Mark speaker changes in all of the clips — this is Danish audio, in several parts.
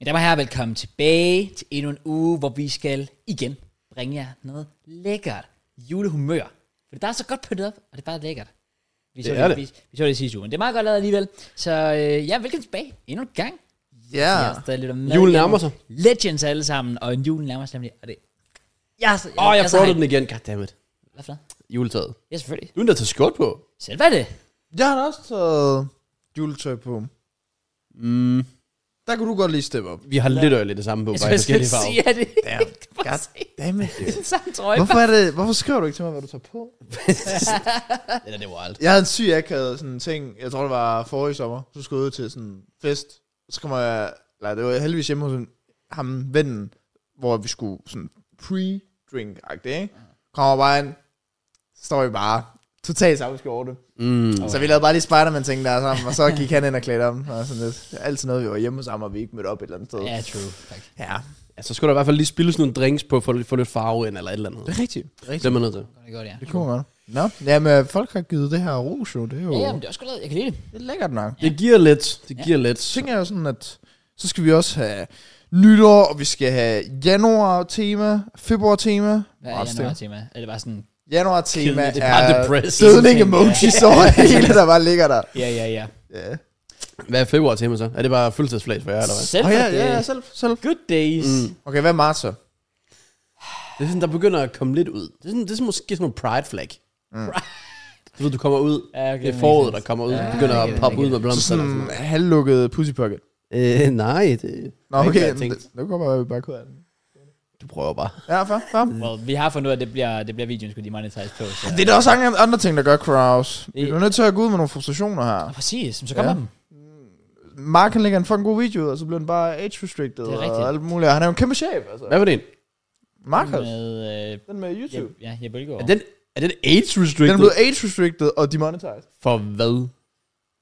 Speaker 1: Men der var her velkommen tilbage til endnu en uge, hvor vi skal igen bringe jer noget lækkert julehumør. For der er så godt pyntet op, og det er bare lækkert. Vi så
Speaker 2: Det er
Speaker 1: det,
Speaker 2: det.
Speaker 1: Vi, vi så det sidste uge, men det er meget godt lavet alligevel. Så øh, ja, velkommen tilbage endnu en gang.
Speaker 3: Ja.
Speaker 1: Jeg er stadig lidt med
Speaker 2: Julen
Speaker 1: igen.
Speaker 2: nærmer sig.
Speaker 1: Legends alle sammen, og en julen nærmer sig nemlig. Og det, jeg, er så-
Speaker 2: Åh, oh, jeg
Speaker 1: er så
Speaker 2: prøvede
Speaker 1: hyped.
Speaker 2: den igen. Goddammit.
Speaker 1: Hvad for noget?
Speaker 2: Juletaget.
Speaker 1: Ja, selvfølgelig.
Speaker 2: Du er nødt til at skål på.
Speaker 1: Selv hvad er det?
Speaker 3: Jeg har da også taget juletøj på.
Speaker 2: Mm,
Speaker 3: Der kunne du godt lige steppe op.
Speaker 2: vi har lidt øjeligt det samme på,
Speaker 1: Jeg
Speaker 2: bare i
Speaker 1: skulle selv
Speaker 2: forskellige farver.
Speaker 1: sige, at det
Speaker 3: Damn.
Speaker 1: Prøv at se.
Speaker 3: Goddammit.
Speaker 1: den samme trøje.
Speaker 3: Hvorfor, er det, hvorfor skriver du ikke til mig, hvad du tager på?
Speaker 2: Eller det var alt.
Speaker 3: Jeg havde en syg akavet sådan en ting, jeg tror det var forrige sommer, så skulle jeg ud til sådan en fest. Så kommer jeg, nej det var heldigvis hjemme hos en, ham vennen, hvor vi skulle sådan pre-drink-agtigt, ikke? Kommer bare ind, så står vi bare totalt samme skjorte.
Speaker 2: Mm.
Speaker 3: Så vi lavede bare lige Spider-Man-ting der sammen, og så gik han ind og klædte om. Og sådan lidt. Det er altid noget, vi var hjemme hos ham, og vi ikke mødte op et eller andet sted.
Speaker 1: Ja, true. Fuck.
Speaker 3: ja.
Speaker 2: Altså, så skulle der i hvert fald lige spilles nogle drinks på, for at få lidt farve ind, eller et eller andet.
Speaker 3: det er rigtigt.
Speaker 2: Det er man nødt til.
Speaker 1: Godt, det går, ja.
Speaker 3: Det kunne man godt. Nå, jamen øh, folk har givet det her rouge jo, det er jo
Speaker 1: Ja, jamen, det er også godt lavet. Jeg kan lide det.
Speaker 3: det er lækkert nok.
Speaker 2: Det giver lidt. Det giver lidt.
Speaker 3: Så tænker jeg jo sådan, at så skal vi også have nytår, og vi skal have januar-tema, februar-tema.
Speaker 1: Hvad er januar-tema? Er det bare sådan...
Speaker 3: Januar-tema
Speaker 2: Kedelig, det er bare
Speaker 3: er
Speaker 2: depressing.
Speaker 3: dødning emojis over det hele, der bare ligger der.
Speaker 1: Ja, ja, ja.
Speaker 3: Ja.
Speaker 2: Hvad er februar tema så? Er det bare fødselsdagsflag for jer, eller hvad?
Speaker 1: Selv
Speaker 3: Oh, ja, ja, ja,
Speaker 1: days.
Speaker 3: selv, selv.
Speaker 1: Good days.
Speaker 2: Mm.
Speaker 3: Okay, hvad er marts så?
Speaker 2: Det er sådan, der begynder at komme lidt ud. Det er, sådan, det er sådan, måske sådan en pride flag. Mm. Du ved, du kommer ud.
Speaker 1: Ja, okay,
Speaker 2: Det er
Speaker 1: makes
Speaker 2: foråret,
Speaker 1: sense.
Speaker 2: der kommer ud.
Speaker 1: Ja,
Speaker 2: Du begynder
Speaker 1: det
Speaker 2: at
Speaker 1: kan jeg
Speaker 2: poppe
Speaker 1: ikke.
Speaker 2: ud med
Speaker 3: Så
Speaker 2: blomster.
Speaker 3: sådan
Speaker 2: eller
Speaker 3: en halvlukket pussy pocket.
Speaker 2: sådan. Øh, nej. Det, det er
Speaker 3: Nå,
Speaker 2: ikke,
Speaker 3: okay,
Speaker 2: hvad jeg
Speaker 3: det,
Speaker 2: tænkte.
Speaker 3: det går bare bare kud af den.
Speaker 2: Du prøver bare.
Speaker 3: Ja, for, for.
Speaker 1: Well, vi har fundet ud af, at det bliver, det bliver videoen, skulle de monetize på. Så.
Speaker 3: Det er da også mange andre ting, der gør crowds. Vi
Speaker 1: Det-
Speaker 3: er nødt til at gå ud med nogle frustrationer her.
Speaker 1: Ja, Ah, præcis. Så kommer ja.
Speaker 3: Ja.
Speaker 1: dem.
Speaker 3: Mark han lægger en fucking god video ud, og så bliver den bare age-restricted
Speaker 1: Det er rigtigt.
Speaker 3: og alt muligt. Og Han er jo en kæmpe chef, altså.
Speaker 2: Hvad var det en?
Speaker 3: Mark har-
Speaker 1: Med øh,
Speaker 3: den med YouTube.
Speaker 1: Jeb- ja, Jeppe Ølgaard.
Speaker 2: Er den, er den age
Speaker 3: Den er
Speaker 2: restricted?
Speaker 3: blevet age-restricted og demonetized.
Speaker 2: For hvad?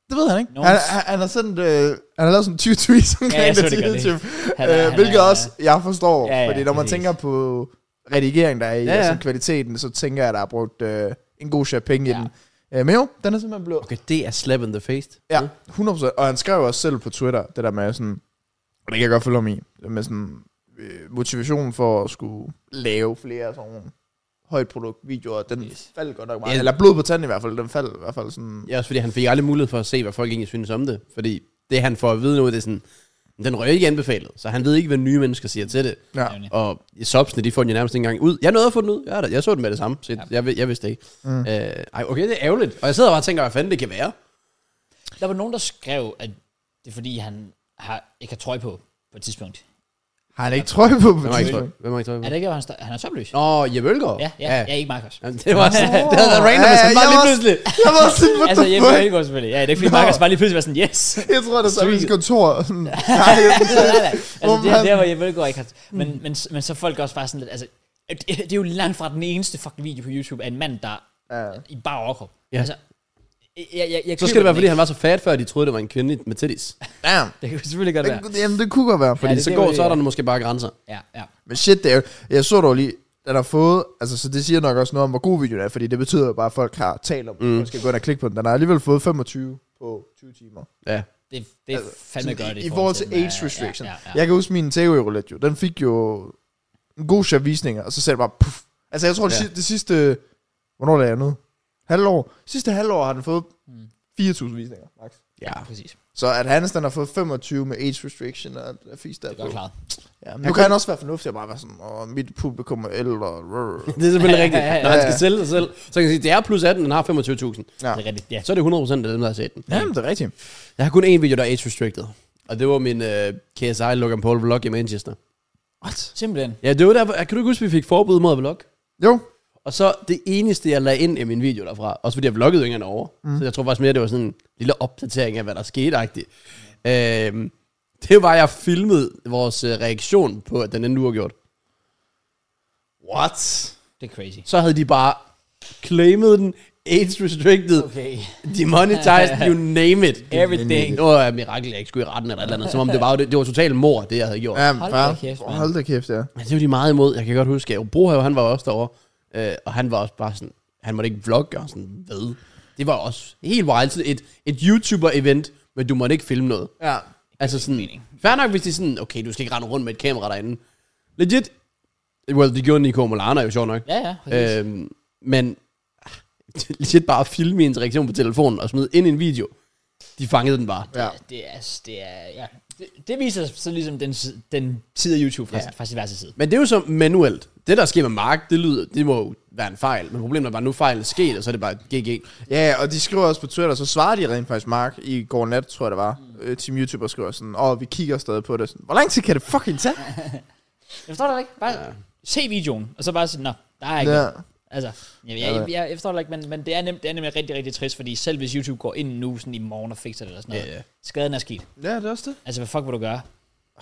Speaker 3: Det ved han ikke.
Speaker 1: Nå,
Speaker 3: Han,
Speaker 1: s-
Speaker 3: han, han, har sendt, øh, han har lavet sådan 20 tweets omkring
Speaker 1: jeg så
Speaker 3: det
Speaker 1: det
Speaker 3: til
Speaker 1: godt, det.
Speaker 3: YouTube.
Speaker 1: Han er-
Speaker 3: Øh,
Speaker 1: han
Speaker 3: hvilket
Speaker 1: er-
Speaker 3: også jeg forstår.
Speaker 1: Ja, ja,
Speaker 3: fordi når man
Speaker 1: præcis.
Speaker 3: tænker på redigering, der er
Speaker 2: Ja,
Speaker 3: i ja, ja.
Speaker 2: ja.
Speaker 3: Altså kvaliteten, så tænker jeg, at der er brugt øh, en god chat penge ja. i
Speaker 1: Ja.
Speaker 3: den. Øh, men jo, den er simpelthen blevet
Speaker 2: Okay, det er slap in the face.
Speaker 3: Ja, 100%. Og han skrev også selv på Twitter, det der med sådan, og det kan jeg godt følge ham i, det med sådan øh, motivationen for at skulle lave flere sådan nogle højt produkt videoer, den yes.
Speaker 1: Yes.
Speaker 3: faldt godt nok meget.
Speaker 2: Ja.
Speaker 3: Eller blod på tanden i hvert fald, den faldt i hvert fald sådan.
Speaker 2: Ja, også fordi han fik aldrig mulighed for at se, hvad folk egentlig synes om det. Fordi det, han får at vide nu, det er sådan, den røg ikke anbefalet, så han ved ikke, hvad nye mennesker siger til det.
Speaker 3: Ja.
Speaker 1: Nemlig.
Speaker 2: Og i subsene, de får den jo nærmest ikke engang ud. Jeg nåede at få den ud. Jeg, er der. jeg så den med det samme, så jeg, jeg, jeg vidste det ikke. Mm. Øh, ej, okay, det er ærgerligt. Og jeg sidder bare og tænker, hvad fanden det kan være.
Speaker 1: Der var nogen, der skrev, at det er fordi, han har, ikke har trøje på på et tidspunkt.
Speaker 3: Har han ikke trøje på? på
Speaker 2: Hvem har ikke
Speaker 3: tidspunkt?
Speaker 2: tøj? Hvem har ikke tøj?
Speaker 1: Er
Speaker 2: på?
Speaker 1: det ikke, hvor han, står, han er topløs?
Speaker 2: Nå, Jeppe Ølgaard?
Speaker 1: Ja, ja, ja, ikke Markus.
Speaker 2: Jamen, det var sådan, det havde været random,
Speaker 3: Ja,
Speaker 2: hvis
Speaker 3: ja,
Speaker 2: han bare
Speaker 3: jeg
Speaker 2: lige
Speaker 3: var-
Speaker 2: pludselig.
Speaker 3: Jeg var sådan, what
Speaker 1: Altså,
Speaker 3: the
Speaker 1: Jeppe
Speaker 3: fuck?
Speaker 1: Ølgaard selvfølgelig. Ja, det er ikke fordi,
Speaker 3: Nå.
Speaker 1: Markus bare lige pludselig var sådan, yes.
Speaker 3: Jeg tror, det er sådan, kontor. og sådan, Nej,
Speaker 1: altså, det er
Speaker 3: Hvor-
Speaker 1: der, hvor Jeppe Ølgaard ikke har... Men,
Speaker 3: Mm.
Speaker 1: men, men så er folk også bare sådan lidt... Altså, det, det er jo langt fra den eneste fucking video på YouTube af en mand, der
Speaker 3: Ja.
Speaker 1: i bare overkrop.
Speaker 2: Ja.
Speaker 1: Altså, jeg, jeg, jeg, jeg
Speaker 2: Så skal det være, fordi han var så fat, før de troede, det var en kvinde med titties.
Speaker 3: Damn.
Speaker 1: Det kan selvfølgelig godt være.
Speaker 3: Det, jamen, det kunne godt være.
Speaker 2: Fordi
Speaker 1: Ja, det-
Speaker 2: så
Speaker 1: det
Speaker 2: går,
Speaker 1: var det,
Speaker 2: så er der
Speaker 1: ja.
Speaker 2: måske bare grænser.
Speaker 1: Ja, ja.
Speaker 3: Men shit, det er jo, jeg så dog lige, den har fået, altså så det siger nok også noget om, hvor god videoen er, fordi det betyder jo bare, at folk har talt om den, mm. og skal gå ind og klikke på den. Den har alligevel fået 25 på 20 timer.
Speaker 2: Ja.
Speaker 1: Det, det er fandme
Speaker 3: Altså, Sådan
Speaker 1: godt
Speaker 3: i, i forhold til
Speaker 1: den, øh,
Speaker 3: age
Speaker 1: ja,
Speaker 3: restriction.
Speaker 1: Ja, ja, ja.
Speaker 3: Jeg kan huske min takeaway roulette jo, den fik jo en god shot visninger, og så sagde det bare, puff. Altså jeg tror, det,
Speaker 2: Ja.
Speaker 3: sidste, det sidste, hvornår lavede jeg noget? Halvår. Sidste halvår har den fået 4.000 visninger, max.
Speaker 2: Ja.
Speaker 1: Præcis.
Speaker 3: Så at Hannes, den har fået 25 med age restriction, og det er fisk der
Speaker 1: Det er godt klaret.
Speaker 3: Ja, men nu kan han også være fornuftig og bare være sådan, åh, mit publikum er ældre. rrr."
Speaker 2: Det er selvfølgelig rigtigt.
Speaker 1: Ja, ja, ja.
Speaker 2: Når han skal sælge sig selv, så kan han sige, det er plus 18, den har 25.000.
Speaker 3: Ja.
Speaker 1: Det er rigtigt. Ja.
Speaker 2: Så er det 100% af dem, der har set den.
Speaker 3: Jamen, det er rigtigt.
Speaker 2: Jeg har kun én video, der er age restricted. Og det var min øh, KSI Logan Paul vlog i Manchester.
Speaker 3: What?
Speaker 1: Simpelthen.
Speaker 2: Ja, det var der, hvor- kan du ikke huske, vi fik forbud mod at vlog?
Speaker 3: Jo.
Speaker 2: Og så det eneste, jeg lagde ind i min video derfra, også fordi jeg vloggede yngre over, mm. så jeg tror faktisk mere, det var sådan en lille opdatering af, hvad der skete-agtigt. Øhm, det var, at jeg filmede vores øh, reaktion på, at den anden uge gjort.
Speaker 3: What?
Speaker 1: Det er crazy.
Speaker 2: Så havde de bare claimet den, age restricted,
Speaker 1: Okay.
Speaker 2: demonetized, you name it.
Speaker 1: Everything.
Speaker 2: Det var et mirakel, jeg ikke skulle i retten eller et eller andet, som om det var, det, det var totalt mor, det jeg havde gjort.
Speaker 3: Ja,
Speaker 1: Hold
Speaker 3: hold
Speaker 1: da
Speaker 3: da
Speaker 1: kæft, mand.
Speaker 3: Hold da kæft, ja.
Speaker 2: Men det var de meget imod. Jeg kan godt huske, at Brohave, han var også derovre, øh, og han var også bare sådan, han måtte ikke vlogge og sådan, hvad? Det var også helt vildt. Et, et YouTuber-event, men du måtte ikke filme noget.
Speaker 3: Ja.
Speaker 2: Altså sådan,
Speaker 1: mening.
Speaker 2: fair nok, hvis de er sådan, okay, du skal ikke rende rundt med et kamera derinde. Legit. Well, det gjorde Nico Molana jo sjovt nok.
Speaker 1: Ja, ja, præcis. Øh,
Speaker 2: Øhm, men ah, legit bare at filme ens reaktion på telefonen og smide ind i en video. De fangede den bare.
Speaker 3: Ja.
Speaker 1: det er, altså- det er, ja. Det, det viser så ligesom den, si- den side af YouTube fra, ja. fra sin værste side.
Speaker 2: Men det er jo så manuelt. Det, der sker med Mark, det, lyder, det må jo være en fejl. Men problemet er bare, at nu er fejlen sket, og så er det bare GG.
Speaker 3: Ja, og de skriver også på Twitter, så svarer de rent faktisk Mark i går nat, tror jeg det var. Mm. Team YouTuber skriver sådan, åh, vi kigger stadig på det. Sådan, Hvor lang tid kan det fucking tage?
Speaker 1: Jeg forstår det ikke. Bare ja. se videoen, og så bare sige, nå, der er ikke ja.
Speaker 3: ja.
Speaker 1: Altså, jeg, jeg, jeg, jeg forstår det ikke, men, men det, er nemt, det er nemlig rigtig, rigtig trist, fordi selv hvis YouTube går ind nu sådan i morgen og fikser det eller sådan noget,
Speaker 2: Ja, ja.
Speaker 1: skaden er sket.
Speaker 3: ja, det er også det.
Speaker 1: Altså, hvad fuck vil du gøre?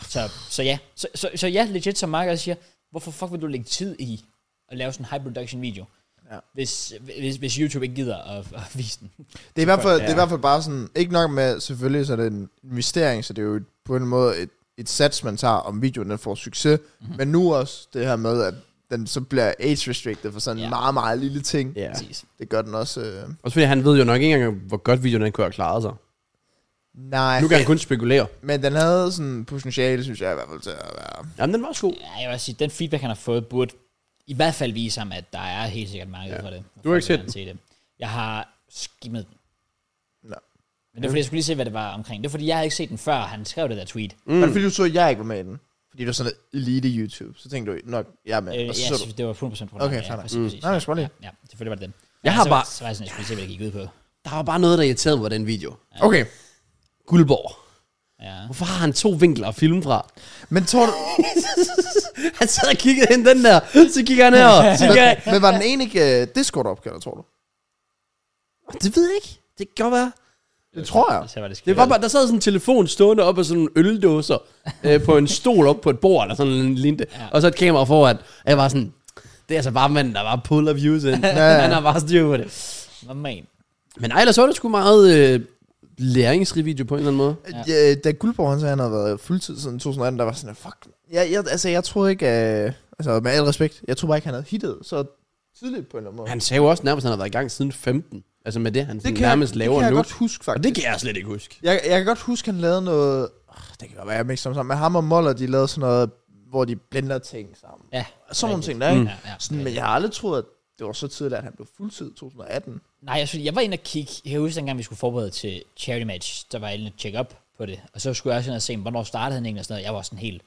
Speaker 1: Så, så ja, så, så, så ja, legit som Mark også siger, hvorfor fuck vil du lægge tid i at lave sådan en high production video,
Speaker 3: Ja.
Speaker 1: hvis, hvis, hvis YouTube ikke gider at, at vise den?
Speaker 3: Det er, i hvert fald,
Speaker 2: Ja.
Speaker 3: det er i hvert fald bare sådan, ikke nok med, selvfølgelig så er det en investering, så det er jo et- på en måde et, et sats, man tager, om videoen den får succes. Mm-hmm. Men nu også det her med, at den så bliver age-restricted for sådan en
Speaker 1: Ja.
Speaker 3: meget, meget lille ting.
Speaker 2: Ja.
Speaker 1: Præcis.
Speaker 3: Det gør den også... Øh,
Speaker 2: Også fordi han ved jo nok ikke engang, hvor godt videoen han kunne have klaret sig.
Speaker 3: nej,
Speaker 2: Nu kan han kun spekulere.
Speaker 3: men den havde sådan potentiale, synes jeg i hvert fald, til at være...
Speaker 2: Jamen, den var også god.
Speaker 1: Ja, jeg vil også sige, den feedback, han har fået, burde i hvert fald vise ham, at der er helt sikkert marked ja. for det.
Speaker 2: Du har ikke set
Speaker 1: den? Se det. Jeg har skimmet den.
Speaker 3: Nå.
Speaker 1: Men det er fordi, jeg skulle lige se, hvad det var omkring. Det er fordi, jeg havde ikke set den før, han skrev det der tweet.
Speaker 3: Mm. Var det fordi, du så, at jeg ikke var med i den? Fordi det var sådan noget elite YouTube. Så tænkte du, nok, jeg er med.
Speaker 1: Øh, ja,
Speaker 3: og så, så
Speaker 1: yes,
Speaker 3: du,
Speaker 1: det var 100% på grund af
Speaker 3: Okay,
Speaker 1: det,
Speaker 3: fair
Speaker 1: ja,
Speaker 3: nok.
Speaker 1: præcis, præcis.
Speaker 3: Nej, jeg skal bare lige.
Speaker 1: Ja, ja, selvfølgelig var det den.
Speaker 2: Jeg
Speaker 1: Men
Speaker 2: har
Speaker 1: så,
Speaker 2: bare-
Speaker 1: Så var jeg sådan, jeg skulle se, hvad det gik ud på.
Speaker 2: Der var bare noget, der irriterede mig ved den video.
Speaker 3: Okay,
Speaker 2: Guldborg.
Speaker 1: Ja.
Speaker 2: Hvorfor har han to vinkler at filme fra?
Speaker 3: men tror du...
Speaker 2: Han sad og kiggede hen den der, så kigger han her, så kigger han.
Speaker 3: men, men var den ene ikke uh, Discord-opkaldet, tror du?
Speaker 2: Det ved jeg ikke. Det kan godt være.
Speaker 3: Det tror jeg.
Speaker 1: Så var det
Speaker 2: Det var bare, der sad sådan en telefon stående op af sådan nogle øldåser øh, på en stol op på et bord, eller sådan en linte, ja. og så et kamera foran. Og jeg var sådan, det er altså bare manden, der bare puller views ind.
Speaker 3: ja.
Speaker 2: Han har bare styr på det.
Speaker 1: Hvad man?
Speaker 2: Men ej, ellers var det sgu meget øh, læringsrig video på en eller anden måde.
Speaker 3: Ja. Da Guldborg, han sagde, han havde været fuldtid siden 2018, der var sådan, fuck. Jeg, jeg, altså, jeg troede ikke, uh, altså med al respekt, jeg troede bare ikke, han havde hittet så tidligt på en eller anden måde.
Speaker 2: Han sagde jo også nærmest, at han har været i gang siden 15. Altså med det, han sådan,
Speaker 3: jeg-
Speaker 2: nærmest laver
Speaker 3: det kan
Speaker 2: nu.
Speaker 3: jeg godt huske,
Speaker 2: og
Speaker 3: faktisk.
Speaker 2: det kan jeg slet ikke huske.
Speaker 3: Jeg, jeg kan godt huske, han lavede noget... Oh, det kan godt være, jeg ikke sammen. Men ham og Moller, de lavede sådan noget, hvor de blender ting sammen.
Speaker 1: Ja.
Speaker 3: Sådan nogle
Speaker 1: rigtigt.
Speaker 3: ting der,
Speaker 2: Mm.
Speaker 3: ikke?
Speaker 1: Ja, ja.
Speaker 3: Sådan, men jeg har aldrig troet, at det var så tidligt, at han blev fuldtid i 2018.
Speaker 1: Nej, jeg, synes, jeg var inde og kigge. Jeg kan huske, dengang vi skulle forberede til charity match, der var jeg inde og tjekke op på det. Og så skulle jeg også ind og se, hvornår startede han egentlig og sådan noget. Jeg var sådan helt,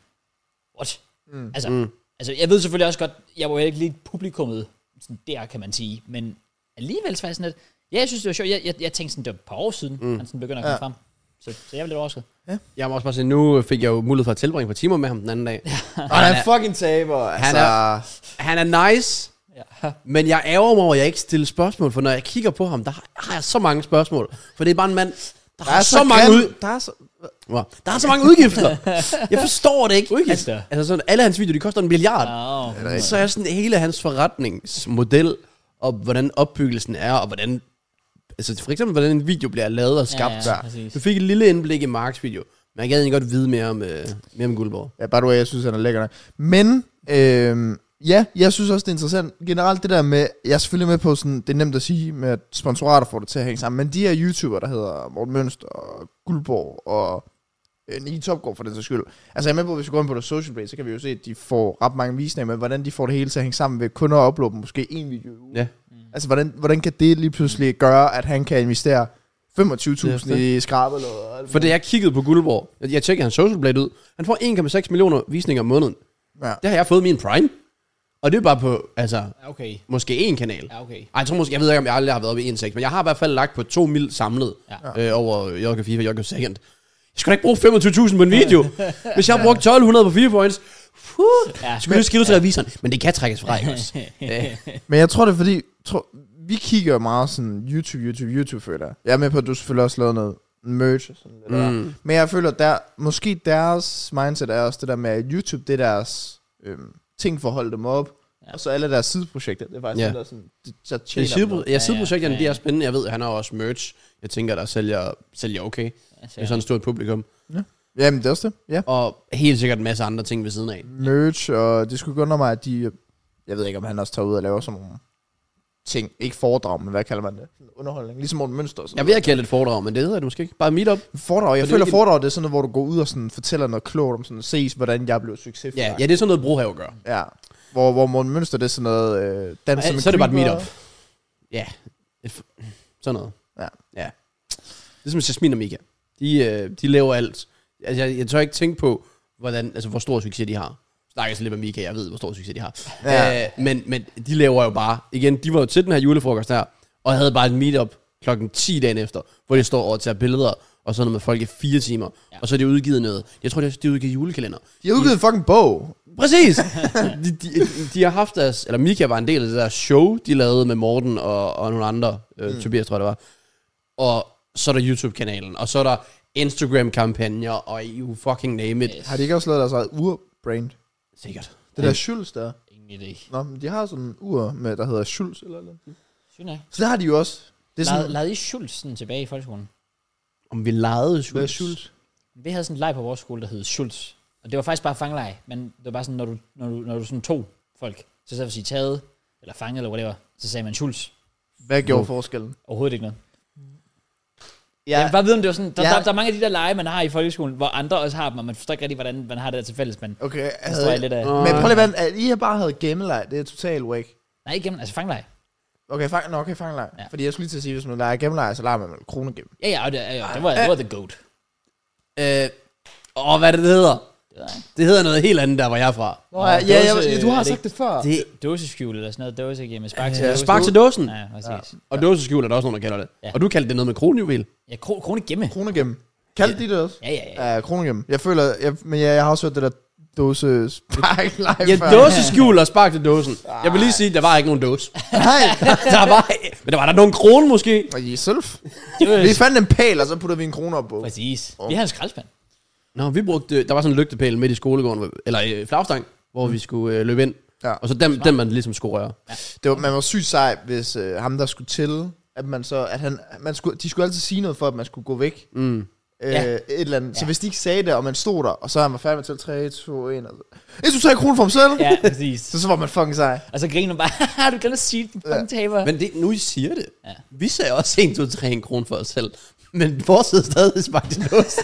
Speaker 1: what? Mm. Altså, mm. altså, jeg ved selvfølgelig også godt, jeg var jo ikke lige publikummet sådan der, kan man sige. Men alligevel så var jeg sådan lidt, ja, jeg synes, det var sjovt. Jeg, jeg, jeg tænkte sådan, det var et par år siden, mm. han sådan begynder at komme ja. frem. Så, så jeg var lidt overrasket.
Speaker 2: Jeg må også bare sige, nu fik jeg jo mulighed for at tilbringe et par timer med ham den anden dag.
Speaker 3: Og han er fucking taber.
Speaker 2: Han
Speaker 3: Altså,
Speaker 2: er- Han er nice,
Speaker 1: Ja.
Speaker 2: men jeg ærger mig over, at jeg ikke stiller spørgsmål, for når jeg kigger på ham, der har, har jeg så mange spørgsmål. For det er bare en mand, der, der har så, så mange
Speaker 3: grim.
Speaker 2: ud...
Speaker 3: Der er så...
Speaker 2: Wow. Der har så mange udgifter. jeg forstår det ikke.
Speaker 1: Udgifter?
Speaker 2: Altså, altså sådan, alle hans videoer, de koster en milliard.
Speaker 1: Oh.
Speaker 2: Ja, så er sådan hele hans forretningsmodel, og hvordan opbyggelsen er, og hvordan... Altså for eksempel, hvordan en video bliver lavet og skabt.
Speaker 1: ja, præcis.
Speaker 2: du fik et lille indblik i Marks video, men jeg gad egentlig godt vide mere om, øh, mere om Guldborg.
Speaker 3: Ja, by the way, jeg synes, han er lækker nok. Men, øhm, ja, jeg synes også, det er interessant. Generelt det der med, jeg er selvfølgelig med på sådan, det er nemt at sige med, at sponsorater får det til at hænge sammen, men de her YouTubere, der hedder Morten Mønst og Guldborg og øh, Nicky Topgaard for den sags skyld. Altså jeg er med på, at hvis vi går ind på deres social media, så kan vi jo se, at de får ret mange visninger, men hvordan de får det hele til at hænge sammen ved kun at uploade måske en video i ugen.
Speaker 2: Ja.
Speaker 3: Altså hvordan, hvordan kan det lige pludselig gøre, at han kan investere 25.000
Speaker 2: Det
Speaker 3: i skrabelåd og alt
Speaker 2: For da
Speaker 3: muligt?
Speaker 2: jeg kiggede på Guldborg, jeg jeg tjekkede hans social blade ud, han får 1,6 millioner visninger om måneden.
Speaker 3: Ja.
Speaker 2: Der har jeg fået min prime. Og det er bare på, altså,
Speaker 1: Okay,
Speaker 2: måske én kanal.
Speaker 1: ja, okay.
Speaker 2: Ej, jeg tror måske, jeg ved ikke, om jeg aldrig har været oppe i 1,6, men jeg har i hvert fald lagt på 2 mil samlet ja.
Speaker 1: Ja.
Speaker 2: øh, over Jokke FIFA og Jokke Second. Jeg skulle da ikke bruge 25.000 på en video. Hvis jeg har brugt 1.200 på 4 points, puh,
Speaker 1: Ja.
Speaker 2: ja. skulle jeg skrive til revisoren. Men det kan trækkes fra, ikke også? Øh,
Speaker 3: Men jeg tror det er fordi tror, Vi kigger jo meget sådan YouTube, YouTube, YouTube føler jeg. Jeg er med på at du selvfølgelig også lavede noget merch og sådan det der.
Speaker 2: Mm.
Speaker 3: Men jeg føler der, Måske deres mindset er også det der med at YouTube det er deres øhm, ting for at holde dem op
Speaker 1: Ja.
Speaker 3: Og så alle deres sideprojekter Det er faktisk
Speaker 2: Ja.
Speaker 3: yeah. det der sådan det, der
Speaker 2: det er
Speaker 3: tjener dem
Speaker 2: sidepro-
Speaker 3: noget.
Speaker 2: ja, sideprojekterne,
Speaker 1: ja,
Speaker 2: de
Speaker 1: ja.
Speaker 2: er spændende. Jeg ved, han har også merch. Jeg tænker, der sælger, sælger okay.
Speaker 1: Altså,
Speaker 2: Det er sådan et stort publikum.
Speaker 3: Jamen det er også det ja.
Speaker 2: Og helt sikkert en masse andre ting ved siden af.
Speaker 3: Merch og det skulle gå under mig at de Jeg ved ikke om han også tager ud og laver sådan nogle ting. Ikke foredrag, men hvad kalder man det? Sådan Underholdning. Ligesom Morten Mønster. og Sådan.
Speaker 2: Jeg vil have kaldt et foredrag, men det hedder det måske ikke. Bare meetup.
Speaker 3: Foredrag. Jeg
Speaker 2: det er
Speaker 3: føler,
Speaker 2: ikke en-
Speaker 3: foredrag det er sådan noget, hvor du går ud og sådan, fortæller noget klogt om sådan, ses, hvordan jeg blev succesfuld.
Speaker 2: Ja, ja, det er sådan noget, Brohave gør.
Speaker 3: ja. Hvor, hvor Morten Mønster, det er sådan noget... Øh, dans
Speaker 2: Ja, så er det bare et meetup. Ja. Et f- sådan noget.
Speaker 3: Ja.
Speaker 2: ja. Ligesom Jasmin og Mika. De, øh, de laver alt. Altså, jeg, jeg tør ikke tænke på, hvordan, altså, hvor stor succes de har. Snakker så lidt med Mika, jeg ved, hvor stor succes de har.
Speaker 3: Ja.
Speaker 2: Ja. Øh, men, men de laver jo bare, igen, de var jo til den her julefrokost her, og havde bare et meetup klokken 10 dagen efter, hvor de står og tager billeder, og sådan noget med folk i fire timer. Ja. Og så er de udgivet noget. Jeg tror, de har de har udgivet julekalender.
Speaker 3: De har udgivet en fucking bog.
Speaker 2: Præcis! de, de, de har haft deres, eller Mika var en del af det der show, de lavede med Morten og, og nogle andre, øh,
Speaker 1: Mm.
Speaker 2: Tobias tror jeg det var. Og så er der YouTube-kanalen, og så er der Instagram-kampagner, og you fucking name it.
Speaker 1: Yes.
Speaker 3: Har de ikke også lavet deres eget ur-brand?
Speaker 2: Sikkert.
Speaker 3: Det der Schulz der.
Speaker 1: Ingen idé.
Speaker 3: Nå, men de har sådan en ur, med, der hedder Schulz eller noget.
Speaker 1: Sygt nok.
Speaker 3: Så det har de jo også. Det er
Speaker 1: Lad,
Speaker 3: sådan,
Speaker 1: lad I Schultz sådan tilbage i folkeskolen?
Speaker 2: Om vi legede
Speaker 3: hvad er
Speaker 2: Schultz.
Speaker 3: Schulz?
Speaker 1: Vi havde sådan en leg på vores skole, der hed Schultz. Og det var faktisk bare fangleg, men det var bare sådan, når du, når du, når du sådan tog folk, så sagde for at sige taget, eller fanget, eller whatever, så sagde man Schultz.
Speaker 3: Hvad gjorde
Speaker 2: Wow.
Speaker 3: forskellen?
Speaker 1: Overhovedet ikke noget. Ja.
Speaker 3: Ja,
Speaker 1: Jeg vil bare vide, om det var sådan, der,
Speaker 3: Ja.
Speaker 1: ja. der, der, er mange af de der lege, man har i folkeskolen, hvor andre også har dem, og man forstår ikke rigtig, hvordan man har det der til fælles, men
Speaker 3: okay. Jeg
Speaker 1: det
Speaker 3: havde,
Speaker 1: tror jeg lidt af.
Speaker 2: Nå.
Speaker 3: Men prøv lige at vente, at I har bare havde gemmeleg, det er totalt wake.
Speaker 1: Nej, ikke gennem, altså fangleg.
Speaker 3: Okay, fang, nå, okay, fangleg. Ja.
Speaker 1: Ja.
Speaker 3: Fordi jeg skulle lige til at sige, hvis man leger gemmeleg, så leger man med krone gennem.
Speaker 1: Ja, ja, og det, ja, ja, det, var, det var the goat.
Speaker 2: Øh, åh, hvad er det, det hedder?
Speaker 1: Det ved jeg ikke.
Speaker 2: Det hedder noget helt andet, der hvor jeg er fra.
Speaker 3: Nå,
Speaker 1: Nå,
Speaker 3: ja,
Speaker 1: det
Speaker 3: ja,
Speaker 1: er
Speaker 3: ja,
Speaker 1: også,
Speaker 3: ja, du
Speaker 1: øh,
Speaker 3: har
Speaker 1: er det
Speaker 3: sagt det før.
Speaker 2: Det,
Speaker 1: Dåseskjul eller sådan noget, dåseskjul med spark til
Speaker 2: øh,
Speaker 1: dåsen.
Speaker 2: spark til dåsen.
Speaker 1: Ja, præcis. Ja.
Speaker 2: Og dåseskjul er der også nogen, der kalder det.
Speaker 1: Ja.
Speaker 2: Og du kaldte det noget med kronjuvel.
Speaker 1: ja kro, krone gemme.
Speaker 3: Krone gennem. Kaldte de det også?
Speaker 1: Ja, ja, ja.
Speaker 3: Ja, krone gennem. Jeg føler, jeg, men jeg, jeg har også hørt det der dåse spark live
Speaker 2: Ja,
Speaker 3: før.
Speaker 2: dåseskjul og spark til dåsen. Jeg vil lige sige, der var ikke nogen dåse.
Speaker 3: Nej,
Speaker 2: der var, men der var der nogen krone måske.
Speaker 3: og I er selv.
Speaker 1: Det var,
Speaker 3: Vi fandt en pæl, og så putter vi en krone op på.
Speaker 1: præcis.
Speaker 2: Oh.
Speaker 1: Vi har en skraldspand.
Speaker 2: Nå, vi brugte, der var sådan en lygtepæl midt i skolegården, hvor- eller øh, flagstang, hvor vi skulle øh, løbe ind.
Speaker 3: Ja.
Speaker 2: Og så dem, dem man ligesom skulle røre.
Speaker 3: Det var, man var sygt sej, hvis øh, ham der skulle til, at man så, at han, man skulle, de skulle altid sige noget for, at man skulle gå væk.
Speaker 2: Mm.
Speaker 3: Øh,
Speaker 1: Ja.
Speaker 3: Et eller andet. Så
Speaker 1: Ja.
Speaker 3: hvis de ikke sagde det, og man stod der, og så er man færdig med til 3, 2, 1, og så, 1, 2, 3 kroner for ham selv.
Speaker 1: Ja, præcis.
Speaker 3: Så, så var man fucking sej.
Speaker 1: Og så griner hun bare, haha, du glemte at sige det, din fucking taber.
Speaker 2: Men det, nu I siger det.
Speaker 1: Ja.
Speaker 2: Vi sagde også 1, 2, 3 en krone for os selv. Men vores hed stadig smagte lås.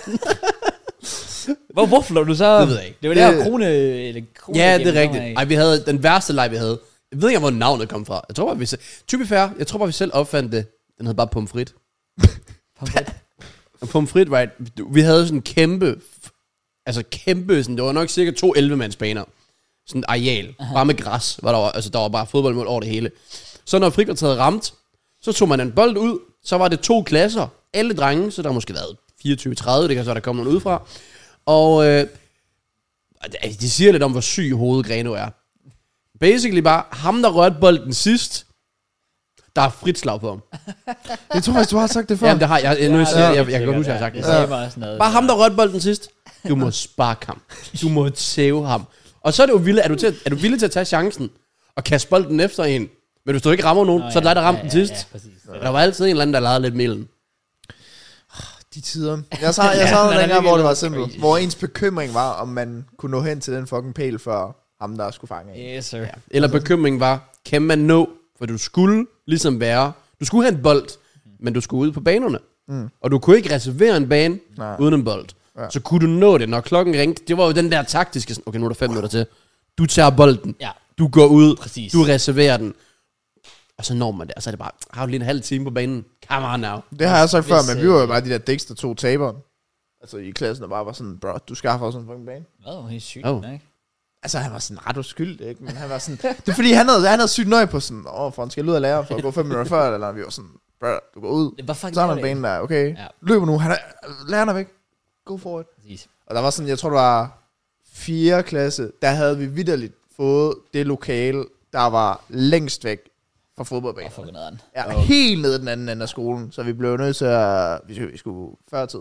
Speaker 1: Hvor, hvorfor lå du så?
Speaker 2: Det ved jeg ikke.
Speaker 1: Det var det her
Speaker 3: Det-
Speaker 1: krone, eller krone
Speaker 2: ja, det
Speaker 1: gemme,
Speaker 2: er rigtigt.
Speaker 1: kommer af.
Speaker 2: Ej, vi havde den værste leg, vi havde. Jeg ved ikke, hvor navnet kom fra. Jeg tror bare, vi selv... Typisk fair, jeg tror bare, vi selv opfandt det. Den hed bare pomfrit.
Speaker 1: Pomfrit.
Speaker 2: Og pomfrit, right? Vi havde sådan en kæmpe... Altså kæmpe, sådan, det var nok cirka to 11-mandsbaner. Sådan et areal. Aha. Bare med græs. Var der, var- altså, der var bare fodboldmål over det hele. Så når frikvarteret ramte, så tog man en bold ud. Så var det to klasser. Alle drenge, så der har måske været 24-30, det kan så være, der komme nogen udefra. Og øh, og det- altså, de siger lidt om, hvor syg hovedet Greno er. Basically bare, ham der rørte bolden sidst, der er frit slag på ham.
Speaker 3: Jeg tror faktisk, du har sagt det før.
Speaker 2: Jamen, det har jeg, jeg, nu, jeg, siger, jeg, jeg, jeg kan godt huske, jeg har sagt
Speaker 1: det.
Speaker 2: det.
Speaker 1: Det sagde mig også noget.
Speaker 2: Bare ham, der rørte bolden sidst. Du må sparke ham. Du må tæve ham. Og så er, det jo vildt, er, du til, at- er du villig til at tage chancen og kaste bolden efter en. Men hvis du ikke rammer nogen,
Speaker 1: Nå,
Speaker 2: Nå, så er
Speaker 1: ja,
Speaker 2: det dig, der ramte
Speaker 1: ja,
Speaker 2: den sidst.
Speaker 1: Ja, ja, præcis.
Speaker 2: Og Der var altid en eller anden, der legede lidt mellem.
Speaker 3: De tider. Jeg sad, jeg sad
Speaker 1: man er
Speaker 3: ja, dengang,
Speaker 1: virkelig
Speaker 3: hvor det var
Speaker 1: noget
Speaker 3: simpelt.
Speaker 1: crazy.
Speaker 3: Hvor ens bekymring var, om man kunne nå hen til den fucking pæl, før ham der skulle fange en.
Speaker 1: Yes, sir.
Speaker 2: Eller
Speaker 3: Altså,
Speaker 2: bekymringen var, kan man nå? For du skulle ligesom være, du skulle have en bold, men du skulle ud på banerne. Mm. Og du kunne ikke reservere en bane
Speaker 3: Nej.
Speaker 2: uden en bold.
Speaker 3: Ja.
Speaker 2: Så kunne du nå det, når klokken ringte. Det var jo den der taktiske, sådan, okay, nu er der fem minutter til. Du tager bolden.
Speaker 1: Ja,
Speaker 2: Du går ud,
Speaker 1: Præcis.
Speaker 2: du reserverer den. Og så når man det, og så er det bare, har du lige en halv time på banen? Come on now.
Speaker 3: Det har jeg sagt før,
Speaker 1: Hvis,
Speaker 3: men vi var jo
Speaker 1: øh,
Speaker 3: bare de der dæks, der tog taberen. Altså i klassen, der bare var sådan, bro, du skaffer også en fucking bane.
Speaker 1: hvad? Hun er syg,
Speaker 2: Oh.
Speaker 1: ikke?
Speaker 3: Altså, han var sådan ret uskyldig, ikke? Men han var sådan... det er fordi, han havde, han havde sygt nøje på sådan... Åh, for han skal ud af lærer for at gå fem minutter før, eller vi var sådan... Brother, du går ud.
Speaker 1: Det var fucking
Speaker 3: Så er der en
Speaker 1: ærgerligt.
Speaker 3: bane der, okay?
Speaker 1: Ja.
Speaker 3: Ja. Løber nu, han er, læreren er væk. Go for it.
Speaker 1: Præcis.
Speaker 3: Og der var sådan, jeg tror, det var 4. klasse, der havde vi vidderligt fået det lokale, der var længst væk fra
Speaker 1: Og
Speaker 3: fodboldbanen.
Speaker 1: fucking noget andet.
Speaker 3: Ja, helt nede den anden ende af skolen, så vi blev nødt til at... Vi skulle, vi skulle før tid.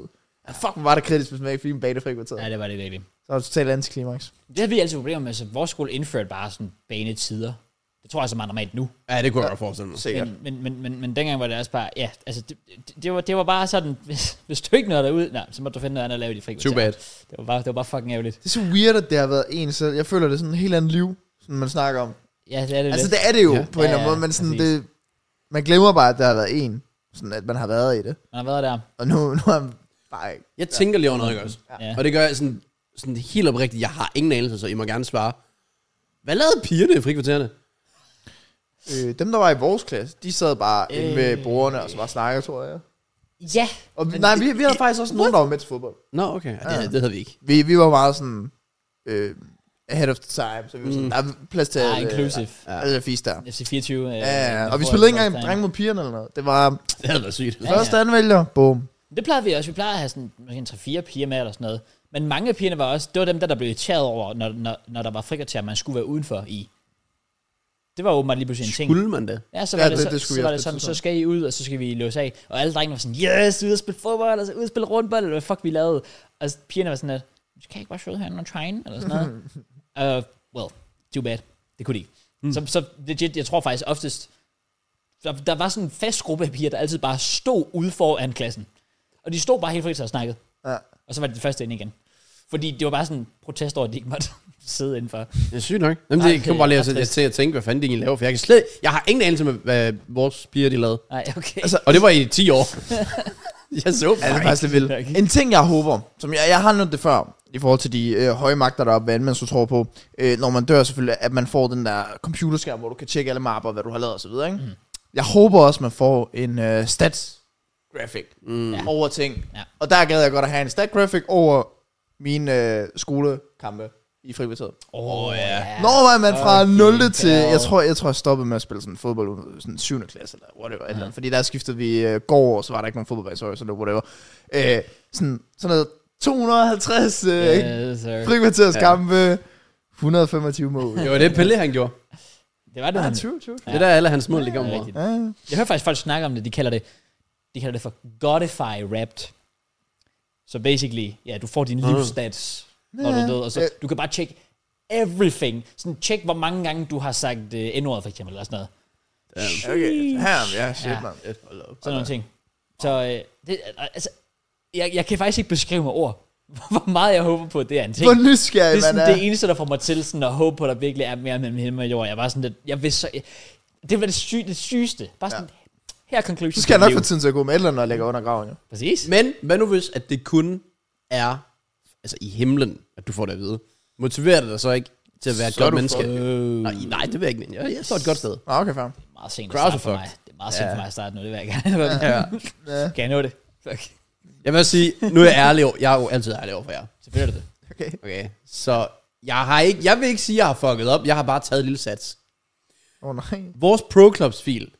Speaker 3: Ja, fuck, hvor var det kritisk, hvis man ikke fik en bane frikvarteret.
Speaker 1: Ja,
Speaker 3: Ja.
Speaker 1: det var det virkelig.
Speaker 3: Så var det totalt antiklimaks.
Speaker 1: Det havde vi altid problemer med. Altså, vores skole indførte bare sådan banetider. Det tror jeg så meget normalt nu.
Speaker 2: Ja, det kunne jeg godt forestille mig.
Speaker 3: Sikkert.
Speaker 1: Men, men, men, men, men dengang var det også bare, ja, altså, det, det, det, var, det var bare sådan, hvis, hvis du ikke nåede derud, nej, så må du finde noget andet at lave i dit frikvarter.
Speaker 2: Too bad.
Speaker 1: Det var bare, det var bare fucking ærgerligt.
Speaker 3: Det er så weird, at det har været en selv. Jeg føler, det er sådan et helt andet liv, sådan man snakker om.
Speaker 1: Ja, det er det.
Speaker 3: Altså,
Speaker 1: Altså,
Speaker 3: det er det jo,
Speaker 2: Ja.
Speaker 3: på en eller
Speaker 1: Ja,
Speaker 3: anden måde, men sådan,
Speaker 1: præcis.
Speaker 3: det, Man glemmer bare, at der har været en. Sådan at man har været i det.
Speaker 1: Man har været der.
Speaker 3: Og nu, nu er man bare ikke.
Speaker 2: Jeg tænker lige over noget, ikke også?
Speaker 1: Ja.
Speaker 2: Og det gør jeg sådan, sådan helt oprigtigt. Jeg har ingen anelse, så I må gerne svare. Hvad lavede pigerne i frikvartererne?
Speaker 3: Øh, dem, der var i vores klasse, de sad bare øh. inde ved bordene og så bare snakkede, tror jeg.
Speaker 1: Ja.
Speaker 3: Og vi, nej, vi, vi havde faktisk også nogen, der var med til fodbold.
Speaker 2: Nå, okay. Ja, det, det havde vi ikke.
Speaker 3: Vi, vi var meget sådan... Øh, ahead of the time, så vi var sådan, mm. der er plads til...
Speaker 1: Ja,
Speaker 3: alle-
Speaker 1: inclusive.
Speaker 3: Alle der fisk der.
Speaker 1: FC 24.
Speaker 3: Ja, ja, og vi spillede ikke engang drenge mod pigerne eller noget. Det var
Speaker 2: Det havde været sygt.
Speaker 1: Ja,
Speaker 3: første anvælger, bum.
Speaker 1: Det plejede vi også. Vi plejede at have sådan måske en 3-4 piger med eller sådan noget. Men mange af pigerne var også, det var dem der, der blev irriteret over, når, når, når der var frikvarter, man skulle være udenfor i. Det var åbenbart lige pludselig en ting.
Speaker 2: Skulle man det?
Speaker 1: Ja, så
Speaker 3: Ja,
Speaker 1: var det,
Speaker 3: det-
Speaker 1: så,
Speaker 3: det
Speaker 1: det
Speaker 3: skulle
Speaker 1: så,
Speaker 3: vi
Speaker 1: var det
Speaker 3: også på et
Speaker 1: sådan, så
Speaker 3: tidspunkt.
Speaker 1: skal I ud, og så skal vi løse af. Og alle drengene var sådan, yes, ud og spille fodbold, eller så ud og spille rundbold, eller hvad fuck vi lavede. Og s- pigerne var sådan lidt, "Så kan I ikke bare sidde herinde og train, eller sådan noget. uh, well, too bad. Det kunne de ikke. Mm. Så, så legit, jeg tror faktisk oftest, der, der var sådan en fast gruppe af piger, der altid bare stod ude foran klassen. Og de stod bare helt frit og snakkede.
Speaker 3: Ja.
Speaker 1: Og så var det det første ind igen. Fordi det var bare sådan en protest over, at de ikke måtte sidde indenfor.
Speaker 2: Det er sygt nok. Jamen,
Speaker 1: Nej,
Speaker 2: det, jeg kan
Speaker 1: det
Speaker 2: bare
Speaker 1: er
Speaker 2: lige
Speaker 1: ret
Speaker 2: til at,
Speaker 1: trist.
Speaker 2: til at tænke, hvad fanden de egentlig laver, for jeg kan slet, jeg har ingen anelse om, hvad vores piger, de lavede.
Speaker 1: Nej, okay.
Speaker 3: Altså,
Speaker 2: Og det var i 10 år. jeg så
Speaker 3: Ja, det er
Speaker 2: bare
Speaker 3: faktisk lidt vildt. En ting, jeg håber, som jeg, jeg har nævnt det før, i forhold til de øh, høje magter, der er oppe, hvad end man så tror på, øh, når man dør selvfølgelig, at man får den der computerskærm, hvor du kan tjekke alle mapper, hvad du har lavet osv. Mm. Jeg håber også, man får en øh, stats graphic mm. over ting.
Speaker 1: Ja.
Speaker 3: Og der gad jeg godt at have en stat graphic over mine øh, skolekampe i frikvarteret.
Speaker 1: Åh, oh, ja.
Speaker 3: Nå, var man fra
Speaker 1: fucking
Speaker 3: 0. til...
Speaker 1: hell.
Speaker 3: Jeg tror, jeg tror, jeg stoppede med at spille sådan fodbold ud- sådan 7. klasse eller whatever. Ja. Eller, andet, fordi der skiftede vi øh, gård, og så var der ikke nogen fodboldbane, sorry, så det var whatever. Øh, sådan, sådan noget 250 øh, yeah.
Speaker 1: Yes, sir.
Speaker 3: frikvarterskampe, 125 mål.
Speaker 2: Det var det, Pelle han gjorde.
Speaker 1: Det var det,
Speaker 3: Ja,
Speaker 1: han
Speaker 3: true, true.
Speaker 2: Det er der alle hans mål, de kommer
Speaker 1: Ja,
Speaker 2: fra.
Speaker 1: rigtigt.
Speaker 3: Ja.
Speaker 1: Jeg hører faktisk folk snakke om det, de kalder det, de kalder det for Godify Wrapped. Så basically, ja, du får dine livsstats, når du er død, og
Speaker 3: Ja.
Speaker 1: så du kan bare tjekke everything. Sådan tjek, hvor mange gange du har sagt uh, N-ordet, for eksempel, eller sådan noget.
Speaker 3: Okay, her, ja, shit,
Speaker 1: Ja.
Speaker 3: man.
Speaker 1: Sådan nogle ting. Så øh, det, altså, jeg, jeg kan faktisk ikke beskrive med ord, hvor meget jeg håber på, at det er en ting.
Speaker 3: Hvor
Speaker 1: det er
Speaker 3: nysgerrig man
Speaker 1: sådan
Speaker 3: er.
Speaker 1: det eneste, der får mig til sådan at håbe på, at der virkelig er mere mellem himmel og jord. Jeg var sådan lidt, jeg vidste så, jeg, det var det, syg, det sygeste. Bare sådan, ja. her er conclusion.
Speaker 3: Så skal jeg nok
Speaker 1: Liv.
Speaker 3: få tiden til at gå med et eller andet, når jeg lægger under graven. Jo.
Speaker 1: Præcis.
Speaker 2: Men hvad nu hvis, at det kun er altså i himlen, at du får det at vide? Motiverer det dig så ikke til at være et
Speaker 3: Så er
Speaker 2: godt
Speaker 3: du
Speaker 2: menneske?
Speaker 3: fucked.
Speaker 2: Nej, nej, det vil jeg ikke mene. Jeg, jeg står et godt sted.
Speaker 3: Nå, okay, fair.
Speaker 1: meget sent at
Speaker 2: Crowds
Speaker 1: starte
Speaker 2: er
Speaker 1: for mig.
Speaker 2: fucked.
Speaker 1: Det er meget sent for mig at starte nu, det vil jeg gerne.
Speaker 2: Ja.
Speaker 3: Ja.
Speaker 1: kan jeg nå det? Fuck.
Speaker 2: Jeg vil også sige, nu er jeg ærlig over, jeg er jo altid ærlig over for jer.
Speaker 1: Selvfølgelig er det det.
Speaker 3: Okay.
Speaker 2: Okay. Så jeg har ikke, jeg vil ikke sige, at jeg har fucket op. Jeg har bare taget et lille sats.
Speaker 3: Åh, oh, nej.
Speaker 2: Vores Pro Clubs fil.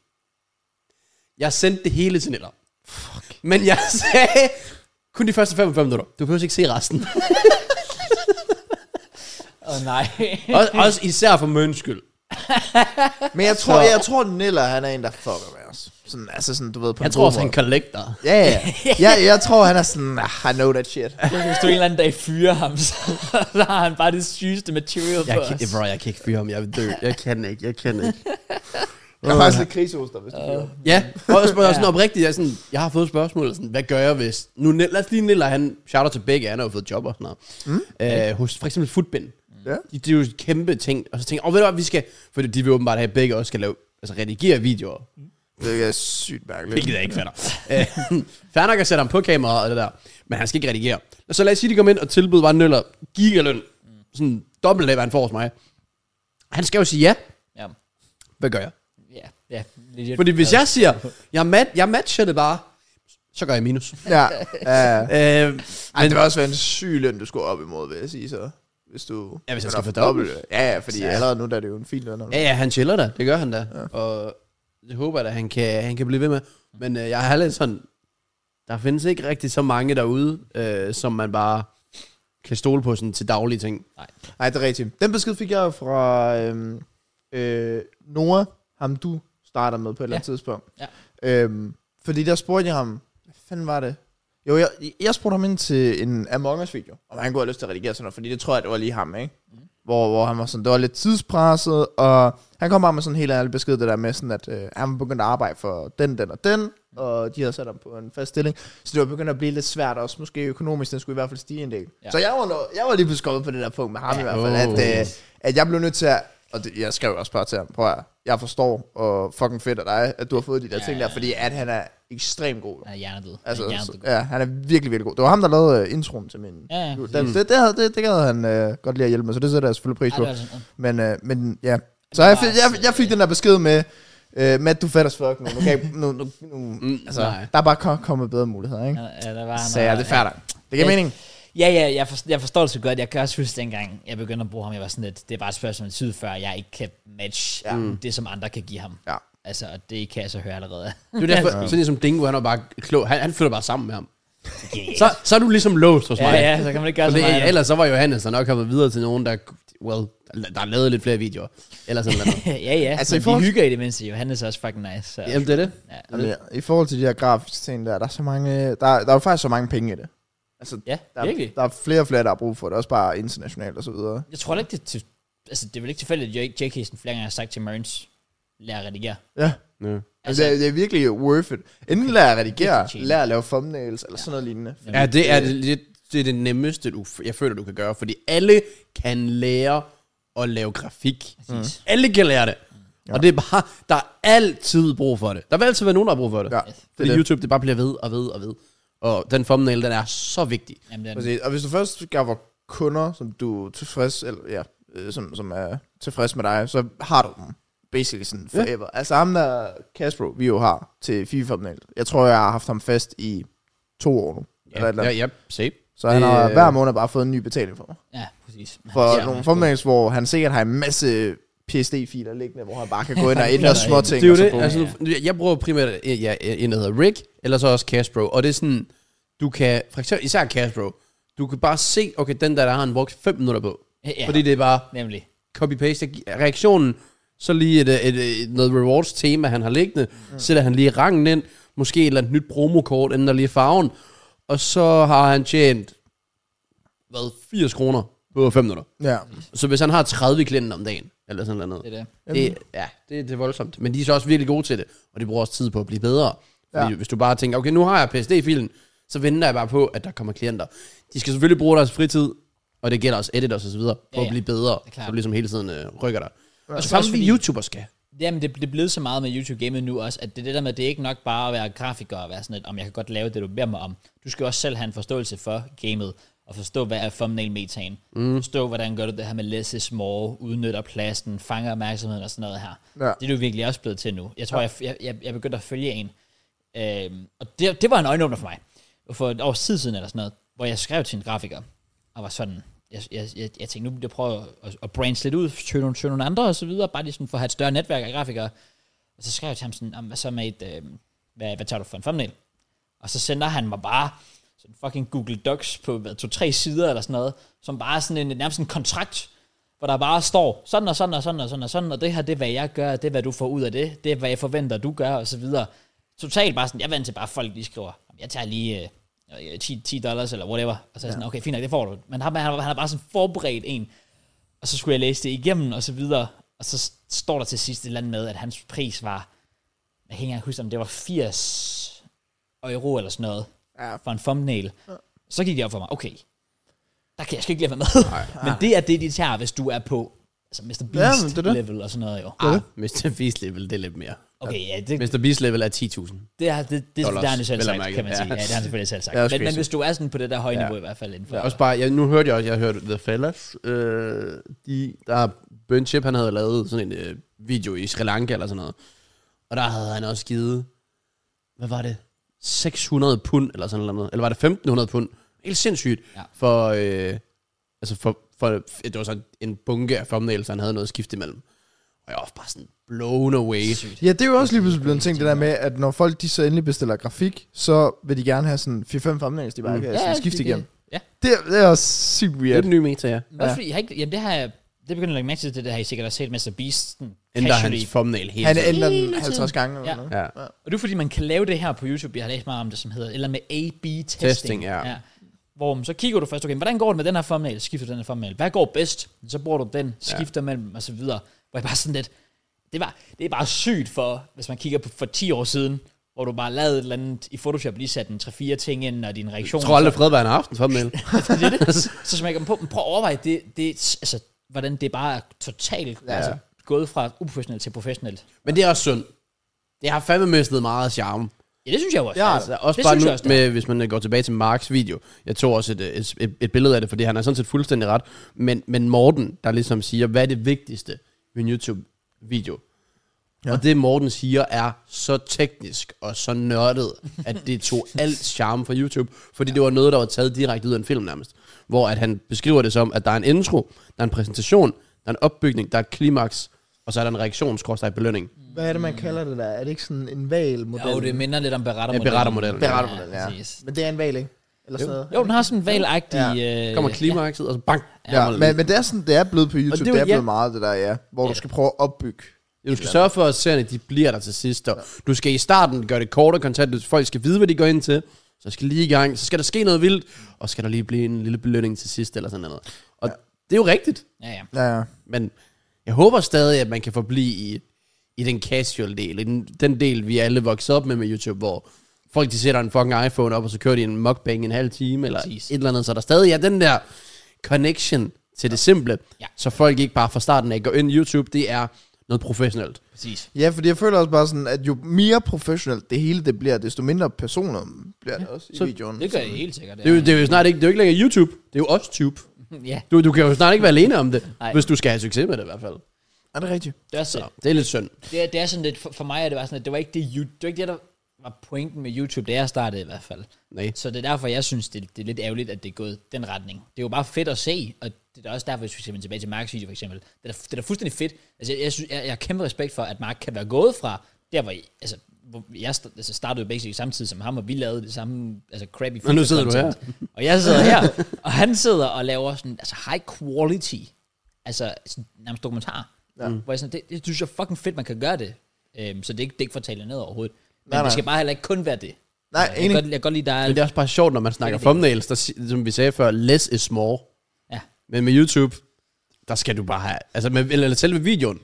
Speaker 2: Jeg sendte det hele til Niller. Fuck. Men jeg sagde, kun de første 55 minutter. Du behøver ikke se resten.
Speaker 1: Åh oh, nej.
Speaker 2: også, også især for møns skyld.
Speaker 3: Men jeg tror,
Speaker 2: Så-
Speaker 3: jeg tror Niller, han er en, der fucker med os. Sådan, altså sådan, du ved, på
Speaker 2: Jeg
Speaker 3: en
Speaker 2: tror
Speaker 3: god
Speaker 2: også,
Speaker 3: måde.
Speaker 2: han collector.
Speaker 3: Ja, ja. Jeg, jeg tror, han er sådan, ah, I know that shit.
Speaker 1: Hvis du en eller anden dag fyrer ham, så, så har han bare det sygeste material
Speaker 2: Jeg
Speaker 1: på
Speaker 2: kan,
Speaker 1: os.
Speaker 2: bro, jeg kan ikke fyre ham. Jeg vil dø. Jeg kan ikke. Jeg kan ikke.
Speaker 3: Jeg er faktisk lidt krisehoster, hvis du uh.
Speaker 2: Ja, og jeg spørger sådan oprigtigt, jeg, er sådan, jeg har fået spørgsmål, sådan, hvad gør jeg hvis... Nu, Nel- lad os lige Niller, han shouter til begge, han har jo fået job og sådan noget. Mm. Øh, hos for eksempel Footbin.
Speaker 3: Ja.
Speaker 2: De, det er jo et kæmpe ting. Og så tænker jeg, åh, ved du hvad, vi skal... For de vil åbenbart have, at begge også skal lave, altså redigere videoer.
Speaker 3: Det er sygt mærkeligt.
Speaker 2: Hvilket jeg ikke fatter. Øh, Fair nok at sætte ham på kamera og det der. Men han skal ikke redigere. Og så lad os sige, de kom ind og tilbød bare Niller gigaløn. Sådan dobbelt af, hvad han får hos mig. Han skal jo sige ja.
Speaker 1: Ja.
Speaker 2: Hvad gør jeg?
Speaker 1: Ja, ja. Legit.
Speaker 2: Fordi hvis jeg siger, jeg, mat, jeg matcher det bare, så gør jeg minus.
Speaker 3: Ja. ja.
Speaker 2: Øh,
Speaker 3: Ej, det vil også være en syg løn, du skulle op imod, vil jeg sige så. Hvis du...
Speaker 2: Ja, hvis jeg
Speaker 3: Men
Speaker 2: skal
Speaker 3: at
Speaker 2: fordoble.
Speaker 3: fordoble- Ja, ja, fordi
Speaker 2: Ja.
Speaker 3: allerede nu der er det jo en fin løn. eller
Speaker 2: ja, ja, han chiller da. Det gør han da. Ja. Og det håber jeg da, han kan, han kan blive ved med. Men øh, jeg har lidt sådan, der findes ikke rigtig så mange derude, øh, som man bare kan stole på sådan til daglige ting.
Speaker 3: Nej, det er rigtigt. Den besked fik jeg fra øhm, øh, Noah, ham du starter med på et eller andet tidspunkt.
Speaker 1: Ja.
Speaker 3: Øhm, fordi der spurgte jeg ham, hvad fanden var det? Jo, jeg, jeg spurgte ham ind til en Among Us-video, om han kunne have lyst til at redigere sådan noget, fordi det tror jeg, det var lige ham, ikke? Mm. Hvor, hvor han var sådan, det var lidt tidspresset, og han kom bare med sådan en helt ærlig besked, det der med sådan, at øh, han var begyndt at arbejde for den, den og den, og de havde sat ham på en fast stilling, så det var begyndt at blive lidt svært også, måske økonomisk, den skulle i hvert fald stige en del. Ja.
Speaker 1: Ja.
Speaker 3: Så jeg var, nå- jeg var lige pludselig kommet på det der punkt med ham ja. i hvert fald,
Speaker 2: Oh.
Speaker 3: at, øh, at jeg blev nødt til at Og det, jeg skrev også bare til ham, prøv at høre, jeg forstår, og fucking fedt af dig, at du har fået de der ja, ting der, fordi at han er ekstremt god.
Speaker 1: Han er hjernedød. Altså, han er
Speaker 3: Altså,
Speaker 1: hjernedød.
Speaker 3: så, ja, han er virkelig, virkelig god. Det var ham, der lavede øh, introen til min...
Speaker 1: Ja, ja.
Speaker 3: Den, det, det, havde- det, det gad han øh, godt lide at hjælpe med, så det sætter jeg selvfølgelig pris
Speaker 1: Ja,
Speaker 3: på.
Speaker 1: det altså var sådan,
Speaker 3: Men, øh, men ja. Så jeg, fik, jeg, jeg fik den der besked med, øh, Matt, du fatter fuck nu. Nu, kan jeg, nu, nu, nu
Speaker 2: Mm,
Speaker 3: altså,
Speaker 2: nej.
Speaker 3: der er bare ko- kommet bedre muligheder, ikke?
Speaker 1: ja, ja, der var han,
Speaker 3: Så ja,
Speaker 1: og-
Speaker 3: det er færdigt. Det giver
Speaker 1: Ja.
Speaker 3: mening.
Speaker 1: Ja, ja, jeg, for, jeg forstår det så godt. Jeg kan også huske, dengang jeg begyndte at bruge ham, jeg var sådan lidt, det er bare et spørgsmål om tid, før jeg ikke kan matche ja. det, som andre kan give ham.
Speaker 3: Mm. Ja.
Speaker 1: Altså, og det kan jeg så høre allerede.
Speaker 2: Det er jo derfor, sådan en som Dingo, han er jo bare klog. Han, han flytter bare sammen med ham.
Speaker 1: Yes.
Speaker 2: Så, så er du ligesom låst hos mig.
Speaker 1: ja, altså ja, så kan man ikke gøre så
Speaker 2: det,
Speaker 1: meget.
Speaker 2: ellers så var Johannes der nok kommet videre til nogen, der, well, der, der lavede lidt flere videoer. Eller sådan noget.
Speaker 1: ja, ja,
Speaker 3: Altså,
Speaker 1: altså,
Speaker 3: i
Speaker 1: men
Speaker 3: forhold-
Speaker 1: vi hygger i det mindste, jo. Han er så også fucking nice. Så.
Speaker 2: Jamen, det er det.
Speaker 3: Jamen, ja, I forhold til de her grafiske ting der, der er så mange... Der, der er jo faktisk så mange penge i det. Altså,
Speaker 1: Ja,
Speaker 3: der, er,
Speaker 1: virkelig.
Speaker 3: der er flere og flere, der har brug for det, også bare internationalt og så videre.
Speaker 1: Jeg tror da ikke, det er til, altså, det er vel ikke tilfældigt, at Jake Hasten flere gange har sagt til Merns, lær at redigere.
Speaker 3: Ja.
Speaker 2: Ja.
Speaker 1: Altså-
Speaker 3: Altså, det, er, det er virkelig worth it. Enten lær at redigere,
Speaker 1: tjene.
Speaker 3: lær at lave thumbnails, eller sådan noget lignende.
Speaker 2: Ja, det er
Speaker 3: øh,
Speaker 2: det, det, er det nemmeste, du, jeg føler, du kan gøre, fordi alle kan lære at lave grafik. Mm. Alle kan lære det. Ja. Og det er bare, der er altid brug for det. Der vil altid være nogen, der har brug for det.
Speaker 3: Ja,
Speaker 2: fordi
Speaker 3: det er det.
Speaker 2: YouTube, det bare bliver ved og ved og ved. Og den thumbnail, den er så vigtig.
Speaker 1: Jamen, det er,
Speaker 3: Præcis. Og hvis du først skaffer kunder, som du er tilfreds, eller, ja, øh, som, som er tilfreds med dig, så har du dem basically sådan forever. Ja. Altså ham der, Castro, vi jo har til FIFA thumbnail. Jeg tror, jeg har haft ham fast i to år nu. Ja, eller et eller
Speaker 2: ja,
Speaker 3: andet.
Speaker 2: ja, se.
Speaker 3: Så han
Speaker 2: Det- øh,
Speaker 3: har hver måned bare fået en ny betaling for mig.
Speaker 1: ja, præcis.
Speaker 3: For
Speaker 2: Ja,
Speaker 3: ja, nogle
Speaker 2: det-
Speaker 3: thumbnails, hvor han sikkert har en masse PSD-filer liggende, hvor han bare kan gå ind og ændre
Speaker 1: Ja,
Speaker 3: små ting.
Speaker 2: Det er jo
Speaker 3: og så
Speaker 2: det.
Speaker 3: bum.
Speaker 2: Altså, jeg- Jeg bruger primært øh, ja, en, der hedder Rick, eller så også Cashbro. Og det er sådan, du kan, for eksempel især Cashbro, du kan bare se, okay, den der, der har han brugt 5 minutter på.
Speaker 1: Ja,
Speaker 2: Ja. Fordi det er bare
Speaker 1: nemlig.
Speaker 2: copy-paste. Jeg gi- Reaktionen, så lige et, øh, et, øh, et, noget rewards-tema, han har liggende. Mm. Sætter han lige rangen ind. Måske et eller andet nyt promokort, ændrer lige farven. Og så har han tjent, hvad, 80 kroner på 5 minutter.
Speaker 3: Ja.
Speaker 2: Så hvis han har 30 klienter om dagen, eller sådan noget.
Speaker 1: Det er det.
Speaker 2: Det, ja, det, det er voldsomt. Men de er så også virkelig gode til det, og de bruger også tid på at blive bedre. Fordi ja. hvis du bare tænker, okay, nu har jeg PSD-filen, så venter jeg bare på, at der kommer klienter. De skal selvfølgelig bruge deres fritid, og det gælder også editors og så videre, på
Speaker 1: Ja,
Speaker 2: ja,
Speaker 1: ja.
Speaker 2: at blive bedre,
Speaker 1: er klart.
Speaker 2: så du ligesom hele tiden øh, rykker dig. Ja. Og
Speaker 1: så
Speaker 2: så også
Speaker 1: også fordi-
Speaker 2: fordi YouTuber skal.
Speaker 1: Jamen, det, det er blevet så meget med YouTube Gaming nu også, at det er det der med, det er ikke nok bare at være grafiker og være sådan lidt, om jeg kan godt lave det, du beder mig om. Du skal også selv have en forståelse for gamet, og forstå, hvad er thumbnail-metaen. Mm. Forstå, hvordan gør du det her med less is more, udnytter pladsen, fanger opmærksomheden og sådan noget her.
Speaker 3: Ja.
Speaker 1: Det er du virkelig også blevet til nu. Jeg tror, ja. jeg, jeg, jeg begyndte at følge en, øhm, og det, det var en øjenåbner for mig. For et års tid siden eller sådan noget, hvor jeg skrev til en grafiker, og var sådan, jeg, jeg, jeg, jeg tænkte, nu vil jeg prøve at, at branche lidt ud, søge nogle, søge nogle andre og så videre, bare lige sådan for at have et større netværk af grafikere. Og så skrev jeg til ham sådan, "Nå, men hvad så med et, øh, hvad, hvad tager du for en thumbnail? Og så sender han mig bare sådan fucking Google Docs på hvad, to-tre sider eller sådan noget, som bare er sådan en, nærmest en kontrakt, hvor der bare står sådan og sådan og sådan og sådan og sådan, og det her, det er, hvad jeg gør, og det er, hvad du får ud af det, det er, hvad jeg forventer, du gør, og så videre. Totalt bare sådan, jeg er vant til bare, at folk lige skriver, jeg tager lige øh, 10, 10 dollars eller whatever, og så er jeg sådan, okay, fint nok, det får du. Men ham, han, han har bare sådan forberedt en, og så skulle jeg læse det igennem, og så videre, og så s- står der til sidst et eller andet med, at hans pris var, jeg kan ikke engang huske, om det var 80 euro eller sådan noget,
Speaker 3: Ja.
Speaker 1: for en thumbnail. Så gik det op for mig, okay, der kan jeg sgu ikke lige være med. men det er det, de tager, hvis du er på altså Mr.
Speaker 3: Ja, men
Speaker 1: Beast
Speaker 3: det er
Speaker 1: ja,
Speaker 3: det.
Speaker 1: level og sådan noget jo.
Speaker 2: Ah, Mr. Beast level, det er lidt mere.
Speaker 1: Okay, ja, det,
Speaker 2: Mr. Beast level er 10.000.
Speaker 1: det, er, det, det, det
Speaker 2: Dollars,
Speaker 1: har han jo selv
Speaker 2: vel at
Speaker 1: sagt,
Speaker 2: mærke.
Speaker 1: kan man
Speaker 2: Ja.
Speaker 1: sige. Ja, det har han selvfølgelig selv sagt.
Speaker 3: Ja,
Speaker 1: men, men
Speaker 3: crazy.
Speaker 1: hvis du er sådan på det der høje niveau i hvert fald inden for...
Speaker 2: Også bare, jeg, nu hørte jeg også, jeg hørte The Fellas, øh, de, der Ben Chip, han havde lavet sådan en øh, video i Sri Lanka eller sådan noget. Og der havde han også givet, hvad var det, 600 pund eller sådan noget, eller var det 1500 pund? Helt sindssygt.
Speaker 1: Ja.
Speaker 2: Ja. For, øh, altså for, for, det var sådan en bunke af thumbnails, han havde noget skift imellem. Og jeg var bare sådan blown away.
Speaker 3: Ja, det er jo også lige pludselig blevet en ting, det der med, at når folk de så endelig bestiller grafik, så vil de gerne have sådan 4-5 thumbnails, de
Speaker 2: Mm.
Speaker 3: bare kan
Speaker 1: Ja,
Speaker 3: ja,
Speaker 1: de
Speaker 3: skifte
Speaker 1: kan-
Speaker 3: igennem.
Speaker 1: ja.
Speaker 3: Det, er- det er også sygt
Speaker 2: Det er
Speaker 3: weird.
Speaker 2: den nye meta, ja.
Speaker 1: Også fordi, jeg har ikke, jamen det har jeg, det begynder jeg at lægge mærke til, det der har I sikkert også set Mr. Beast, den
Speaker 2: Ændrer
Speaker 1: casually.
Speaker 2: hans thumbnail hele
Speaker 3: Han
Speaker 2: tiden.
Speaker 3: ændrer den
Speaker 1: Hele tiden.
Speaker 3: 50 gange eller
Speaker 1: Ja.
Speaker 3: noget.
Speaker 2: Ja.
Speaker 1: Og det er fordi, man kan lave det her på YouTube, jeg har læst meget om det, som hedder, eller med A-B-testing.
Speaker 2: Testing, ja.
Speaker 1: Hvor man- så kigger du først, okay, hvordan går det med den her thumbnail? Skifter den her thumbnail. Hvad går bedst? Så bruger du den, skifter ja. mellem, og så videre. Hvor jeg bare sådan lidt, det, var, det er bare sygt for, hvis man kigger på for 10 år siden, hvor du bare lavede et eller andet i Photoshop, lige satte en 3-4 ting ind, og din reaktion.
Speaker 2: Jeg tror aldrig, Fredberg har haft en thumbnail.
Speaker 1: det er det. Så smækker man på, men prøv at overveje, det, det, altså, hvordan det bare er totalt ja.
Speaker 4: Ja.
Speaker 1: altså, gået fra uprofessionelt til professionelt.
Speaker 2: Men det er også synd. Det har fandme mistet meget charme.
Speaker 1: Ja, det synes jeg jo også.
Speaker 4: Ja,
Speaker 2: Altså, også
Speaker 1: det
Speaker 2: bare
Speaker 1: synes
Speaker 2: nu,
Speaker 1: jeg også, det
Speaker 2: med, hvis man øh, går tilbage til Marks video. Jeg tog også et, øh, et, et, et billede af det, fordi han er sådan set fuldstændig ret. Men, men Morten, der ligesom siger, hvad er det vigtigste ved en YouTube-video? Ja. Og det Morten siger er så teknisk og så nørdet, at det tog alt charme fra YouTube, fordi ja. det var noget, der var taget direkte ud af en film nærmest. Hvor at han beskriver det som, at der er en intro, der er en præsentation, der er en opbygning, der er et klimaks, og så er der en reaktion, skrøjstreg, belønning.
Speaker 4: Hvad er det, man kalder det der? Er det ikke sådan en valmodel?
Speaker 1: Jo, det minder lidt om
Speaker 2: Ja,
Speaker 1: berettermodellen.
Speaker 2: berettermodellen. Ja.
Speaker 4: Berettermodel, ja.
Speaker 1: præcis.
Speaker 4: Men det er en val, ikke? Eller sådan noget.
Speaker 1: Jo, den har sådan en valagtig... øh, Ja.
Speaker 2: Kommer klimakset, og så bang.
Speaker 4: Ja,
Speaker 2: kommer det
Speaker 4: men, men det er sådan, det er blevet på YouTube,
Speaker 2: det
Speaker 4: det,
Speaker 2: er jo-
Speaker 4: det er blevet
Speaker 2: ja.
Speaker 4: meget det der, ja. Hvor du skal prøve at opbygge.
Speaker 2: Du skal sørge for, at seerne de bliver der til sidst. Og Du skal i starten gøre det kort og kontant, så folk skal vide, hvad de går ind til. Så skal de lige i gang, så skal der ske noget vildt, og skal der lige blive en lille belønning til sidst, eller sådan noget. Og ja. det er jo rigtigt,
Speaker 1: Ja, ja.
Speaker 4: Ja, ja.
Speaker 2: men jeg håber stadig, at man kan forblive i, i den casual del, i den, den del, vi alle voksede op med med YouTube, hvor folk de sætter en fucking iPhone op, og så kører de en mukbang i en halv time, eller
Speaker 1: Præcis.
Speaker 2: et eller andet, så der stadig er den der connection til det simple,
Speaker 1: Ja.
Speaker 2: så folk ikke bare fra starten af går ind i YouTube, det er noget professionelt.
Speaker 1: Præcis.
Speaker 4: Ja, fordi jeg føler også bare sådan, at jo mere professionelt det hele det bliver, desto mindre personer bliver det også i
Speaker 2: så
Speaker 4: videoen.
Speaker 1: Det gør jeg helt sikkert.
Speaker 2: Det er, jo, det er jo snart ikke, det er jo ikke længere YouTube. Det er jo også tube.
Speaker 1: Ja,
Speaker 2: Du, du kan jo snart ikke være alene om det,
Speaker 1: Nej.
Speaker 2: hvis du skal have succes med det i hvert fald.
Speaker 4: Er det rigtigt?
Speaker 1: det er også
Speaker 2: Så det er lidt synd.
Speaker 1: det. Er, det er sådan lidt, for, for mig er det bare sådan, at det var ikke det, you- det, var ikke det der var pointen med YouTube, da jeg startede i hvert fald.
Speaker 2: Nej.
Speaker 1: Så det er derfor, jeg synes, det, det er lidt ærgerligt, at det er gået den retning. Det er jo bare fedt at se, og det er også derfor, hvis vi skal vende tilbage til Marks video for eksempel. Det er, da- det er da fuldstændig fedt. Altså, jeg, jeg, synes, jeg, jeg har kæmpe respekt for, at Mark kan være gået fra der, hvor, I- altså, hvor jeg sta- altså, startede jo basic samtidig som ham, og vi lavede det samme altså, crappy
Speaker 2: Og nu sidder du
Speaker 1: content. Og jeg sidder her, og han sidder og laver sådan, altså high quality, altså sådan, nærmest dokumentar. Ja. Hvor jeg sådan, det, det, synes jeg er fucking fedt, man kan gøre det. Øhm, så det er ikke, det er ikke for at tale ned overhovedet. Men nej,
Speaker 4: Nej,
Speaker 1: nej.
Speaker 4: nej.
Speaker 1: det skal bare heller ikke kun være det.
Speaker 4: Nej,
Speaker 1: jeg, kan
Speaker 4: enig.
Speaker 1: godt, jeg kan godt lide, der er
Speaker 2: Men det er også bare sjovt, når man snakker thumbnails, der, si- som vi sagde før, less is more.
Speaker 1: Ja.
Speaker 2: Men med YouTube, der skal du bare have... Altså, med, eller selve videoen,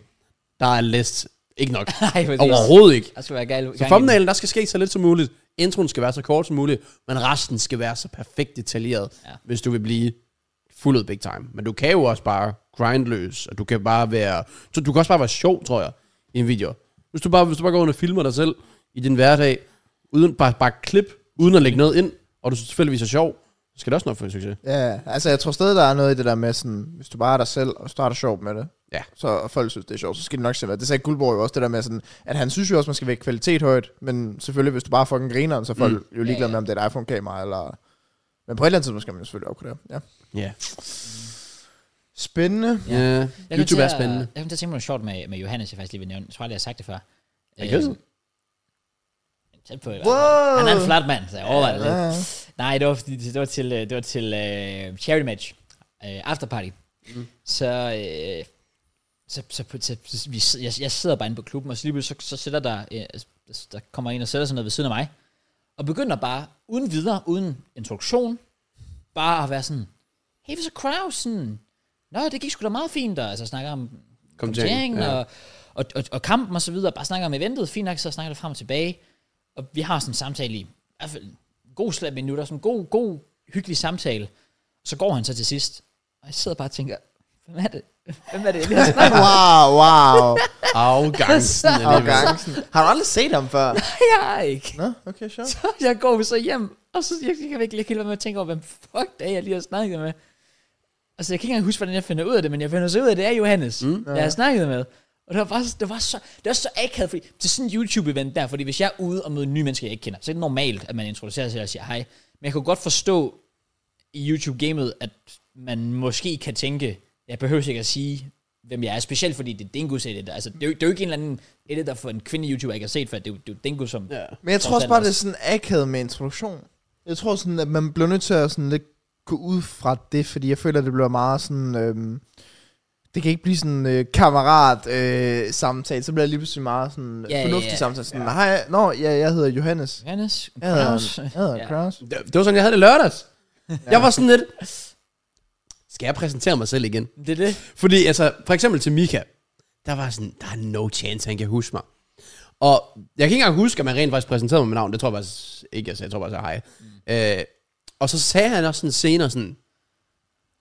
Speaker 2: der er less ikke nok.
Speaker 1: Nej, præcis.
Speaker 2: Overhovedet ikke.
Speaker 1: Der skal være gal.
Speaker 2: Så thumbnailen, der skal ske så lidt som muligt. Introen skal være så kort som muligt, men resten skal være så perfekt detaljeret,
Speaker 1: Ja.
Speaker 2: ja. hvis du vil blive fuld ud big time. Men du kan jo også bare grindløs, og du kan bare være... Så du kan også bare være sjov, tror jeg, i en video. Hvis du bare, hvis du bare går rundt og filmer dig selv i din hverdag, uden bare, bare klip, uden at lægge noget ind, og du selvfølgelig er sjov, så skal det også nok få succes.
Speaker 4: Ja, altså jeg tror stadig, der er noget i det der med sådan, hvis du bare er dig selv og starter sjovt med det,
Speaker 2: Ja.
Speaker 4: så og folk synes, det er sjovt, så skal det nok se med. Det sagde Guldborg jo også, det der med sådan, at han synes jo også, man skal vække kvalitet højt, men selvfølgelig, hvis du bare fucking griner, så er folk mm. jo ligeglade
Speaker 1: Ja, ja.
Speaker 4: ja, ja. med, om det er et iPhone-kamera eller... Men på et eller andet tidspunkt skal man jo selvfølgelig opgradere. Ja.
Speaker 2: Ja.
Speaker 4: Spændende.
Speaker 1: Ja.
Speaker 2: ja.
Speaker 1: Jeg kom til
Speaker 2: YouTube er
Speaker 1: at-
Speaker 2: spændende.
Speaker 1: Jeg kom til at tænke på noget sjovt med, med Johannes, jeg faktisk lige vil nævne. Jeg tror aldrig, jeg har sagt det før.
Speaker 2: Er det
Speaker 1: Øhm, Tæt på, i hvert fald.
Speaker 4: Wow!
Speaker 1: Han er en flat mand, så jeg overvejer det lidt.
Speaker 4: Ja.
Speaker 1: Nej, det var, fordi- det var til, øh, det var til uh, charity match. Uh, afterparty. Mm. Så, uh, så, så, på- så, så vi, sid- jeg, jeg sidder bare inde på klubben, og så lige pludselig, så, så sætter der, øh, altså, der kommer en og sætter sig ned ved siden af mig, og begynder bare, uden videre, uden introduktion, bare at være sådan, hey, hvad så Kraus? Sådan, Nå, det gik sgu da meget fint, og altså snakker om kommenteringen
Speaker 2: ja.
Speaker 1: og, og, og, og kampen og så videre, bare snakker om eventet, fint nok, så snakker det frem og tilbage, og vi har sådan en samtale i, i hvert fald en god slat minutter, sådan en god, god, hyggelig samtale, så går han så til sidst, og jeg sidder bare og tænker, hvem er det? Hvem er det, jeg lige har snakket
Speaker 4: Wow, wow.
Speaker 2: Afgangsen. alligevel.
Speaker 4: Arrogancen. Har du aldrig set ham før?
Speaker 1: Jeg har ikke.
Speaker 4: Nå, okay, sure.
Speaker 1: Så jeg går så hjem, og så jeg, jeg kan virkelig ikke helt være med at tænke over, hvem fuck det er, jeg lige har snakket med. Altså, jeg kan ikke engang huske, hvordan jeg finder ud af det, men jeg finder så ud af, at det er Johannes, mm. jeg har snakket med. Og det var bare, det var så, det var så akavet, fordi til sådan en YouTube-event der, fordi hvis jeg er ude og møder nye mennesker, jeg ikke kender, så er det normalt, at man introducerer sig og siger hej. Men jeg kunne godt forstå i YouTube-gamet, at man måske kan tænke, jeg behøver ikke at sige, hvem jeg er, specielt fordi det er Dingus editor. Altså, det er, jo, det er jo ikke en eller anden editor for en kvinde YouTuber, jeg ikke har set før, det er jo, det er jo Dingus, som
Speaker 2: Ja.
Speaker 4: Men jeg tror også bare, det er sådan akavet med introduktion. Jeg tror sådan, at man bliver nødt til at sådan lidt gå ud fra det, fordi jeg føler, at det bliver meget sådan... Øhm, det kan ikke blive sådan øh, kammerat øh, samtale, så bliver det lige pludselig meget sådan
Speaker 1: Ja,
Speaker 4: ja,
Speaker 1: ja,
Speaker 4: fornuftig
Speaker 1: ja.
Speaker 4: ja, samtale. Sådan, ja. hej, nå, ja, jeg hedder Johannes.
Speaker 1: Johannes,
Speaker 4: Jeg hedder,
Speaker 1: Kraus.
Speaker 4: jeg hedder
Speaker 1: Ja.
Speaker 4: ja. Kraus.
Speaker 2: Det, det var sådan, jeg havde det lørdags. Ja. Jeg var sådan lidt... Skal jeg præsentere mig selv igen?
Speaker 1: Det er det.
Speaker 2: Fordi altså, for eksempel til Mika, der var sådan, der er no chance, han kan huske mig. Og jeg kan ikke engang huske, at man rent faktisk præsenterede mig med navn. Det tror jeg faktisk ikke, jeg sagde. Jeg tror bare, jeg sagde hej. Mm. Øh, og så sagde han også sådan senere sådan,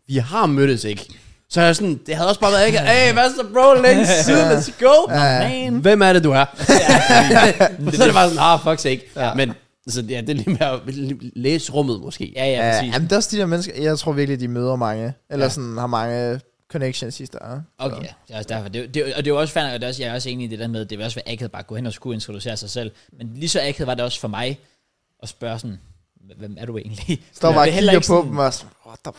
Speaker 2: vi har mødtes ikke. Så er jeg sådan, det havde også bare været ikke, hey, hvad så bro, længe siden, let's go.
Speaker 1: Man.
Speaker 2: Hvem er det, du er? så er det bare sådan, ah, fuck sake. Ja. Men så ja, det er lige med at læse rummet måske.
Speaker 1: Ja, ja,
Speaker 3: Ja,
Speaker 1: præcis.
Speaker 3: jamen, der er også de der mennesker, jeg tror virkelig, de møder mange, eller
Speaker 1: Ja.
Speaker 3: ja. sådan har mange connections i starten.
Speaker 1: Okay, ja, det er også derfor. Det, det, og det er jo også fair, nok, og det er også, jeg er også enig i det der med, at det vil også være akavet bare at gå hen og skulle introducere sig selv. Men lige så akavet var det også for mig at spørge sådan, hvem er du egentlig?
Speaker 3: Står
Speaker 1: Man
Speaker 3: bare
Speaker 1: vil
Speaker 3: og
Speaker 1: heller
Speaker 3: kigger
Speaker 1: ikke sådan-
Speaker 3: på dem og sådan, what the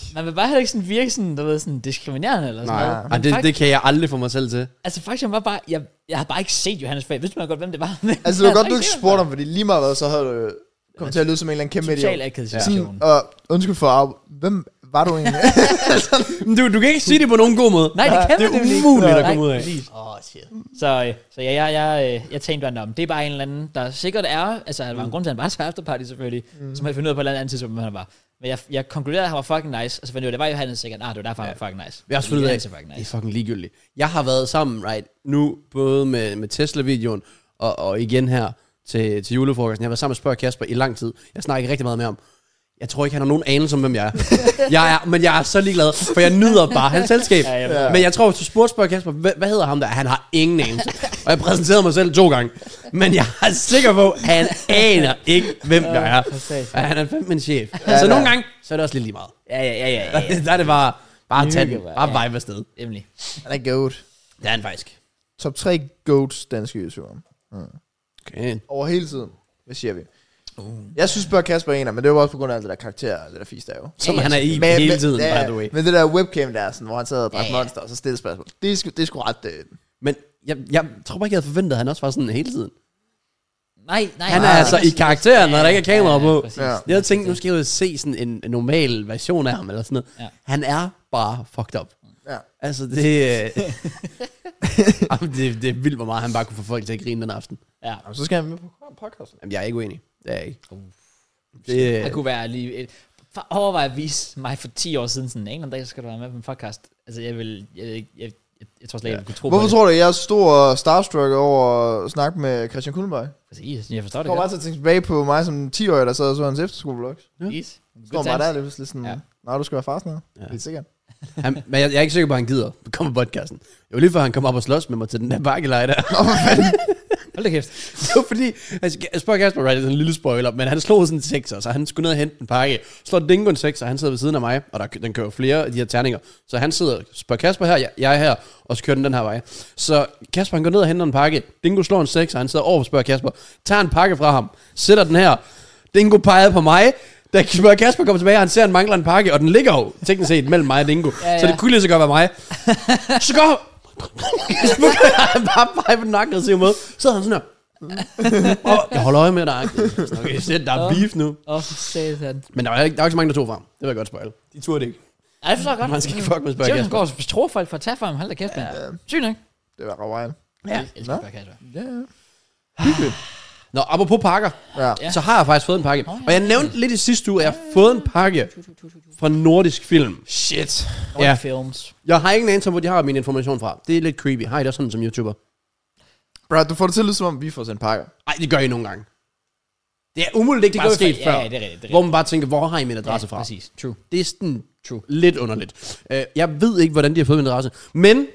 Speaker 3: fuck?
Speaker 1: Man vil bare heller ikke sådan virke sådan, du ved, sådan diskriminerende eller sådan
Speaker 2: Nej,
Speaker 1: noget.
Speaker 2: Ej,
Speaker 1: Men
Speaker 2: det,
Speaker 1: fakt-
Speaker 2: det kan jeg aldrig få mig selv til.
Speaker 1: Altså faktisk, jeg var bare, jeg, jeg har bare ikke set Johannes Fag. Vidste man godt, hvem det var? Men
Speaker 3: Altså,
Speaker 1: jeg
Speaker 3: det var
Speaker 1: har
Speaker 3: godt,
Speaker 1: bare
Speaker 3: du
Speaker 1: ikke
Speaker 3: ikke
Speaker 1: set
Speaker 3: spurgte
Speaker 1: ham
Speaker 3: om, fordi lige meget hvad, så havde du kommet til at lyde som en eller anden kæmpe
Speaker 1: før. Total
Speaker 3: idiot.
Speaker 1: akavet situation.
Speaker 3: Sådan, og undskyld for, af- hvem var du egentlig?
Speaker 2: Du, du kan ikke sige det på nogen god måde.
Speaker 1: Nej, det kan
Speaker 2: det er
Speaker 1: man nemlig
Speaker 2: umuligt
Speaker 1: ikke.
Speaker 2: at komme
Speaker 1: Nej,
Speaker 2: ud af.
Speaker 1: præcis. Åh, oh, shit. Så, øh, så ja, jeg, jeg, øh, jeg tænkte bare, "Nå, men det er bare en eller anden, der sikkert er, altså der var en grund til, at han var til afterparty selvfølgelig,
Speaker 2: Mhm.
Speaker 1: mm. som havde fundet ud af på et eller andet tidspunkt, hvem han var. Men jeg, jeg konkluderede, at han var fucking nice, og så fandt jeg ud af, det var Johannes sikkert, ah, det var derfor, han var fucking nice.
Speaker 2: Jeg har også
Speaker 1: Fordi
Speaker 2: fundet ud af,
Speaker 1: Johannes er fucking
Speaker 2: det er
Speaker 1: nice.
Speaker 2: fucking ligegyldigt. Jeg har været sammen, right, nu, både med, med Tesla-videoen og, og igen her til, til julefrokosten. Jeg har været sammen med Spørg Kasper i lang tid. Jeg snakker ikke rigtig meget med ham. Jeg tror ikke, han har nogen anelse om, hvem jeg er. jeg er men jeg er så ligeglad, for jeg nyder bare hans selskab.
Speaker 1: Ja, jeg ved
Speaker 2: Men jeg tror, hvis du spurgte Spørg Kasper, hvad, hvad hedder ham der? Han har ingen anelse. Og jeg præsenterede mig selv to gange. Men jeg er sikker på, at han aner ikke, hvem jeg er. Og han er fandme en chef. Så nogle gange, så er det også lidt lige meget.
Speaker 1: Ja, ja, ja, ja, ja.
Speaker 2: Der, der er det bare, bare tage den,
Speaker 1: Hygge,
Speaker 2: bare
Speaker 1: ja.
Speaker 2: vibe afsted.
Speaker 1: Nemlig.
Speaker 3: Han er goat.
Speaker 2: Det er han faktisk.
Speaker 3: Top 3 goats danske YouTuber.
Speaker 2: Okay.
Speaker 3: Over hele tiden, det siger vi. Jeg synes bare Kasper er en af, men det var også på grund af alt det der karakter og det der fisk der er jo.
Speaker 2: Som
Speaker 1: Ja, ja,
Speaker 2: han er i hele tiden,
Speaker 3: ja,
Speaker 2: by the way.
Speaker 3: Men det der webcam der, sådan, hvor han sad og drak
Speaker 1: Ja,
Speaker 3: ja,
Speaker 1: ja.
Speaker 3: monster, og så stillede spørgsmål. Det er sgu, det er sgu ret... Øh,
Speaker 2: Men jeg, jeg tror bare ikke, jeg havde forventet, at han også var sådan hele tiden.
Speaker 1: Nej, nej.
Speaker 2: Han er
Speaker 1: nej,
Speaker 2: altså
Speaker 1: nej,
Speaker 2: i karakteren, når der ikke er kamera på.
Speaker 1: præcis.
Speaker 3: Ja.
Speaker 2: Jeg havde tænkt, nu skal jeg jo se sådan en en normal version af ham, eller sådan noget.
Speaker 1: Ja.
Speaker 2: Han er bare fucked up.
Speaker 3: ja.
Speaker 2: Altså, det, øh, Jamen, det, det er vildt, hvor meget han bare kunne få folk til at grine den aften.
Speaker 1: Ja.
Speaker 3: Jamen, så skal han med på podcasten.
Speaker 2: Jamen, jeg er ikke uenig. Det er jeg ikke.
Speaker 1: Uh.
Speaker 2: Det, øh,
Speaker 1: Jeg kunne være lige... Et, for- overvej at vise mig for 10 år siden sådan, en eller anden dag, så skal du være med på en podcast. Altså, jeg vil... Jeg, jeg, jeg, jeg, jeg tror slet ikke, jeg kunne tro
Speaker 3: Hvorfor
Speaker 1: på
Speaker 3: tror du, jeg er så stor øh, starstruck over at snakke med Christian Kuhlenberg?
Speaker 1: det. Præcis, Altså, jeg forstår
Speaker 3: Jeg
Speaker 1: det
Speaker 3: kommer
Speaker 1: godt.
Speaker 3: bare til at tænke tilbage på mig som 10-årig, der sad og så hans efterskolevlogs.
Speaker 1: Præcis. Good
Speaker 3: Står bare
Speaker 1: times.
Speaker 3: der lige pludselig sådan,
Speaker 1: Ja.
Speaker 3: ja. nej, du skal være far snart.
Speaker 2: Ja.
Speaker 3: Ja. Helt sikkert.
Speaker 2: han, men jeg, jeg, er ikke sikker på, at han gider at komme på podcasten. Det var lige før, han kom op og slås med mig til den der bakkeleje der.
Speaker 1: Hold da kæft.
Speaker 2: Det var fordi, altså, spørg Kasper, right, det er sådan en lille spoiler, men han slog sådan en sekser, så han skulle ned og hente en pakke. Slår Dingo en sekser, han sidder ved siden af mig, og der, den kører flere af de her terninger. Så han sidder, spørg Kasper her, jeg, jeg er her, og så kører den den her vej. Så Kasper, han går ned og henter en pakke. Dingo slår en sekser, han sidder over for spørg Kasper, tager en pakke fra ham, sætter den her. Dingo pegede på mig, da spørg Kasper kommer tilbage, og han ser, at han mangler en pakke, og den ligger jo teknisk set mellem mig og Dingo.
Speaker 1: Ja,
Speaker 2: ja,
Speaker 1: ja.
Speaker 2: ja. Så det kunne lige så godt være mig. Så går han bare bare på den aggressive måde. Så sidder han sådan her. Og jeg holder øje med dig. Sådan, Okay, shit, der er beef nu.
Speaker 1: Åh, oh, satan.
Speaker 2: Men der var ikke, der var ikke så mange, der tog fra ham. Det var jeg godt spoil. De turde det ikke.
Speaker 1: Ej, det forstår jeg godt. Mm.
Speaker 2: Man skal ikke fuck med spørg
Speaker 1: Sjovt, han
Speaker 2: Kasper.
Speaker 1: går og tror folk for at tage for ham. Hold da kæft, mand. Sygt nok.
Speaker 3: Det var Rawaii.
Speaker 1: Ja. Jeg elsker
Speaker 3: Nå.
Speaker 1: Spørg Kasper.
Speaker 3: Ja, ja.
Speaker 2: Nå, apropos pakker,
Speaker 3: Ja.
Speaker 1: Ja.
Speaker 2: ja. så har jeg faktisk fået en pakke. Og jeg nævnte lidt i sidste uge, at jeg har fået en pakke fra Nordisk Film.
Speaker 3: Shit.
Speaker 1: Ja.
Speaker 2: Ja.
Speaker 1: Films.
Speaker 2: Jeg har ingen anelse om, hvor de har min information fra. Det er lidt creepy. Har I det også sådan som YouTuber?
Speaker 3: Bro, du får det til at lyde, som om vi får sendt pakker.
Speaker 2: Nej, det gør I nogle gange. Det er umuligt ikke
Speaker 1: Det
Speaker 2: bare
Speaker 1: gør vi
Speaker 2: sket
Speaker 1: fa-
Speaker 2: før.
Speaker 1: Ja, ja, det er rigtigt, det er
Speaker 2: hvor man bare tænker, hvor har I min adresse
Speaker 1: Ja,
Speaker 2: fra?
Speaker 1: Præcis. True.
Speaker 2: Det er sådan
Speaker 1: True.
Speaker 2: lidt underligt. Øh, jeg ved ikke, hvordan de har fået min adresse, men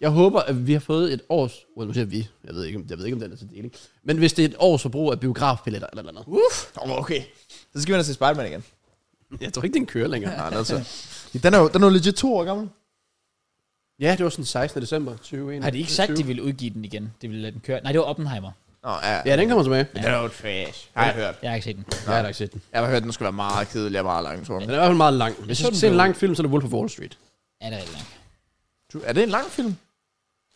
Speaker 2: jeg håber, at vi har fået et års... Well, nu siger vi. Jeg ved, ikke, om- jeg ved ikke, om den er til deling. Men hvis det er et års forbrug af biografbilletter eller noget andet.
Speaker 3: Uff. Oh, okay. Så skal vi ind og se Spider-Man igen.
Speaker 2: Jeg tror ikke, den kører længere.
Speaker 3: Nej, nødt til. Den er jo den er jo legit to år gammel.
Speaker 2: Ja, det var sådan 16. december 2021.
Speaker 1: Har de ikke sagt, de ville udgive den igen? De ville lade den køre. Nej, det var Oppenheimer.
Speaker 3: Nå, ja.
Speaker 2: Ja, den kommer tilbage.
Speaker 3: Den er jo trash. Har jeg hørt.
Speaker 1: Jeg har ikke set den.
Speaker 2: Jeg har da ikke set den.
Speaker 3: Jeg har hørt, den skulle være meget kedelig og meget lang, tror jeg.
Speaker 2: Den er i hvert fald meget lang. Hvis
Speaker 1: så
Speaker 2: jeg skal
Speaker 1: den
Speaker 2: se en
Speaker 1: blev-
Speaker 2: lang film, så er det Wolf of Wall Street.
Speaker 1: Ja, det er rigtigt nok.
Speaker 3: Du- Er det en lang film?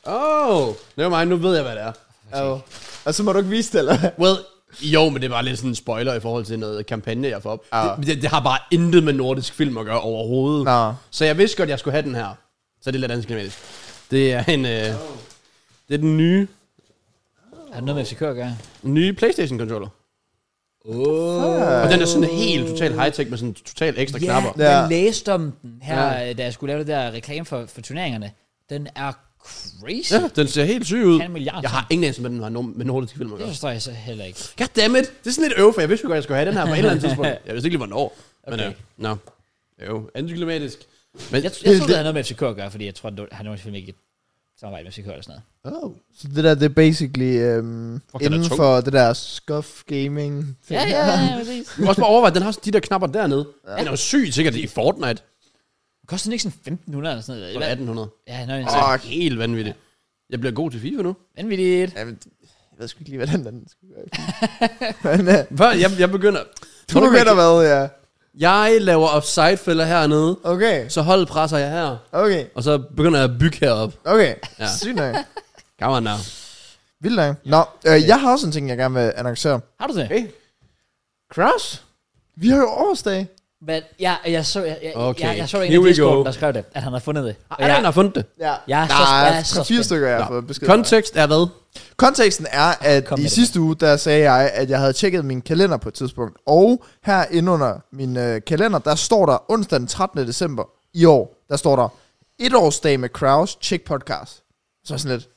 Speaker 2: Oh, det var mig. Nu ved jeg, hvad det er.
Speaker 3: Ja. jo. Og så Altså, må du ikke vise det, eller hvad?
Speaker 2: Well, jo, men det er bare lidt sådan en spoiler i forhold til noget kampagne, jeg får op.
Speaker 3: Ah.
Speaker 2: Det, det, det har bare intet med nordisk film at gøre overhovedet.
Speaker 3: Nå.
Speaker 2: Så jeg vidste godt, jeg skulle have den her. Så det er lidt antiklimatisk. Det er en... Øh, det er den nye,
Speaker 1: Har det noget med FCK at gøre?
Speaker 2: nye PlayStation-controller.
Speaker 1: Åh.
Speaker 2: Og den er sådan helt total high-tech med sådan total ekstra
Speaker 1: Ja,
Speaker 2: knapper.
Speaker 1: jeg
Speaker 3: Ja.
Speaker 1: læste om den her,
Speaker 2: Ja.
Speaker 1: da jeg skulle lave det der reklame for, for turneringerne. Den er crazy.
Speaker 2: Ja, den ser helt syg ud.
Speaker 1: Kan en milliard.
Speaker 2: Jeg har ingen anelse med den har no- med nordiske film at
Speaker 1: Det
Speaker 2: gøre.
Speaker 1: forstår jeg så heller ikke.
Speaker 2: Goddammit! Det er sådan lidt øv, for jeg vidste jo godt, jeg skulle have den her på et eller andet tidspunkt. Jeg vidste ikke lige, hvornår. Men
Speaker 1: Okay.
Speaker 2: øh, nå. Jo, øh, antiklimatisk. Men,
Speaker 1: Jeg, jeg
Speaker 3: Det-
Speaker 1: troede, det
Speaker 3: det-
Speaker 1: havde noget med FCK at gøre, fordi jeg tror, at han nogensinde ikke samarbejde med FCK eller sådan noget.
Speaker 2: oh.
Speaker 3: Så det der, det er basically øhm,
Speaker 2: Fuck, den er
Speaker 3: inden
Speaker 2: tung.
Speaker 3: for det der scuff gaming.
Speaker 1: Ja, ja, ja, præcis.
Speaker 2: Du kan også bare overveje, den har også de der knapper dernede. Ja. Den er jo sygt sikkert i Fortnite.
Speaker 1: Koster den ikke sådan 1500 eller sådan noget?
Speaker 2: Eller
Speaker 1: Eller,
Speaker 2: 1800.
Speaker 1: ja, nøj,
Speaker 2: Altså,
Speaker 1: oh.
Speaker 3: Fuck.
Speaker 2: helt vanvittigt. Jeg bliver god til FIFA nu.
Speaker 1: vanvittigt.
Speaker 3: Jamen, jeg ved sgu ikke lige, hvad den anden skulle være. Men, øh,
Speaker 2: Før jeg, jeg begynder.
Speaker 3: du begynder hvad, ja.
Speaker 2: Jeg laver offside-fælder hernede.
Speaker 3: Okay,
Speaker 2: Så holdet presser jeg her.
Speaker 3: okay,
Speaker 2: Og så begynder jeg at bygge herop.
Speaker 3: okay.
Speaker 2: Ja.
Speaker 3: Ja. Sygt nok.
Speaker 2: Come on now.
Speaker 3: Vildt nok. Nå, øh, jeg har også en ting, jeg gerne vil annoncere.
Speaker 1: Har du det?
Speaker 2: Hey.
Speaker 3: Cross? Vi har jo årsdag.
Speaker 1: Men jeg, jeg så, jeg, jeg,
Speaker 2: Okay,
Speaker 1: okay. jeg, jeg så en
Speaker 2: here
Speaker 1: af
Speaker 2: we
Speaker 1: Discord,
Speaker 2: go.
Speaker 1: der skrev det, at han har fundet det. Og
Speaker 2: Ah, Er der en,
Speaker 1: jeg,
Speaker 2: der har fundet det?
Speaker 3: Ja.
Speaker 1: jeg er
Speaker 3: Der
Speaker 1: så, jeg
Speaker 3: er
Speaker 1: er så
Speaker 3: tre-fire
Speaker 1: spændt.
Speaker 3: stykker, jeg har
Speaker 2: Nå.
Speaker 3: fået besked. om.
Speaker 2: Kontekst er hvad?
Speaker 3: Konteksten er, at
Speaker 1: Ah, Kom med
Speaker 3: i
Speaker 1: det.
Speaker 3: sidste uge, der sagde jeg, at jeg havde tjekket min kalender på et tidspunkt. Og her inde under min øh, kalender, der står der onsdag den 13. december i år, der står der, et årsdag med Kraus, check podcast. Så er jeg sådan lidt,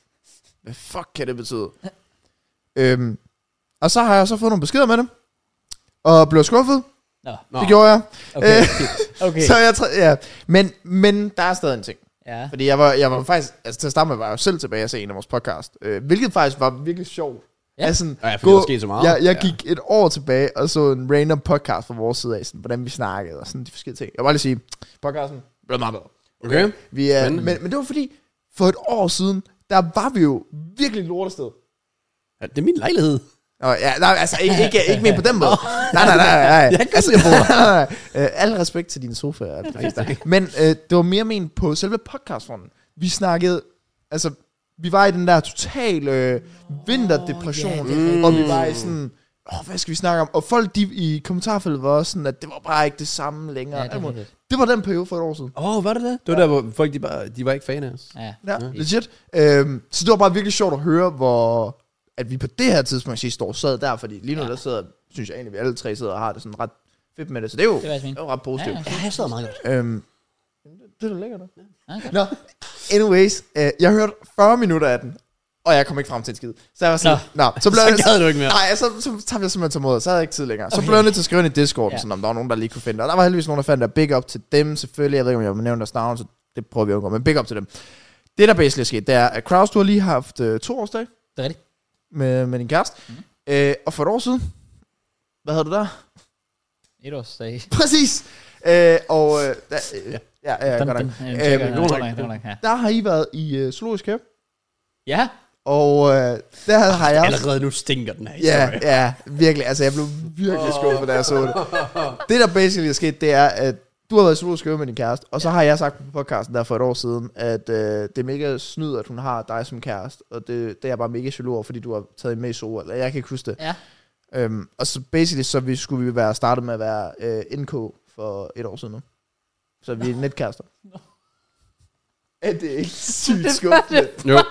Speaker 3: hvad fuck kan det betyde? øhm, og så har jeg så fået nogle beskeder med dem, og blev skuffet.
Speaker 1: Nå,
Speaker 2: Nå.
Speaker 3: Det gjorde jeg.
Speaker 1: okay. okay.
Speaker 3: Øh, Så jeg træ- ja. men, men der er stadig en ting.
Speaker 1: Ja.
Speaker 3: Fordi jeg var, jeg var faktisk, altså til at starte med, var jeg jo selv tilbage og se en af vores podcast. Øh, hvilket faktisk var virkelig sjovt.
Speaker 1: Ja.
Speaker 3: altså, sådan,
Speaker 2: Ja, fordi der skete så meget.
Speaker 3: Jeg, jeg
Speaker 2: Ja.
Speaker 3: gik et år tilbage og så en random podcast fra vores side af, sådan, hvordan vi snakkede og sådan de forskellige ting. Jeg vil bare lige sige, podcasten blev meget bedre.
Speaker 2: Okay.
Speaker 3: Vi er,
Speaker 2: Spændende.
Speaker 3: men, men det var fordi, for et år siden, der var vi jo virkelig et lortested.
Speaker 2: Ja, det er min lejlighed.
Speaker 3: Nå, ja, nej, altså ikke, ikke, ikke men på den måde. nej, nej, nej, nej. Altså,
Speaker 2: Jeg kan godt lide
Speaker 3: nej, nej. Øh, Al respekt til dine sofaer. og det fleste. Men øh, det var mere men på selve podcastformen. Vi snakkede, altså, vi var i den der totale øh, vinterdepression,
Speaker 1: ja, det er rigtigt.
Speaker 3: og vi var i sådan, åh, hvad skal vi snakke om? Og folk de, i kommentarfeltet var også sådan, at det var bare ikke det samme længere.
Speaker 1: Ja,
Speaker 3: Ja,
Speaker 1: det er
Speaker 3: det, var,
Speaker 1: rigtigt.
Speaker 3: det var den periode for et år siden.
Speaker 2: Åh, oh, var det det? Det var ja. der, hvor folk de, bare, de var ikke fan af os.
Speaker 1: Ja.
Speaker 3: Ja, legit. Øhm, så det var bare virkelig sjovt at høre, hvor at vi på det her tidspunkt sidste år sad der, fordi lige nu
Speaker 1: Ja.
Speaker 3: der sidder, synes jeg egentlig, vi alle tre sidder og har det sådan ret fedt med det, så det er jo,
Speaker 1: Det var altså
Speaker 3: det
Speaker 1: fint.
Speaker 3: er jo ret positivt.
Speaker 1: Ja,
Speaker 3: Ja,
Speaker 1: ja.
Speaker 2: jeg sidder meget godt.
Speaker 3: ja. Øhm, det er da lækkert.
Speaker 1: Okay.
Speaker 3: Okay. Nå, anyways, øh, jeg hørte 40 minutter af den, og jeg kom ikke frem til en skid. Så jeg var sådan, nå, så blev
Speaker 2: Så
Speaker 3: jeg...
Speaker 2: gad du ikke mere.
Speaker 3: Nej, så, så tabte jeg simpelthen til mod, så havde jeg ikke tid længere. Så blev jeg nødt til at skrive ind i Discord,
Speaker 1: Ja.
Speaker 3: ja. sådan, om der var nogen, der lige kunne finde det. Og der var heldigvis nogen, der fandt der. Big up til dem, selvfølgelig. Jeg ved ikke, om jeg må nævne deres navn, så det prøver vi at undgå. Men big up til dem. Det, der basically er sket, det er, at Kraus, du har lige haft øh, to årsdag
Speaker 1: Det er rigtigt.
Speaker 3: med, med din kæreste. Mm. Øh, og for et år siden, hvad havde du der?
Speaker 1: Et års dag.
Speaker 3: Præcis! Øh, og øh, der, øh, ja, ja, ja,
Speaker 1: Den-
Speaker 3: godt nok.
Speaker 1: den- den-
Speaker 3: Øh,
Speaker 1: tjekker
Speaker 3: men
Speaker 1: jeg.
Speaker 3: god
Speaker 1: Godt
Speaker 3: nok.
Speaker 1: nok, godt nok, ja.
Speaker 3: Der har I været i øh, Zoologisk Have,
Speaker 1: Ja.
Speaker 3: og øh, der har jeg også...
Speaker 2: Allerede nu stinker den her.
Speaker 3: Ja,
Speaker 2: historie.
Speaker 3: ja, virkelig. Altså, jeg blev virkelig skuffet, da jeg så det. Det, der basically er sket, det er, at du har været i zoologisk have med din kæreste, og så har jeg sagt på podcasten der for et år siden, at øh, det er mega snyd, at hun har dig som kæreste, og det, det er jeg bare mega jaloux over, fordi du har taget hende med i zoo, eller jeg kan ikke huske det.
Speaker 1: Ja.
Speaker 3: Øhm, og så basically, så vi, skulle vi være startet med at være øh, NK for et år siden nu. Så vi er netkærester. Er det ikke sygt skuffende?
Speaker 2: Jo.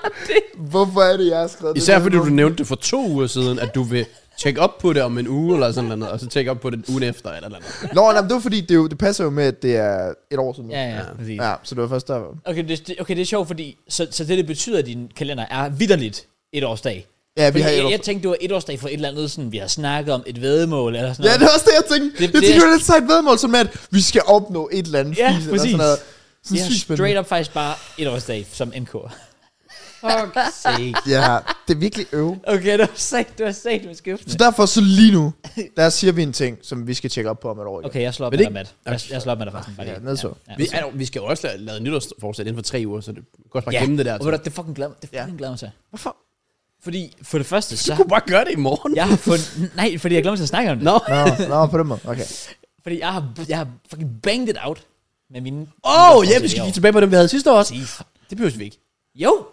Speaker 3: Hvorfor er det, jeg har skrevet
Speaker 2: Især
Speaker 3: det?
Speaker 2: fordi du nævnte det for to uger siden, at du vil tjekke op på det om en uge eller sådan noget, og så tjekke op på det ugen efter eller noget.
Speaker 3: Nå, nej, men det var fordi, det, er jo, det passer jo med, at det er et år siden nu.
Speaker 1: Ja, ja,
Speaker 2: Ja.
Speaker 1: præcis.
Speaker 3: Ja, så det var først der.
Speaker 1: Okay, det, det- okay, det er sjovt, fordi så, så det, det betyder, at din kalender er vidderligt et års dag.
Speaker 3: Ja, vi
Speaker 1: Fordi
Speaker 3: har et
Speaker 1: jeg,
Speaker 3: år.
Speaker 1: jeg tænkte, det var et års dag for et eller andet, sådan, vi har snakket om et vedmål eller sådan
Speaker 3: Ja,
Speaker 1: noget.
Speaker 3: det er også det, jeg tænkte. Det,
Speaker 1: Det-
Speaker 3: jeg tænkte,
Speaker 1: det
Speaker 3: det,
Speaker 1: er-
Speaker 3: var lidt sejt vedmål, som at vi skal opnå et eller andet
Speaker 1: Ja,
Speaker 3: fis eller
Speaker 1: præcis.
Speaker 3: sådan noget.
Speaker 1: det
Speaker 3: Sådan
Speaker 1: er
Speaker 3: sygt spændende.
Speaker 1: straight up faktisk bare et års dag som NK.
Speaker 2: Fuck sake.
Speaker 3: Ja, det er virkelig øv.
Speaker 1: Okay, det var sagt, det var sagt med
Speaker 3: Så
Speaker 1: skiftende.
Speaker 3: derfor så lige nu, der siger vi en ting, som vi skal tjekke op på om et år igen.
Speaker 1: Okay, jeg slår op
Speaker 2: Men Ah,
Speaker 1: med
Speaker 2: det-
Speaker 1: dig, Matt. Jeg, jeg slår op med dig faktisk.
Speaker 3: Ja, ned så.
Speaker 2: Vi, altså, vi skal jo også lave, lave nytårsforsæt inden for tre uger, så det vi kan også bare
Speaker 1: Ja,
Speaker 2: ja. gemme det der.
Speaker 1: og ved du, det fucking glæder, det
Speaker 3: Ja.
Speaker 1: fucking glæder mig til.
Speaker 3: Hvorfor?
Speaker 1: Fordi for det første,
Speaker 2: Du
Speaker 1: så
Speaker 2: kunne bare gøre det i morgen.
Speaker 1: jeg har fundet... Nej, fordi jeg glemmer til at snakke om det.
Speaker 2: Nå.
Speaker 3: Nå, nå, på den måde. Okay.
Speaker 1: Fordi jeg har, jeg har fucking banged it out med mine...
Speaker 2: Åh, oh, ja, vi skal lige tilbage på dem, vi havde sidste år også.
Speaker 1: Præcis.
Speaker 2: Det behøver vi ikke.
Speaker 1: Jo,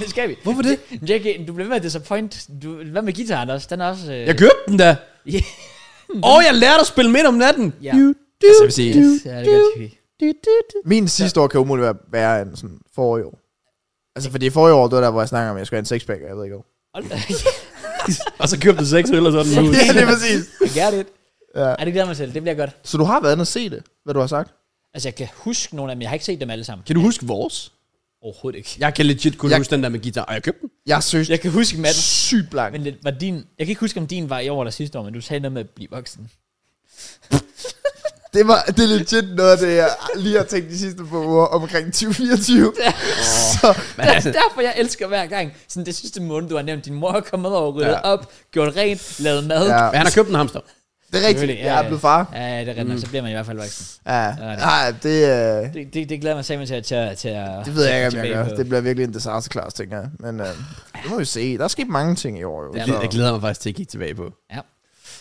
Speaker 1: det skal vi.
Speaker 2: Ah. Hvorfor det?
Speaker 1: JK, du bliver ved med at disappoint. Du, hvad med gitaren også? Den er også... Øh...
Speaker 2: Jeg købte den da.
Speaker 1: Ja.
Speaker 2: Åh, oh, jeg lærte at spille midt om natten.
Speaker 1: Ja.
Speaker 2: Du, du,
Speaker 3: Altså, jeg vil sige-
Speaker 2: du,
Speaker 1: Ja, det er godt, JK.
Speaker 2: du, du, du.
Speaker 3: Min sidste år kan umuligt være værre end sådan forrige år. Altså, fordi forrige år, det var der, hvor jeg snakker om, at jeg skulle have en sexpack, og jeg ved ikke hvor.
Speaker 1: Hold da.
Speaker 2: Og så købte du seks øl og sådan ud.
Speaker 3: Ja, det er præcis.
Speaker 1: I got it.
Speaker 3: Ja.
Speaker 1: Ej, det glæder mig til. Det bliver godt.
Speaker 3: Så du har været inde og se det, hvad du har sagt?
Speaker 1: Altså, jeg kan huske nogle af dem. Jeg har ikke set dem alle sammen.
Speaker 2: Kan du huske vores?
Speaker 1: Overhovedet ikke.
Speaker 2: Jeg kan legit kunne
Speaker 3: Jeg-
Speaker 2: huske den der med guitar, og jeg købte den.
Speaker 3: Jeg er seriøst
Speaker 1: Jeg kan huske Matt.
Speaker 3: sygt blank.
Speaker 1: Men det var din... Jeg kan ikke huske, om din var i år eller sidste år, men du sagde noget med at blive voksen.
Speaker 3: Det, var, det er legit noget af det, jeg lige har tænkt de sidste par uger omkring 2024. Så
Speaker 1: Det er
Speaker 3: altså-
Speaker 1: derfor, jeg elsker hver gang. Sådan det sidste måned, du har nævnt, din mor er kommet over, ryddet ja.
Speaker 2: Ja.
Speaker 1: op, gjort rent, lavet mad.
Speaker 3: Ja.
Speaker 2: Men han har købt en hamster.
Speaker 3: det er rigtigt,
Speaker 1: Selvfølgelig, ja,
Speaker 3: jeg er
Speaker 1: ja.
Speaker 3: blevet far.
Speaker 1: Ja, ja, det er rigtigt. nok.
Speaker 3: Mm.
Speaker 1: Så bliver man i hvert fald voksen.
Speaker 3: Ja.
Speaker 1: det er det.
Speaker 3: Nej, det, øh,
Speaker 1: Det, det, det glæder mig simpelthen til at... Til, at- til at
Speaker 3: det ved jeg ikke, om jeg
Speaker 1: tilbage
Speaker 3: gør.
Speaker 1: på.
Speaker 3: Det bliver virkelig en disaster class, tænker jeg. Men øh, det må vi se. Der er sket mange ting i år, jo.
Speaker 1: Ja.
Speaker 3: Så-
Speaker 2: Jeg glæder mig faktisk til at kigge tilbage på.
Speaker 1: Ja.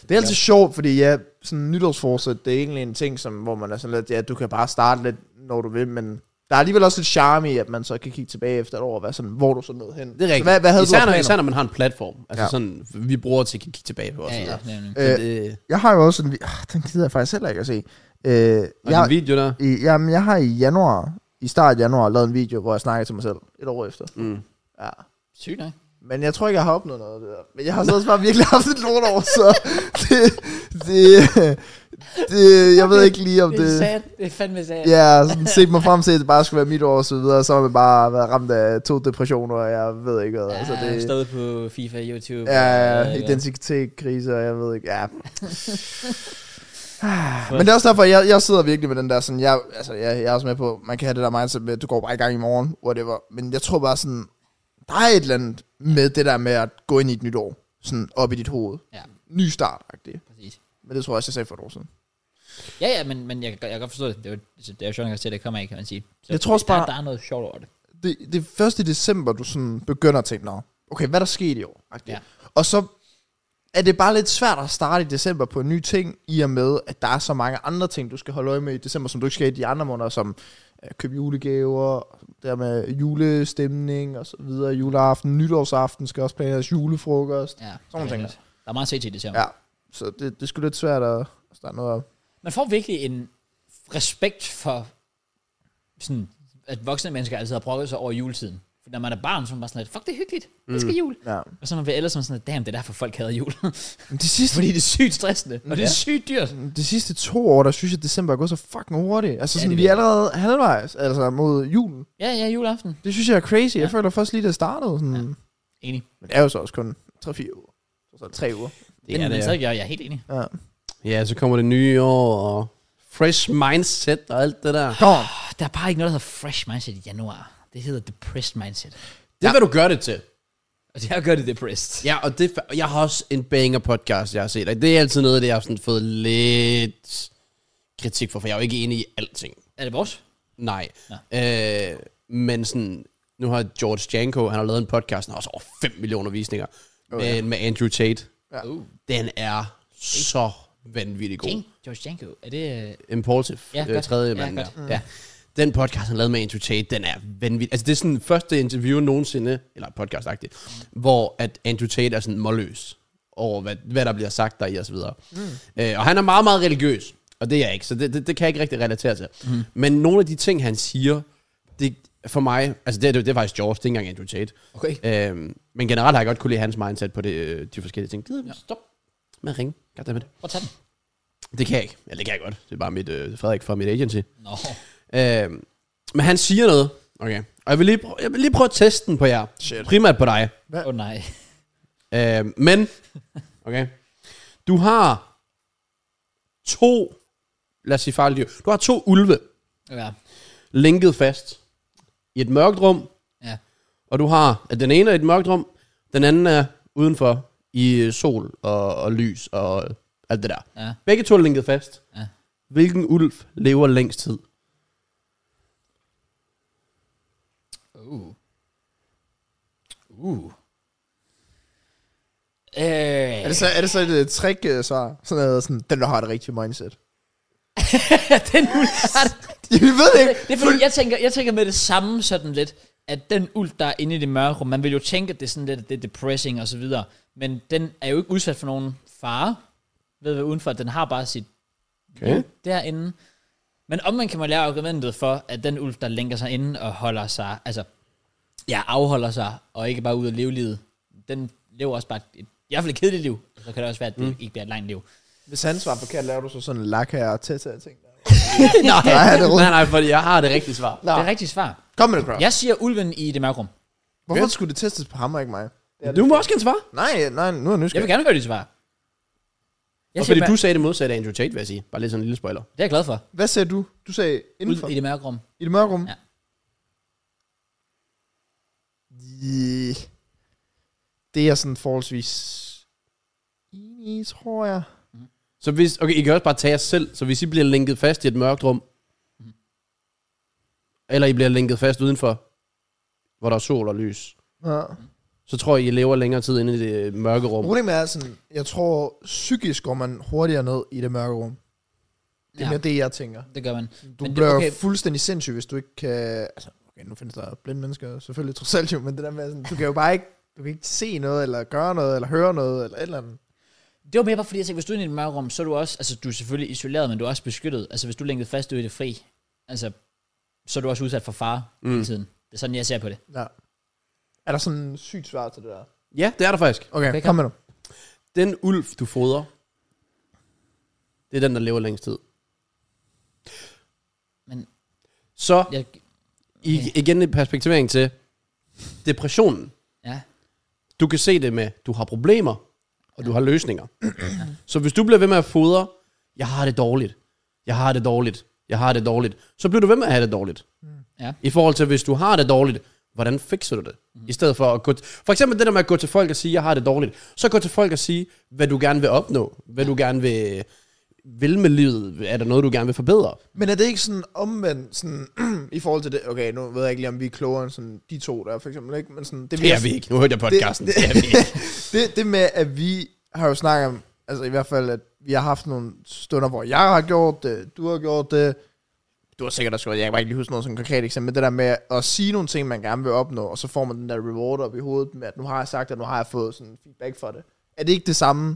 Speaker 3: Det er altid sjovt, fordi ja, sådan nytårsforsæt, det er egentlig en ting, som, hvor man er sådan lidt, ja, du kan bare starte lidt, når du vil, men der er alligevel også lidt charme i, at man så kan kigge tilbage efter et år og være sådan, hvor er du så nåede hen.
Speaker 2: Det er rigtigt.
Speaker 3: Hvad, hvad havde
Speaker 2: især,
Speaker 3: du af
Speaker 2: når,
Speaker 3: planer?
Speaker 2: især når man har en platform. Altså
Speaker 3: Ja.
Speaker 2: ja. sådan, vi bruger til at kigge tilbage på. Altså. Og
Speaker 1: Ja,
Speaker 2: sådan
Speaker 1: ja,
Speaker 2: ja,
Speaker 1: nemlig.
Speaker 3: Øh,
Speaker 2: der. Øh,
Speaker 3: Jeg har jo også en... vi- Ah, den gider jeg faktisk heller ikke at se. Øh,
Speaker 2: og ja.
Speaker 3: jeg,
Speaker 2: din video der.
Speaker 3: i, jamen, jeg har i januar, i start af januar, lavet en video, hvor jeg snakkede til mig selv et år efter.
Speaker 2: Mm.
Speaker 3: Ja.
Speaker 1: Sygt nok.
Speaker 3: Men jeg tror ikke, jeg har opnået noget af det der. Men jeg har så også bare virkelig haft et lort over, så det, det, det, jeg ved ikke lige, om
Speaker 1: Det er
Speaker 3: det...
Speaker 1: sad. Det er fandme sad.
Speaker 3: Ja, sådan set mig frem til, at det bare skulle være mit år og så videre, og så har man bare været ramt af to depressioner, og jeg ved ikke hvad.
Speaker 1: Ja,
Speaker 3: altså,
Speaker 1: det...
Speaker 3: det,
Speaker 1: Stået på FIFA, YouTube.
Speaker 3: ja,
Speaker 1: og-
Speaker 3: identitetskrise, og jeg ved ikke, ja. Men det er også derfor, jeg, jeg sidder virkelig med den der sådan, jeg, altså, jeg, jeg er også med på, man kan have det der mindset med, at du går bare i gang i morgen, whatever. Men jeg tror bare sådan, der er et eller andet med det der med at gå ind i et nyt år, sådan op i dit hoved.
Speaker 1: Ja,
Speaker 3: Ny start, -agtig.
Speaker 1: præcis.
Speaker 3: Men det tror jeg også, jeg sagde for et år siden.
Speaker 1: Ja, ja, men, men jeg, kan godt- jeg kan godt forstå det. Det er jo, det er jo sjovt nok at se, at det kommer af, kan man sige. Så
Speaker 3: Jeg tror også
Speaker 1: der,
Speaker 3: bare-
Speaker 1: Der er noget sjovt over det.
Speaker 3: det, det er først i december, du sådan begynder at tænke, Nå, okay, hvad er der skete i år?
Speaker 1: Ja.
Speaker 3: Ja. Og så er det bare lidt svært at starte i december på en ny ting, i og med, at der er så mange andre ting, du skal holde øje med i december, som du ikke skal i de andre måneder, som øh, købe julegaver, der med julestemning og så videre, juleaften, nytårsaften skal også planeres julefrokost.
Speaker 1: Ja, det er
Speaker 3: nogle ting
Speaker 1: rigtigt. Der er meget set til det her.
Speaker 3: Ja, så det, det er sgu lidt svært at starte noget op.
Speaker 1: Man får virkelig en respekt for, sådan, at voksne mennesker altid har brokket sig over juletiden. For når man er barn, så er man bare sådan lidt, fuck, det er hyggeligt. Det skal jul.
Speaker 3: Ja.
Speaker 1: Og så er man ved ellers sådan lidt, damn, det er derfor, folk hader jul.
Speaker 3: Men de sidste,
Speaker 1: Fordi det er sygt stressende, og det er sygt dyrt.
Speaker 3: de sidste to år, der synes jeg, at december er gået så fucking hurtigt. Altså
Speaker 1: Ja,
Speaker 3: sådan,
Speaker 1: det
Speaker 3: vi
Speaker 1: ved
Speaker 3: er
Speaker 1: jeg.
Speaker 3: allerede halvvejs, altså mod julen.
Speaker 1: Ja, ja, juleaften.
Speaker 3: Det synes jeg er crazy. Ja. Jeg føler først lige, det startede. Sådan. Ja.
Speaker 1: Enig.
Speaker 3: Men det er jo så også kun 3-4 uger. Så 3 uger.
Speaker 1: Det men,
Speaker 2: er
Speaker 1: men
Speaker 2: det,
Speaker 1: stadig, jeg, jeg er helt enig.
Speaker 3: Ja.
Speaker 2: Ja, så kommer det nye år, og fresh mindset og alt det der.
Speaker 3: Kom on.
Speaker 1: Der er bare ikke noget, der hedder fresh mindset i januar. Det hedder depressed mindset.
Speaker 2: Det er, hvad du gør det til.
Speaker 1: Og det har gør det depressed.
Speaker 2: Ja, og det, fa- jeg har også en banger podcast, jeg har set, og det er altid noget af det, jeg har sådan fået lidt kritik for, for jeg er jo ikke enig i alting.
Speaker 1: Er det vores?
Speaker 2: Nej. Øh, men sådan, nu har George Janko, han har lavet en podcast, der har også over 5 millioner visninger, oh, ja. med, med Andrew Tate.
Speaker 3: Ja.
Speaker 1: Uh.
Speaker 2: Den er så vanvittig god.
Speaker 1: Jane, George Janko, er det... øh,
Speaker 2: Impulsive,
Speaker 1: Ja,
Speaker 2: ja,
Speaker 1: godt.
Speaker 2: øh, tredje
Speaker 1: Ja,
Speaker 2: mand.
Speaker 1: godt.
Speaker 2: Ja, ja. Den podcast, han lavede med Andrew Tate, den er vanvittig. Altså, det er sådan første interview nogensinde, eller podcast hvor at Andrew Tate er sådan målløs over, hvad, hvad der bliver sagt der i og så videre. Mm. Øh, og han er meget, meget religiøs, og det er jeg ikke, så det, det, det kan jeg ikke rigtig relatere til. Mm. Men nogle af de ting, han siger, det for mig, altså det, er- det, er faktisk George, det er ikke engang Andrew Tate.
Speaker 1: Okay.
Speaker 2: Øhm, men generelt har jeg godt kunne lide hans mindset på det, øh, de forskellige ting. Gider ja. stop med at ringe. Goddammit.
Speaker 1: Prøv at tage den.
Speaker 2: Det kan jeg ikke. Ja, det kan jeg godt. Det er bare mit, øh, Frederik fra mit agency.
Speaker 1: Nå.
Speaker 2: Øh, men han siger noget. Okay. Og jeg vil lige, prøve, jeg vil lige prøve at teste den på jer.
Speaker 3: Shit.
Speaker 2: Primært på dig.
Speaker 1: Åh oh, nej.
Speaker 2: Øh, men, okay. Du har to, lad os sige farlige dyr. Du har to ulve
Speaker 1: Ja.
Speaker 2: linket fast i et mørkt rum.
Speaker 1: Ja.
Speaker 2: Og du har, at den ene er i et mørkt rum, den anden er udenfor i øh, sol og, og lys og alt det der.
Speaker 1: Ja.
Speaker 2: Begge to er linket fast.
Speaker 1: Ja.
Speaker 2: Hvilken ulv lever længst tid?
Speaker 1: Uh. Uh. Øh.
Speaker 3: Er, det så, er det så et øh, trick, øh, svar? Sådan noget, sådan, den der har det rigtige mindset.
Speaker 1: den ulv, har det-
Speaker 3: Jeg ved det ikke.
Speaker 1: det er fordi, jeg tænker, jeg tænker med det samme sådan lidt, at den ulv, der er inde i det mørke rum, man vil jo tænke, at det er sådan lidt, at det er depressing og så videre, men den er jo ikke udsat for nogen fare, ved hvad udenfor, den har bare sit
Speaker 2: Okay.
Speaker 1: derinde. Men om man kan man lære argumentet for, at den ulv, der lænker sig inde og holder sig, altså, ja, afholder sig, og ikke bare ud af leve livet, den lever også bare et, i hvert fald et kedeligt liv, og så kan det også være, at det mm. ikke bliver et langt liv.
Speaker 3: Hvis han svarer forkert, laver du så sådan en lak her og tæt ting.
Speaker 2: nej,
Speaker 3: Nej, det er
Speaker 2: nej, nej, fordi jeg har det rigtige svar.
Speaker 1: Ja. Det er rigtigt svar.
Speaker 3: Kom med det, Krav.
Speaker 1: Jeg siger ulven i det mørke rum.
Speaker 3: Hvorfor skulle det testes på ham og ikke mig?
Speaker 2: Du må også gerne svare.
Speaker 3: Nej, nej, nu er jeg
Speaker 1: Jeg vil
Speaker 3: nysgerrig.
Speaker 1: gerne høre dit svar.
Speaker 2: Jeg og fordi du sagde det modsatte af Andrew Tate, vil jeg sige. Bare lidt sådan en lille spoiler.
Speaker 1: Det er jeg glad for.
Speaker 3: Hvad sagde du? Du sagde indenfor?
Speaker 1: Ud i det mørke rum.
Speaker 3: I det mørke rum?
Speaker 1: Ja.
Speaker 3: Yeah. Det er sådan forholdsvis enig, i, tror jeg.
Speaker 2: Så hvis, okay, I kan også bare tage jer selv. Så hvis I bliver linket fast i et mørkt rum, eller I bliver linket fast udenfor, hvor der er sol og lys,
Speaker 3: Ja.
Speaker 2: så tror jeg, I lever længere tid inde i det øh, mørke rum.
Speaker 3: Problemet er sådan, jeg tror psykisk går man hurtigere ned i det mørke rum. Det er
Speaker 1: Ja.
Speaker 3: mere det, jeg tænker.
Speaker 1: Det gør man.
Speaker 3: Du
Speaker 1: Men det-
Speaker 3: men bliver
Speaker 1: okay.
Speaker 3: okay. fuldstændig sindssyg, hvis du ikke kan... Altså, okay, nu findes der blinde mennesker selvfølgelig trods alt jo, men det der med, sådan, du kan jo bare ikke, du kan ikke se noget, eller gøre noget, eller høre noget, eller et eller andet.
Speaker 1: Det var mere bare fordi, jeg tænkte, hvis du er inde i et mørkt rum, så er du også, altså du er selvfølgelig isoleret, men du er også beskyttet. Altså hvis du er lænket fast ude i det fri, altså så er du også udsat for fare mm. hele tiden. Det er sådan, jeg ser på det.
Speaker 3: Ja. Er der sådan en sygt svar til det der?
Speaker 2: Ja, det er der faktisk.
Speaker 3: Okay,
Speaker 1: Okay,
Speaker 3: okay kom med nu.
Speaker 2: Den ulv, du fodrer, det er den, der lever længst tid.
Speaker 1: Men-
Speaker 2: Så
Speaker 1: Jeg,
Speaker 2: I, igen en perspektivering til depressionen.
Speaker 1: ja,
Speaker 2: Du kan se det med, du har problemer, og du har løsninger. Så hvis du bliver ved med at fodre, jeg har det dårligt, jeg har det dårligt, jeg har det dårligt, så bliver du ved med at have det dårligt.
Speaker 1: Ja.
Speaker 2: I forhold til, hvis du har det dårligt, hvordan fikser du det? I stedet for at gå... T- for eksempel det der med at gå til folk og sige, jeg har det dårligt. Så gå til folk og sige, hvad du gerne vil opnå, hvad du gerne vil, vil med livet. Er der noget, du gerne vil forbedre?
Speaker 3: Men er det ikke sådan omvendt, sådan, i forhold til det, okay, nu ved jeg ikke lige, om vi er klogere end sådan de to der, for eksempel, ikke? Men sådan, det,
Speaker 2: Det er vi ikke. Nu hørte jeg podcasten. Det, det, det er vi ikke.
Speaker 3: det, det med, at vi har jo snakket om, altså i hvert fald, at vi har haft nogle stunder, hvor jeg har gjort det, du har gjort det, du har sikkert også gjort det, jeg kan bare ikke lige huske noget som konkret eksempel, men det der med at sige nogle ting, man gerne vil opnå, og så får man den der reward op i hovedet med, at nu har jeg sagt, at nu har jeg fået sådan feedback for det. Er det ikke det samme,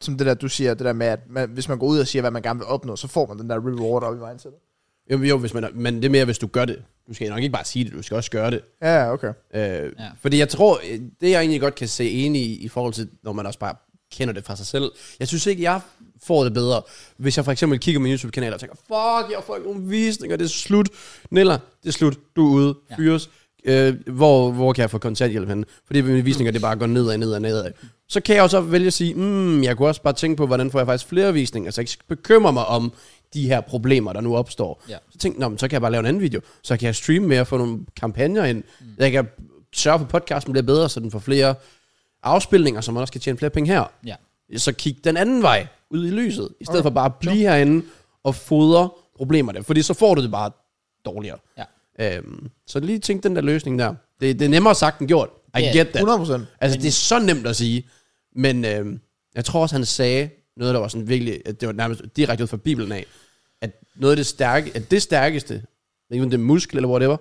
Speaker 3: som det der, du siger, det der med, at man, hvis man går ud og siger, hvad man gerne vil opnå, så får man den der reward op i mindsetet?
Speaker 2: Jo, jo hvis man, er- men det er mere, hvis du gør det. Du skal nok ikke bare sige det, du skal også gøre det.
Speaker 3: Ja, ja, okay.
Speaker 2: Øh, ja. Fordi jeg tror, øh, det jeg egentlig godt kan se enig i, i forhold til, når man også bare kender det fra sig selv. Jeg synes ikke, jeg får det bedre, hvis jeg for eksempel kigger på min YouTube-kanal og tænker, fuck, jeg får ikke nogen visninger, det er slut. Niller, det er slut, du er ude,
Speaker 1: Ja.
Speaker 2: fyres. Øh, hvor, hvor kan jeg få kontanthjælp henne? Fordi mine visninger, det bare går nedad, nedad, nedad. Så kan jeg også vælge at sige, mm, jeg kunne også bare tænke på, hvordan får jeg faktisk flere visninger, så jeg ikke bekymrer mig om de her problemer, der nu opstår.
Speaker 1: Ja.
Speaker 2: Så tænkte jeg, så kan jeg bare lave en anden video. Så kan jeg streame mere og få nogle kampagner ind. Mm. Jeg kan sørge for, at podcasten bliver bedre, så den får flere afspilninger, så man også kan tjene flere penge her.
Speaker 1: ja.
Speaker 2: Så kig den anden vej ud i lyset, i stedet okay. for bare at blive herinde og fodre problemerne. Fordi så får du det bare dårligere.
Speaker 1: Ja.
Speaker 2: Øhm, så lige tænk den der løsning der. Det, det er nemmere sagt end gjort. I
Speaker 1: Ja,
Speaker 2: yeah, get that.
Speaker 3: 100 procent.
Speaker 2: Altså, det er så nemt at sige. Men øhm, jeg tror også, han sagde noget, der var sådan virkelig... At det var nærmest direkte ud fra Bibelen af. At noget af det, stærke, at det stærkeste, jeg ved ikke om det er muskel eller whatever,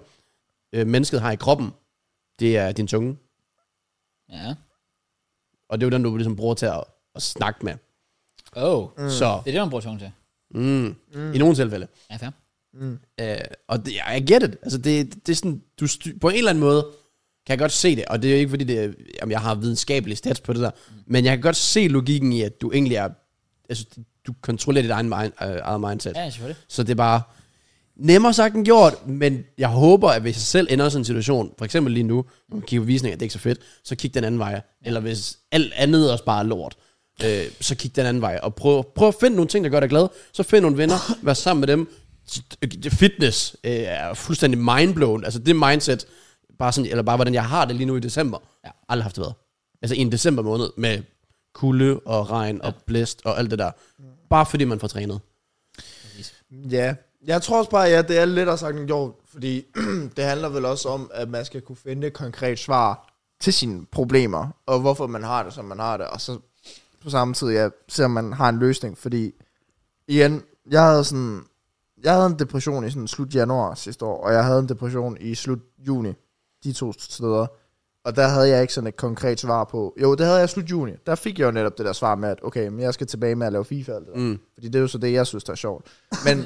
Speaker 2: øh, mennesket har i kroppen, det er din tunge.
Speaker 1: ja.
Speaker 2: Og det er jo den, du ligesom bruger til at, at snakke med.
Speaker 1: Oh,
Speaker 2: Mm. Så
Speaker 1: det er det, man bruger tungen til.
Speaker 2: mm, mm. i nogle tilfælde.
Speaker 1: Ja, fair.
Speaker 2: Øh, og det, I get it. Altså, det, det er sådan, du styr, på en eller anden måde kan jeg godt se det, og det er jo ikke fordi, det, er- jamen, jeg har videnskabelig stats på det der, men jeg kan godt se logikken i, at du egentlig er, altså, du kontrollerer dit egen mind, øh, eget mindset.
Speaker 1: Ja, selvfølgelig.
Speaker 2: Så det er bare nemmere sagt end gjort, men jeg håber, at hvis jeg selv ender i sådan en situation, for eksempel lige nu, når man kigger på visninger, det er ikke så fedt, så kig den anden vej. Eller hvis alt andet også bare er lort, øh, så kig den anden vej. Og prøv, prøv at finde nogle ting, der gør dig glad. Så find nogle venner, vær sammen med dem. Fitness øh, er fuldstændig mindblown. Altså det mindset, bare sådan, eller bare hvordan jeg har det lige nu i december,
Speaker 1: Ja.
Speaker 2: aldrig haft det været. Altså i en december måned med kulde og regn og blæst og alt det der. Bare fordi man får trænet.
Speaker 3: Ja, jeg tror også bare, at ja, det er lettere sagt end gjort, fordi det handler vel også om, at man skal kunne finde et konkret svar til sine problemer, og hvorfor man har det, som man har det, og så på samme tid, ja, ser man har en løsning, fordi igen, jeg havde sådan, jeg havde en depression i sådan slut januar sidste år, og jeg havde en depression i slut juni, de to steder, og der havde jeg ikke sådan et konkret svar på, jo, det havde jeg i slut juni, der fik jeg jo netop det der svar med, at okay, men jeg skal tilbage med at lave FIFA, eller, mm. fordi det er jo så det, jeg synes, der er sjovt, men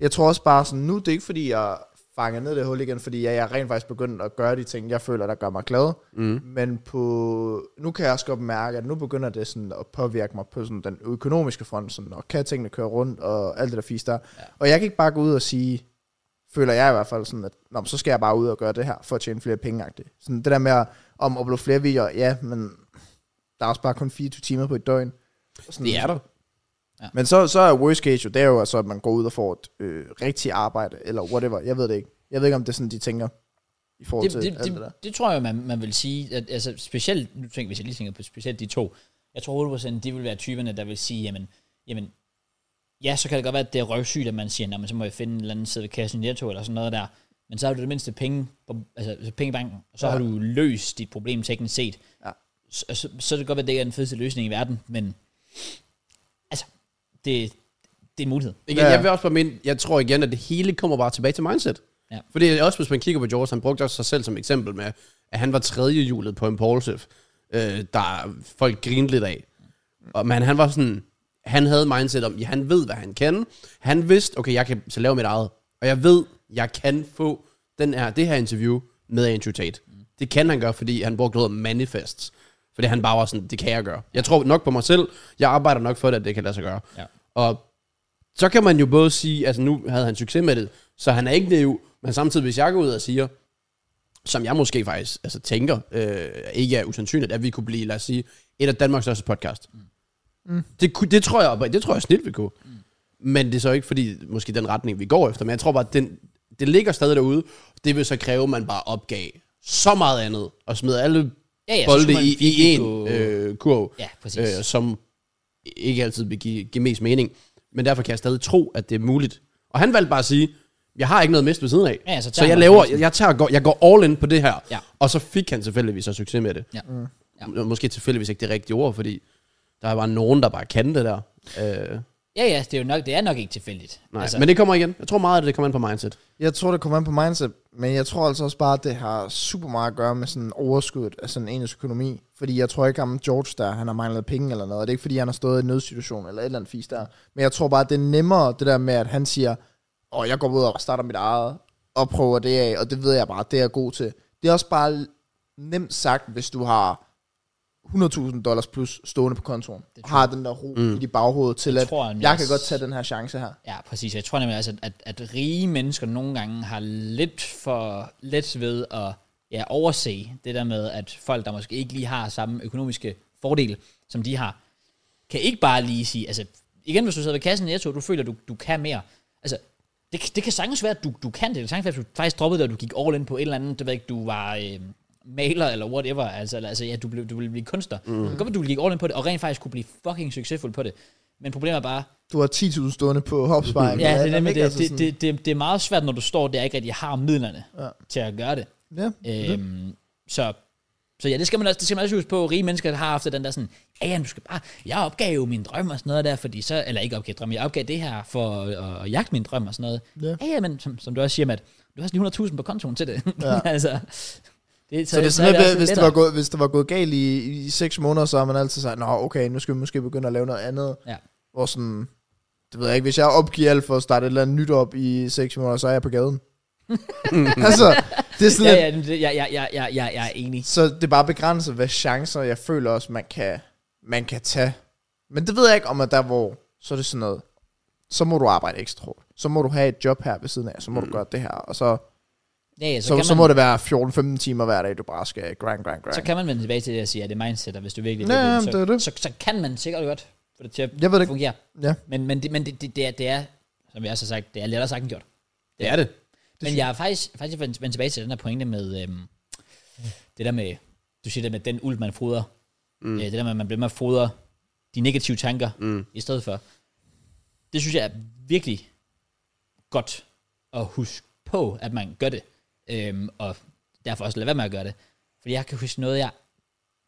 Speaker 3: jeg tror også bare sådan, nu det er ikke fordi, jeg fanger ned det hul igen, fordi jeg, jeg er rent faktisk begyndt at gøre de ting, jeg føler, der gør mig glad. Mm. Men på, nu kan jeg også godt mærke, at nu begynder det sådan at påvirke mig på sådan den økonomiske front, sådan, og kan tingene køre rundt, og alt det der fisk der. Ja. Og jeg kan ikke bare gå ud og sige, føler jeg i hvert fald sådan, at Nå, men så skal jeg bare ud og gøre det her, for at tjene flere penge. -agtigt. Sådan det der med at, om at blive flere videoer, ja, men der er også bare kun 24 timer på et døgn. Sådan,
Speaker 2: Det er der.
Speaker 1: Ja.
Speaker 3: Men så, så er worst case jo, det er jo altså, at man går ud og får et øh, rigtigt arbejde, eller whatever. Jeg ved det ikke. Jeg ved ikke, om det er sådan, de tænker i forhold
Speaker 1: det,
Speaker 3: til
Speaker 1: det,
Speaker 3: alt det,
Speaker 1: det,
Speaker 3: der.
Speaker 1: det, tror jeg, man, man vil sige, at, altså specielt, nu tænker, hvis jeg lige tænker på specielt de to, jeg tror 100% de vil være typerne, der vil sige, jamen, jamen ja, så kan det godt være, at det er røvsygt, at man siger, "Nå, men så må jeg finde en eller anden side ved kassen i Netto, eller sådan noget der, men så har du det mindste penge, på, altså altså penge i banken, og så ja. har du løst dit problem teknisk set.
Speaker 3: Ja.
Speaker 1: Så, så, så er det godt være, at det ikke er den fedeste løsning i verden, men altså, det, det er en mulighed.
Speaker 2: Igen,
Speaker 3: Ja.
Speaker 2: ja. jeg vil også bare minde, jeg tror igen, at det hele kommer bare tilbage til mindset.
Speaker 1: Ja.
Speaker 2: Fordi også hvis man kigger på George, han brugte også sig selv som eksempel med, at han var tredje hjulet på Impulsive, øh, der folk grinede lidt af. Og, men han var sådan, han havde mindset om, ja, han ved, hvad han kan. Han vidste, okay, jeg kan så lave mit eget. Og jeg ved, jeg kan få den her, det her interview med Andrew Tate. Det kan han gøre, fordi han brugte noget manifests. Fordi han bare var sådan, det kan jeg gøre. Jeg tror nok på mig selv. Jeg arbejder nok for det, at det kan lade sig gøre.
Speaker 1: Ja.
Speaker 2: Og så kan man jo både sige, altså nu havde han succes med det, så han er ikke naiv, men samtidig hvis jeg går ud og siger, som jeg måske faktisk altså, tænker, øh, ikke er usandsynligt, at vi kunne blive, lad os sige, et af Danmarks største podcast. Mm. Det, kunne- det, tror jeg, det tror jeg snit, vi kunne. Mm. Men det er så ikke fordi, måske den retning, vi går efter, men jeg tror bare, den, det ligger stadig derude. Det vil så kræve, at man bare opgav så meget andet, og smed alle
Speaker 1: Ja, ja, så
Speaker 2: bolde
Speaker 1: skulle man
Speaker 2: i, i
Speaker 1: virkelig
Speaker 2: en
Speaker 1: gå-
Speaker 2: øh, kurv
Speaker 1: Ja, præcis.
Speaker 2: øh, som ikke altid vil give, give mest mening. Men derfor kan jeg stadig tro, at det er muligt. Og han valgte bare at sige, jeg har ikke noget mist ved siden af.
Speaker 1: Ja, så
Speaker 2: så
Speaker 1: tager
Speaker 2: jeg,
Speaker 1: man
Speaker 2: laver,
Speaker 1: chancen.
Speaker 2: jeg, jeg, tager, og går, jeg går all in på det her.
Speaker 1: Ja.
Speaker 2: Og så fik han tilfældigvis så succes med det.
Speaker 1: Ja. Mm. Ja.
Speaker 2: M- Måske tilfældigvis ikke det rigtige ord, fordi der er bare nogen, der bare kan det der. Øh,
Speaker 1: Ja, ja, det er jo nok, det er nok ikke tilfældigt.
Speaker 2: nej. Altså, men det kommer igen. Jeg tror meget, at det kommer ind på mindset.
Speaker 3: Jeg tror, det kommer an på mindset, men jeg tror altså også bare, at det har super meget at gøre med sådan overskuddet af sådan ens økonomi. Fordi jeg tror ikke, at George der, han har manglet penge eller noget. Og det er ikke, fordi han har stået i en nødsituation eller et eller andet fis der. Men jeg tror bare, at det er nemmere det der med, at han siger, og jeg går ud og starter mit eget, og prøver det af, og det ved jeg bare, det er jeg god til. Det er også bare nemt sagt, hvis du har 100.000 dollars plus stående på kontoen, og har den der ro mm. i dit baghoved til,
Speaker 1: Det
Speaker 3: at
Speaker 1: tror jeg nemlig
Speaker 3: jeg kan
Speaker 1: også.
Speaker 3: godt tage den her chance her.
Speaker 1: Ja, præcis. Jeg tror nemlig altså, at, at rige mennesker nogle gange har lidt for let ved at ja, overse det der med, at folk, der måske ikke lige har samme økonomiske fordel, som de har, kan ikke bare lige sige, altså igen, hvis du sidder ved kassen i Netto, og du føler, du, du kan mere. Altså, det, kan- det kan sagtens være, at du, du kan det. Det kan sagtens være, at du faktisk droppede det, og du gik all in på et eller andet, det ved jeg ikke, du var øh, maler eller whatever, altså, eller, altså ja, du, blev, du ville blive kunstner. Mm. Det kan godt være, du gik all in på det, og rent faktisk kunne blive fucking succesfuld på det. Men problemet er bare,
Speaker 3: Du har 10.000 stående på hopsparing.
Speaker 1: Ja, det er
Speaker 3: Eller-
Speaker 1: nemlig
Speaker 3: ikke?
Speaker 1: det.
Speaker 3: Altså
Speaker 1: Det,
Speaker 3: sådan-
Speaker 1: det, det, det er meget svært, når du står der og ikke rigtig har midlerne ja. til at gøre det.
Speaker 3: Ja,
Speaker 1: Øhm, så, så ja, det skal man også, det skal man også huske på. Rige mennesker har ofte den der sådan, ja, ja, du skal bare, jeg opgav jo min drøm og sådan noget der, fordi så, eller ikke opgav drøm, jeg opgav det her for at, at jagte min drøm og sådan noget. Ja, ja, men som, som du også siger, Matt, du har sådan lige 100.000 på kontoen til det. Ja. altså, det,
Speaker 3: så det er sådan
Speaker 1: også
Speaker 3: lidt, hvis det,
Speaker 1: lettere.
Speaker 3: var gået, hvis det var gået galt i, i seks måneder, så har man altid sagt, nå okay, nu skal vi måske begynde at lave noget andet.
Speaker 1: Ja.
Speaker 3: Hvor sådan, det ved jeg ikke, hvis jeg opgiver alt for at starte et eller andet nyt op i seks måneder, så er jeg på gaden. altså, det er sådan
Speaker 1: Ja, ja,
Speaker 3: ja, ja.
Speaker 1: det- ja, ja, ja, ja, ja, jeg er enig.
Speaker 3: så det er bare begrænset, hvad chancer jeg føler også, man kan, man kan tage. Men det ved jeg ikke, om at der hvor, så er det sådan noget, så må du arbejde ekstra hårdt. Så må du have et job her ved siden af, så må mm. du gøre det her, og så,
Speaker 1: Ja, ja, så,
Speaker 3: så,
Speaker 1: kan man,
Speaker 3: så, så må det være 14-15 timer hver dag, du bare skal grind, grind, grind.
Speaker 1: Så kan man vende tilbage til det og sige, at det er mindset, og hvis du virkelig
Speaker 3: Ja,
Speaker 1: vil
Speaker 3: jamen,
Speaker 1: så,
Speaker 3: det er det.
Speaker 1: Så, så, kan man sikkert godt få det til at
Speaker 3: Jeg ved det ikke.
Speaker 1: fungere.
Speaker 3: Ja.
Speaker 1: Men, men, det, men det, det, det, er, det er, som jeg også har sagt, det er lettere sagt end gjort.
Speaker 2: Det er det.
Speaker 1: Men jeg er faktisk, faktisk vendt vendt tilbage til den her pointe med, øhm, det der med, du siger det med den ulv, man fodrer. Mm. Øh, det der med, at man bliver med at fodre de negative tanker mm. i stedet for. Det synes jeg er virkelig godt at huske på, at man gør det. Øhm, og derfor også lade være med at gøre det. Fordi jeg kan huske noget, jeg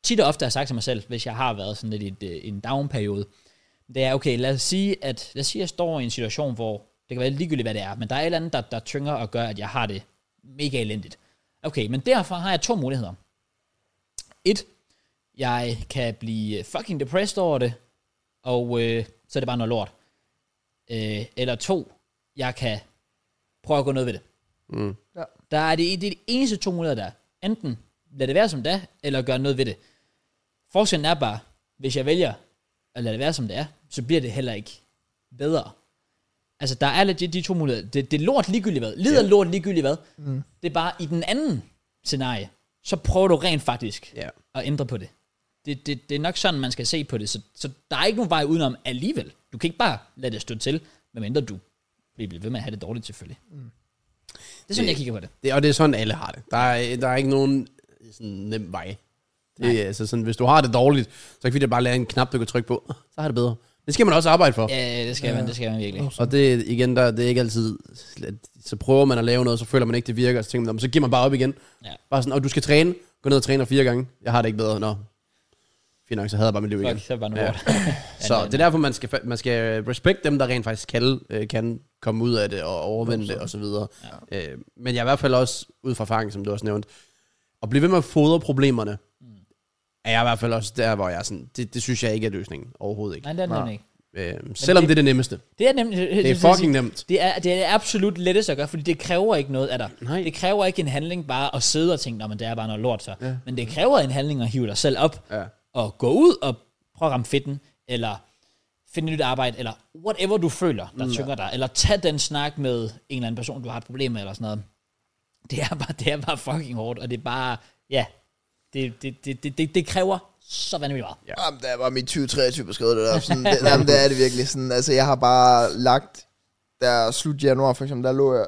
Speaker 1: tit og ofte har sagt til mig selv, hvis jeg har været sådan lidt i et, øh, en down-periode, det er, okay, lad os sige, at lad os sige, at jeg står i en situation, hvor det kan være ligegyldigt, hvad det er, men der er et eller andet, der, der tynger og gør, at jeg har det mega elendigt. Okay, men derfor har jeg to muligheder. Et, jeg kan blive fucking depressed over det, og øh, så er det bare noget lort. Øh, eller to, jeg kan prøve at gå noget ved det. Mm.
Speaker 3: Ja.
Speaker 1: Der er det, det er de eneste to muligheder, der er. Enten lad det være som det er, eller gøre noget ved det. Forskellen er bare, hvis jeg vælger at lade det være som det er, så bliver det heller ikke bedre. Altså, der er legit de to muligheder. Det, det er lort ligegyldigt hvad. Lider lort ligegyldigt hvad. Mm. Det er bare i den anden scenarie, så prøver du rent faktisk
Speaker 2: Ja.
Speaker 1: at ændre på det. Det, det. det er nok sådan, man skal se på det. Så, så der er ikke nogen vej udenom alligevel. Du kan ikke bare lade det stå til, medmindre du bliver bliver ved med at have det dårligt selvfølgelig. Mm. Det er sådan,
Speaker 2: Det-
Speaker 1: det, jeg kigger på det.
Speaker 2: Det, og det er sådan, alle har det. Der er, der er ikke nogen sådan, nem vej. Det, er altså sådan, hvis du har det dårligt, så kan vi da bare lade en knap, du kan trykke på. Så har det bedre. Det skal man også arbejde for.
Speaker 1: Ja, det skal man, det skal man virkelig.
Speaker 2: Og det er- igen, der, det er ikke altid, så prøver man at lave noget, så føler man ikke, det virker, og så tænker man, "Nå, men så giver man bare op igen.
Speaker 1: Ja.
Speaker 2: Bare sådan, og du skal træne, gå ned og træne fire gange, jeg har det ikke bedre, nå. Fint nok, så havde jeg bare mit liv igen.
Speaker 1: Fuck, så er det bare noget
Speaker 2: Ja.
Speaker 1: ja.
Speaker 2: Så det er derfor, man skal, fa- man skal respekt dem, der rent faktisk kan, øh, kan komme ud af det og overvinde det og så videre. Ja. Øh, men jeg er i hvert fald også, ud fra erfaring, som du også nævnte, at blive ved med at fodre problemerne,
Speaker 1: Mm.
Speaker 2: er jeg i hvert fald også der, hvor jeg er sådan, det, det synes jeg ikke er løsningen overhovedet ikke.
Speaker 1: Nej, det er det nemlig ikke.
Speaker 2: Øh, selvom det, det er det nemmeste.
Speaker 1: Det er nemlig...
Speaker 2: Det er fucking nemt.
Speaker 1: Det er, det er absolut lettest at gøre, fordi det kræver ikke noget af dig.
Speaker 2: Nej.
Speaker 1: Det kræver ikke en handling bare at sidde og tænke, "Nå, men det er bare noget lort så. Ja. Men det kræver en handling at hive dig selv op,
Speaker 2: Ja.
Speaker 1: og gå ud og prøve at ramme fitten, eller finde et nyt arbejde, eller whatever du føler,
Speaker 2: Mm,
Speaker 1: der tynger dig, eller tag den snak med en eller anden person, du har et problem med, eller sådan noget. Det er bare, det er bare fucking hårdt, og det er bare, ja, det, det, det, det, det, det kræver så vanvittigt meget.
Speaker 2: Ja.
Speaker 3: Jamen, der var mit 2023 beskrevet det der. Sådan, det, jamen, det er det virkelig. Sådan, altså, jeg har bare lagt, der slut januar for eksempel, der lå jeg,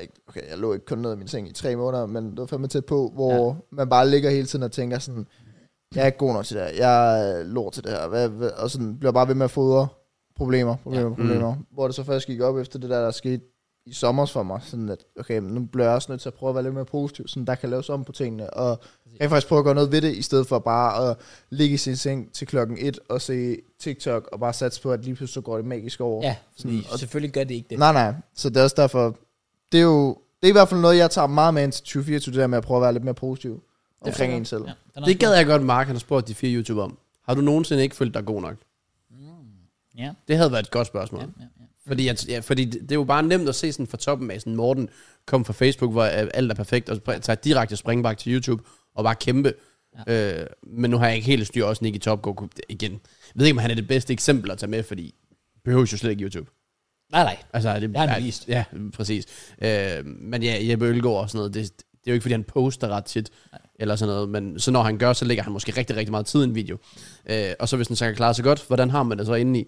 Speaker 3: ikke- okay, jeg lå ikke kun ned i min seng i tre måneder, men det var fandme tæt på, hvor ja. man bare ligger hele tiden og tænker sådan, jeg er ikke god nok til det her, jeg er lort til det her, hvad, hvad, og sådan bliver bare ved med at fodre problemer, problemer, ja. problemer. Mm. Hvor det så først gik op efter det der, der skete i sommer for mig, sådan at, okay, men nu bliver jeg også nødt til at prøve at være lidt mere positiv, sådan der kan laves om på tingene, og rent faktisk prøve at gøre noget ved det, i stedet for bare at ligge i sin seng til klokken 1 og se TikTok, og bare satse på, at lige pludselig så går det magisk over.
Speaker 1: Ja, fordi selvfølgelig gør det ikke det.
Speaker 3: Nej, nej. Så det er også derfor, det er jo, det er i hvert fald noget, jeg tager meget med ind til 2024, det der med at prøve at være lidt mere positiv omkring en selv.
Speaker 1: Ja, den er
Speaker 2: Det
Speaker 1: også
Speaker 2: gad jeg godt, Mark han har spurgt de fire YouTubere om. Har du nogensinde ikke følt dig god nok?
Speaker 1: god. Ja,
Speaker 2: Det havde været et godt spørgsmål.
Speaker 1: ja,
Speaker 2: Ja.
Speaker 1: ja, ja.
Speaker 2: Fordi, at, ja, fordi det det er jo bare nemt at se sådan fra toppen af, sådan Morten kom fra Facebook, hvor øh, alt er perfekt, og så pr- tager direkte springbak til YouTube, og bare kæmpe. Ja. Øh, men nu har jeg ikke helt styr, også Nicky Topgaard kunne- igen. Jeg ved ikke, om han er det bedste eksempel at tage med, fordi behøver jo slet ikke YouTube.
Speaker 1: Nej, nej.
Speaker 2: Altså, det,
Speaker 1: har han vist.
Speaker 2: Ja, præcis. Øh, men ja, Jeppe Ølgaard og sådan noget, det, det er jo ikke, fordi han poster ret tit, eller sådan noget, men så når han gør, så lægger han måske rigtig, rigtig meget tid i en video. Øh, og så hvis den så kan klare sig godt, hvordan har man det så indeni?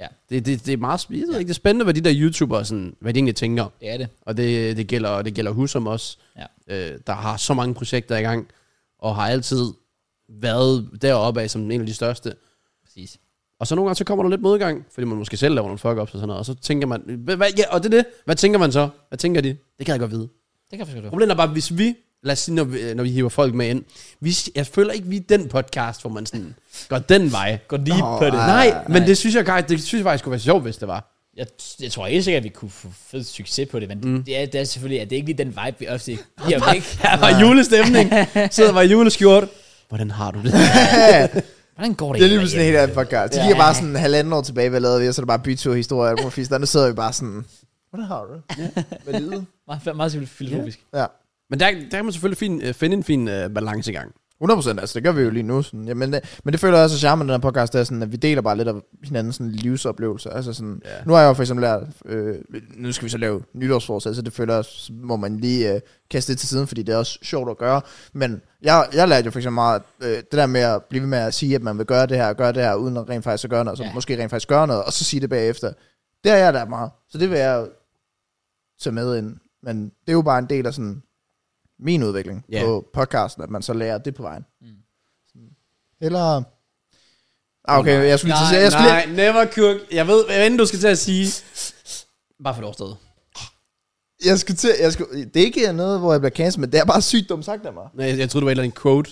Speaker 1: Ja,
Speaker 2: Det, det, det er meget spændende, ja. ikke? Det er spændende, hvad de der YouTubere, sådan, hvad de egentlig tænker.
Speaker 1: det er det.
Speaker 2: Og det, det gælder, det gælder Husum også,
Speaker 1: Ja.
Speaker 2: øh, der har så mange projekter i gang, og har altid været deroppe af som en af de største.
Speaker 1: Præcis.
Speaker 2: Og så nogle gange, så kommer der lidt modgang, fordi man måske selv laver nogle fuck-ups og sådan noget, og så tænker man, hvad, hvad, ja, og det er det, hvad tænker man så? Hvad tænker de? Det kan jeg godt vide.
Speaker 1: Det kan jeg forstå.
Speaker 2: Problemet er bare, hvis vi, lad os sige, når vi, når vi hiver folk med ind, hvis, jeg føler ikke, vi er den podcast, hvor man sådan går den vej.
Speaker 1: Gå lige
Speaker 3: Nå,
Speaker 1: på det.
Speaker 2: Nej, men det synes jeg, faktisk- det synes jeg faktisk kunne være sjovt, hvis det var.
Speaker 1: Jeg, jeg tror helt sikkert, at vi kunne få fed succes på det, men mm. det, er, det er selvfølgelig, at det er ikke lige den vibe, vi ofte giver væk.
Speaker 2: Der
Speaker 1: Ah.
Speaker 2: var julestemning. Sidder var i juleskjort. Hvordan har du det?
Speaker 1: Hvordan går det?
Speaker 3: Det er lige
Speaker 1: egentlig
Speaker 3: pludselig en helt anden podcast. De
Speaker 1: Ja.
Speaker 3: kigger bare sådan halvanden år tilbage, hvad lavede vi, og så er det bare bytur-historie, og fisk, der nu sidder vi bare sådan, hvordan har du det? Med livet?
Speaker 1: Meget, meget simpelt filosofisk.
Speaker 3: Ja.
Speaker 2: Men der, der kan man selvfølgelig fin, øh, finde en fin øh, balancegang.
Speaker 3: 100 procent, altså det gør vi jo lige nu. Sådan. Ja, men, det, men det føler jeg også er charmen i den her podcast, det er sådan, at vi deler bare lidt af hinandens sådan, livsoplevelser. Altså sådan,
Speaker 2: Ja.
Speaker 3: Nu har jeg jo for eksempel lært, øh, nu skal vi så lave nytårsforsæt, så det føler jeg, også, må man lige øh, kaste det til siden, fordi det er også sjovt at gøre. Men jeg, jeg lærte jo for eksempel meget, øh, det der med at blive ved med at sige, at man vil gøre det her, og gøre det her, uden at rent faktisk at gøre noget, så
Speaker 1: Ja.
Speaker 3: ja. måske rent faktisk gøre noget, og så sige det bagefter. Det har jeg lært meget, så det vil jeg jo tage med ind. Men det er jo bare en del af sådan min udvikling
Speaker 2: Ja.
Speaker 3: yeah. på podcasten, at man så lærer det på vejen. Mm. Eller... Ah, okay, jeg skulle lige til at sige, jeg skulle
Speaker 2: Nej,
Speaker 3: lige-
Speaker 2: never cook. Jeg ved, hvad end du skal til at sige. Bare for det overstået.
Speaker 3: Jeg skulle til, jeg skulle, det er ikke noget, hvor jeg bliver cancelled, men det er bare sygt dumt sagt af mig.
Speaker 2: Nej, jeg, jeg troede, det var et eller andet quote.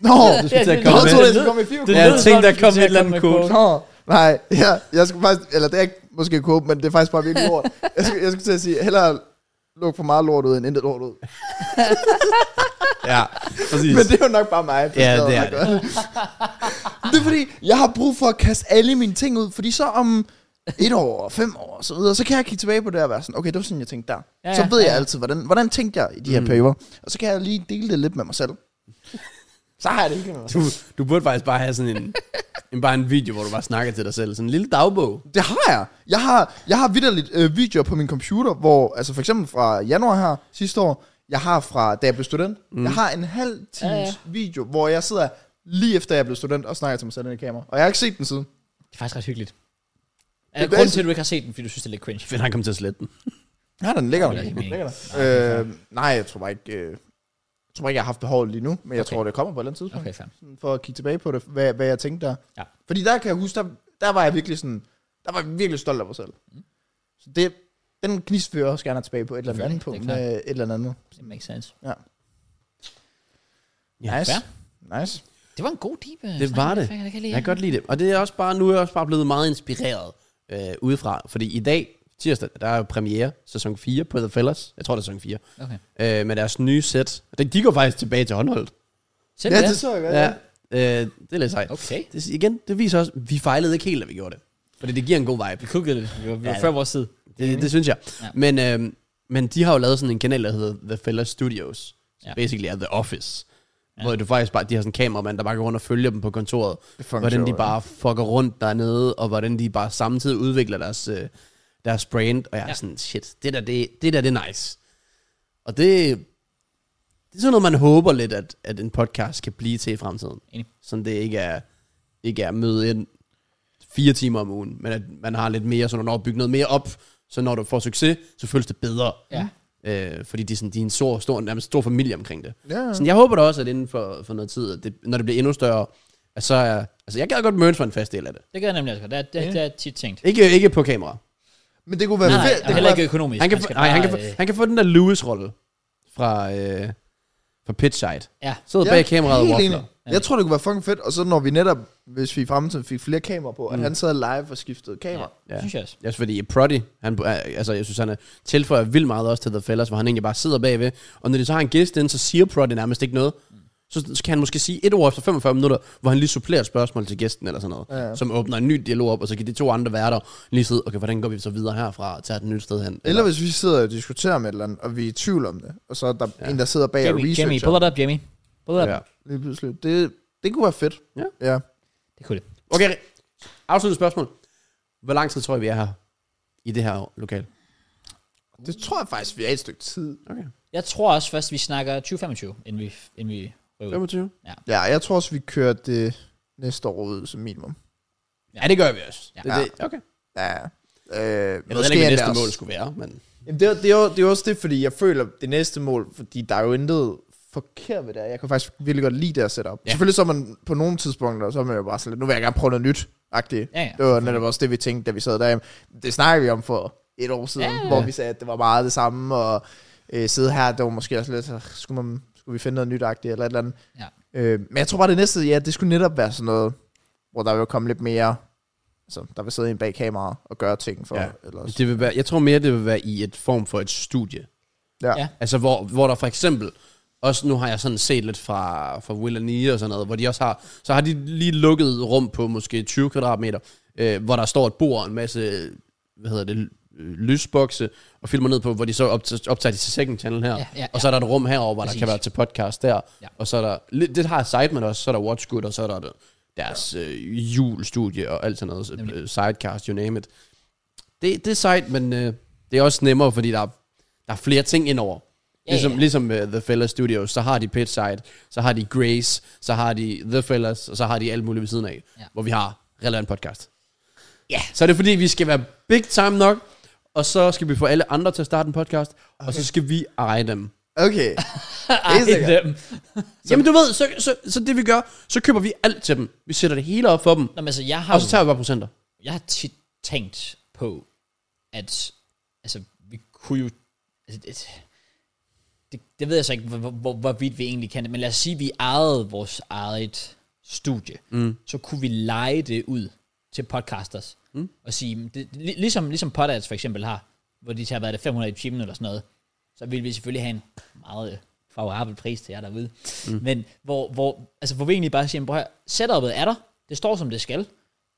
Speaker 3: Nå,
Speaker 2: Du skulle til at
Speaker 1: Kom
Speaker 2: komme
Speaker 3: Nå, jeg
Speaker 1: med.
Speaker 3: troede,
Speaker 2: med.
Speaker 3: jeg skulle komme i fire
Speaker 1: Det
Speaker 2: Jeg
Speaker 1: lyder som
Speaker 2: tænkte,
Speaker 1: om,
Speaker 2: der
Speaker 1: du
Speaker 2: kom
Speaker 1: skulle
Speaker 2: et
Speaker 1: til
Speaker 2: eller
Speaker 1: at
Speaker 2: andet
Speaker 1: komme med
Speaker 2: quote.
Speaker 3: Nå, nej, ja, jeg skulle faktisk, eller det er ikke måske kåbe, men det er faktisk bare virkelig lort. Jeg skulle, jeg skulle til at sige, hellere lukke for meget lort ud, end intet lort ud.
Speaker 2: Ja, præcis.
Speaker 3: Men det er jo nok bare mig. der
Speaker 2: Ja,
Speaker 3: sidder
Speaker 2: det er
Speaker 3: og gør det er fordi, jeg har brug for at kaste alle mine ting ud, fordi så om et år og fem år og så videre, så kan jeg kigge tilbage på det og være sådan, okay, det var sådan, jeg tænkte der.
Speaker 1: Ja,
Speaker 3: Ja, så
Speaker 1: ja,
Speaker 3: ved
Speaker 1: ja,
Speaker 3: jeg
Speaker 1: ja.
Speaker 3: altid, hvordan, hvordan tænkte jeg i
Speaker 2: Mm.
Speaker 3: de her perioder. Og så kan jeg lige dele det lidt med mig selv. Så har jeg det ikke med mig selv.
Speaker 2: Du, du burde faktisk bare have sådan en, en, bare en video, hvor du bare snakker til dig selv. Sådan en lille dagbog.
Speaker 3: Det har jeg. Jeg har, jeg har vidderligt øh, videoer på min computer, hvor, altså for eksempel fra januar her sidste år, jeg har fra, da jeg blev student, mm. jeg har en halv times
Speaker 1: Ja,
Speaker 3: ja,
Speaker 1: ja.
Speaker 3: ja. video, hvor jeg sidder lige efter jeg blev student og snakker til mig selv ind i kamera. Og jeg har ikke set den siden.
Speaker 1: Det er faktisk ret hyggeligt. Er det grunden til, at du ikke har set den, fordi du synes, det er lidt cringe?
Speaker 2: Fedt, han kom til at slette den.
Speaker 3: Nej, den ligger
Speaker 1: Det er
Speaker 3: der.
Speaker 1: helt meningen.
Speaker 3: Øh, nej, jeg tror bare ikke, øh, jeg tror ikke, jeg har haft behovet lige nu, men jeg
Speaker 1: Okay.
Speaker 3: tror, det kommer på et eller andet tidspunkt.
Speaker 1: Okay, fair.
Speaker 3: sådan, for at kigge tilbage på det, hvad, hvad jeg tænkte der.
Speaker 1: Ja.
Speaker 3: Fordi der kan jeg huske, der, der var jeg virkelig sådan, der var jeg virkelig stolt af mig selv.
Speaker 1: Mm.
Speaker 3: Så det, den gnist vil jeg også gerne have tilbage på et eller andet andet
Speaker 1: Selvfølgelig,
Speaker 3: punkt,
Speaker 1: det er
Speaker 3: med et eller andet.
Speaker 1: It makes sense.
Speaker 2: Ja,
Speaker 3: nice.
Speaker 1: fair.
Speaker 3: Nice.
Speaker 1: Det var en god deep. øh,
Speaker 2: Det
Speaker 1: snak,
Speaker 2: var det.
Speaker 1: Frank. Jeg kan lide
Speaker 2: Jeg kan godt lide det. Og det er også bare, nu er jeg også bare blevet meget inspireret øh, udefra. Fordi i dag, tirsdag, der er jo premiere, sæson 4 på The Fellas. Jeg tror, det er sæson 4.
Speaker 1: Okay.
Speaker 2: Øh, med deres nye sæt. De, de går faktisk tilbage til håndholdt.
Speaker 1: Selv ja, det.
Speaker 3: så jeg
Speaker 2: Ja. Øh, det er lidt sejt.
Speaker 1: Okay.
Speaker 2: Det, igen, det viser også, vi fejlede ikke helt, da vi gjorde det. Fordi det giver en god vibe.
Speaker 1: Vi kuggede det. Vi var, vi var
Speaker 2: Ja,
Speaker 1: før vores tid.
Speaker 2: Det, det synes jeg.
Speaker 1: Ja.
Speaker 2: Ja. Men, øh, men de har jo lavet sådan en kanal, der hedder The Fellas Studios.
Speaker 1: Ja.
Speaker 2: Ja. Basically er The Office.
Speaker 1: Ja.
Speaker 2: Ja. Hvor du faktisk bare, de har sådan en kameramand, der bare går rundt og følger dem på kontoret.
Speaker 3: fucking
Speaker 2: Hvordan de
Speaker 3: sjovt,
Speaker 2: bare fucker rundt dernede, og hvordan de bare samtidig udvikler deres, øh, deres brand. Og jeg er
Speaker 1: Ja.
Speaker 2: ja. sådan, shit, det der det, det der, det er nice. Og det, det er sådan noget, man håber lidt, at, at en podcast kan blive til i fremtiden.
Speaker 1: Enig.
Speaker 2: Sådan det ikke er, ikke er møde ind fire timer om ugen, men at man har lidt mere, så når du når at bygge noget mere op, så når du får succes, så føles det bedre.
Speaker 1: Ja.
Speaker 2: Øh, fordi de er, sådan, de er en stor, stor, nærmest stor familie omkring det.
Speaker 3: Ja.
Speaker 2: Sådan, jeg håber da også, at inden for, for noget tid, at det, når det bliver endnu større, at så er... Altså, jeg gad godt Mørns for en fast del af det.
Speaker 1: Det gør jeg nemlig også godt. Det, er- det, det er tit tænkt.
Speaker 2: Ikke, ikke på kamera.
Speaker 3: Men det kunne være
Speaker 1: Nej, nej,
Speaker 3: fedt.
Speaker 1: og
Speaker 3: Det kunne
Speaker 1: heller
Speaker 3: være,
Speaker 1: ikke økonomisk.
Speaker 2: Han kan,
Speaker 1: Man
Speaker 2: få,
Speaker 1: skal
Speaker 2: nej, han, kan
Speaker 1: bare,
Speaker 2: få,
Speaker 1: øh,
Speaker 2: han kan få den der Lewis-rolle fra, øh, fra Pitchside.
Speaker 1: Ja.
Speaker 2: Sidder
Speaker 3: Ja,
Speaker 2: bag kameraet og
Speaker 3: helt
Speaker 2: waffler.
Speaker 3: enig. jeg tror, det kunne være fucking fedt. Og så når vi netop, hvis vi i fremtiden fik flere kameraer på,
Speaker 1: Mm.
Speaker 3: at han sad live og skiftede
Speaker 1: Ja,
Speaker 3: kamera.
Speaker 1: det synes jeg også.
Speaker 2: Ja, fordi Prodi, han, altså jeg synes, han er, tilføjer vildt meget også til The Fellas, hvor han egentlig bare sidder bagved. Og når de så har en gæst ind, så siger Prodi nærmest ikke noget. Så skal han måske sige et ord efter 45 minutter, hvor han lige supplerer et spørgsmål til gæsten eller sådan noget.
Speaker 3: Ja.
Speaker 2: Ja. Som åbner en ny dialog op, og så kan de to andre værter lige sidde, okay, hvordan går vi så videre herfra og tager den nyt sted hen?
Speaker 3: Eller hvis vi sidder og diskuterer med et eller andet, og vi er i tvivl om det, og så er der ja. en, der sidder bag og
Speaker 1: Jamie, Jamie, pull
Speaker 3: researcher
Speaker 1: it up, Jamie. Pull it up.
Speaker 2: ja.
Speaker 3: lige pludselig. Det, det kunne være fedt.
Speaker 2: Ja.
Speaker 3: ja.
Speaker 1: Det kunne det.
Speaker 2: Okay, afsluttende spørgsmål. Hvor lang tid tror I, vi er her i det her lokal?
Speaker 3: Det tror jeg faktisk, vi er i et stykke tid.
Speaker 2: Okay.
Speaker 1: Jeg tror også først, vi snakker 2025, inden vi, inden vi ryger ud.
Speaker 2: 25?
Speaker 3: Ja, jeg tror også, vi kører det næste år ud som minimum.
Speaker 2: Ja, det gør vi også.
Speaker 1: Ja.
Speaker 2: Det, det, okay.
Speaker 3: Ja. Øh,
Speaker 2: Jeg ved heller ikke, hvad
Speaker 3: endda
Speaker 2: næste
Speaker 3: også-
Speaker 2: mål skulle være, men...
Speaker 3: Jamen, det, er, det, er, jo- det er også det, fordi jeg føler, det næste mål, fordi der er jo intet forkert ved det. her. Jeg kan faktisk virkelig godt lide det at sætte op. Ja.
Speaker 2: Ja.
Speaker 3: Selvfølgelig så er man på nogle tidspunkter, så er man jo bare sådan lidt, nu vil jeg gerne prøve noget nyt. -agtigt.
Speaker 1: Ja, ja.
Speaker 3: Det var netop også det, vi tænkte, da vi sad derhjemme. Det snakkede vi om for et år siden,
Speaker 1: Ja,
Speaker 3: ja,
Speaker 1: ja.
Speaker 3: ja. hvor vi sagde, at det var meget det samme, og øh, sidde her, det var måske også lidt, så skulle, man, skulle vi finde noget nyt -agtigt, eller et eller andet.
Speaker 1: Ja.
Speaker 3: Øh, men jeg tror bare, det næste, ja, det skulle netop være sådan noget, hvor der vil komme lidt mere, altså, der vil sidde en bag kameraet og gøre ting for, ja.
Speaker 2: Ja.
Speaker 3: ellers.
Speaker 2: Det vil være, jeg tror mere, det vil være i et form for et studie.
Speaker 3: Ja.
Speaker 1: Ja.
Speaker 3: ja.
Speaker 2: Altså, hvor, hvor der for eksempel, også nu har jeg sådan set lidt fra, fra Will Nia og sådan noget, hvor de også har, så har de lige lukket rum på måske 20 kvadratmeter, øh, hvor der står et bord og en masse, hvad hedder det, l- øh, lysbokse, og filmer ned på, hvor de så opt- optager de til second channel her,
Speaker 1: Ja, ja,
Speaker 2: og så er der et rum herover, hvor
Speaker 1: Præcis.
Speaker 2: der kan være til podcast der,
Speaker 1: Ja.
Speaker 2: og så er der, lidt- det har Sideman også, så er der Watch Good, og så er der det- deres øh, julestudie og alt sådan noget,
Speaker 1: Nemlig.
Speaker 2: øh, sidecast, you name it. Det, det er sejt, men øh, det er også nemmere, fordi der er, der er flere ting indover.
Speaker 1: Ja,
Speaker 2: Ja, ligesom
Speaker 1: ja.
Speaker 2: ja. ligesom uh, The Fellas Studios, så har de Pitchside, så har de Grace, så har de The Fellas, og så har de alt muligt ved siden af,
Speaker 1: Ja.
Speaker 2: ja. hvor vi har relevant podcast.
Speaker 1: Ja.
Speaker 2: Så er det fordi, vi skal være big time nok, og så skal vi få alle andre til at starte en podcast, okay. og så skal vi eje dem.
Speaker 3: Okay.
Speaker 1: Ah,
Speaker 3: Helt sikkert.
Speaker 1: dem.
Speaker 2: Så. Jamen du ved, så, så, så det vi gør, så køber vi alt til dem. Vi sætter det hele op for dem,
Speaker 1: Nå, men altså, jeg har,
Speaker 2: og så tager vi bare procenter.
Speaker 1: jeg har tit tænkt på, at altså, vi kunne jo... Altså, det, det, det ved jeg så ikke, hvor, hvor, hvor, hvorvidt vi egentlig kan det, men lad os sige, at vi ejede vores eget studie. Mm. Så kunne vi lege det ud til podcasters, mm. og sige, "Men det, lig- ligesom, ligesom Podads for eksempel har, hvor de tager, hvad er det, 500 i timen eller sådan noget, så vil vi selvfølgelig have en meget øh, favorabel pris til jer derude. Mm. Men hvor, hvor, altså, hvor vi egentlig bare siger, "Men prøv at høre, setupet er der, det står som det skal,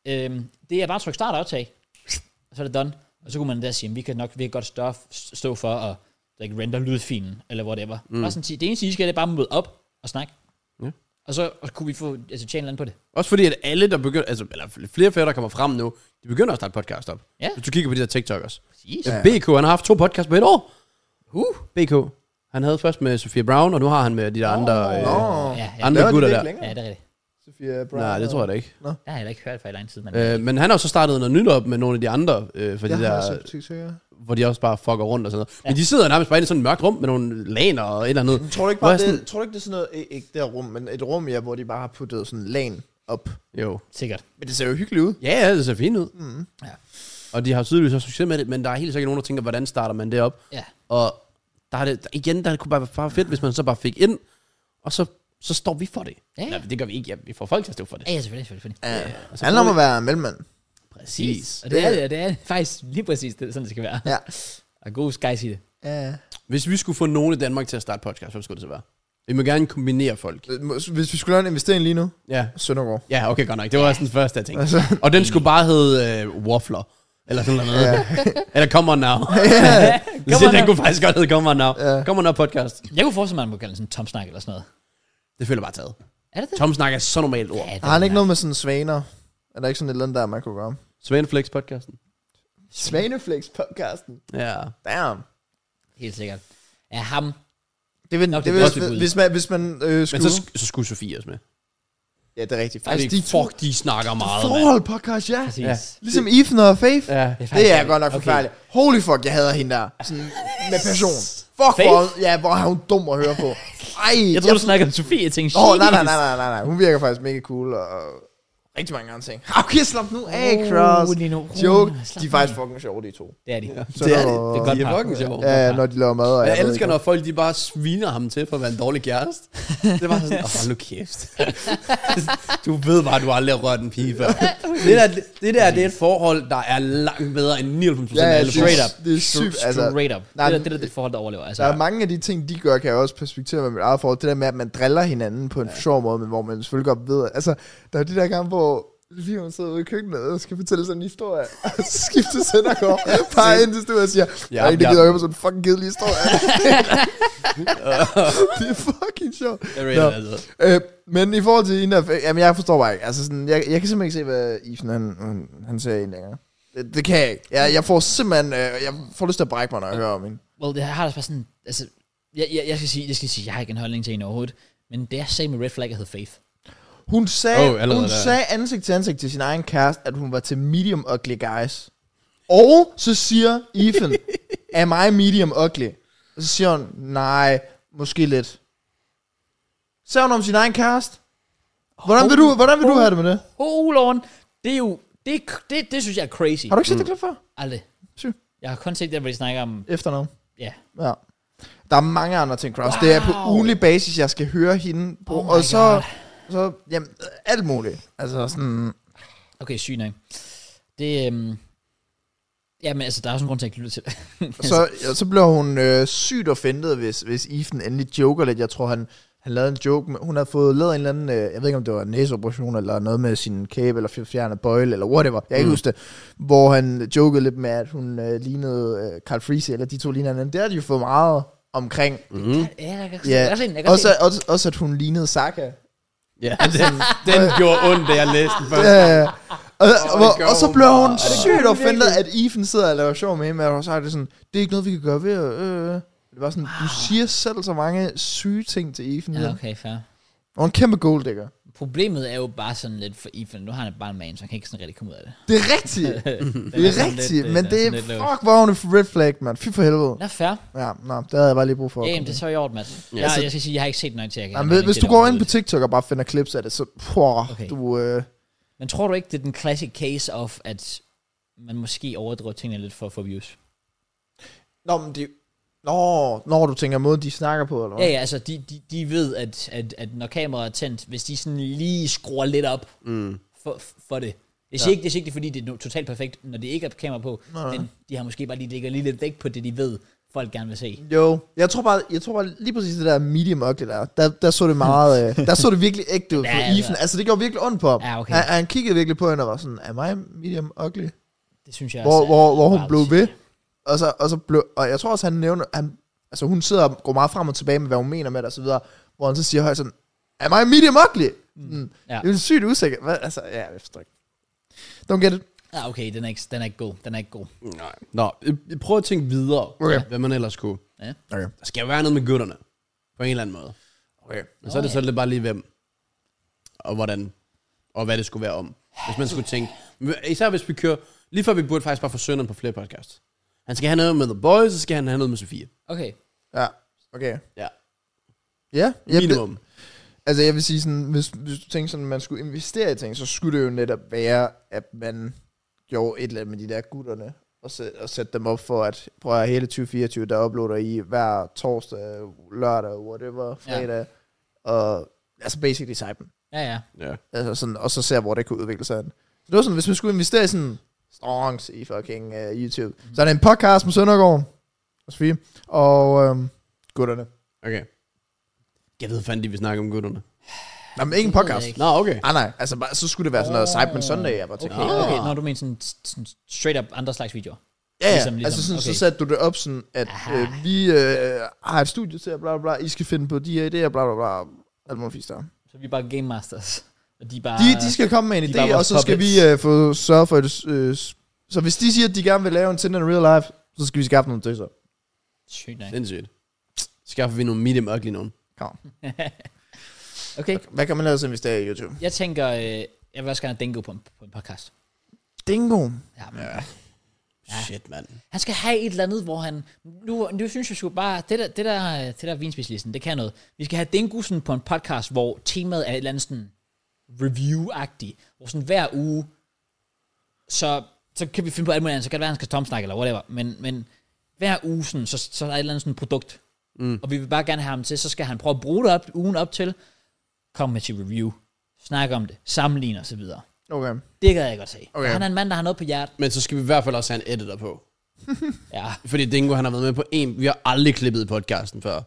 Speaker 1: øhm, det er bare at trykke start og optag, og så er det done. Og så kunne man da sige, "Jamen, vi kan nok vi kan godt stå, stå for at like, render lydfilen, eller whatever. Mm. Bare sådan, sige, det eneste, I skal, det er bare møde op og snakke.
Speaker 2: Ja.
Speaker 1: Og så og så kunne vi få altså, tjene land på det.
Speaker 2: Også fordi, at alle, der begynder, altså, eller flere og flere, der kommer frem nu, de begynder at starte podcast op.
Speaker 1: Ja.
Speaker 2: Hvis du kigger på de der TikTokers.
Speaker 1: Præcis.
Speaker 2: Ja. BK, han har haft to podcasts på et år. Uh. BK. Han havde først med Sofia Brown, og nu har han med de der andre, øh,
Speaker 3: Nå.
Speaker 1: Ja, ja,
Speaker 2: andre
Speaker 3: Laver de
Speaker 2: gutter
Speaker 3: det
Speaker 2: der.
Speaker 3: ikke længere?
Speaker 1: ja, det er rigtigt.
Speaker 3: Sofia Brown.
Speaker 2: Nej, det tror jeg da ikke.
Speaker 1: Det har jeg heller ikke hørt fra i lang tid. Men
Speaker 2: Øh, men han har jo så startet noget nyt op med nogle af de andre, øh, for
Speaker 3: Jeg
Speaker 2: de
Speaker 3: har
Speaker 2: der,
Speaker 3: også set TikToker.
Speaker 2: hvor de også bare fucker rundt og sådan noget. Men de sidder nærmest bare inde i sådan et mørkt rum med nogle laner og et eller andet.
Speaker 3: Tror du ikke
Speaker 2: Hvor
Speaker 3: bare,
Speaker 2: jeg sådan-
Speaker 3: det, tror du ikke, det er sådan noget, i- ikke det her rum, men et rum, ja, hvor de bare har puttet sådan en lan op.
Speaker 2: Jo.
Speaker 1: sikkert.
Speaker 3: Men det ser jo hyggeligt ud.
Speaker 2: Ja, ja, det ser fint ud.
Speaker 3: Mm.
Speaker 1: Ja.
Speaker 2: Og de har jo tydeligvis også succes med det, men der er helt sikkert nogen, der tænker, hvordan starter man det op?
Speaker 1: Ja.
Speaker 2: Og der er det, der, igen, der kunne bare være bare fedt, hvis man så bare fik ind, og så, så står vi for det.
Speaker 1: Ja, ja.
Speaker 2: Nej, det gør vi ikke. Ja, vi får folk til at stå for det.
Speaker 1: Ja, ja, selvfølgelig, selvfølgelig. selvfølgelig.
Speaker 3: Ja.
Speaker 2: Altså,
Speaker 3: Det handler om at være mellemmand.
Speaker 2: Præcis.
Speaker 1: Og det er det, og det er det. faktisk lige præcis det, sådan det skal være.
Speaker 3: Ja.
Speaker 1: Og god skies i det.
Speaker 3: Ja.
Speaker 2: Hvis vi skulle få nogen i Danmark til at starte podcast, hvem skulle det så være? Vi må gerne kombinere folk.
Speaker 3: Hvis vi skulle lave en investering lige nu,
Speaker 2: Ja,
Speaker 3: Søndergaard.
Speaker 2: ja okay, godt nok. Det var også den første, jeg tænkte.
Speaker 3: Altså,
Speaker 2: Og den skulle bare hedde øh, Waffler. Eller sådan noget.
Speaker 3: ja.
Speaker 2: Eller Come On Now.
Speaker 1: Come
Speaker 2: Come
Speaker 1: On
Speaker 2: den
Speaker 1: Now.
Speaker 2: kunne faktisk godt hedde Come On Now.
Speaker 3: Ja.
Speaker 2: Come On Now podcast.
Speaker 1: Jeg kunne forestille mig, at man må kalde det sådan en tomsnak eller sådan noget.
Speaker 2: Det føler jeg bare taget.
Speaker 1: Er det det?
Speaker 2: Tom snakker så normalt ord.
Speaker 1: det
Speaker 3: Har han ikke
Speaker 1: er-
Speaker 3: noget med sådan svaner? Er der ikke sådan et eller andet, der man kunne gøre?
Speaker 2: Svenflex podcasten.
Speaker 3: Svaneflex-podcasten.
Speaker 2: Ja.
Speaker 3: Damn.
Speaker 1: Helt sikkert. Er ham.
Speaker 3: Det vil,
Speaker 1: Nok det
Speaker 3: Nok, det vil,
Speaker 1: bedste bud.
Speaker 3: hvis, hvis man, hvis man øh,
Speaker 2: Men
Speaker 3: skulle...
Speaker 2: så, så skulle Sofie også med.
Speaker 3: ja, det er rigtigt.
Speaker 2: Altså, de fuck, de snakker meget, mand.
Speaker 3: forhold podcast, ja.
Speaker 1: Præcis.
Speaker 2: Ja.
Speaker 3: Ligesom Ethan og Faith. Ja. Det
Speaker 1: faktisk-
Speaker 3: er godt nok
Speaker 1: okay.
Speaker 3: forfærdeligt. Holy fuck, jeg hader hende der. Sådan med passion. Fuck,
Speaker 1: Faith?
Speaker 3: hvor, ja, hvor er hun dum at høre på. Ej.
Speaker 1: Jeg tror, du snakker om Sofie. Jeg tænkte,
Speaker 3: Åh, oh, nej, nej,
Speaker 1: Jesus.
Speaker 3: nej, nej, nej, nej. Hun virker faktisk mega cool og, og rigtig mange andre ting. Okay, slap nu af, Cross.
Speaker 1: Rolig nu, rolig nu,
Speaker 3: Joke.
Speaker 1: slap
Speaker 3: De
Speaker 1: nu
Speaker 3: er faktisk
Speaker 1: af.
Speaker 3: fucking sjove, de to.
Speaker 1: Det er de.
Speaker 3: Så det er det.
Speaker 1: Det er godt
Speaker 2: De er
Speaker 1: par.
Speaker 2: fucking sjove.
Speaker 3: Ja, når de laver mad. Og
Speaker 2: Jeg
Speaker 3: ved
Speaker 2: elsker,
Speaker 3: ikke
Speaker 2: når folk de bare sviner ham til for at være en dårlig kæreste. Det var sådan, åh, oh, nu kæft. du ved bare, du aldrig har rørt en pige før. Det der, det der, det er et forhold, der er langt bedre end 99%
Speaker 3: hvad.
Speaker 2: af
Speaker 3: Ja,
Speaker 2: alle
Speaker 3: det er-
Speaker 1: Straight up.
Speaker 3: Det er sygt. Altså,
Speaker 1: Straight up.
Speaker 3: nej,
Speaker 1: det er det, der er det forhold, der overlever. Altså,
Speaker 3: Der er mange af de ting, de gør, kan jeg også perspektivere med mit eget forhold. Det der med, at man driller hinanden på en ja. sjov måde, men hvor man selvfølgelig godt ved, at- altså, der er de der gange, hvor lige hun sidder ude i køkkenet og skal fortælle sådan en historie, og så skifter Søndergaard bare ind til stuen og siger, ja, jeg er ikke,
Speaker 2: ja.
Speaker 3: der gider høre på sådan en fucking kedelig historie. det er fucking sjovt.
Speaker 2: Jeg
Speaker 3: Nå.
Speaker 2: rater altså.
Speaker 3: Øh, men i forhold til hende, der, jamen jeg forstår bare ikke, altså sådan, jeg, jeg kan simpelthen ikke se, hvad Ifen han, han, han ser i en længere. Det, det kan jeg ikke. Jeg, jeg får simpelthen, øh, jeg får lyst til at brække mig, når jeg hører om hende.
Speaker 1: Well, det har også bare sådan... Altså, jeg, jeg, jeg, skal sige, jeg skal sige, jeg har ikke en holdning til hende overhovedet. Men det er same med red flag, jeg hedder Faith.
Speaker 3: Hun sagde,
Speaker 2: Oh,
Speaker 3: oh,
Speaker 2: allerede
Speaker 3: hun
Speaker 2: der.
Speaker 3: sagde ansigt til ansigt til sin egen kæreste, at hun var til medium ugly guys. Og så siger Ethan, er mig medium ugly? Og så siger hun, nej, måske lidt. Sagde hun om sin egen kæreste? Hvordan vil du, hvordan vil du have det med det?
Speaker 1: Hold on. oh, Det er jo... Det, det, det synes jeg er crazy.
Speaker 3: Har du ikke set det klip før?
Speaker 1: Aldrig.
Speaker 3: Sygt.
Speaker 1: Jeg har kun set det, hvor de snakker om...
Speaker 3: Efternavn.
Speaker 1: Ja.
Speaker 3: Ja. Der er mange andre ting, Cross. Wow. Det er på
Speaker 1: Wow.
Speaker 3: ugenlig basis, jeg skal høre hende. På,
Speaker 1: Oh my
Speaker 3: og
Speaker 1: God.
Speaker 3: så, så jamen, alt muligt. Altså sådan,
Speaker 1: Okay, syg nok. Det, øhm, ja, men altså, der er også en grund til, at jeg ikke lytter til det.
Speaker 3: så, og så bliver hun øh, sygt offentet, hvis, hvis Ethan endelig joker lidt. Jeg tror, han, han lavede en joke. Med, hun havde fået lavet en eller anden, øh, jeg ved ikke om det var en næseoperation, eller noget med sin kæbe, eller fj- fjerne bøjle, eller whatever. Jeg kan ikke
Speaker 2: Mm.
Speaker 3: huske det. Hvor han jokede lidt med, at hun øh, lignede øh, Carl Freese, eller de to lignede hinanden. Det har de jo fået meget omkring.
Speaker 2: Mm.
Speaker 1: Ja, jeg kan
Speaker 3: Ja.
Speaker 1: også se den, jeg kan
Speaker 3: Også,
Speaker 1: se den.
Speaker 3: også, også, at hun lignede Saka.
Speaker 2: Ja, den, den gjorde ondt, da jeg læste den første.
Speaker 3: Ja, og,
Speaker 2: det
Speaker 3: og, hvor-
Speaker 2: gør
Speaker 3: og så
Speaker 2: hun
Speaker 3: blev
Speaker 2: bare.
Speaker 3: hun
Speaker 2: Ja, det
Speaker 3: sygt offentet, at Ethan sidder og laver sjov med hende, og så er det sådan, det er ikke noget, vi kan gøre ved. Øh, øh. det var sådan, wow. du siger selv så mange syge ting til Ethan.
Speaker 1: Ja,
Speaker 3: Ja.
Speaker 1: okay, fair.
Speaker 3: Og en kæmpe golddækker.
Speaker 1: Problemet er jo bare sådan lidt for Ethan. Nu har han bare en man, så han kan ikke sådan rigtig komme ud af det.
Speaker 3: Det er rigtigt. det er rigtigt, men det er, fuck, hvor er hun et red flag, mand. Fy for helvede.
Speaker 1: Nå, fair.
Speaker 3: Ja, nå, det havde jeg bare lige brug for. at
Speaker 1: Jamen,
Speaker 3: komme
Speaker 1: det er
Speaker 3: til.
Speaker 1: så i orden, Mads. Jeg, jeg skal sige, jeg har ikke set nok til, jeg kan
Speaker 3: Jamen,
Speaker 1: have
Speaker 3: hvis-
Speaker 1: en
Speaker 3: hvis du
Speaker 1: holdning til
Speaker 3: går ind på
Speaker 1: overhovedet.
Speaker 3: TikTok og bare finder clips af det, så pwah,
Speaker 1: Okay.
Speaker 3: okay. du... Øh,
Speaker 1: Men tror du ikke, det er den classic case of, at man måske overdriver tingene lidt for at få views?
Speaker 3: nå, men det... Nå, når du tænker måden, de snakker på, eller hvad?
Speaker 1: Ja, ja, altså, de, de, de ved, at, at, at når kameraet er tændt, hvis de sådan lige skruer lidt op
Speaker 2: Mm.
Speaker 1: for, for det. Jeg siger, ikke, jeg siger ikke, det er fordi, det er no- totalt perfekt, når det ikke er kamera på,
Speaker 3: Nå, nej.
Speaker 1: men de har måske bare lige lægget lige lidt vægt på det, de ved, folk gerne vil se.
Speaker 3: Jo, jeg tror bare, jeg tror bare lige præcis det der medium ugly der, der, der så det meget, øh, der så det virkelig ægte ud
Speaker 1: Ja,
Speaker 3: for
Speaker 1: ja, ja.
Speaker 3: Ethan. Altså det gjorde virkelig ondt på ham.
Speaker 1: Ja, okay.
Speaker 3: han, han kiggede virkelig på hende og var sådan, er mig medium ugly?
Speaker 1: Det synes jeg
Speaker 3: Hvor,
Speaker 1: også
Speaker 3: hvor, hvor hun
Speaker 1: meget
Speaker 3: blev
Speaker 1: sygt.
Speaker 3: ved. Og, så, og, så blev, og jeg tror også, han nævner, han, altså hun sidder og går meget frem og tilbage med, hvad hun mener med det og så videre, hvor han så siger højt sådan, er mig medium ugly? Mm.
Speaker 1: Ja.
Speaker 3: Ja. Det er jo sygt usikker. Hvad? Altså, ja, jeg forstår ikke. Don't get it.
Speaker 1: Ja, Ah, okay, den er, ikke, den er ikke god. Den er ikke god.
Speaker 2: Nej. Nå, øh, prøv at tænke videre,
Speaker 3: Okay.
Speaker 2: hvad man ellers kunne.
Speaker 3: Okay.
Speaker 2: Der skal jo være noget med gutterne, på en eller anden måde.
Speaker 3: okay.
Speaker 2: Men så er det så lidt bare lige hvem. og hvordan, og hvad det skulle være om. Hvis man skulle tænke, især hvis vi kører, lige før vi burde faktisk bare få Sønderen på flere podcast. Han skal have noget med The Boys, så skal han have noget med Sofie.
Speaker 1: Okay.
Speaker 3: Ja, okay.
Speaker 2: Ja,
Speaker 3: Ja, jeg,
Speaker 2: minimum.
Speaker 3: Altså jeg vil sige sådan, hvis, hvis du tænker sådan, at man skulle investere i ting, så skulle det jo netop være, at man gjorde et eller andet med de der gutterne, og, sæt, og sætte dem op for, at prøv at høre, hele 2024, der uploader I hver torsdag, lørdag, whatever, fredag, ja. og altså basically typen.
Speaker 1: Ja, ja.
Speaker 2: Ja.
Speaker 3: Altså sådan, og så ser, hvor det kunne udvikle sig. hen. Så det var sådan, hvis man skulle investere i sådan strongs i fucking uh, YouTube, mm. så er der en podcast med Søndergaard, og Sofie, og øhm, gutterne.
Speaker 2: Okay. Jeg ved fandme, de vil snakke om gutterne.
Speaker 3: Nej, men ingen
Speaker 1: Det ved jeg
Speaker 3: podcast.
Speaker 1: ikke.
Speaker 2: Nå, okay.
Speaker 3: Ah, nej, altså bare, så skulle det være sådan noget
Speaker 1: Åh.
Speaker 3: Cyberpunk Sunday, jeg bare tænkte.
Speaker 1: Okay,
Speaker 2: Ah.
Speaker 1: okay. Når du mener sådan, sådan straight up andre slags videoer.
Speaker 3: Ja, ja.
Speaker 1: Ligesom- ligesom,
Speaker 3: altså sådan,
Speaker 1: okay.
Speaker 3: så satte du det op sådan, at
Speaker 1: Aha.
Speaker 3: øh, vi øh, har et studie til, at bla bla bla, I skal finde på de her idéer, bla bla bla, alt muligt fisk der.
Speaker 1: Så vi er bare game masters. Og de er bare...
Speaker 3: De, de skal komme med en
Speaker 1: Ah. de er bare
Speaker 3: idé, og
Speaker 1: vores
Speaker 3: så skal
Speaker 1: puppets.
Speaker 3: vi øh, få sørge for, at det, øh, s- så hvis de siger, at de gerne vil lave en Tinder in real life, så skal vi skaffe nogle tøser.
Speaker 1: Sygt nok.
Speaker 2: Sindssygt. Skaffer vi nogle medium ugly nogen.
Speaker 1: Okay,
Speaker 3: Hvad kan man ellers investere i YouTube?
Speaker 1: jeg tænker... Øh, jeg vil også gerne have Dingo på en, på en podcast.
Speaker 3: Dingo.
Speaker 1: Ja, men,
Speaker 2: Shit, mand.
Speaker 1: Han skal have et eller andet, hvor han... Nu, nu synes jeg sgu bare, det der, det der, øh, det der vinspidslisten, det kan noget. Vi skal have Dingusen på en podcast, hvor temaet er et eller andet sådan review-agtigt. Hvor sådan hver uge, så, så kan vi finde på alt muligt andet. Så kan det være, han skal tomsnakke eller whatever. Men, men hver uge, sådan, så, så er der et eller andet sådan produkt. Mm. Og vi vil bare gerne have ham til, så skal han prøve at bruge det op, ugen op til. Kom med til review. Snak om det. Sammenligne osv.
Speaker 3: Okay.
Speaker 1: Det kan jeg godt se.
Speaker 3: Okay.
Speaker 1: Okay. Han er en mand, der har noget på hjertet.
Speaker 2: Men så skal vi i hvert fald også have en editor på.
Speaker 1: Ja.
Speaker 2: Fordi Dingo, han har været med på en... Vi har aldrig klippet i podcasten før.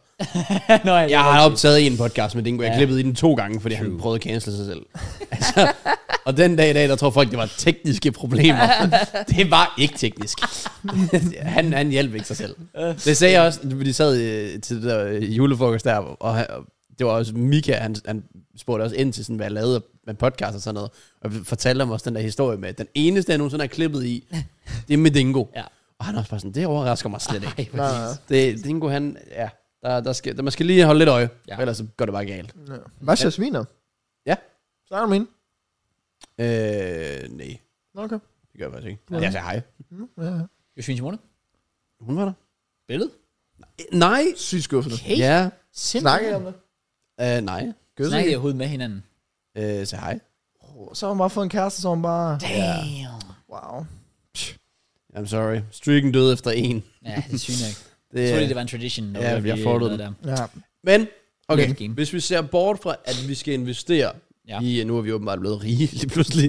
Speaker 1: Nå, jeg,
Speaker 2: Jeg har optaget en podcast med Dingo. Jeg
Speaker 1: Ja.
Speaker 2: klippede i den to gange, fordi han prøvede at cancel sig selv. Altså, og den dag i dag, der tror folk, det var tekniske problemer. det var ikke teknisk. han, han hjalp ikke sig selv.
Speaker 1: Øh.
Speaker 2: Det sagde jeg også, fordi de sad øh, til det der øh, julefrokost der, og han- og det var også Mika, han, han spurgte også ind til, sådan, hvad jeg lavede med podcast og sådan noget, og fortalte ham også den der historie med, at den eneste, jeg nogensinde har klippet i, det er med Dingo.
Speaker 1: Ja.
Speaker 2: Og han er også bare sådan, det overrasker mig slet ikke.
Speaker 1: Ej, hvor
Speaker 3: Nej,
Speaker 1: vildt.
Speaker 3: nej.
Speaker 2: Det, Dingo, han, ja, der, der skal, der, man skal lige holde lidt øje,
Speaker 1: Ja.
Speaker 2: ja. ellers så går det bare galt.
Speaker 3: Ja. Hvad siger sviner?
Speaker 2: Ja.
Speaker 3: Snakker du med hende?
Speaker 2: Øh, nej,
Speaker 3: Nå, Okay.
Speaker 2: det gør jeg faktisk ikke. Ja. Jeg sagde hej.
Speaker 3: Ja, ja.
Speaker 1: Josefine Simone.
Speaker 2: Hun var der.
Speaker 1: Billede?
Speaker 2: Øh, Nej.
Speaker 3: Sygt skuffende.
Speaker 1: Okay.
Speaker 2: Ja.
Speaker 3: Snakker I om det?
Speaker 2: Øh, nej.
Speaker 3: Gød
Speaker 1: Snakker I overhovedet med hinanden?
Speaker 2: Øh, sagde hej.
Speaker 3: Så har hun bare fået en kæreste, så har hun bare...
Speaker 1: Damn.
Speaker 3: Wow.
Speaker 2: I'm sorry. Streaken døde efter en.
Speaker 1: Ja, det synes jeg ikke.
Speaker 2: Det,
Speaker 1: Jeg troede, det var en tradition. når
Speaker 2: Ja,
Speaker 1: vi-
Speaker 2: jeg får det.
Speaker 1: noget der.
Speaker 3: Ja.
Speaker 2: Men, okay,
Speaker 1: Lidt game.
Speaker 2: hvis vi ser bort fra, at vi skal investere
Speaker 1: Ja.
Speaker 2: ja. i, nu er vi åbenbart blevet rige lige pludselig,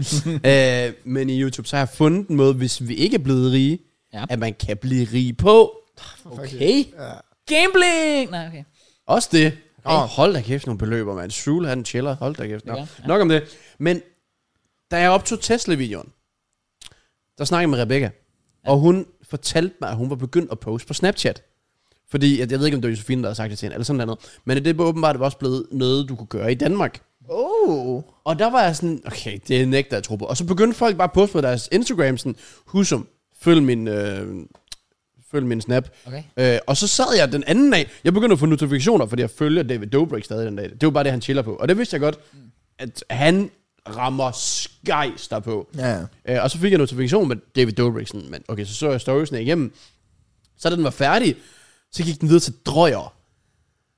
Speaker 2: øh, men i YouTube, så har jeg fundet en måde, hvis vi ikke er blevet rige,
Speaker 1: Ja.
Speaker 2: ja. at man kan blive rig på.
Speaker 1: Okay.
Speaker 3: Ja.
Speaker 1: Gambling! Nej, okay.
Speaker 2: Også det.
Speaker 3: Okay.
Speaker 2: Oh, hold da kæft, nogle beløber, mand. Shul, han chiller. Hold da kæft. Nå,
Speaker 1: Det gør, ja.
Speaker 2: Nok om det. Men da jeg optog Tesla-videoen, der snakkede jeg med Rebecca, og hun fortalte mig, at hun var begyndt at poste på Snapchat. Fordi, at jeg ved ikke, om det var Josefine, der havde sagt det til hende, eller sådan noget. Men det var åbenbart også blevet noget, du kunne gøre i Danmark.
Speaker 3: Oh.
Speaker 2: Og der var jeg sådan, okay, det nægter jeg at tro på. Og så begyndte folk bare at poste på deres Instagram, sådan, husum, følg min, øh, følg min snap.
Speaker 1: Okay.
Speaker 2: Øh, og så sad jeg den anden dag, jeg begyndte at få notifikationer, fordi jeg følger David Dobrik stadig den dag. Det var bare det, han chiller på. Og det vidste jeg godt, at han rammer skejs derpå.
Speaker 3: Ja, ja.
Speaker 2: Øh, og så fik jeg en notifikation med David Dobrik, sådan, men okay, så så jeg storiesene igennem. Så da den var færdig, så gik den videre til drøjer.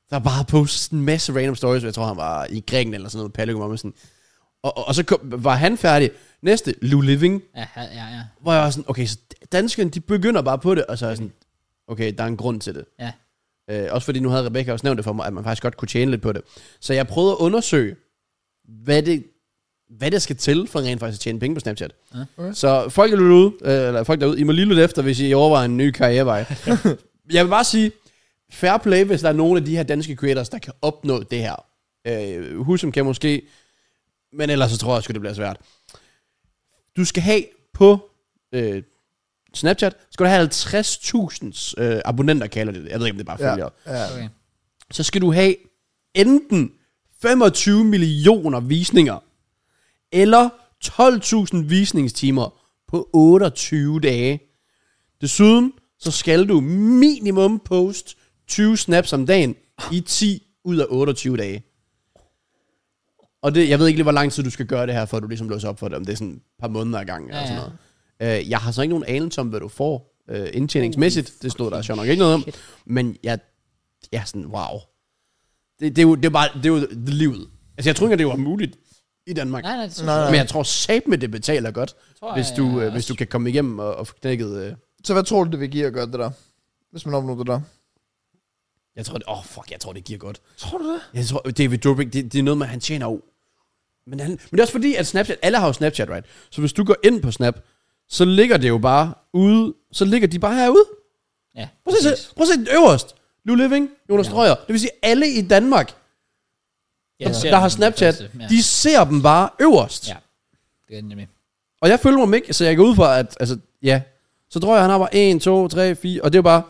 Speaker 2: Der bare postet en masse random stories, jeg tror han var i Grækenland eller sådan noget, Palle og sådan. Og, og, og så kom, var han færdig. Næste, Lou Living,
Speaker 1: Ja, ja, ja. ja.
Speaker 2: hvor jeg var sådan, okay, så danskerne, de begynder bare på det, og så er jeg sådan, okay, der er en grund til det.
Speaker 1: ja.
Speaker 2: Øh, også fordi nu havde Rebecca også nævnt det for mig, at man faktisk godt kunne tjene lidt på det. Så jeg prøvede at undersøge, hvad det, hvad der skal til for rent faktisk at tjene penge på Snapchat.
Speaker 1: Ja.
Speaker 3: Okay.
Speaker 2: Så folk, der lytter ud, øh, eller folk derude, I må lige lytte efter, hvis I overvejer en ny karrierevej. jeg vil bare sige, fair play, hvis der er nogen af de her danske creators, der kan opnå det her. Øh, Husum kan måske, men ellers så tror jeg sgu, det bliver svært. Du skal have på øh, Snapchat, skal du have 50.000 øh, abonnenter, kalder det det. Jeg ved ikke, om det er bare
Speaker 3: Ja.
Speaker 2: følgere
Speaker 3: ja.
Speaker 1: Okay.
Speaker 2: så skal du have enten 25 millioner visninger, eller 12.000 visningstimer på 28 dage. Desuden så skal du minimum post 20 snaps om dagen i 10 ud af 28 dage. Og det, jeg ved ikke lige, hvor lang tid du skal gøre det her, før du ligesom låser op for det. Om det er sådan et par måneder ad gangen ja,
Speaker 1: Ja,
Speaker 2: eller sådan
Speaker 1: ja.
Speaker 2: noget. Øh, jeg har så ikke nogen anelse om, hvad du får øh, indtjeningsmæssigt.
Speaker 1: Uh,
Speaker 2: Det stod der sjovt nok ikke noget om. Men jeg, jeg er sådan, wow. Det, det, er jo, det, er bare, det er jo livet. Altså, jeg tror ikke, at det var muligt i Danmark.
Speaker 1: Nej, nej, det synes
Speaker 3: Nej,
Speaker 1: jeg
Speaker 3: nej.
Speaker 2: Men jeg tror sat med det betaler godt,
Speaker 1: Tror jeg,
Speaker 2: hvis du,
Speaker 1: ja.
Speaker 2: øh, hvis du kan komme igennem og, og få knækket... Øh,
Speaker 3: Så hvad tror du, det vil give at gøre det der? Hvis man opnår det der.
Speaker 2: jeg tror, det, oh, fuck, jeg tror, det giver godt.
Speaker 3: Tror du det?
Speaker 2: Jeg tror, David Dobrik, det, det er noget med, at han tjener jo... Men, han, men det er også fordi, at Snapchat, alle har jo Snapchat, right? Så hvis du går ind på Snap, så ligger det jo bare ude, så ligger de bare herude.
Speaker 1: Ja,
Speaker 2: Prøv at
Speaker 1: præcis.
Speaker 2: se, prøv at se den øverst. Lou Living, Jonas ja. Strøger. Det vil sige, alle i Danmark,
Speaker 1: Jeg
Speaker 2: der,
Speaker 1: ser
Speaker 2: der har
Speaker 1: den som det
Speaker 2: Snapchat,
Speaker 1: første, ja.
Speaker 2: de ser dem bare øverst.
Speaker 1: Ja. Det er den nemlig.
Speaker 2: Og jeg følger dem ikke, så jeg går ud fra, at altså, ja. Så tror jeg, han har bare 1, 2, 3, 4, og det er bare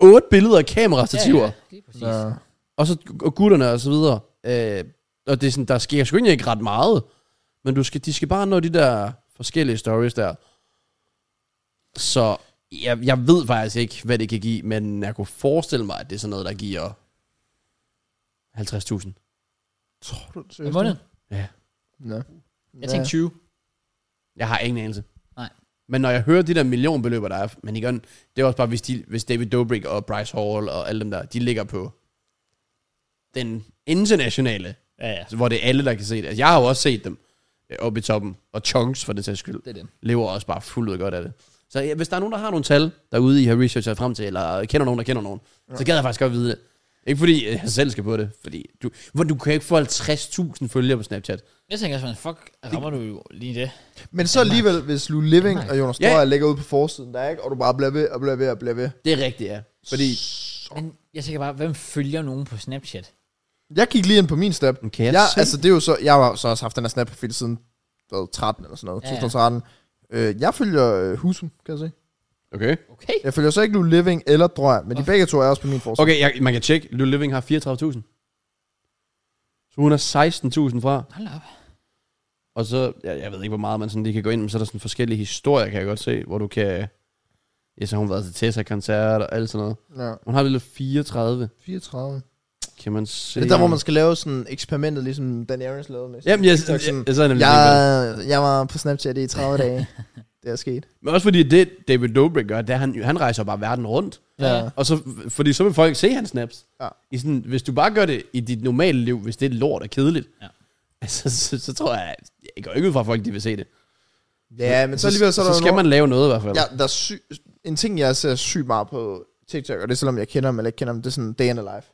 Speaker 2: otte billeder af kamerastativer.
Speaker 1: Ja,
Speaker 2: Ja,
Speaker 1: ja, lige præcis. Ja.
Speaker 2: Og så og gutterne og så videre. Øh, og det er sådan, der sker sgu egentlig ikke ret meget. Men du skal, de skal bare nå de der forskellige stories der. Så jeg, jeg ved faktisk ikke, hvad det kan give, men jeg kunne forestille mig, at det er sådan noget, der giver 50.000.
Speaker 3: Tror du det?
Speaker 1: I
Speaker 3: seriøst?
Speaker 1: måneden?
Speaker 2: Ja.
Speaker 3: Ja.
Speaker 1: Jeg tænkte 20.
Speaker 2: Jeg har ingen anelse.
Speaker 1: Nej.
Speaker 2: Men når jeg hører de der millionbeløber, der er, men igen, det er også bare, hvis, de, hvis David Dobrik og Bryce Hall og alle dem der, de ligger på den internationale,
Speaker 1: Ja, ja.
Speaker 2: altså, hvor det er alle, der kan se det. Altså, jeg har jo også set dem øh, oppe i toppen, og Chunks for den sags skyld,
Speaker 1: Det er dem.
Speaker 2: lever også bare fuldt ud godt af det. Så ja, hvis der er nogen, der har nogle tal derude, I har researchet frem til, eller kender nogen, der kender nogen, så gad jeg faktisk godt vide det. Ikke fordi øh, jeg selv skal på det, fordi du, hvor du kan ikke få 50.000 følgere på Snapchat.
Speaker 1: Jeg tænker sådan, fuck, altså, rammer du jo lige det?
Speaker 3: Men så alligevel, hvis Lou Living og Jonas
Speaker 2: Ja.
Speaker 3: Strøger yeah. ligger ud på forsiden der, ikke? Og du bare bliver ved og bliver ved og bliver ved.
Speaker 2: Det er rigtigt, ja. Fordi
Speaker 1: Men jeg tænker bare, hvem følger nogen på Snapchat?
Speaker 3: Jeg gik lige ind på min snap.
Speaker 2: Okay, jeg
Speaker 3: jeg,
Speaker 2: selv-
Speaker 3: altså, det er jo så, jeg har så også haft den her snap-profil siden hvad, 13 eller sådan noget,
Speaker 1: Ja,
Speaker 3: ja,
Speaker 1: ja.
Speaker 3: 2013. Øh, jeg følger øh, Husum, kan jeg se.
Speaker 2: Okay.
Speaker 1: Okay.
Speaker 3: Jeg følger så ikke Lou Living eller Drøg, men de begge to er også på min forside.
Speaker 2: Okay, jeg, man kan tjekke. Lou Living har 34.000. Så hun er 16.000 fra.
Speaker 1: Hold da op.
Speaker 2: Og så, jeg, jeg ved ikke, hvor meget man sådan lige kan gå ind, men så er der sådan forskellige historier, kan jeg godt se, hvor du kan... Ja, så har hun været til Tessa-koncert og alt sådan noget.
Speaker 3: Okay. Ja,
Speaker 2: Hun har lidt 34,
Speaker 3: 34.
Speaker 2: kan man se.
Speaker 3: Det er der, hvor man skal lave sådan eksperimentet, ligesom Dan Arias lavede med.
Speaker 2: Jamen, jeg, jeg,
Speaker 3: TikTok, sådan,
Speaker 2: jeg, jeg, så er jeg nemlig
Speaker 3: jeg,
Speaker 2: ja.
Speaker 3: jeg var på Snapchat i 30 dage. Det er sket.
Speaker 2: Men også fordi det, David Dobrik gør, det er, han, han rejser bare verden rundt.
Speaker 1: Ja.
Speaker 2: Og så, fordi så vil folk se hans snaps.
Speaker 3: Ja.
Speaker 2: I sådan, hvis du bare gør det i dit normale liv, hvis det er lort og kedeligt,
Speaker 1: Ja.
Speaker 2: altså, så, så, tror jeg, jeg går ikke ud fra, at folk de vil se det.
Speaker 3: Ja, men så alligevel så er der
Speaker 2: så skal
Speaker 3: nogen-
Speaker 2: man lave noget i hvert fald.
Speaker 3: Ja, der er sy- en ting, jeg ser sygt meget på TikTok, og det er selvom jeg kender dem eller ikke kender dem, det er sådan day in the life.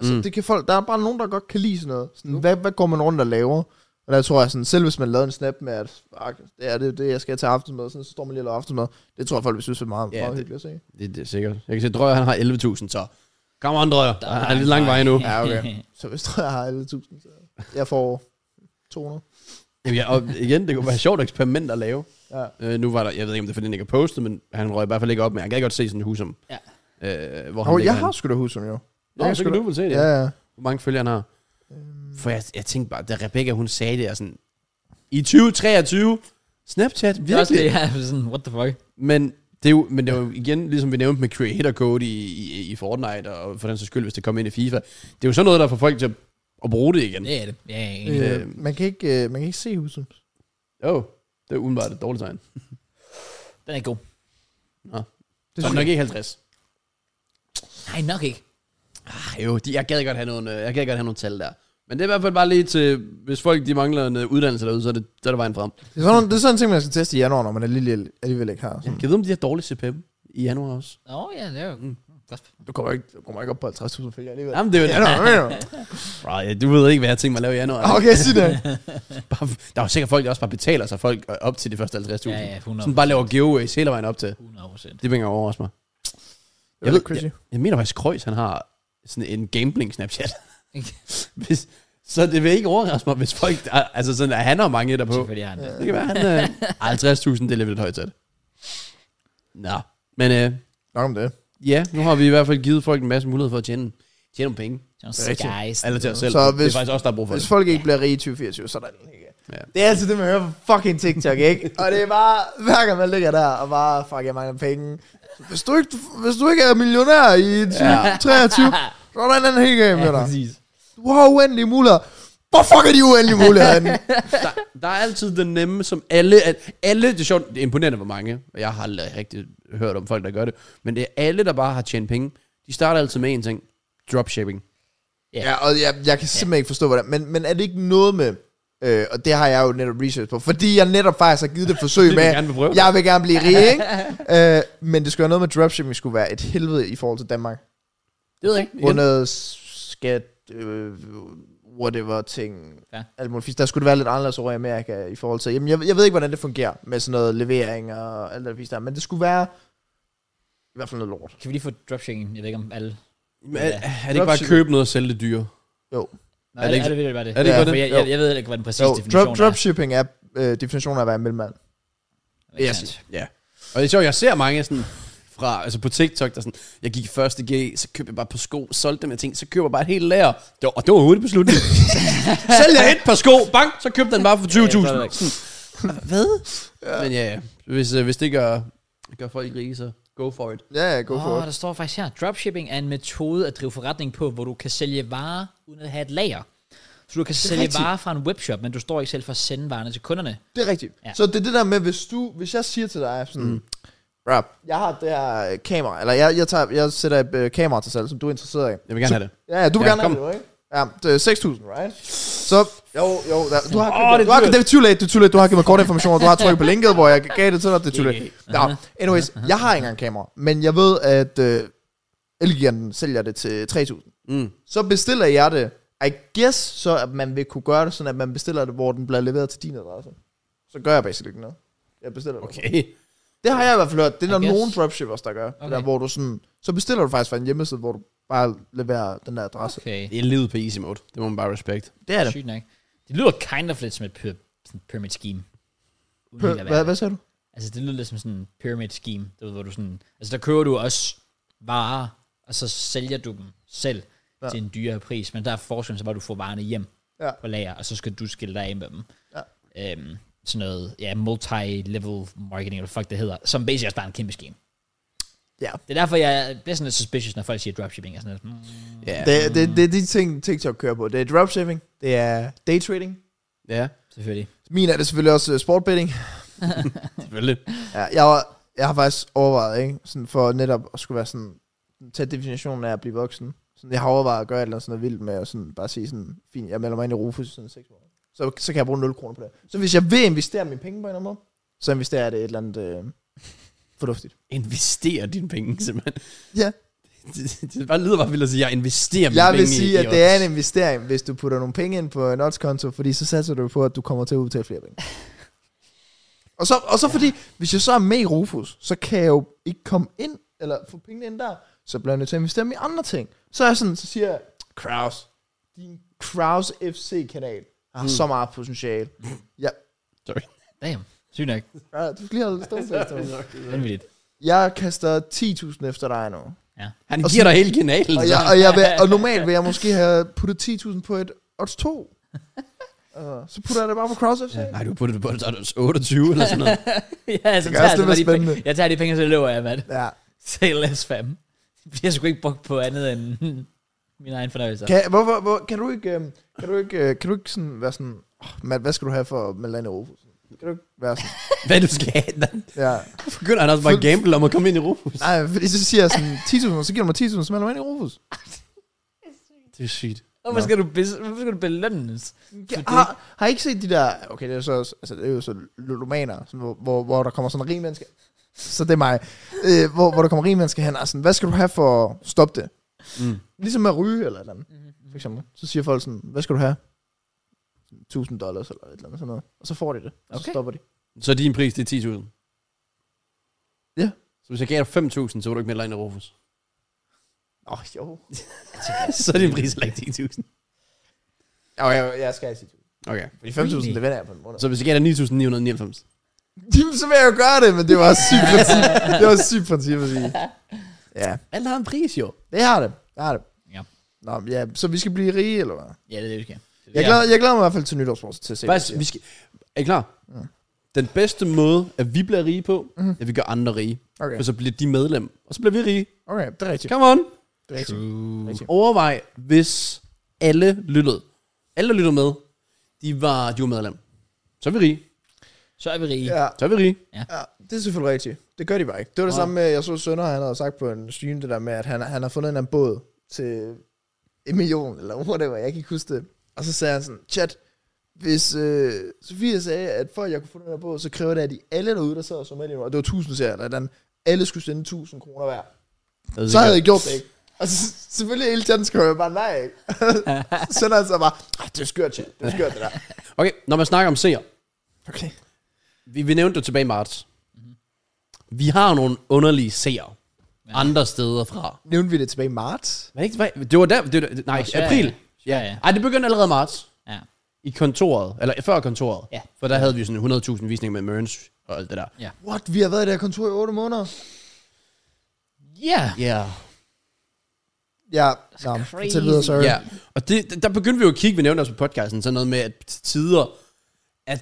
Speaker 3: Altså,
Speaker 2: Mm.
Speaker 3: mm. det kan folk, der er bare nogen, der godt kan lide sådan noget. Sådan, hvad, hvad går man rundt og laver? Og der tror jeg sådan, selv hvis man lavede en snap med, at "Fuck, det er det, det, jeg skal til aftensmad, sådan, så står man lige og laver aftensmad. Det tror jeg, folk vil synes er meget,
Speaker 2: Ja,
Speaker 3: meget
Speaker 2: det-
Speaker 3: det. hyggeligt at se.
Speaker 2: Det, det er sikkert. Jeg kan se, Drøjer han har 11.000, så kom on, Drøjer. Der
Speaker 1: Der
Speaker 2: er lidt lang vej nu.
Speaker 3: Ja, okay. Så hvis tror jeg har 11.000, så jeg får 200.
Speaker 2: Jamen, ja, og igen, det kunne være et sjovt eksperiment at lave.
Speaker 3: Ja.
Speaker 2: Øh, nu var der, jeg ved ikke, om det er fordi, den ikke er postet, men han røg i hvert fald ikke op med. Jeg kan godt se sådan et hus om.
Speaker 1: Ja.
Speaker 2: Øh, hvor han
Speaker 3: Og
Speaker 2: ligger
Speaker 3: jeg
Speaker 2: henne.
Speaker 3: har sgu da huset, jo.
Speaker 2: Nå,
Speaker 3: jeg
Speaker 2: så
Speaker 3: sgu
Speaker 2: kan
Speaker 3: da-
Speaker 2: du vel se det.
Speaker 3: Ja, ja.
Speaker 2: Hvor mange følgere han har. For jeg, jeg tænkte bare, da Rebecca, hun sagde det, jeg sådan, i 2023, Snapchat,
Speaker 1: Det er også det,
Speaker 2: virkelig.
Speaker 1: jeg er sådan, what the fuck?
Speaker 2: Men det, er jo, men det er jo igen, ligesom vi nævnte med Creator Code i, i, i Fortnite, og for den sags skyld, hvis det kommer ind i FIFA. Det er jo sådan noget, der får folk til at, at bruge det igen.
Speaker 1: Det er det. Ja, jeg er enig.
Speaker 3: Øh, man, kan ikke, øh, man kan ikke se huset.
Speaker 2: Jo, oh, det er udenbart et dårligt tegn.
Speaker 1: Den er god.
Speaker 2: Det så er det nok ikke 50.
Speaker 1: Nej, nok ikke.
Speaker 2: Ah, jo, de, jeg gad godt have nogle, øh, jeg gad godt have nogle tal der. Men det er i hvert fald bare lige til, hvis folk de mangler en øh, uddannelse derude, så er det, så er det vejen frem.
Speaker 3: Det er, sådan, det er sådan en ting, man skal teste i januar, når man alligevel, alligevel ikke har.
Speaker 2: Kan du vide, om de har dårlig CPM i januar også?
Speaker 1: Åh, oh, ja, det er jo mm. godt.
Speaker 3: Du kommer ikke, du kommer ikke op på 50.000 følgere alligevel.
Speaker 2: Jamen, det er jo
Speaker 3: Ja, nå, nå, nå.
Speaker 2: Bro, du ved ikke, hvad jeg tænker mig at lave i januar.
Speaker 3: Okay, sig det.
Speaker 2: Bare, der er jo sikkert folk, der også bare betaler sig folk øh, op til de første 50.000.
Speaker 1: Ja, ja, 100%.
Speaker 2: Sådan bare laver giveaways hele vejen op til.
Speaker 1: 100 procent.
Speaker 2: Det vinger over mig.
Speaker 3: Jeg ved, crazy.
Speaker 2: jeg, jeg mener faktisk, Kreuz, han har sådan en gambling-Snapchat. Hvis, så det vil ikke overraske mig, hvis folk... Altså sådan, at han har mange der på.
Speaker 1: Selvfølgelig har han det.
Speaker 2: Det kan være, han... Øh, 50.000, det er lidt højt sat. Nå, men øh,
Speaker 3: Nok om det.
Speaker 2: ja, nu har vi i hvert fald givet folk en masse mulighed for at tjene, tjene nogle penge.
Speaker 1: Sådan
Speaker 3: Det er rigtigt.
Speaker 1: guys.
Speaker 2: Eller til os selv.
Speaker 3: Så
Speaker 2: det er
Speaker 3: hvis-
Speaker 2: faktisk også der er brug for
Speaker 3: Hvis
Speaker 2: det.
Speaker 3: folk ikke bliver rige i 2024, så er der den ikke.
Speaker 2: Ja.
Speaker 3: Det er altid det, man hører på fucking TikTok, ikke? og det er bare, hver gang man ligger der og bare, fuck, jeg mangler penge. Hvis du ikke, hvis du ikke er millionær i 2023, så er der en anden helt game med dig.
Speaker 1: præcis.
Speaker 3: Du har uendelige muligheder. Hvor fuck er de uendelige muligheder?
Speaker 2: der, der er altid den nemme, som alle... At, alle det er sjovt, det er imponerende, hvor mange. og Jeg har aldrig rigtig hørt om folk, der gør det. Men det er alle, der bare har tjent penge. De starter altid med en ting. Dropshipping.
Speaker 3: Ja, og jeg, jeg kan simpelthen ja. ikke forstå, hvordan... Men, men er det ikke noget med... Øh, og det har jeg jo netop research på, fordi jeg netop faktisk har givet det forsøg
Speaker 2: du
Speaker 3: med,
Speaker 2: gerne vil prøve.
Speaker 3: jeg vil gerne blive rig, ikke? øh, men det skulle være noget med dropshipping, skulle være et helvede i forhold til Danmark.
Speaker 2: Det ved jeg ikke. Igen.
Speaker 3: Grundet skat, øh, whatever ting,
Speaker 1: Ja.
Speaker 3: ja. alt muligt. fisk. Der skulle det være lidt anderledes over i Amerika i forhold til, jamen jeg, jeg ved ikke, hvordan det fungerer med sådan noget levering og alt det der, fisk der, men det skulle være i hvert fald noget lort.
Speaker 1: Kan vi lige få dropshipping? Jeg ved ikke om alle...
Speaker 2: Men Er, er det ikke bare at købe noget og sælge det dyre?
Speaker 1: Nej,
Speaker 3: Jo.
Speaker 2: Er det
Speaker 1: alle,
Speaker 2: ikke-
Speaker 1: alle ved det bare det.
Speaker 2: er det
Speaker 1: ja,
Speaker 2: godt,
Speaker 1: for
Speaker 2: det?
Speaker 1: Jeg, jeg,
Speaker 3: Jo.
Speaker 1: jeg, ved ikke, hvad den præcise
Speaker 3: Jo,
Speaker 1: definition
Speaker 3: drop,
Speaker 1: er.
Speaker 3: dropshipping er øh, definitionen af at være en mellemmand.
Speaker 1: Ikke
Speaker 2: Yes.
Speaker 1: sandt?
Speaker 2: Ja. Og det er sjovt, jeg ser mange sådan fra, altså på TikTok, der sådan, jeg gik i første G, så købte jeg bare på sko, solgte dem, jeg tænkte, så køber jeg bare et helt lager. Det var, og det var en hurtig beslutning. Sælger jeg et par sko, bang, så købte jeg den bare for 20.000.
Speaker 1: Ja, det er
Speaker 2: Sådan, Hvad? Men ja, ja. hvis, øh, hvis det gør, gør folk rige, så go for it.
Speaker 3: Ja, ja, go
Speaker 1: Åh,
Speaker 3: for
Speaker 1: oh,
Speaker 3: it.
Speaker 1: der står faktisk her, dropshipping er en metode at drive forretning på, hvor du kan sælge varer uden at have et lager. Så du kan sælge
Speaker 2: rigtigt.
Speaker 1: varer fra en webshop, men du står ikke selv for at sende varerne til kunderne.
Speaker 3: Det er rigtigt.
Speaker 1: Ja.
Speaker 3: Ja. Så det er det der med, hvis du, hvis jeg siger til dig sådan, mm. Bruh, jeg har det her øh, kamera, eller jeg, jeg, tager, jeg sætter et øh, kamera til salg, som du er interesseret i.
Speaker 2: Jeg vil gerne have det.
Speaker 3: Ja, ja, du vil
Speaker 2: Ja,
Speaker 3: ja, gerne
Speaker 2: kom.
Speaker 3: have det, jo, ikke? Ja, det er 6.000, right? Så, jo, jo, der, du har,
Speaker 2: Åh, det er
Speaker 3: oh, det, du har,
Speaker 2: dyrt.
Speaker 3: det er too late, det er too late, du har givet mig kort information, og du har trykket på linket, hvor jeg gav det til dig, det er too late. Ja, anyways, jeg har ikke engang kamera, men jeg ved, at øh, Elgiganten sælger det til 3.000.
Speaker 2: Mm.
Speaker 3: Så bestiller jeg det, I guess, så at man vil kunne gøre det sådan, at man bestiller det, hvor den bliver leveret til din adresse. Så gør jeg basically ikke noget. Jeg bestiller det.
Speaker 2: Okay.
Speaker 3: Det har jeg i hvert fald hørt. Det er
Speaker 1: I
Speaker 3: der
Speaker 1: guess.
Speaker 3: nogen dropshippers, der gør. Okay. Der,
Speaker 1: Okay.
Speaker 3: hvor du sådan, så bestiller du faktisk fra en hjemmeside, hvor du bare leverer den der adresse.
Speaker 1: Okay,
Speaker 2: Det er livet på easy mode. Det må man bare respekt.
Speaker 3: Det er det.
Speaker 1: sygt nok. Det lyder kind of lidt som et pyr, sådan pyramid scheme. Uden helt at være
Speaker 3: Pø- hvad,
Speaker 1: det.
Speaker 3: hvad sagde du?
Speaker 1: Altså, det lyder lidt som sådan en pyramid scheme, du ved, hvor du sådan... Altså, der køber du også varer, og så sælger du dem selv ja.
Speaker 3: Ja.
Speaker 1: til en dyrere pris, men der er forskellen så, hvor du får varerne hjem ja.
Speaker 3: Ja.
Speaker 1: på lager, og så skal du skille dig af med dem. Ja. Øhm, sådan noget, ja, multi-level marketing, eller fuck det hedder, som basically også bare er en kæmpe scheme.
Speaker 3: Ja.
Speaker 1: Det er derfor, jeg bliver sådan lidt suspicious, når folk siger dropshipping og sådan noget. Mm,
Speaker 2: Ja.
Speaker 3: Det, er- det, det er de ting, TikTok kører på. Det er dropshipping, det er daytrading.
Speaker 2: Ja,
Speaker 1: selvfølgelig.
Speaker 3: Min er det selvfølgelig også øh, sportbetting.
Speaker 2: selvfølgelig.
Speaker 3: Ja, jeg, var, jeg har faktisk overvejet, ikke? Sådan for netop at skulle være sådan, tage definitionen af at blive voksen. Sådan, jeg har overvejet at gøre et eller andet sådan noget vildt med, og sådan bare sige sådan, fint, jeg melder mig ind i Rufus i sådan 6 måneder. Så, så kan jeg bruge 0 kroner på det. Så hvis jeg vil investere mine penge på en eller anden måde, så investerer jeg det i et eller andet øh, fornuftigt.
Speaker 2: Investere dine penge, simpelthen.
Speaker 3: Ja,
Speaker 2: Det, det bare lyder bare vildt at sige, jeg investerer mine
Speaker 3: jeg
Speaker 2: penge
Speaker 3: vil
Speaker 2: i,
Speaker 3: sige, at
Speaker 2: i
Speaker 3: det er
Speaker 2: odds.
Speaker 3: en investering, hvis du putter nogle penge ind på en odds-konto, fordi så satser du på, at du kommer til at udbetale flere penge. og så, og så ja. fordi, hvis jeg så er med i Rufus, så kan jeg jo ikke komme ind, eller få pengene ind der, så bliver jeg nødt til at investere dem i andre ting. Så er jeg sådan, så siger jeg, Kraus, din Kraus FC-kanal har mm. så meget potentiale. ja,
Speaker 2: Sorry.
Speaker 1: Damn, sygt nok.
Speaker 3: ja, du skal lige holde stående
Speaker 1: Vanvittigt.
Speaker 3: Jeg kaster 10.000 efter dig nu.
Speaker 2: Han
Speaker 3: Og
Speaker 2: giver dig hele kanalen.
Speaker 3: Og, jeg, og, jeg vil, og normalt vil jeg måske have puttet 10.000 på et odds 2. Uh, så putter jeg det bare på Cross FC. Ja.
Speaker 2: Nej, du puttede det på, så er det 28 eller sådan noget.
Speaker 1: ja, altså,
Speaker 3: Det
Speaker 1: det
Speaker 3: kan
Speaker 1: tager
Speaker 3: også lidt
Speaker 1: jeg,
Speaker 3: være
Speaker 1: de penge,
Speaker 3: spændende.
Speaker 1: jeg tager de penge, så løber jeg, mand.
Speaker 3: ja.
Speaker 1: Sales fam. Det bliver sgu ikke brugt på andet end min egen fornøjelse.
Speaker 3: Kan, hvor, hvor, hvor, kan du ikke, øhm, kan du ikke, øh, kan du ikke sådan være sådan, oh, Matt, hvad skal du have for Melanie Rufus? Kan du ikke være sådan,
Speaker 2: Hvad du skal have.
Speaker 3: ja.
Speaker 2: Begynder han også bare at gamble om at komme ind i Rufus.
Speaker 3: Nej, fordi så siger jeg sådan 10.000, og så giver du mig 10.000, så melder du mig ind i Rufus.
Speaker 2: Det er sygt.
Speaker 1: Hvorfor skal, du, bes- hvorfor skal du belønnes?
Speaker 3: Jeg, har, har I ikke set de der, okay, det er, så, også- altså, det er jo så ludomaner, sådan, hvor, hvor, hvor der kommer sådan en rig menneske, så det er mig, øh, hvor, hvor der kommer en rig menneske hen, og sådan, hvad skal du have for at stoppe det?
Speaker 2: Mm.
Speaker 3: Ligesom med at ryge eller et eller andet. for eksempel. Så siger folk sådan, hvad skal du have? 1000 dollars eller et eller andet sådan noget. Og så får de det. Og okay.
Speaker 1: Okay.
Speaker 3: så stopper de.
Speaker 2: Så din pris, det er 10.000.
Speaker 3: Ja.
Speaker 2: Så hvis jeg gav dig 5.000, så vil du ikke melde dig ind i Rufus.
Speaker 3: Åh, oh, jo.
Speaker 2: så er din pris heller ikke 10.000.
Speaker 3: Jo, jeg, jeg skal have 10.000.
Speaker 2: Okay.
Speaker 3: Fordi 5.000,
Speaker 1: Really?
Speaker 3: det vender jeg på en måned.
Speaker 2: Så hvis jeg gav dig 9.999.
Speaker 3: Jamen, så vil jeg jo gøre det, men det var også sygt princip. det var også sygt princip at sige. Ja,
Speaker 2: Alt har en pris, jo.
Speaker 3: det har det. Det har det.
Speaker 1: Ja.
Speaker 3: Nå, men ja, så vi skal blive rige, eller hvad?
Speaker 1: Ja, det er det, vi skal.
Speaker 3: Jeg,
Speaker 1: Ja.
Speaker 3: glæder, jeg glæder mig i hvert fald til nytårsforsæt til at se. hvad
Speaker 2: Faktisk,
Speaker 3: der
Speaker 2: vi skal... Er I klar? Den bedste måde, at vi bliver rige på,
Speaker 3: Mhm.
Speaker 2: mm. er, at vi gør andre rige.
Speaker 3: sker. Okay,
Speaker 2: For så bliver de medlem, og så bliver vi rige.
Speaker 3: okay, det er rigtigt.
Speaker 2: Come on! Altså,
Speaker 3: Det er rigtigt.
Speaker 1: True.
Speaker 3: Rigtigt.
Speaker 2: Overvej, hvis alle lyttede. alle, der lytter med, de var, de var medlem. Så er vi rige.
Speaker 1: Så er vi rige.
Speaker 3: Ja.
Speaker 2: Så er vi rige.
Speaker 3: ja, det er selvfølgelig rigtigt. Det gør de bare ikke. Det var det
Speaker 2: Nej.
Speaker 3: samme med, jeg så Sønder, han havde sagt på en stream, det der med, at han, han har fundet en eller anden båd til en million, eller whatever, jeg kan ikke huske det. Og så sagde han sådan, chat, hvis øh, Sofie sagde, at for at jeg kunne få den her båd, så kræver det, at de alle derude, der sad og så med lige nu, og det var 1000 serier, der den, alle skulle sende 1000 kroner hver. Så havde jeg gjort det ikke. Altså, selvfølgelig hele tiden skriver jeg bare nej, ikke? så er han så bare, "Ah, det er skørt, chat. Det er skørt, det der.
Speaker 2: Okay, når man snakker om seer,
Speaker 3: Okay.
Speaker 2: vi, vi nævnte det tilbage i marts.
Speaker 3: Mhm.
Speaker 2: Vi har nogle underlige seer andre steder fra.
Speaker 3: Nævnte vi det tilbage i marts?
Speaker 2: Men ikke, hvad- det var der, det, var- nej,
Speaker 1: Nå, Sverige.
Speaker 2: april.
Speaker 1: Sverige.
Speaker 2: Ej, det begyndte allerede i marts.
Speaker 1: Ja.
Speaker 2: I kontoret, eller før kontoret.
Speaker 1: Ja.
Speaker 2: For der havde vi sådan 100.000 visninger med Mørns og alt det der.
Speaker 1: Ja.
Speaker 3: What? Vi har været i det her kontor i 8 måneder?
Speaker 1: Ja.
Speaker 2: Yeah.
Speaker 3: Ja, no,
Speaker 1: crazy.
Speaker 3: fortæl videre, sorry.
Speaker 2: Ja, og det, der begyndte vi jo at kigge, vi nævnte også på podcasten, sådan noget med, at til tider er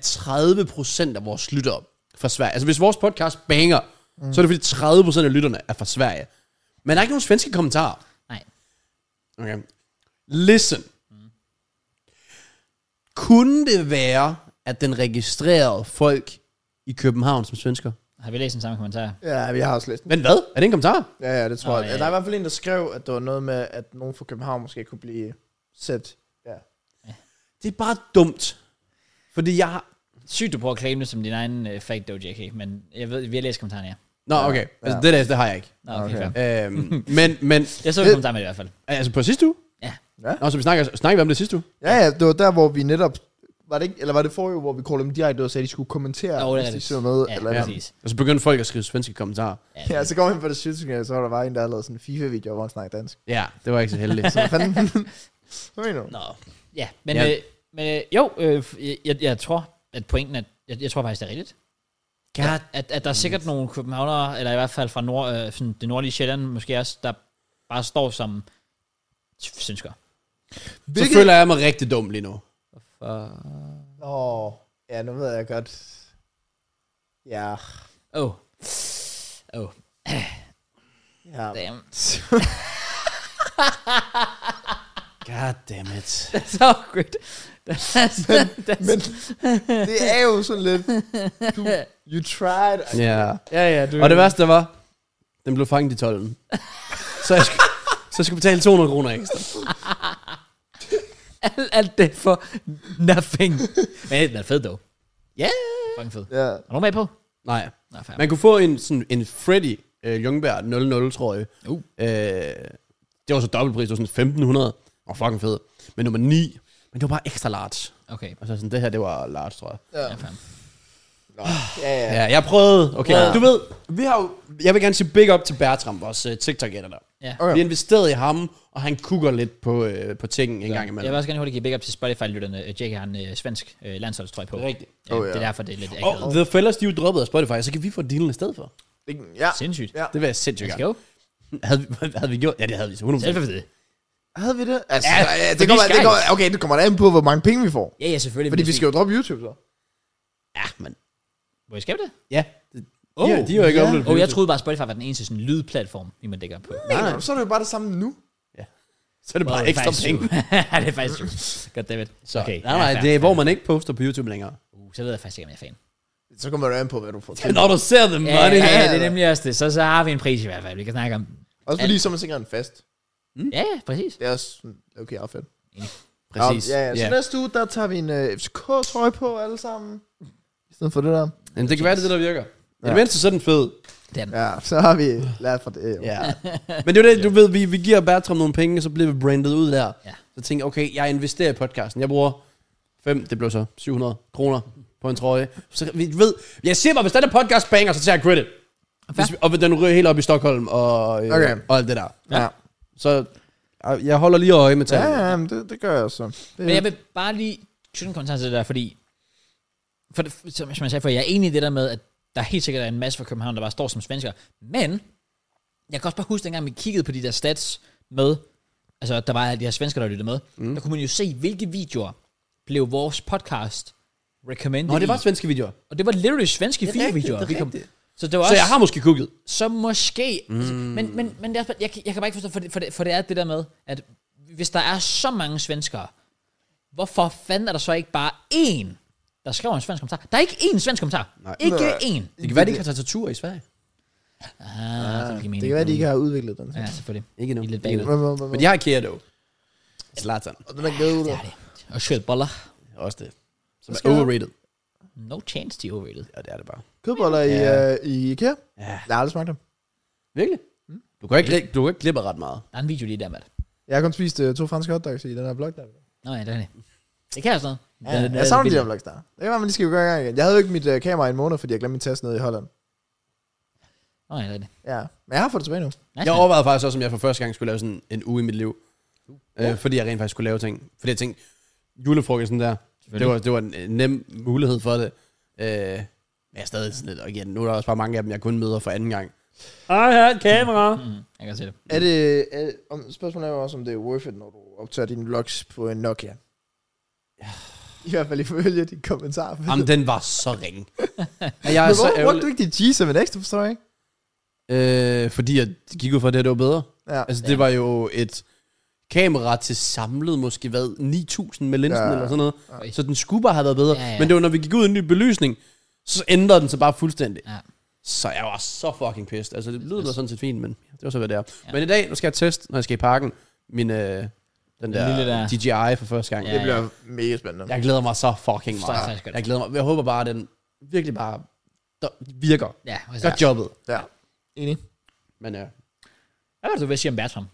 Speaker 2: 30% af vores lyttere fra Sverige. Altså hvis vores podcast banger, mm. så er det fordi 30% af lytterne er fra Sverige. Men der er ikke nogen svenske kommentarer.
Speaker 1: Nej.
Speaker 2: Okay. Listen. Kunne det være, at den registrerede folk i København som svensker?
Speaker 1: Har vi læst den samme kommentar?
Speaker 3: ja vi har også læst den.
Speaker 2: Men hvad? Er det en kommentar?
Speaker 3: Ja, ja, det tror
Speaker 1: Nå,
Speaker 3: jeg.
Speaker 1: ja, ja.
Speaker 3: Der er i hvert fald en, der skrev, at det var noget med, at nogen fra København måske kunne blive sat. Ja.
Speaker 2: Det er bare dumt. Fordi jeg har...
Speaker 1: Sygt, du prøver at claim det som din egen uh, fake dog, JK, men jeg ved, vi har læst kommentaren, ja.
Speaker 2: Nå, okay. Altså, det, der, det har jeg ikke.
Speaker 1: Nå, okay, okay.
Speaker 3: Okay.
Speaker 1: fair.
Speaker 2: Øhm, men, men...
Speaker 1: Jeg så en kommentar med det i hvert fald.
Speaker 2: Altså på sidste uge?
Speaker 1: Ja.
Speaker 3: Ja.
Speaker 2: Nå, så vi snakker, snakker vi om det sidste uge?
Speaker 3: ja, ja, det var der, hvor vi netop... Var det ikke, eller var det forrige, hvor vi kaldte dem direkte ud og sagde, at de skulle kommentere,
Speaker 1: Jo, det er
Speaker 3: hvis de
Speaker 1: rigtigt.
Speaker 3: så noget?
Speaker 1: Ja,
Speaker 3: eller
Speaker 1: ja.
Speaker 3: noget.
Speaker 1: præcis.
Speaker 2: Og så begyndte folk at skrive svenske kommentarer.
Speaker 1: Ja,
Speaker 3: Ja, så kom han på det sydsynge, og så var der bare en, der havde lavet sådan en FIFA-video, hvor han snakkede dansk.
Speaker 2: Ja, det var ikke så heldigt.
Speaker 3: Så hvad fanden? Hvad mener du?
Speaker 1: Nå. Ja, men,
Speaker 2: Ja.
Speaker 1: ja. Øh, men øh, jo, øh, f- jeg, jeg tror, at pointen er, jeg, jeg tror faktisk, det er rigtigt. At, at, at der er sikkert nogle københavnere, eller i hvert fald fra nord, øh, sådan det nordlige Sjælland, måske også, der bare står som synsker.
Speaker 2: så føler jeg mig rigtig dum lige nu.
Speaker 3: Nå, ja, nu ved jeg godt. Ja,
Speaker 1: Oh. Oh,
Speaker 3: ja.
Speaker 1: damn.
Speaker 2: God damn it.
Speaker 1: That's awkward. That's, that's,
Speaker 3: Men det er jo sådan lidt... Du, you tried.
Speaker 2: Ja.
Speaker 3: Ja, ja, du...
Speaker 2: Og det værste var, den blev fanget i tolden. Så jeg skulle, så jeg skulle betale 200 kroner ekstra.
Speaker 1: alt, alt det for nothing. Men den er fed, dog.
Speaker 2: Ja.
Speaker 1: Fucking fed.
Speaker 3: Ja.
Speaker 1: Er du med på?
Speaker 2: Nej.
Speaker 1: Nej, fair.
Speaker 2: Man kunne få en, sådan, en Freddy øh, Jungberg 00 trøje.
Speaker 1: Uh.
Speaker 2: Øh, det var så dobbeltpris, det var sådan 1500. Åh, oh, fucking fed. Men nummer 9, men det var bare ekstra large.
Speaker 1: Okay.
Speaker 2: Og så sådan, det her, det var large, tror jeg.
Speaker 1: Ja, fair.
Speaker 3: Nå. Ja, ja.
Speaker 2: Ja, jeg prøvede. Okay,
Speaker 1: Ja.
Speaker 2: du ved, vi har jo, jeg vil gerne sige big up til Bertram, vores uh, TikTok-gætter der.
Speaker 1: Ja.
Speaker 3: Okay.
Speaker 2: Vi investerede i ham, og han kugger lidt på, uh, på tingene en gang
Speaker 1: Jeg
Speaker 2: imellem.
Speaker 1: vil også gerne hurtigt give big up til Spotify-lytterne. Øh, Jake har en øh, svensk øh, landsholdstrøje på.
Speaker 2: Rigtigt.
Speaker 1: Ja,
Speaker 3: Oh, ja.
Speaker 1: Det er derfor, det er lidt akavet.
Speaker 2: Og The Fellas, de er jo droppet af Spotify, så kan vi få dealen i stedet for.
Speaker 3: Det- Ja.
Speaker 1: Sindssygt.
Speaker 3: Ja.
Speaker 2: Det vil jeg sindssygt
Speaker 1: Let's
Speaker 2: gerne.
Speaker 1: go.
Speaker 2: Havde, vi- havde vi gjort? Ja, det havde vi så 100%.
Speaker 1: Selvfølgelig for det.
Speaker 3: Havde vi det? Altså,
Speaker 1: Ja,
Speaker 3: ja, ja,
Speaker 1: fordi
Speaker 3: det, kommer, det
Speaker 1: Skype.
Speaker 3: kommer, okay, det kommer da an på, hvor mange penge vi får.
Speaker 1: Ja, ja, selvfølgelig.
Speaker 3: Fordi
Speaker 1: men
Speaker 3: vi
Speaker 1: det
Speaker 3: skal jo droppe YouTube, så.
Speaker 2: Ja, men...
Speaker 1: Må jeg skabe det?
Speaker 2: Ja. De,
Speaker 1: Oh.
Speaker 2: de, de er jo ikke
Speaker 3: Ja.
Speaker 2: uploadet på
Speaker 1: Og jeg
Speaker 2: YouTube.
Speaker 1: troede bare, Spotify var den eneste sådan, lydplatform, vi man dækker på.
Speaker 3: Mener du, så er det jo bare det samme nu.
Speaker 2: Så er det bare
Speaker 1: Well,
Speaker 2: ekstra
Speaker 1: faktisk
Speaker 2: penge.
Speaker 1: jo. Ja, det er faktisk... God damn it.
Speaker 2: Så, okay,
Speaker 1: ja,
Speaker 2: nej, nej,
Speaker 1: fair.
Speaker 2: det er, hvor man ikke poster på YouTube længere.
Speaker 1: Uh, så ved jeg faktisk ikke, om jeg er fan.
Speaker 3: Så kommer det jo an på, hvad du får til.
Speaker 2: Men når du ser the
Speaker 1: Ja,
Speaker 2: money...
Speaker 1: ja, ja, det
Speaker 3: eller-
Speaker 1: er nemlig også det. Så, så har vi en pris i hvert fald, vi kan snakke om. den.
Speaker 3: Også fordi, så er man sikkert en fast.
Speaker 2: Mm.
Speaker 1: Ja, ja, præcis.
Speaker 3: Det er også sådan, okay, ja, fedt.
Speaker 2: Præcis.
Speaker 3: Ja, ja. Så
Speaker 2: Ja.
Speaker 3: næste uge, der tager vi en uh, FCK-trøje på alle sammen. I stedet for det der.
Speaker 2: Jamen, det kan være, det er det, der virker. I det
Speaker 3: Ja.
Speaker 2: mindste, så er den fed.
Speaker 1: Det er den.
Speaker 3: Ja, så har vi lært fra det. jo.
Speaker 2: Ja. Men det er jo det, du ved, vi, vi giver Bertram nogle penge, så bliver vi brandet ud der.
Speaker 1: Ja.
Speaker 2: Så tænker jeg, okay, jeg investerer i podcasten. Jeg bruger 5, det blev så 700 kroner på en trøje. Så vi ved, jeg siger bare, hvis den er podcast banger, så tager jeg credit. Hvis vi, og den ryger helt op i Stockholm og, øh,
Speaker 3: Okay.
Speaker 2: okay. og alt det der.
Speaker 3: Ja,
Speaker 2: Så øh, jeg holder lige øje med
Speaker 3: ja,
Speaker 2: tallene.
Speaker 3: ja men det, det gør jeg så. Det,
Speaker 1: Men jeg vil bare lige knytte en kommentar til det der, fordi... For det, som som jeg sagde før, jeg er enig i det der med, at der helt sikkert er en masse fra København, der bare står som svensker. Men, jeg kan også bare huske, dengang vi kiggede på de der stats med, altså der var alle de her svensker, der lyttede med, mm. der kunne man jo se, hvilke videoer blev vores podcast recommended
Speaker 2: Nå, det var
Speaker 1: i.
Speaker 2: svenske videoer.
Speaker 1: Og det var literally svenske
Speaker 2: Det er rigtigt,
Speaker 1: filmvideoer.
Speaker 2: det er
Speaker 1: vi kom-
Speaker 2: rigtigt.
Speaker 1: Så det var også,
Speaker 2: Så jeg har måske kukket.
Speaker 1: så måske. Mm. Altså, men men, men det er, også bare- jeg, kan- jeg kan bare ikke forstå, for det, for, det, for det er det der med, at hvis der er så mange svenskere, Hvorfor fanden er der så ikke bare én, der skriver en svensk kommentar? Der er ikke én svensk kommentar.
Speaker 2: Nej.
Speaker 1: Ikke
Speaker 3: Nej.
Speaker 1: én.
Speaker 2: Det kan være, de ikke har tastatur i Sverige.
Speaker 1: Ah, så giver
Speaker 3: Det kan være, de ikke har udviklet den.
Speaker 1: Ja, selvfølgelig.
Speaker 2: Ikke endnu.
Speaker 1: I er lidt
Speaker 2: Ikke
Speaker 1: bagud.
Speaker 2: endnu.
Speaker 3: Hvad- hvad- hvad-
Speaker 2: Men de har IKEA dog. Zlatan.
Speaker 3: Og den er glædet ud.
Speaker 1: Det er det. Og skød boller.
Speaker 2: Også det. Som
Speaker 3: skal
Speaker 2: er
Speaker 3: jeg-
Speaker 2: overrated.
Speaker 1: No chance, de er overrated.
Speaker 2: Ja, det er det bare.
Speaker 3: Kødboller i,
Speaker 2: Ja.
Speaker 3: øh, i IKEA?
Speaker 2: Ja.
Speaker 3: Jeg har aldrig smagt dem.
Speaker 2: Virkelig? Du kan ikke, ri- du kan ikke klippe ret meget.
Speaker 1: Der er en video lige der, Matt.
Speaker 3: Jeg har kun spist øh, to franske hotdogs i den her vlog der.
Speaker 1: Nå ja, det er det. Det kan jeg sådan noget.
Speaker 3: Ja,
Speaker 1: Den- den-
Speaker 3: jeg
Speaker 1: den-
Speaker 3: savner de
Speaker 1: den-
Speaker 3: her vlogs der. Det kan være, man lige skal gå i gang igen. Jeg havde jo ikke mit øh, kamera i en måned, fordi jeg glemte min taske nede i Holland.
Speaker 1: Nå ja, det er det.
Speaker 3: Ja, men jeg har fået det tilbage nu.
Speaker 1: Nice,
Speaker 2: Jeg
Speaker 1: man.
Speaker 2: overvejede faktisk også, om jeg for første gang skulle lave sådan en uge i mit liv. Øh, fordi jeg rent faktisk skulle lave ting. Fordi jeg tænkte, julefrokosten der, det var, det var en øh, nem mulighed for det. Øh, men jeg er stadig sådan lidt, og igen, nu er der også bare mange af dem, jeg kun møder for anden gang. Ej, her et kamera.
Speaker 1: Mm, jeg kan se det.
Speaker 3: Er det, er, om, spørgsmålet er jo også, om det er worth it, når du optager dine vlogs på en Nokia. I hvert fald ifølge de kommentarer.
Speaker 2: Jamen, den var så ringe. Og jeg
Speaker 3: Men
Speaker 2: er så
Speaker 3: hvorfor brugte du
Speaker 2: ærgerlig,
Speaker 3: ikke dit G7X, det forstår jeg ikke?
Speaker 2: øh, fordi jeg gik ud fra, at det her det var bedre.
Speaker 3: Ja.
Speaker 2: Altså, det var jo et kamera til samlet måske, hvad, 9.000 med linsen
Speaker 3: Ja.
Speaker 2: ja. eller sådan noget. Så den skulle bare have været bedre.
Speaker 1: Ja,
Speaker 2: Ja,
Speaker 1: ja.
Speaker 2: ja. Men det var, når vi gik ud i en ny belysning, så ændrede den sig bare fuldstændig.
Speaker 1: Ja.
Speaker 2: Så jeg var så fucking pissed. Altså, det lyder da sådan set fint, men det var så, hvad det er. Ja. Men i dag, nu skal jeg teste, når jeg skal i parken, min, øh, den der,
Speaker 1: lille der.
Speaker 2: DJI for første gang.
Speaker 1: Ja,
Speaker 2: Ja.
Speaker 1: ja.
Speaker 3: bliver mega spændende.
Speaker 2: Jeg glæder mig så fucking
Speaker 1: Forstår jeg faktisk
Speaker 2: meget.
Speaker 1: godt.
Speaker 2: Jeg glæder mig. Jeg håber bare, at den virkelig bare der, virker.
Speaker 1: Ja, altså,
Speaker 2: Godt jobbet.
Speaker 3: Ja. Enig.
Speaker 2: Men, øh.
Speaker 1: Hvad var det, du ville sige om Bertram?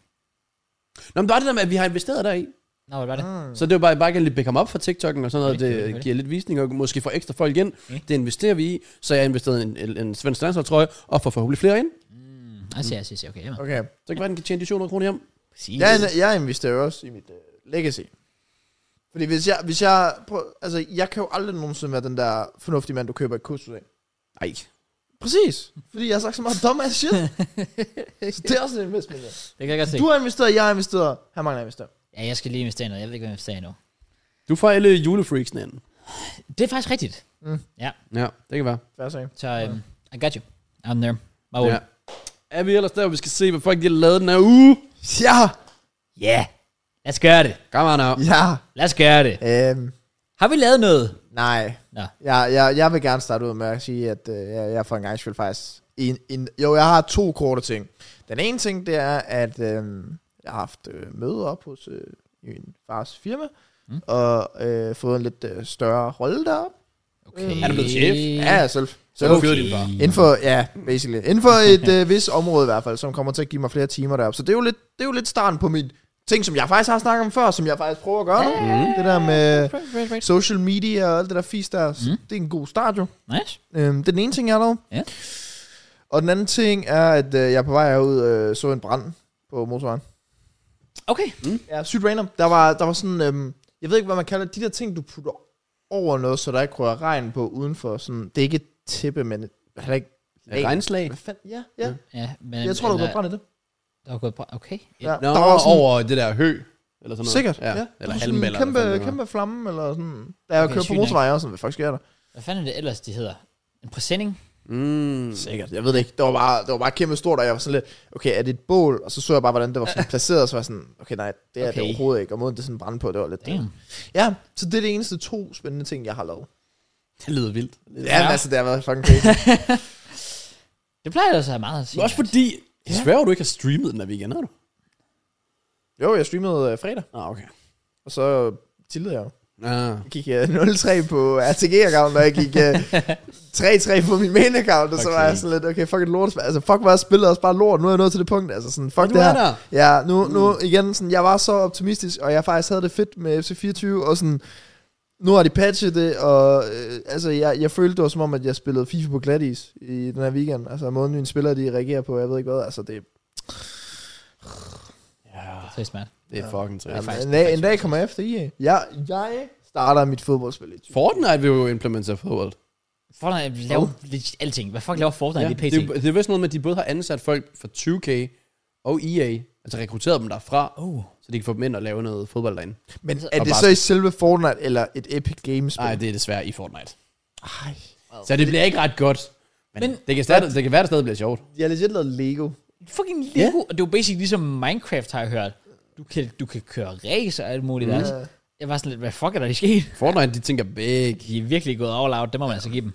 Speaker 2: Nå, men det var det der med, at vi har investeret deri.
Speaker 1: Nå, hvad var det?
Speaker 3: Mm.
Speaker 2: Så det var bare, bare gerne lidt pick op fra TikTok'en og sådan noget.
Speaker 1: Okay, okay, okay.
Speaker 2: Det giver lidt visning, og måske får ekstra folk ind.
Speaker 1: Mm.
Speaker 2: Det investerer vi i. Så jeg investerede en, en, en svensk landsholdstrøje, og får forhåbentlig flere ind.
Speaker 1: Mm, altså, jeg siger, okay, det er
Speaker 3: Okay.
Speaker 2: Så kan det være, den kan tjene de 700 kroner hjem.
Speaker 1: Præcis.
Speaker 3: Jeg, jeg investerer jo også i mit uh, legacy. Fordi hvis jeg, hvis jeg prøv, altså jeg kan jo aldrig nogensinde være den der fornuftige mand, du køber et kursus af.
Speaker 2: Nej.
Speaker 3: Præcis. Fordi jeg har sagt så meget dumb ass shit. så det er også en investment. Ja.
Speaker 1: Det kan jeg godt se.
Speaker 3: Du har investeret, jeg har investeret, han mangler at investere.
Speaker 1: Ja, jeg skal lige investere i noget. Jeg ved ikke, hvad jeg investerer i nu.
Speaker 2: Du får alle julefreaksene ind.
Speaker 1: Det er faktisk rigtigt.
Speaker 2: Ja, det kan være.
Speaker 3: Færre sag.
Speaker 1: Så um, I got you. I'm there. My own.
Speaker 2: Ja. Er vi ellers der, hvor vi skal se, hvad folk de har lavet den her uge?
Speaker 3: Ja.
Speaker 1: Yeah. Lad os gøre det.
Speaker 2: Kom on now.
Speaker 3: Ja.
Speaker 1: Lad os gøre det.
Speaker 3: Øhm,
Speaker 1: Har vi lavet noget?
Speaker 3: nej.
Speaker 1: Nå.
Speaker 3: Jeg, jeg, jeg vil gerne starte ud med at sige, at øh, jeg, jeg for en gang skyld faktisk... En, en, jo, jeg har to korte ting. Den ene ting, det er, at øh, jeg har haft øh, møde op hos øh, min fars firma,
Speaker 1: Mm.
Speaker 3: mm. og øh, fået en lidt øh, større rolle deroppe. Øh,
Speaker 1: Okay.
Speaker 2: Er du blevet chef?
Speaker 3: Ja, ja, selv.
Speaker 2: Så du fyrer din far.
Speaker 3: Mm. Inden for, ja, basically. Inden for et øh, vis område i hvert fald, som kommer til at give mig flere timer deroppe. Så det er jo lidt, det er jo lidt starten på min ting, som jeg faktisk har snakket om før, som jeg faktisk prøver at gøre nu.
Speaker 1: Mm.
Speaker 3: Det der med
Speaker 1: Right, right, right.
Speaker 3: social media og alt det der fisk der,
Speaker 1: Mm.
Speaker 3: mm. det er en god start jo.
Speaker 1: Nice.
Speaker 3: Øhm, det er den ene ting, jeg har lavet.
Speaker 1: Ja.
Speaker 3: Og den anden ting er, at øh, jeg på vej herud øh, så en brand på motorvejen.
Speaker 1: Okay.
Speaker 3: Ja, sygt random. Der var, der var sådan, øhm, jeg ved ikke, hvad man kalder de der ting, du putter over noget, så der ikke rører regn på udenfor. Sådan, det er ikke et tæppe, men heller ikke...
Speaker 2: Et regnslag.
Speaker 3: Hvad fanden? Ja, ja.
Speaker 1: Ja, men,
Speaker 3: Jeg tror, der er gået
Speaker 1: eller-
Speaker 3: brand i det.
Speaker 1: Der er gået brand. Okay.
Speaker 3: Ja.
Speaker 2: Nå,
Speaker 3: der var sådan,
Speaker 2: over det der hø. Eller sådan noget.
Speaker 3: sikkert, ja. Der
Speaker 2: Eller
Speaker 3: var sådan
Speaker 2: halmbæller.
Speaker 3: en kæmpe, kæmpe flamme, eller sådan. Da jeg
Speaker 1: Okay,
Speaker 3: okay, kørte
Speaker 1: sygt
Speaker 3: på
Speaker 1: nok.
Speaker 3: motorvejen, jeg var sådan, hvad fuck sker der?
Speaker 1: Hvad fanden er det ellers, de hedder? En præsending?
Speaker 2: Mm.
Speaker 3: Sikkert, jeg ved det ikke. Det var bare, det var bare kæmpe stort, og jeg var sådan lidt, okay, er det et bål? Og så så jeg bare, hvordan det var sådan placeret, og så var jeg sådan, okay, nej, det er okay. det
Speaker 1: Okay.
Speaker 3: overhovedet ikke. Og måden, det sådan brændte på, det var lidt...
Speaker 1: Damn.
Speaker 3: Ja, så det er det eneste to spændende ting, jeg har lavet.
Speaker 2: Det lyder vildt.
Speaker 3: Ja, men altså, det har været fucking crazy.
Speaker 1: Det plejer jeg altså at have meget at sige.
Speaker 2: Men også fordi, jeg sværger, du ikke har streamet den her weekend, har du?
Speaker 3: jo, jeg streamede øh, fredag,
Speaker 2: Ah, okay.
Speaker 3: og så tillede jeg jo.
Speaker 2: Ah.
Speaker 3: Jeg gik øh, 0-3 på RTG-account, og jeg gik øh, 3-3 på min main-account, og så
Speaker 2: Fuck
Speaker 3: var jeg
Speaker 2: sake.
Speaker 3: sådan lidt, okay, fuck et lort. Altså, fuck, var jeg spillet også bare lort. Nu er jeg nået til det punkt, altså sådan, fuck
Speaker 2: Nu
Speaker 3: det
Speaker 2: er
Speaker 3: her.
Speaker 2: der.
Speaker 3: Ja, nu, nu igen, sådan, jeg var så optimistisk, og jeg faktisk havde det fedt med FC24, og sådan, nu har de patchet det, og øh, altså, jeg, jeg følte det var som om, at jeg spillede FIFA på Gladys i den her weekend. Altså, måden mine spillere, de reagerer på, jeg ved ikke hvad, altså, det,
Speaker 2: Ja,
Speaker 1: Det er smart.
Speaker 2: det er fucking
Speaker 3: ja,
Speaker 2: trist.
Speaker 1: faktisk-
Speaker 3: en,
Speaker 1: det er
Speaker 3: dag,
Speaker 1: faktisk
Speaker 3: en dag kommer jeg efter I. Jeg, jeg starter mit fodboldspil i 20.
Speaker 2: Fortnite vil jo implementere fodbold.
Speaker 1: Fortnite laver legit alting. Hvad fuck laver Fortnite lige pt?
Speaker 2: det, er- det er vist noget med, at de både har ansat folk fra 20K og EA, altså rekrutteret dem derfra,
Speaker 1: Oh.
Speaker 2: så de kan få dem ind og lave noget fodbold derinde.
Speaker 3: Men
Speaker 1: Og
Speaker 3: er det
Speaker 2: bare-
Speaker 3: så i selve Fortnite, eller et Epic Games-spil?
Speaker 2: Nej, det er desværre i Fortnite.
Speaker 3: Ej.
Speaker 2: Så det bliver ikke ret godt. Men,
Speaker 1: Men-
Speaker 2: men det, kan stadig, det kan være, det stadig bliver sjovt.
Speaker 3: Jeg har legit lavet Lego.
Speaker 1: Fucking Lego. Og det er jo basically ligesom Minecraft, har jeg hørt. Du kan, du kan køre racer og alt muligt. Mm. Altså. Jeg var sådan lidt, hvad fuck er der, de sket?
Speaker 2: Fortnite, de tænker big.
Speaker 1: De er virkelig gået all out, det må man altså give dem.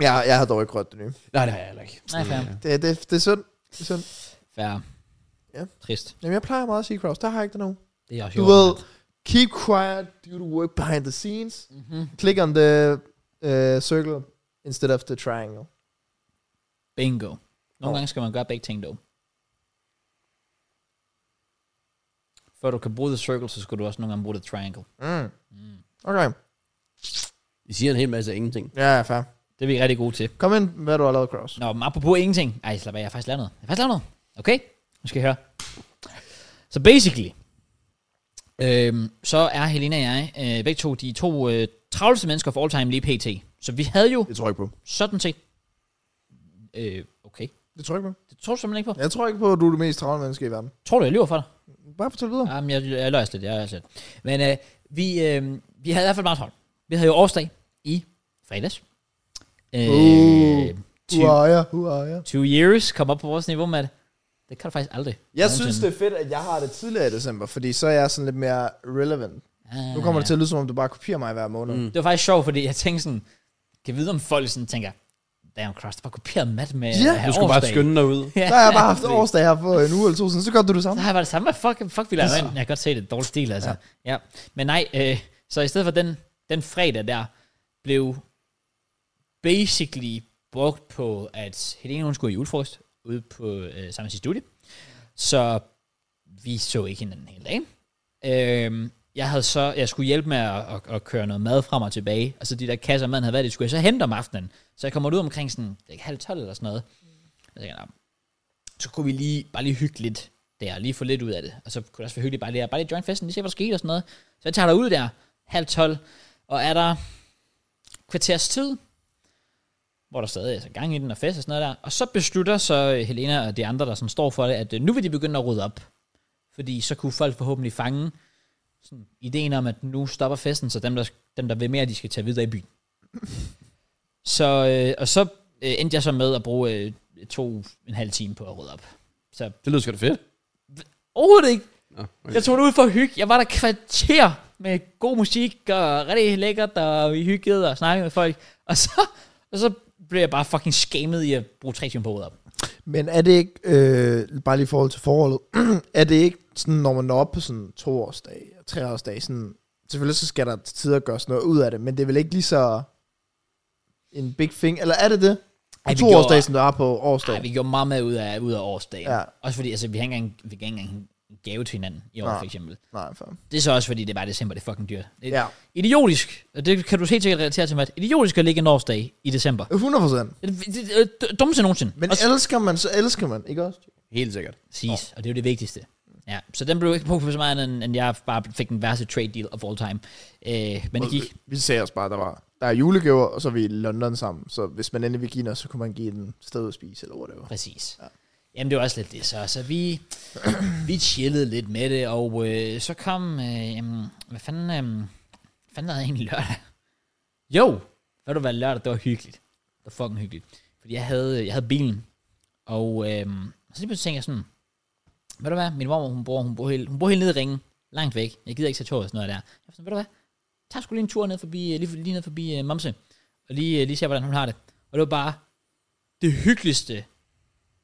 Speaker 3: Ja, jeg har dog ikke rørt det nye.
Speaker 2: Nej, det har jeg heller ikke.
Speaker 1: Nej, fair.
Speaker 3: Det, det, det er synd. Det er synd.
Speaker 1: Fair.
Speaker 3: Ja.
Speaker 1: Trist.
Speaker 3: Jamen, jeg plejer meget at sige Kraus. Der har jeg ikke det nu.
Speaker 1: Det er også
Speaker 3: Du
Speaker 1: jo-
Speaker 3: ved, keep quiet, do the work behind the scenes.
Speaker 1: Mhm.
Speaker 3: Click on the uh, circle instead of the triangle.
Speaker 1: Bingo. Nogle
Speaker 3: Nå.
Speaker 1: gange skal man gøre begge ting, dog. Før du kan bruge the circle, så skal du også nogle gange bruge the triangle.
Speaker 3: Mm. Okay.
Speaker 2: De siger en hel masse af ingenting.
Speaker 3: Ja, fair.
Speaker 1: Det er vi rigtig gode til.
Speaker 3: Kom ind, hvad du har lavet, Kraus.
Speaker 1: Nå, men apropos ingenting. Ej, slap af, jeg har faktisk lavet noget. Jeg har faktisk lavet noget. Okay, nu skal I høre. Så basically, øhm, så er Helena og jeg, øh, begge to, de to øh, travleste mennesker for all time lige pt. Så vi havde jo
Speaker 4: Det tror jeg ikke på.
Speaker 1: sådan set... Øh, okay.
Speaker 3: Det tror jeg ikke på.
Speaker 1: Det tror du simpelthen ikke på.
Speaker 3: Jeg tror ikke på, at du er det mest travle menneske i verden.
Speaker 1: Tror du, jeg lyver for dig?
Speaker 3: Bare fortæl videre.
Speaker 1: Jamen, jeg, jeg løj lidt, jeg løj lidt. Men øh, vi, øh, vi havde i hvert fald meget travlt. Vi havde jo årsdag i fredags. Øh,
Speaker 3: Uh,
Speaker 1: 20,
Speaker 3: Huaja, huaja.
Speaker 1: 20 years kom op på vores niveau med det. Det kan du faktisk aldrig.
Speaker 3: Jeg
Speaker 1: nogensinde.
Speaker 3: synes, det er fedt, at jeg har det tidligere i december, fordi så er jeg sådan lidt mere relevant.
Speaker 1: Ah,
Speaker 3: Nu kommer det til at lyde, som om du bare kopierer mig hver måned. Mm.
Speaker 1: Det var faktisk sjovt, fordi jeg tænkte sådan, kan jeg vide om folk sådan tænker, damn Cross, du bare kopieret Matt med
Speaker 3: Ja,
Speaker 1: at have
Speaker 2: Du skal bare
Speaker 1: årsdag."
Speaker 2: skynde dig ud.
Speaker 1: Ja.
Speaker 3: Så har jeg bare haft årsdag her på en uge eller to siden, så gør du det
Speaker 1: Så
Speaker 3: samme.
Speaker 1: har jeg bare det samme. Hvad Fuck, fuck vi lader ind. Jeg kan godt se det. er Dårlig stil, altså. Ja. ja. Men nej, øh, så i stedet for den, den fredag der, blev basically brugt på, at Helene hun skulle i julefrokost ude på øh, samme sit studie. Så vi så ikke hinanden hele dagen. Øhm, jeg havde så, jeg skulle hjælpe med at, at, at køre noget mad frem og tilbage, og så de der kasser, man havde været i, skulle jeg så hente om aftenen. Så jeg kommer ud omkring sådan, det er halv tolv eller sådan noget. Jeg tænker, "Nå, så kunne vi lige, bare lige hygge lidt der, lige få lidt ud af det. Og så kunne det også være hyggeligt bare lige, bare lige join festen, lige se, hvad der skete og sådan noget. Så jeg tager derud der, halv tolv, og er der kvarters tid, hvor der stadig er altså, gang i den og fest og sådan noget der. Og så beslutter så øh, Helena og de andre, der sådan står for det, at øh, nu vil de begynde at rydde op. Fordi så kunne folk forhåbentlig fange sådan, ideen om, at nu stopper festen, så dem der, dem, der vil mere, de skal tage videre i byen. Så, øh, og så øh, endte jeg så med at bruge øh, to en halv time på at rydde op. Så
Speaker 2: Det lyder sgu da fedt.
Speaker 1: overhovedet ikke.
Speaker 2: Nå, okay.
Speaker 1: Jeg tog det ud for at hygge. Jeg var der kvarter med god musik og rigtig lækkert, og vi hyggede og snakkede med folk. Og så, og så blev jeg bare fucking skamet i at bruge tre timer på at rydde op.
Speaker 3: Men er det ikke, øh, bare lige i forhold til forholdet, er det ikke sådan, når man når op på sådan to årsdag, tre årsdag, sådan, selvfølgelig så skal der til tider gøres noget ud af det, men det er vel ikke lige så en big thing, eller er det det?
Speaker 1: Ej,
Speaker 3: På
Speaker 1: vi
Speaker 3: to
Speaker 1: gjorde-
Speaker 3: årsdag, som der er på
Speaker 1: Ej,
Speaker 3: årsdag.
Speaker 1: vi gjorde meget med ud af, ud af årsdagen. Ja.
Speaker 3: Ja.
Speaker 1: Også fordi altså, vi har ikke engang, vi gav ikke engang en gave til hinanden i år,
Speaker 3: Nej.
Speaker 1: for eksempel.
Speaker 3: Nej, for.
Speaker 1: Det er så også fordi, det er bare december, det er fucking dyrt. Det er
Speaker 3: Ja,
Speaker 1: Idiotisk, og det kan du helt sikkert relatere til, Matt. Idiotisk at ligge en årsdag i december.
Speaker 3: 100 procent.
Speaker 1: Det er- det er det dummeste nogensinde.
Speaker 3: Men
Speaker 1: Også-
Speaker 3: elsker man, så elsker man, ikke også?
Speaker 2: Helt sikkert.
Speaker 1: Præcis, og det er jo det vigtigste. Ja, så den blev ikke brugt for så meget, end, end jeg bare fik den værste trade deal of all time. Øh, men det gik.
Speaker 3: Vi ser os bare, der var der er julegaver, og så er vi i London sammen. Så hvis man endelig vil give noget, så kunne man give den sted at spise, eller whatever.
Speaker 1: Præcis. Ja.
Speaker 3: Ja.
Speaker 1: Jamen, det var også lidt det. Så, så vi, vi chillede lidt med det, og øh, så kom... Øh, jamen, hvad fanden... Øh, hvad fanden havde jeg egentlig lørdag? Jo, ved du hvad, lørdag, det var hyggeligt. Det var fucking hyggeligt. Fordi jeg havde, jeg havde bilen, og øh, så lige pludselig tænkte jeg sådan... Ved du hvad, min mor, hun bor, hun bor, helt, hun bor helt nede i ringen, langt væk. Jeg gider ikke tage toget og sådan noget der. Jeg var sådan, ved du hvad, tag sgu lige en tur ned forbi, øh, lige, lige ned forbi uh, Momse, og lige, uh, lige se, hvordan hun har det. Og det var bare det hyggeligste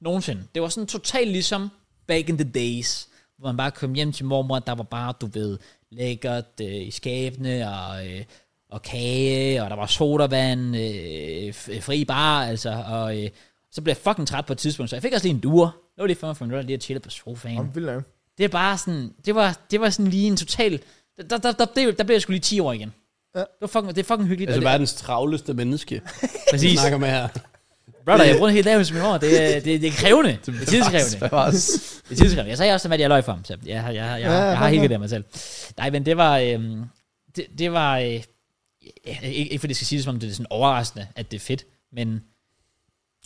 Speaker 1: nogensinde. Det var sådan totalt ligesom back in the days, hvor man bare kom hjem til mormor, der var bare, du ved, lækkert øh, i skabene, og, øh, og kage, og der var sodavand, øh, f- fri bar, altså, og øh, så blev jeg fucking træt på et tidspunkt, så jeg fik også lige en dur. Det var lige 45 minutter, lige at chille på sofaen.
Speaker 3: Om vildt nok.
Speaker 1: Det er bare sådan, det var, det var sådan lige en total, der, der, der, der, blev, der blev jeg sgu lige 10 år igen. Ja.
Speaker 3: Ja.
Speaker 1: Det, var fucking, det er fucking hyggeligt.
Speaker 2: Altså
Speaker 1: og det,
Speaker 2: verdens travleste menneske, vi
Speaker 1: præcis.
Speaker 2: snakker med her.
Speaker 1: Brother, jeg bruger en hel dag hos min mor. Det, er- det, det er krævende. Det er tidskrævende.
Speaker 2: Det var også
Speaker 1: Det er tidskrævende. Jeg sagde også, at jeg løg for ham. Så jeg, jeg, jeg, jeg, jeg, jeg har ikke det af mig selv. Nej, men det var... Øhm, det, det var... Øh, ja, ikke, ikke fordi jeg skal sige det, som om det er sådan overraskende, at det er fedt. Men Men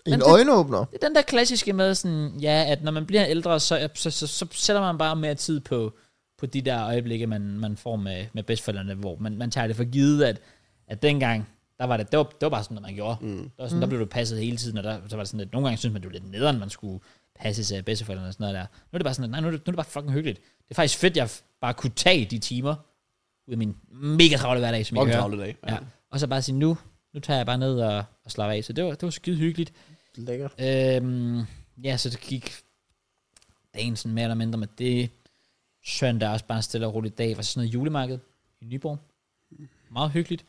Speaker 3: En
Speaker 1: det-
Speaker 3: øjenåbner.
Speaker 1: det er den der klassiske med sådan, ja, at når man bliver ældre, så, så, så, så sætter man bare mere tid på, på de der øjeblikke, man, man får med, med bedstforældrene, hvor man, man tager det for givet, at, at dengang, der var det, det var, det var bare sådan, noget, man gjorde. Mm. Det var sådan, der blev du passet hele tiden, og der, så var det sådan, at nogle gange synes man, det var lidt nederen, man skulle passes af bedsteforældrene og sådan noget der. Nu er det bare sådan, at, nej, nu er det, nu er det bare fucking hyggeligt. Det er faktisk fedt, jeg f- bare kunne tage de timer, ud af min mega travle hverdag, som jeg
Speaker 2: Fucking
Speaker 1: hører.
Speaker 2: travlt i dag.
Speaker 1: Ja. ja. Og så bare sige, nu, nu tager jeg bare ned og, og slapper af. Så det var, det var skide hyggeligt.
Speaker 3: Lækkert.
Speaker 1: Øhm, ja, så det gik dagen sådan mere eller mindre med det. Søndag også bare en stille og rolig dag. Var sådan noget julemarked i Nyborg. Meget hyggeligt.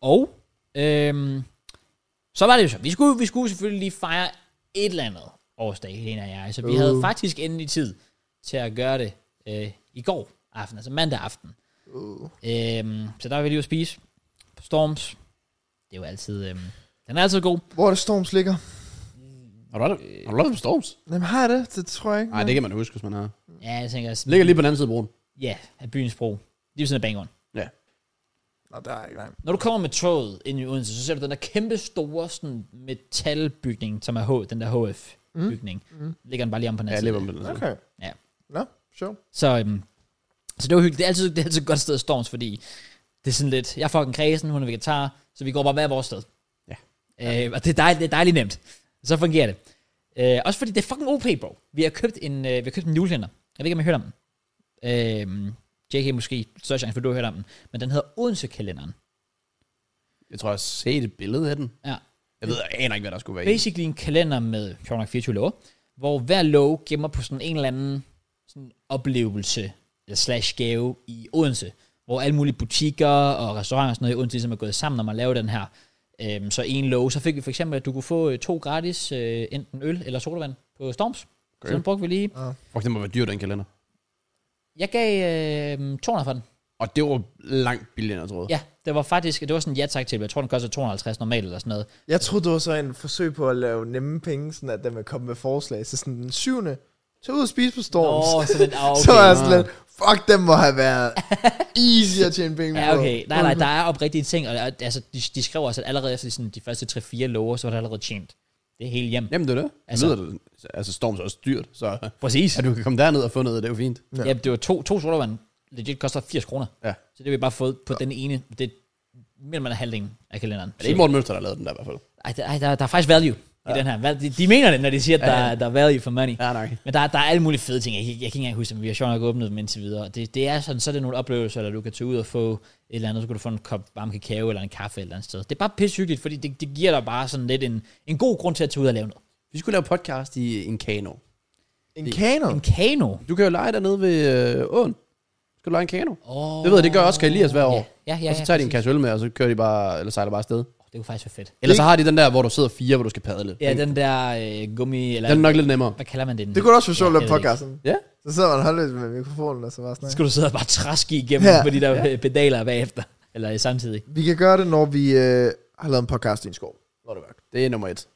Speaker 1: Og øhm, så var det jo så. Vi skulle, vi skulle selvfølgelig lige fejre et eller andet årsdag, Helena og jeg. Så vi uh. havde faktisk endelig tid til at gøre det øh, i går aften, altså mandag aften.
Speaker 3: Uh.
Speaker 1: Øhm, så der var vi lige at spise på Storms. Det er jo altid... Øhm, den er altid god.
Speaker 3: Hvor er det Storms ligger?
Speaker 2: Har du aldrig- har du lavet på Storms?
Speaker 3: Jamen har jeg det? Det tror jeg ikke.
Speaker 2: Nej, det kan man huske, hvis man har.
Speaker 1: Ja, jeg tænker... sådan-
Speaker 2: Ligger lige på den anden side af broen.
Speaker 1: Ja, af byens bro. Lige ved siden af Bangon.
Speaker 2: Ja.
Speaker 3: Nå, der er ikke nej.
Speaker 1: Når du kommer med toget ind i Odense, så ser du den der kæmpe store sådan, metalbygning, som er H, den der HF-bygning. Mm. Mm. Ligger den bare lige om på den
Speaker 2: Ja,
Speaker 1: anden
Speaker 2: lige
Speaker 1: side.
Speaker 2: på den anden side.
Speaker 3: Okay.
Speaker 1: Ja.
Speaker 3: Nå, sjovt.
Speaker 1: Så, øhm, så det var hyggeligt. Det er, altid, det er altid et godt sted at storms, fordi det er sådan lidt, jeg er fucking kredsen, hun er vegetar, så vi går bare hver vores sted.
Speaker 2: Ja.
Speaker 1: Øh, og det er, dejligt, det er dejligt nemt. Så fungerer det. Øh, også fordi det er fucking OP, bro. Vi har købt en, øh, vi har købt en julehænder. Jeg ved ikke, om I har hørt om den. Øh, JK måske, større chance for, at du har hørt om den. Men den hedder Odense-kalenderen.
Speaker 2: Jeg tror, jeg har set et billede af den.
Speaker 1: Ja.
Speaker 2: Jeg ved, jeg aner ikke, hvad der skulle være i. den.
Speaker 1: basically en kalender med sjovt nok 24 love, hvor hver love gemmer på sådan en eller anden sådan oplevelse eller slash gave i Odense, hvor alle mulige butikker og restauranter og sådan noget i Odense ligesom er gået sammen om at lave den her. Øhm, så en love, så fik vi for eksempel, at du kunne få øh, to gratis, øh, enten øl eller sodavand på Storms. Okay. Så den brugte vi lige.
Speaker 2: Fuck, den må være dyr, den kalender.
Speaker 1: Jeg gav øh, 200 for den.
Speaker 2: Og det var langt billigere, end jeg troede.
Speaker 1: Ja, det var faktisk, det var sådan en ja tak til, jeg tror den koster 250 normalt eller sådan noget.
Speaker 3: Jeg troede, det var så en forsøg på at lave nemme penge, sådan at den ville komme med forslag. Så sådan den syvende, tag ud og spise på Storms.
Speaker 1: Åh, så den, ah, okay.
Speaker 3: Okay. Så er jeg sådan lidt, fuck, den må have været easy at tjene penge på.
Speaker 1: Ja, okay. Nej, nej, der er oprigtige ting, og og, altså, de, de skriver også, at allerede efter sådan, de første 3-4 lover, så var det allerede tjent. Det er helt hjem.
Speaker 2: Jamen, det er det.
Speaker 1: Altså-
Speaker 2: Altså, lyder det. altså Storms er også dyrt, så
Speaker 1: Præcis.
Speaker 2: at du kan komme derned og få noget, det er jo fint.
Speaker 1: Ja. ja, det var to, to sodavand, legit koster 80 kroner.
Speaker 2: Ja.
Speaker 1: Så det har vi bare fået på ja. den ene, det er mellem en halvdelen af kalenderen.
Speaker 2: Men det er ikke Morten Mønster, der har lavet den der i hvert fald.
Speaker 1: Ej, der, ej, der, der er faktisk value ja. i den her. Hvad- De, de mener det, når de siger, at der, ja, ja. der er value for money.
Speaker 2: Ja, nej.
Speaker 1: Men der, der er alle mulige fede ting. Jeg, kan ikke- jeg kan ikke engang huske, men vi har sjovt nok åbnet dem indtil videre. Det, det er sådan, så er det nogle oplevelser, der du kan tage ud og få et eller andet. Så kan du få en kop varm kakao eller en kaffe et eller andet sted. Det er bare pissehyggeligt, fordi det, det giver dig bare sådan lidt en, en god grund til at tage ud og lave noget.
Speaker 2: Vi skulle lave podcast i en kano.
Speaker 3: En kanon.
Speaker 1: En kano.
Speaker 2: Du kan jo lege dernede ved øh, åen. Så Skal du lege en kano?
Speaker 1: Oh,
Speaker 2: Det ved jeg, det gør også Elias hver år.
Speaker 1: Ja, ja, ja.
Speaker 2: og så tager de en
Speaker 1: præcis.
Speaker 2: kasse øl med, og så kører de bare, eller sejler bare afsted.
Speaker 1: Det kunne faktisk være fedt.
Speaker 2: Eller så har de den der, hvor du sidder fire, hvor du skal padle.
Speaker 1: Ja, den der øh, gummi, eller
Speaker 2: den er nok lidt nemmere.
Speaker 1: hvad kalder man det?
Speaker 3: Det kunne da også være sjovt at lave
Speaker 1: jeg ved det
Speaker 3: podcasten.
Speaker 2: Ja.
Speaker 3: Så sidder man holdløs med mikrofonen, og så bare
Speaker 1: ikke.
Speaker 3: sådan
Speaker 1: Skulle du sidde og bare traske igennem
Speaker 3: Ja.
Speaker 1: ja. på de der ja. pedaler bagefter? Eller øh, samtidig.
Speaker 3: Vi kan gøre det, når vi øh, har lavet en podcast i en skov. Når det er mørkt.
Speaker 2: Det er nummer et.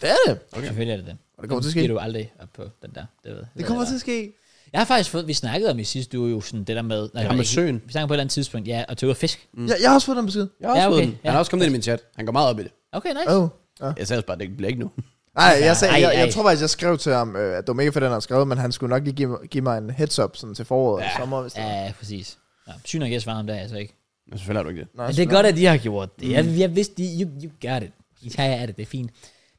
Speaker 3: Det er det.
Speaker 1: Okay. Selvfølgelig er det det.
Speaker 3: Og det kommer til at
Speaker 1: Giver
Speaker 3: ske.
Speaker 1: du aldrig op på den der. Det, ved,
Speaker 3: Det kommer
Speaker 1: ved jeg.
Speaker 3: til at ske.
Speaker 1: Jeg har faktisk fået, vi snakkede om i sidste uge jo sådan det der med... Nej,
Speaker 2: Ja, med
Speaker 1: ikke-
Speaker 2: søen.
Speaker 1: Vi snakkede på et eller andet tidspunkt, ja, og tage ud og fisk.
Speaker 3: Jeg, jeg har også fået den besked.
Speaker 2: Jeg har også
Speaker 1: Ja,
Speaker 2: ja,
Speaker 1: okay,
Speaker 2: okay. den. Han
Speaker 1: ja.
Speaker 2: har også kommet ind i min chat. Han går meget op i det.
Speaker 1: Okay, nice.
Speaker 3: Oh.
Speaker 2: Jeg sagde også bare, at det bliver ikke nu.
Speaker 3: Nej, jeg, sagde,
Speaker 1: Ej,
Speaker 3: jeg, jeg
Speaker 1: ej.
Speaker 3: tror faktisk, jeg skrev til ham, øh, at det var mega fedt, at han har skrevet, men han skulle nok lige give, mig- give mig en heads up sådan til foråret og sommer. Hvis det var.
Speaker 1: Ja, ja, præcis. Ja, syg nok, jeg svarer om det, altså ikke. Mm.
Speaker 2: Men selvfølgelig har du ikke det.
Speaker 3: Nå,
Speaker 1: Men det er
Speaker 3: sådan
Speaker 1: godt, at de har gjort det. Jeg, jeg vidste, de, you, you got it. I tager jer af det, det er fint.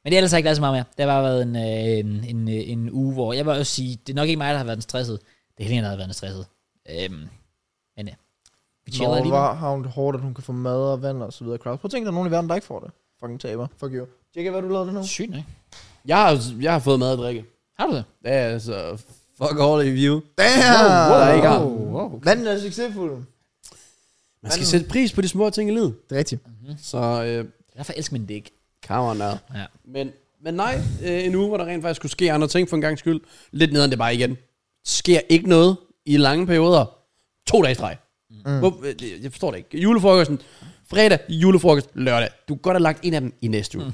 Speaker 1: Men det er ellers ikke lavet så meget mere. Det har bare været en, øh, en, en, øh, en uge, hvor jeg vil også sige, det er nok ikke mig, der har været den stresset. Det er Helena, der har været den stresset. Øhm, men ja. Vi chiller
Speaker 3: Nå,
Speaker 1: lige.
Speaker 3: hvor har hun det hårdt, at hun kan få mad og vand og så videre. Kraus. Prøv at tænke, der er nogen i verden, der ikke får det. Fucking taber. Fuck you. Jekke, hvad har du lavet det nu?
Speaker 1: Sygt, ikke?
Speaker 2: Jeg har, jeg har fået mad og drikke.
Speaker 1: Har du det?
Speaker 2: Det er altså... Fuck all of you.
Speaker 3: Damn!
Speaker 2: Wow, wow. ikke har.
Speaker 1: wow.
Speaker 3: Manden er succesfuld.
Speaker 2: Man skal sætte pris på de små ting i livet.
Speaker 3: Det er rigtigt.
Speaker 2: Så øh,
Speaker 1: Derfor elsker man det ikke.
Speaker 2: come on now.
Speaker 1: Ja.
Speaker 2: Men, men nej, øh, en uge, hvor der rent faktisk skulle ske andre ting for en gang skyld. Lidt nederen det bare igen. Sker ikke noget i lange perioder. To dage i streg. Mm. Hvor, øh, det- jeg forstår det ikke. Julefrokosten, fredag, julefrokost, lørdag. Du kunne godt have lagt en af dem i næste uge.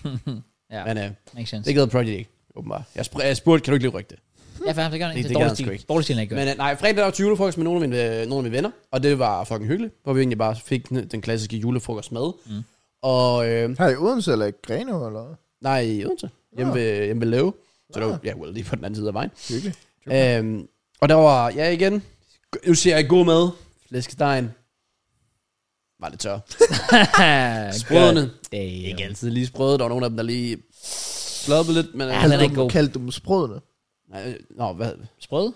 Speaker 1: Ja,
Speaker 2: men øh,
Speaker 1: makes sense.
Speaker 2: det gad Project ikke, åbenbart. Jeg, sp- jeg spurgte, kan du ikke lige rykke det?
Speaker 1: Ja, for det gør det.
Speaker 2: det
Speaker 1: Det
Speaker 2: gør
Speaker 1: er
Speaker 2: han
Speaker 1: dårlig
Speaker 2: sgu
Speaker 1: stil.
Speaker 2: ikke.
Speaker 1: Dårlig stil, jeg gør.
Speaker 2: Men øh, nej, fredag der var til julefrokost med nogle af, mine, øh, nogle af mine venner, og det var fucking hyggeligt, hvor vi egentlig bare fik den den klassiske julefrokost med. Mm. Og øh,
Speaker 3: Her i Odense eller i Grenaa eller hvad?
Speaker 2: Nej, i Odense. Hjemme ved, hjemme ved Løve. Så det var, ja, well, lige på den anden side af vejen.
Speaker 3: Hyggeligt.
Speaker 2: Øhm, og der var, ja igen, nu siger jeg god mad. Flæskestegen. Var lidt tør. Sprødene.
Speaker 1: Det er
Speaker 2: Ikke altid lige sprøde. Der var nogle af dem, der lige slåede lidt. Men,
Speaker 1: Ja, den er ikke god.
Speaker 3: Kaldte du dem sprødene?
Speaker 2: nej, øh, nå, hvad?
Speaker 1: Sprød?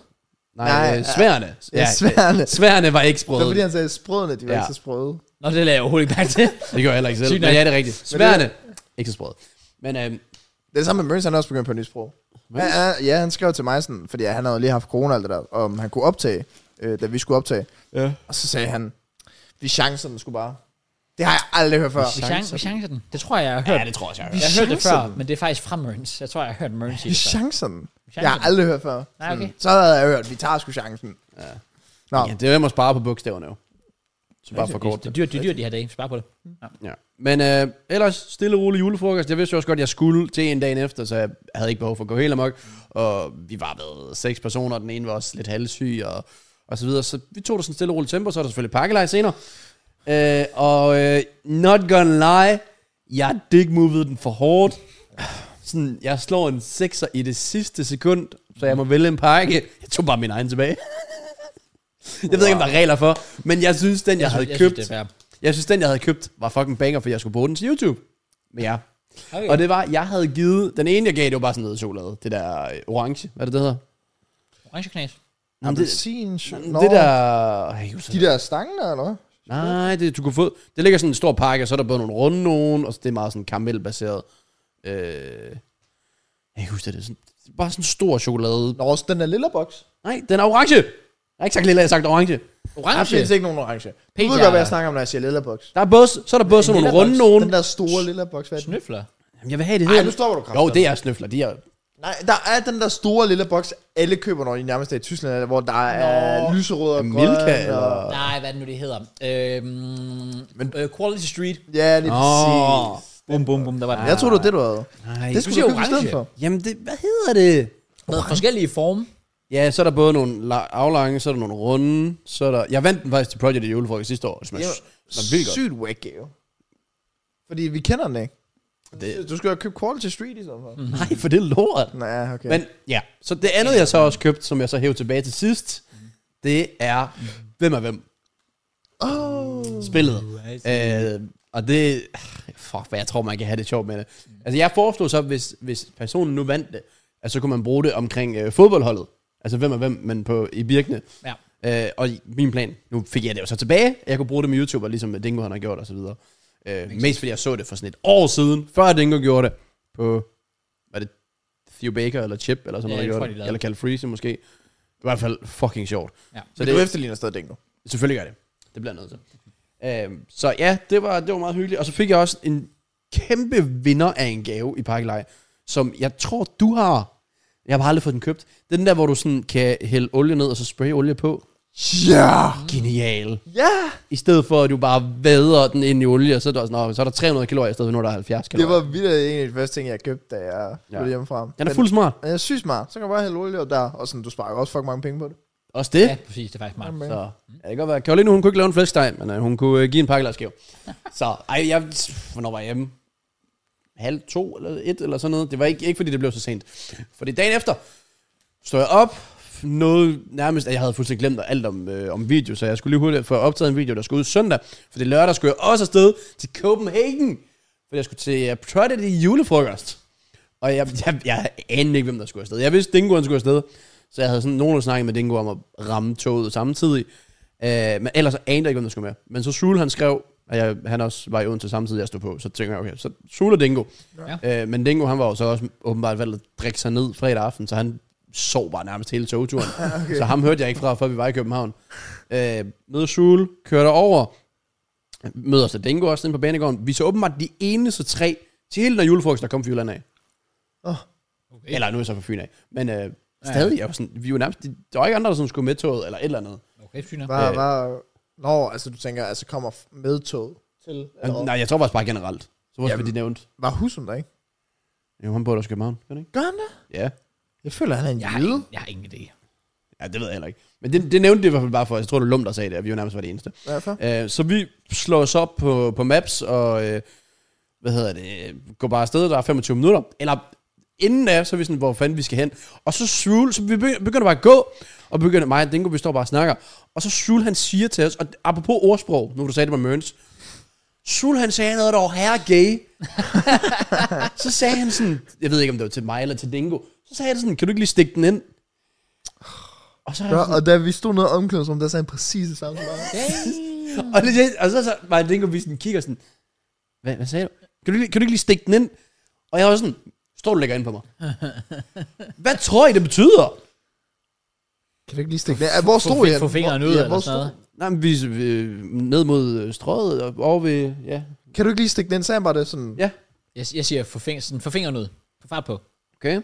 Speaker 2: Nej,
Speaker 3: Nej,
Speaker 2: øh, sværene.
Speaker 3: Ja, sværene.
Speaker 2: øh, sværene var ikke
Speaker 3: Det var
Speaker 2: sprøde.
Speaker 3: fordi, han sagde, sprødene, de var
Speaker 2: Ja.
Speaker 3: ikke så sprøde.
Speaker 1: Nå, det lader jeg overhovedet ikke mærke til.
Speaker 2: Det gjorde jeg heller ikke selv.
Speaker 1: Sygt
Speaker 2: Men
Speaker 1: nok.
Speaker 2: ja, det er rigtigt. Sværene. Ikke så sprøde. Men øhm,
Speaker 3: Det er det samme med Møns, han er også begyndt på et nyt sprog. Ja, ja, ja, han skrev til mig sådan, fordi han havde lige haft corona og alt det der, om han kunne optage, øh, da vi skulle optage.
Speaker 4: Ja.
Speaker 3: Og så sagde han, vi chancerne skulle bare. Det har jeg aldrig hørt før.
Speaker 1: Vi chancer, vi chancer den. Det tror jeg, jeg har hørt.
Speaker 2: ja, det tror jeg også, jeg har
Speaker 1: jeg
Speaker 2: hørt.
Speaker 1: har hørt det
Speaker 3: chancer
Speaker 1: før,
Speaker 3: den.
Speaker 1: men det er faktisk fra Mørns. Jeg tror, jeg har hørt Mørns sige
Speaker 3: Vi
Speaker 1: det før.
Speaker 3: chancerne.
Speaker 1: Chancen.
Speaker 3: Jeg har aldrig hørt før.
Speaker 1: Nej, okay.
Speaker 3: Sådan, Så havde jeg hørt, vi tager sgu chancen. Nå,
Speaker 2: Ja, det er jo, jeg må spare på bogstaverne jo. Så bare for kort.
Speaker 1: Det er dyrt, det er dyrt de her dage. Spar på det.
Speaker 2: Ja. Men øh, ellers stille og rolig julefrokost. Jeg vidste jo også godt, at jeg skulle til en dagen efter, så jeg havde ikke behov for at gå helt amok. Og vi var ved seks personer, den ene var også lidt halvsyg og, og så videre. Så vi tog det sådan stille og roligt tempo, så er der selvfølgelig pakkelej senere. Øh, og øh, not gonna lie, jeg dick movede den for hårdt. Sådan, jeg slår en sekser i det sidste sekund, så jeg må vælge en pakke. Jeg tog bare min egen tilbage. Jeg ved ikke, om der er regler for, men jeg synes, den jeg, jeg havde
Speaker 1: synes- jeg
Speaker 2: købt,
Speaker 1: synes, det er fair.
Speaker 2: jeg synes, den, jeg havde købt, var fucking banger, for jeg skulle bruge den til YouTube. Men ja.
Speaker 1: Okay.
Speaker 2: Og det var, jeg havde givet... Den ene, jeg gav, det var bare sådan noget chokolade. Det der øh, orange. Hvad er det, det hedder?
Speaker 1: Orange knas.
Speaker 2: Jamen, det,
Speaker 3: appelsin,
Speaker 2: jamen,
Speaker 3: nå,
Speaker 2: det der... Ej, jeg kan huske
Speaker 3: de
Speaker 2: det.
Speaker 3: der stangen der, eller hvad?
Speaker 2: Nej, det, du kunne få... Det ligger sådan en stor pakke, og så er der både nogle runde nogen, og så det er meget sådan karamelbaseret. Øh, jeg kan ikke huske det. det er sådan, det er bare sådan en stor chokolade.
Speaker 3: Nå, også den der lille boks.
Speaker 2: Nej, den er orange! Jeg har ikke sagt lille, jeg har sagt orange.
Speaker 3: Der
Speaker 1: Orange?
Speaker 3: findes ikke nogen orange. Du ved
Speaker 1: Peter-
Speaker 3: godt, hvad jeg snakker om, når jeg siger lille boks.
Speaker 2: Der er både, så er der både sådan nogle runde nogen.
Speaker 3: Den der store lille boks, hvad er den?
Speaker 1: Snøfler.
Speaker 2: Jamen, jeg vil have det
Speaker 3: Ej, nu stopper du
Speaker 2: Jo,
Speaker 3: kraftigt.
Speaker 2: det er snøfler. De er
Speaker 3: Nej, der er den der store lille boks, alle køber, når de nærmest er i Tyskland, eller hvor der er
Speaker 1: Nå.
Speaker 3: lyserød og grøn.
Speaker 2: Milka,
Speaker 3: og-
Speaker 2: eller...
Speaker 1: Nej, hvad er det nu, det hedder? Øhm, Men, øh, Quality Street.
Speaker 3: Ja, lige
Speaker 2: Åh.
Speaker 3: præcis.
Speaker 1: Bum, bum, bum, der var det.
Speaker 3: Jeg troede, det var det, du havde.
Speaker 2: Nej.
Speaker 1: skulle
Speaker 3: Det skulle
Speaker 1: sige
Speaker 3: du købe i stedet
Speaker 1: orange.
Speaker 3: for.
Speaker 2: Jamen, det, hvad hedder det?
Speaker 1: Noget forskellige former.
Speaker 2: Ja, så er der både nogle la- aflange, så er der nogle runde, så er der... Jeg vandt den faktisk til Project i julefrokost sidste år. Det smager
Speaker 3: Det
Speaker 2: ja.
Speaker 3: var
Speaker 2: vildt godt.
Speaker 3: Sygt whack gave. Fordi vi kender den ikke.
Speaker 2: Det-
Speaker 3: Du skal jo købe Quality Street i stedet for. Mm.
Speaker 2: Nej, for det er lort.
Speaker 3: Nej, okay.
Speaker 2: Men ja, så det andet, jeg så også købte, som jeg så hævde tilbage til sidst, det er Hvem er Hvem? Oh. Spillet. Øh, og det... Fuck, hvad jeg tror, man kan have det sjovt med det. Altså, jeg foreslog så, hvis, hvis personen nu vandt det, at så kunne man bruge det omkring øh, fodboldholdet. Altså, hvem er hvem, men på, i Birkene.
Speaker 1: Ja.
Speaker 2: Øh, og i- min plan, nu fik jeg det jo så tilbage, jeg kunne bruge det med YouTuber, ligesom øh, Dingo han har gjort og så videre. Øh, mest fordi jeg så det for sådan et år siden, før Dingo gjorde det, på, var det Theo Baker eller Chip, eller sådan
Speaker 1: Ja,
Speaker 2: noget,
Speaker 1: jeg tror,
Speaker 2: der gjorde
Speaker 1: de
Speaker 2: det.
Speaker 1: lavede
Speaker 2: Eller Cal Freeze måske. Det var i hvert fald fucking sjovt.
Speaker 1: Ja.
Speaker 2: Så
Speaker 3: du
Speaker 2: det,
Speaker 3: efterligner stadig Dingo.
Speaker 2: selvfølgelig gør det. Det bliver jeg nødt til. Øh, så ja, det var, det var meget hyggeligt. Og så fik jeg også en kæmpe vinder af en gave i pakkeleje, som jeg tror, du har. Jeg har aldrig fået den købt. Det er den der, hvor du sådan kan hælde olie ned, og så spraye olie på.
Speaker 3: Ja!
Speaker 2: Genial.
Speaker 3: Ja!
Speaker 2: I stedet for, at du bare vader den ind i olie, og så er der, sådan, "Nå, så er der 300 kalorier, i stedet for, når der er 70
Speaker 3: Det
Speaker 2: kalorier.
Speaker 3: var vildt en af de første ting, jeg købte, da jeg flyttede
Speaker 2: Ja.
Speaker 3: hjemmefra.
Speaker 2: Den er fuld smart.
Speaker 3: Men jeg synes smart. Så kan du bare hælde olie der, og sådan, du sparer jo også fucking mange penge på det.
Speaker 2: Også det.
Speaker 1: Ja, præcis, det er faktisk meget.
Speaker 2: Så ja, det kan godt være. Karoline, hun kunne ikke lave en flæskesteg, men øh, hun kunne øh, give en pakkelagsgave. så ej, jeg, hvornår var jeg hjemme? Halv to eller et eller sådan noget. Det var ikke, ikke fordi det blev så sent. Fordi dagen efter stod jeg op, noget nærmest, at jeg havde fuldstændig glemt alt om, øh, om video, så jeg skulle lige hurtigt få optaget en video, der skulle ud søndag. For det lørdag skulle jeg også afsted til Copenhagen, for jeg skulle til uh, Prodigy julefrokost. Og jeg, jeg, jeg anede ikke, hvem der skulle afsted. Jeg vidste, Dingo han skulle afsted. Så jeg havde sådan nogen, der snakkede med Dingo om at ramme toget samtidig. Øh, men ellers så anede jeg ikke, hvem der skulle med. Men så Shul, han skrev, at jeg, han også var i Odense samtidig, jeg stod på. Så tænkte jeg, okay, så Shul og Dingo. Ja. Øh, men Dingo, han var jo så også åbenbart valgt at drikke sig ned fredag aften, så han sov bare nærmest hele togturen. okay. Så ham hørte jeg ikke fra, før vi var i København. Øh, mødte Shul, kørte over, møder så Dingo også inde på banegården. Vi er så åbenbart de eneste tre til hele den her julefrokost, der kom fra Jylland af.
Speaker 1: Okay.
Speaker 2: Eller nu er jeg så fra Fyn af. Men øh, stadig, jeg var sådan, vi var nærmest, der var ikke andre, som skulle med toget, eller et eller andet.
Speaker 1: Okay, sygt nok.
Speaker 3: Bare,
Speaker 2: Øh.
Speaker 3: bare... Nå, altså du tænker, altså kommer f- med tog til.
Speaker 2: Jamen, Altså, Nej, jeg tror faktisk bare generelt. Så var det,
Speaker 3: Jamen.
Speaker 2: de nævnte.
Speaker 3: Var Husum der, ikke?
Speaker 2: Jo, han bor også i København, gør han ikke?
Speaker 3: Gør han det?
Speaker 2: Ja.
Speaker 3: Jeg føler, han er en
Speaker 1: Jeg har,
Speaker 3: jyde.
Speaker 1: ingen, jeg har ingen idé.
Speaker 2: Ja, det ved jeg heller ikke. Men det, det nævnte de i hvert fald bare for, os. jeg tror, det var Lum, der sagde det, at vi jo nærmest var det eneste.
Speaker 3: Hvorfor?
Speaker 2: Øh, så vi slår os op på, på Maps, og øh, hvad hedder det, går bare afsted, der er 25 minutter. Eller inden af, så er vi sådan, hvor fanden vi skal hen. Og så Shul, så vi begy- begynder bare at gå, og begynder mig og Dingo, vi står bare og snakker. Og så Shul, han siger til os, og apropos ordsprog, nu du sagde det med Mørns, Shul, han sagde noget, der var herre gay. så sagde han sådan, jeg ved ikke, om det var til mig eller til Dingo, så sagde han sådan, kan du ikke lige stikke den ind?
Speaker 1: Og så er
Speaker 3: Ja, altså-
Speaker 1: jeg sådan,
Speaker 3: og da vi stod nede i omklædningsrummet, der sagde han præcis det samme som mig.
Speaker 1: "Damn."
Speaker 2: Og, det, og så, så Martin Linkovic sådan kigger sådan, hvad, hvad sagde du? Kan du, ikke- kan du ikke lige stikke den ind? Og jeg var sådan, står du lægger ind på mig? hvad tror I, det betyder?
Speaker 3: Kan du ikke lige stikke det? Ja, Hvor stod
Speaker 1: få-
Speaker 3: jeg?
Speaker 1: få fingeren ud eller
Speaker 3: hvor
Speaker 1: sådan noget.
Speaker 3: stod-
Speaker 2: Nej, men vi, vi ned mod øh, strøget og over ved, ja.
Speaker 3: Kan du ikke lige stikke den? Sagde han bare det sådan.
Speaker 2: Ja,
Speaker 1: Jeg, jeg siger, få, fing, sådan, få fingeren ud. Få fart på.
Speaker 2: okay.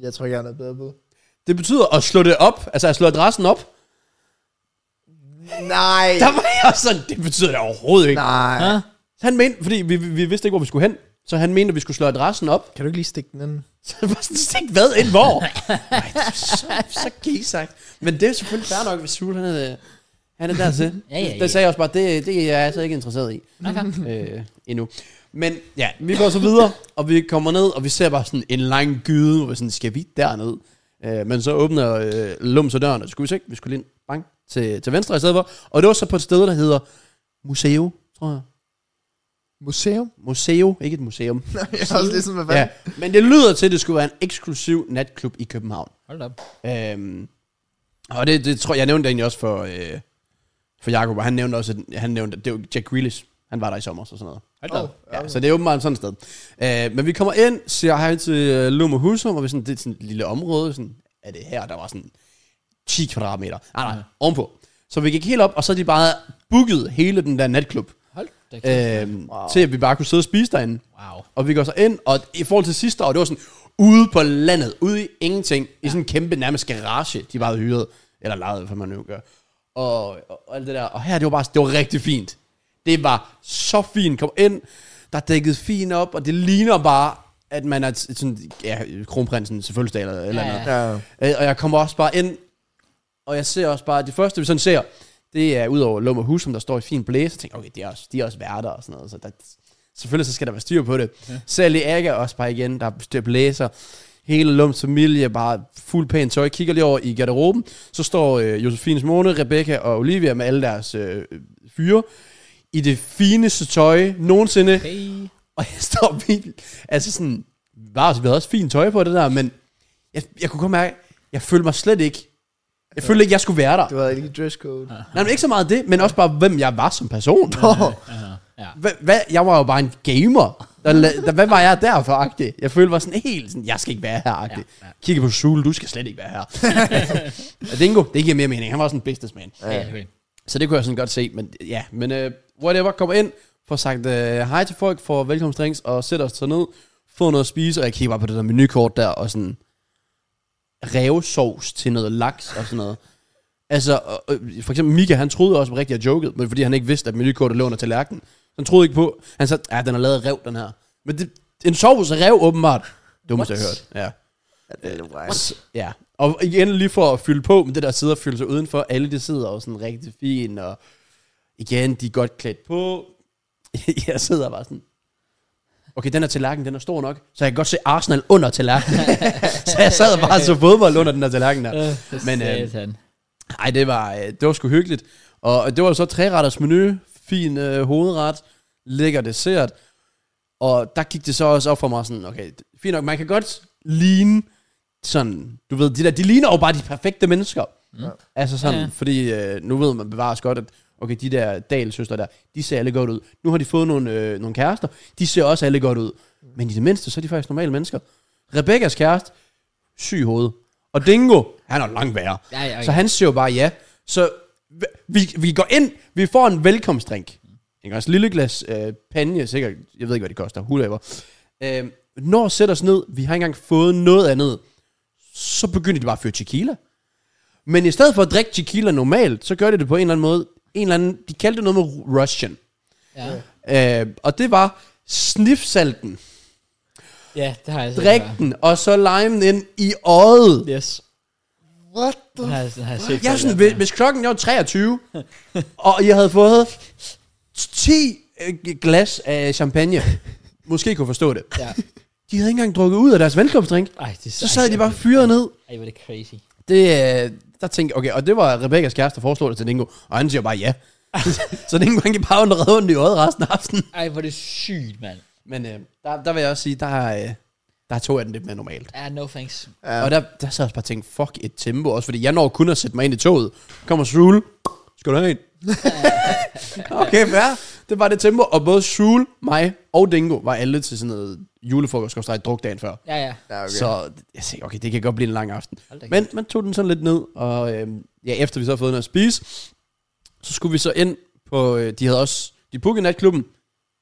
Speaker 3: Jeg tror ikke, jeg er noget bedre på.
Speaker 2: Det betyder at slå det op, altså at slå adressen op.
Speaker 3: Nej.
Speaker 2: Der var jeg sådan, det betyder det overhovedet ikke.
Speaker 3: Nej.
Speaker 1: Ja.
Speaker 2: Han mente, fordi vi, vi, vi vidste ikke, hvor vi skulle hen, så han mente, at vi skulle slå adressen op.
Speaker 3: Kan du ikke lige stikke den ind?
Speaker 2: Så det var sådan, stik hvad ind hvor? Nej, det er så, så gisagt. Men det er selvfølgelig fair nok, hvis Sule, han er, han er dertil.
Speaker 1: Ja, ja, ja.
Speaker 2: Det sagde jeg også bare, det, det er jeg altså ikke interesseret i
Speaker 1: Okay.
Speaker 2: øh, endnu. Men ja, vi går så videre, og vi kommer ned, og vi ser bare sådan en lang gyde, hvor vi sådan, skal vi derned? Øh, men så åbner øh, Lum så døren, og så skulle vi så ikke, vi skulle lige ind, bang, til, til venstre i stedet for. Og det var så på et sted, der hedder Museo, tror jeg.
Speaker 3: Museum?
Speaker 2: Museo, ikke et museum.
Speaker 3: Jeg er også ligesom, hvad
Speaker 2: ja.
Speaker 3: fanden?
Speaker 2: Men det lyder til, at det skulle være en eksklusiv natklub i København.
Speaker 1: Hold da op.
Speaker 2: Øhm, og det, det tror jeg, jeg nævnte det egentlig også for, øh, for Jacob, og han nævnte også, at, han nævnte, at det var Jack Grealish, han var der i sommer, så sådan noget.
Speaker 1: Hold da op.
Speaker 2: Ja, så det er åbenbart sådan et sted. Øh, men vi kommer ind, siger hej til øh, Lum og Husum, og vi er sådan, det er sådan et lille område, sådan, er det her, der var sådan 10 kvadratmeter. Nej, nej, ovenpå. Så vi gik helt op, og så er de bare booket hele den der natklub,
Speaker 1: Hold da kæft.
Speaker 2: øh, til at vi bare kunne sidde og spise derinde.
Speaker 1: Wow.
Speaker 2: Og vi går så ind, og i forhold til sidste år, det var sådan ude på landet, ude i ingenting, ja. i sådan en kæmpe nærmest garage, de bare havde hyret, eller lejet, hvad man nu gør. Og, og, og alt det der. Og her, det var bare, det var rigtig fint. Det var så fint. Kom ind, der er dækket fint op, og det ligner bare, at man er t- sådan, ja, kronprinsen selvfølgelig, eller, eller
Speaker 1: Ja,
Speaker 2: ja,
Speaker 1: ja.
Speaker 2: noget.
Speaker 3: Ja.
Speaker 2: Øh, Og jeg kommer også bare ind, og jeg ser også bare, at det første, vi sådan ser, det er ud over Lum og Husum, der står i fin blæse. Jeg tænker, okay, de er også, de er også værter og sådan noget, så der, selvfølgelig så skal der være styr på det. Ja. Sally Aga også bare igen, der, der blæser. Hele Lums familie, bare fuld pænt tøj. Kigger lige over i garderoben, så står øh, Josefines Mone, Rebecca og Olivia med alle deres øh, fyre i det fineste tøj nogensinde. Okay.
Speaker 1: Hey.
Speaker 2: Og jeg står vildt. Altså sådan, var, vi havde også fint tøj på det der, men jeg, jeg kunne godt mærke, jeg følte mig slet ikke, jeg følte ikke, jeg skulle være der.
Speaker 3: Du havde ikke lige dresscode.
Speaker 2: Nej, men ikke så meget det, men også bare, hvem jeg var som person.
Speaker 1: Aha. Ja.
Speaker 2: Hva, hva, jeg var jo bare en gamer. Der, la- der, hvad var jeg der for, agtig? Jeg følte mig sådan helt sådan, jeg skal ikke være her, agtig.
Speaker 1: Ja, ja.
Speaker 2: Ja, ja. Kigge på Sule, du skal slet ikke være her. Og Dingo, det giver mere mening. Han var sådan en businessman.
Speaker 1: Ja, ja, selvfølgelig.
Speaker 2: Så det kunne jeg sådan godt se, men ja, men uh, whatever, kom ind, får sagt uh, hej til folk, får velkomstdrinks, og sætter os så ned, får noget at spise, og jeg kigger bare på det der menukort der, og sådan revsovs til noget laks og sådan noget. Altså, og, og, for eksempel Mika, han troede også rigtig, jeg jokede, men fordi han ikke vidste, at menukortet lå under tallerkenen. Så han troede ikke på, han sagde, ja, den er lavet af rev, den her. Men det, en sovs er rev, åbenbart. Dummest, jeg har hørt. Ja.
Speaker 3: Ja, det er lidt wild.
Speaker 2: Så- Ja, og igen lige for at fylde på med det der sidder og fylde sig udenfor. Alle de sidder jo sådan rigtig fint, og igen, de er godt klædt på. Jeg sidder bare sådan, okay, den her tallerken, den er stor nok, så jeg kan godt se Arsenal under tallerkenen. så jeg sad bare og så fodbold under den her tallerken der. Men, øh,
Speaker 1: Satan.
Speaker 2: Ej, det var, øh, det var sgu hyggeligt. Og det var så treretters menu, fin øh, hovedret, lækker dessert. Og der gik det så også op for mig sådan, okay, d- fint nok, man kan godt ligne sådan, du ved, de der, de ligner jo bare de perfekte mennesker. Mm. Altså sådan,
Speaker 1: Ja,
Speaker 2: ja,
Speaker 1: ja.
Speaker 2: ja. fordi øh, nu ved man bevares godt, at okay, de der dalsøster der, de ser alle godt ud. Nu har de fået nogle, øh, nogle kærester, de ser også alle godt ud. Men i det mindste, så er de faktisk normale mennesker. Rebekkas kæreste, syg hoved. Og Dingo, han er langt værre.
Speaker 1: Ja, ja, ja.
Speaker 2: Så han siger jo bare ja. Så v- vi, vi går ind, vi får en velkomstdrink. Ikke også? Lille glas øh, panje, sikkert. Jeg ved ikke, hvad det koster. Whatever. Øh, når vi sætter os ned, vi har ikke engang fået noget andet, så begynder de bare at føre tequila. Men i stedet for at drikke tequila normalt, så gør de det på en eller anden måde. En eller anden, de kaldte det noget med Russian.
Speaker 1: Ja.
Speaker 2: Øh, og det var snifsalten,
Speaker 1: ja, det har jeg set før.
Speaker 2: drikken, og så limen ind i øjet.
Speaker 1: Yes.
Speaker 3: What the
Speaker 1: Det har, jeg- det har jeg set
Speaker 2: Jeg
Speaker 1: før,
Speaker 2: er sådan,
Speaker 1: det
Speaker 2: hvis, hvis klokken var 23, og jeg havde fået 10 øh, glas af champagne, måske kunne forstå det.
Speaker 1: Ja.
Speaker 2: De havde ikke engang drukket ud af deres velkomstdrink.
Speaker 1: Ej, det,
Speaker 2: Så sad de bare fyret ned.
Speaker 1: Ej, hvor er det crazy.
Speaker 2: Det, øh, der tænkte jeg, okay, og det var Rebekkas kæreste, der foreslog det til Dingo, og han siger bare ja. så Dingo, han kan bare undre ondt i øjet resten af aftenen.
Speaker 1: Ej, hvor er det sygt, mand.
Speaker 2: Men øh, der, der vil jeg også sige, der er, øh, Der er to af dem lidt mere normalt.
Speaker 1: Ja, no thanks.
Speaker 2: Ja. Og der, der så jeg også bare tænkt, fuck et tempo. Også fordi jeg når kun at sætte mig ind i toget. Kommer Shul. Skal du have en? okay, fair. Det var det tempo. Og både Shul, mig og Dingo var alle til sådan noget julefrokost og druk dagen før.
Speaker 1: Ja, ja.
Speaker 3: Ja, okay.
Speaker 2: Okay. Så jeg tænkte, okay, det kan godt blive en lang aften.
Speaker 1: Hold da
Speaker 2: Men man tog den sådan lidt ned, og øh, ja, efter vi så havde fået noget at spise, så skulle vi så ind på, øh, de havde også, de bookede natklubben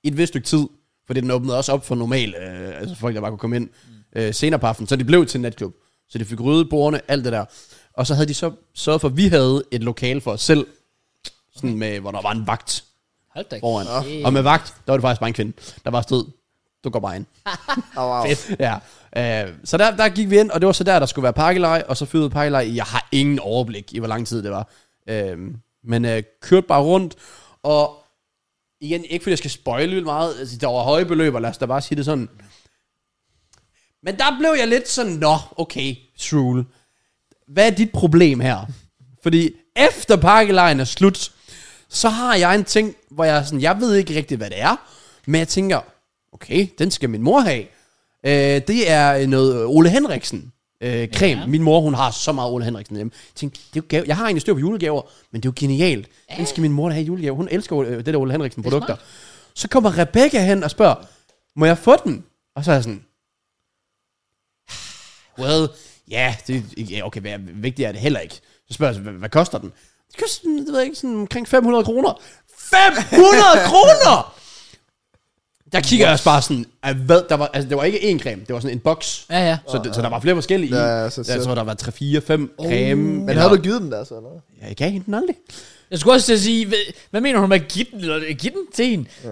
Speaker 2: i et vist stykke tid, fordi den åbnede også op for normal, øh, altså folk, der bare kunne komme ind
Speaker 1: Mm.
Speaker 2: øh, senere på aftenen, så det blev til en natklub. Så de fik ryddet bordene, alt det der. Og så havde de så sørget for, at vi havde et lokale for os selv, sådan med, hvor der var en vagt
Speaker 1: Hold da
Speaker 2: foran.
Speaker 1: kæft.
Speaker 2: Og med vagt, der var det faktisk bare en kvinde, der bare stod, du går bare ind.
Speaker 3: Au, au.
Speaker 2: Ja, øh, så der, der gik vi ind, og det var så der, der skulle være pakkelej, og så fyrede pakkelej. i. Jeg har ingen overblik i, hvor lang tid det var. Øh, men øh, kørte bare rundt, og igen, ikke fordi jeg skal spoile vildt meget, altså, der var høje beløb, og lad os da bare sige det sådan. Men der blev jeg lidt sådan, nå, okay, Shrewl, hvad er dit problem her? Fordi efter pakkelejen er slut, så har jeg en ting, hvor jeg er sådan, jeg ved ikke rigtigt, hvad det er, men jeg tænker, okay, den skal min mor have. Øh, det er noget Ole Henriksen øh, creme. Ja. Min mor, hun har så meget Ole Henriksen hjemme. Jeg tænkte, det er jo gave. Jeg har egentlig styr på julegaver, men det er jo genialt. Ja. Den skal min mor da have i julegave. Hun elsker øh, det der Ole Henriksen produkter. Så kommer Rebecca hen og spørger, må jeg få den? Og så er jeg sådan, well, ja, det, ja, okay, hvad, vigtigt er det heller ikke. Så spørger jeg, så, hvad, hvad koster den? Det koster, sådan, det ved jeg ikke, sådan omkring 500 kroner. 500 kroner! Der kigger jeg også bare sådan, at hvad, der var, altså det var ikke én creme, det var sådan en boks.
Speaker 1: Ja, ja.
Speaker 2: Så, det, så der var flere forskellige i.
Speaker 3: Ja, ja, så-
Speaker 2: så, jeg tror, der var 3-4-5 oh, creme.
Speaker 3: Men havde du givet den der så, eller hvad?
Speaker 2: Ja, jeg gav hende den aldrig.
Speaker 1: Jeg skulle også til at sige, hvad, hvad mener hun med at give den, eller give den til en? Ja.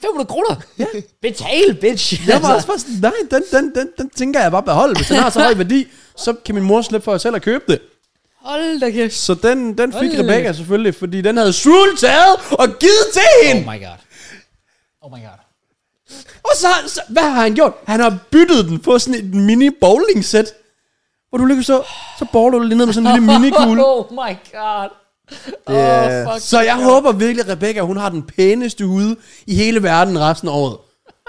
Speaker 1: 500 kroner? Ja. Betal, bitch.
Speaker 2: Jeg var også bare sådan, nej, den, den, den, den tænker jeg bare beholde. Hvis den har så høj værdi, så kan min mor slippe for at selv at købe det.
Speaker 1: hold da kæft.
Speaker 2: Så den, den fik
Speaker 1: Hold.
Speaker 2: Rebecca selvfølgelig, fordi den havde Shul taget og givet til
Speaker 1: Oh
Speaker 2: hende.
Speaker 1: my god. Oh my god.
Speaker 2: Og så, så, hvad har han gjort? Han har byttet den på sådan et mini bowling sæt. Hvor du ligger så, så bowler du lige ned med sådan en lille minikugle.
Speaker 1: Oh my god.
Speaker 3: Det
Speaker 1: Oh,
Speaker 3: er-
Speaker 1: fuck.
Speaker 2: Så jeg håber virkelig, at Rebecca, hun har den pæneste ude i hele verden resten af året.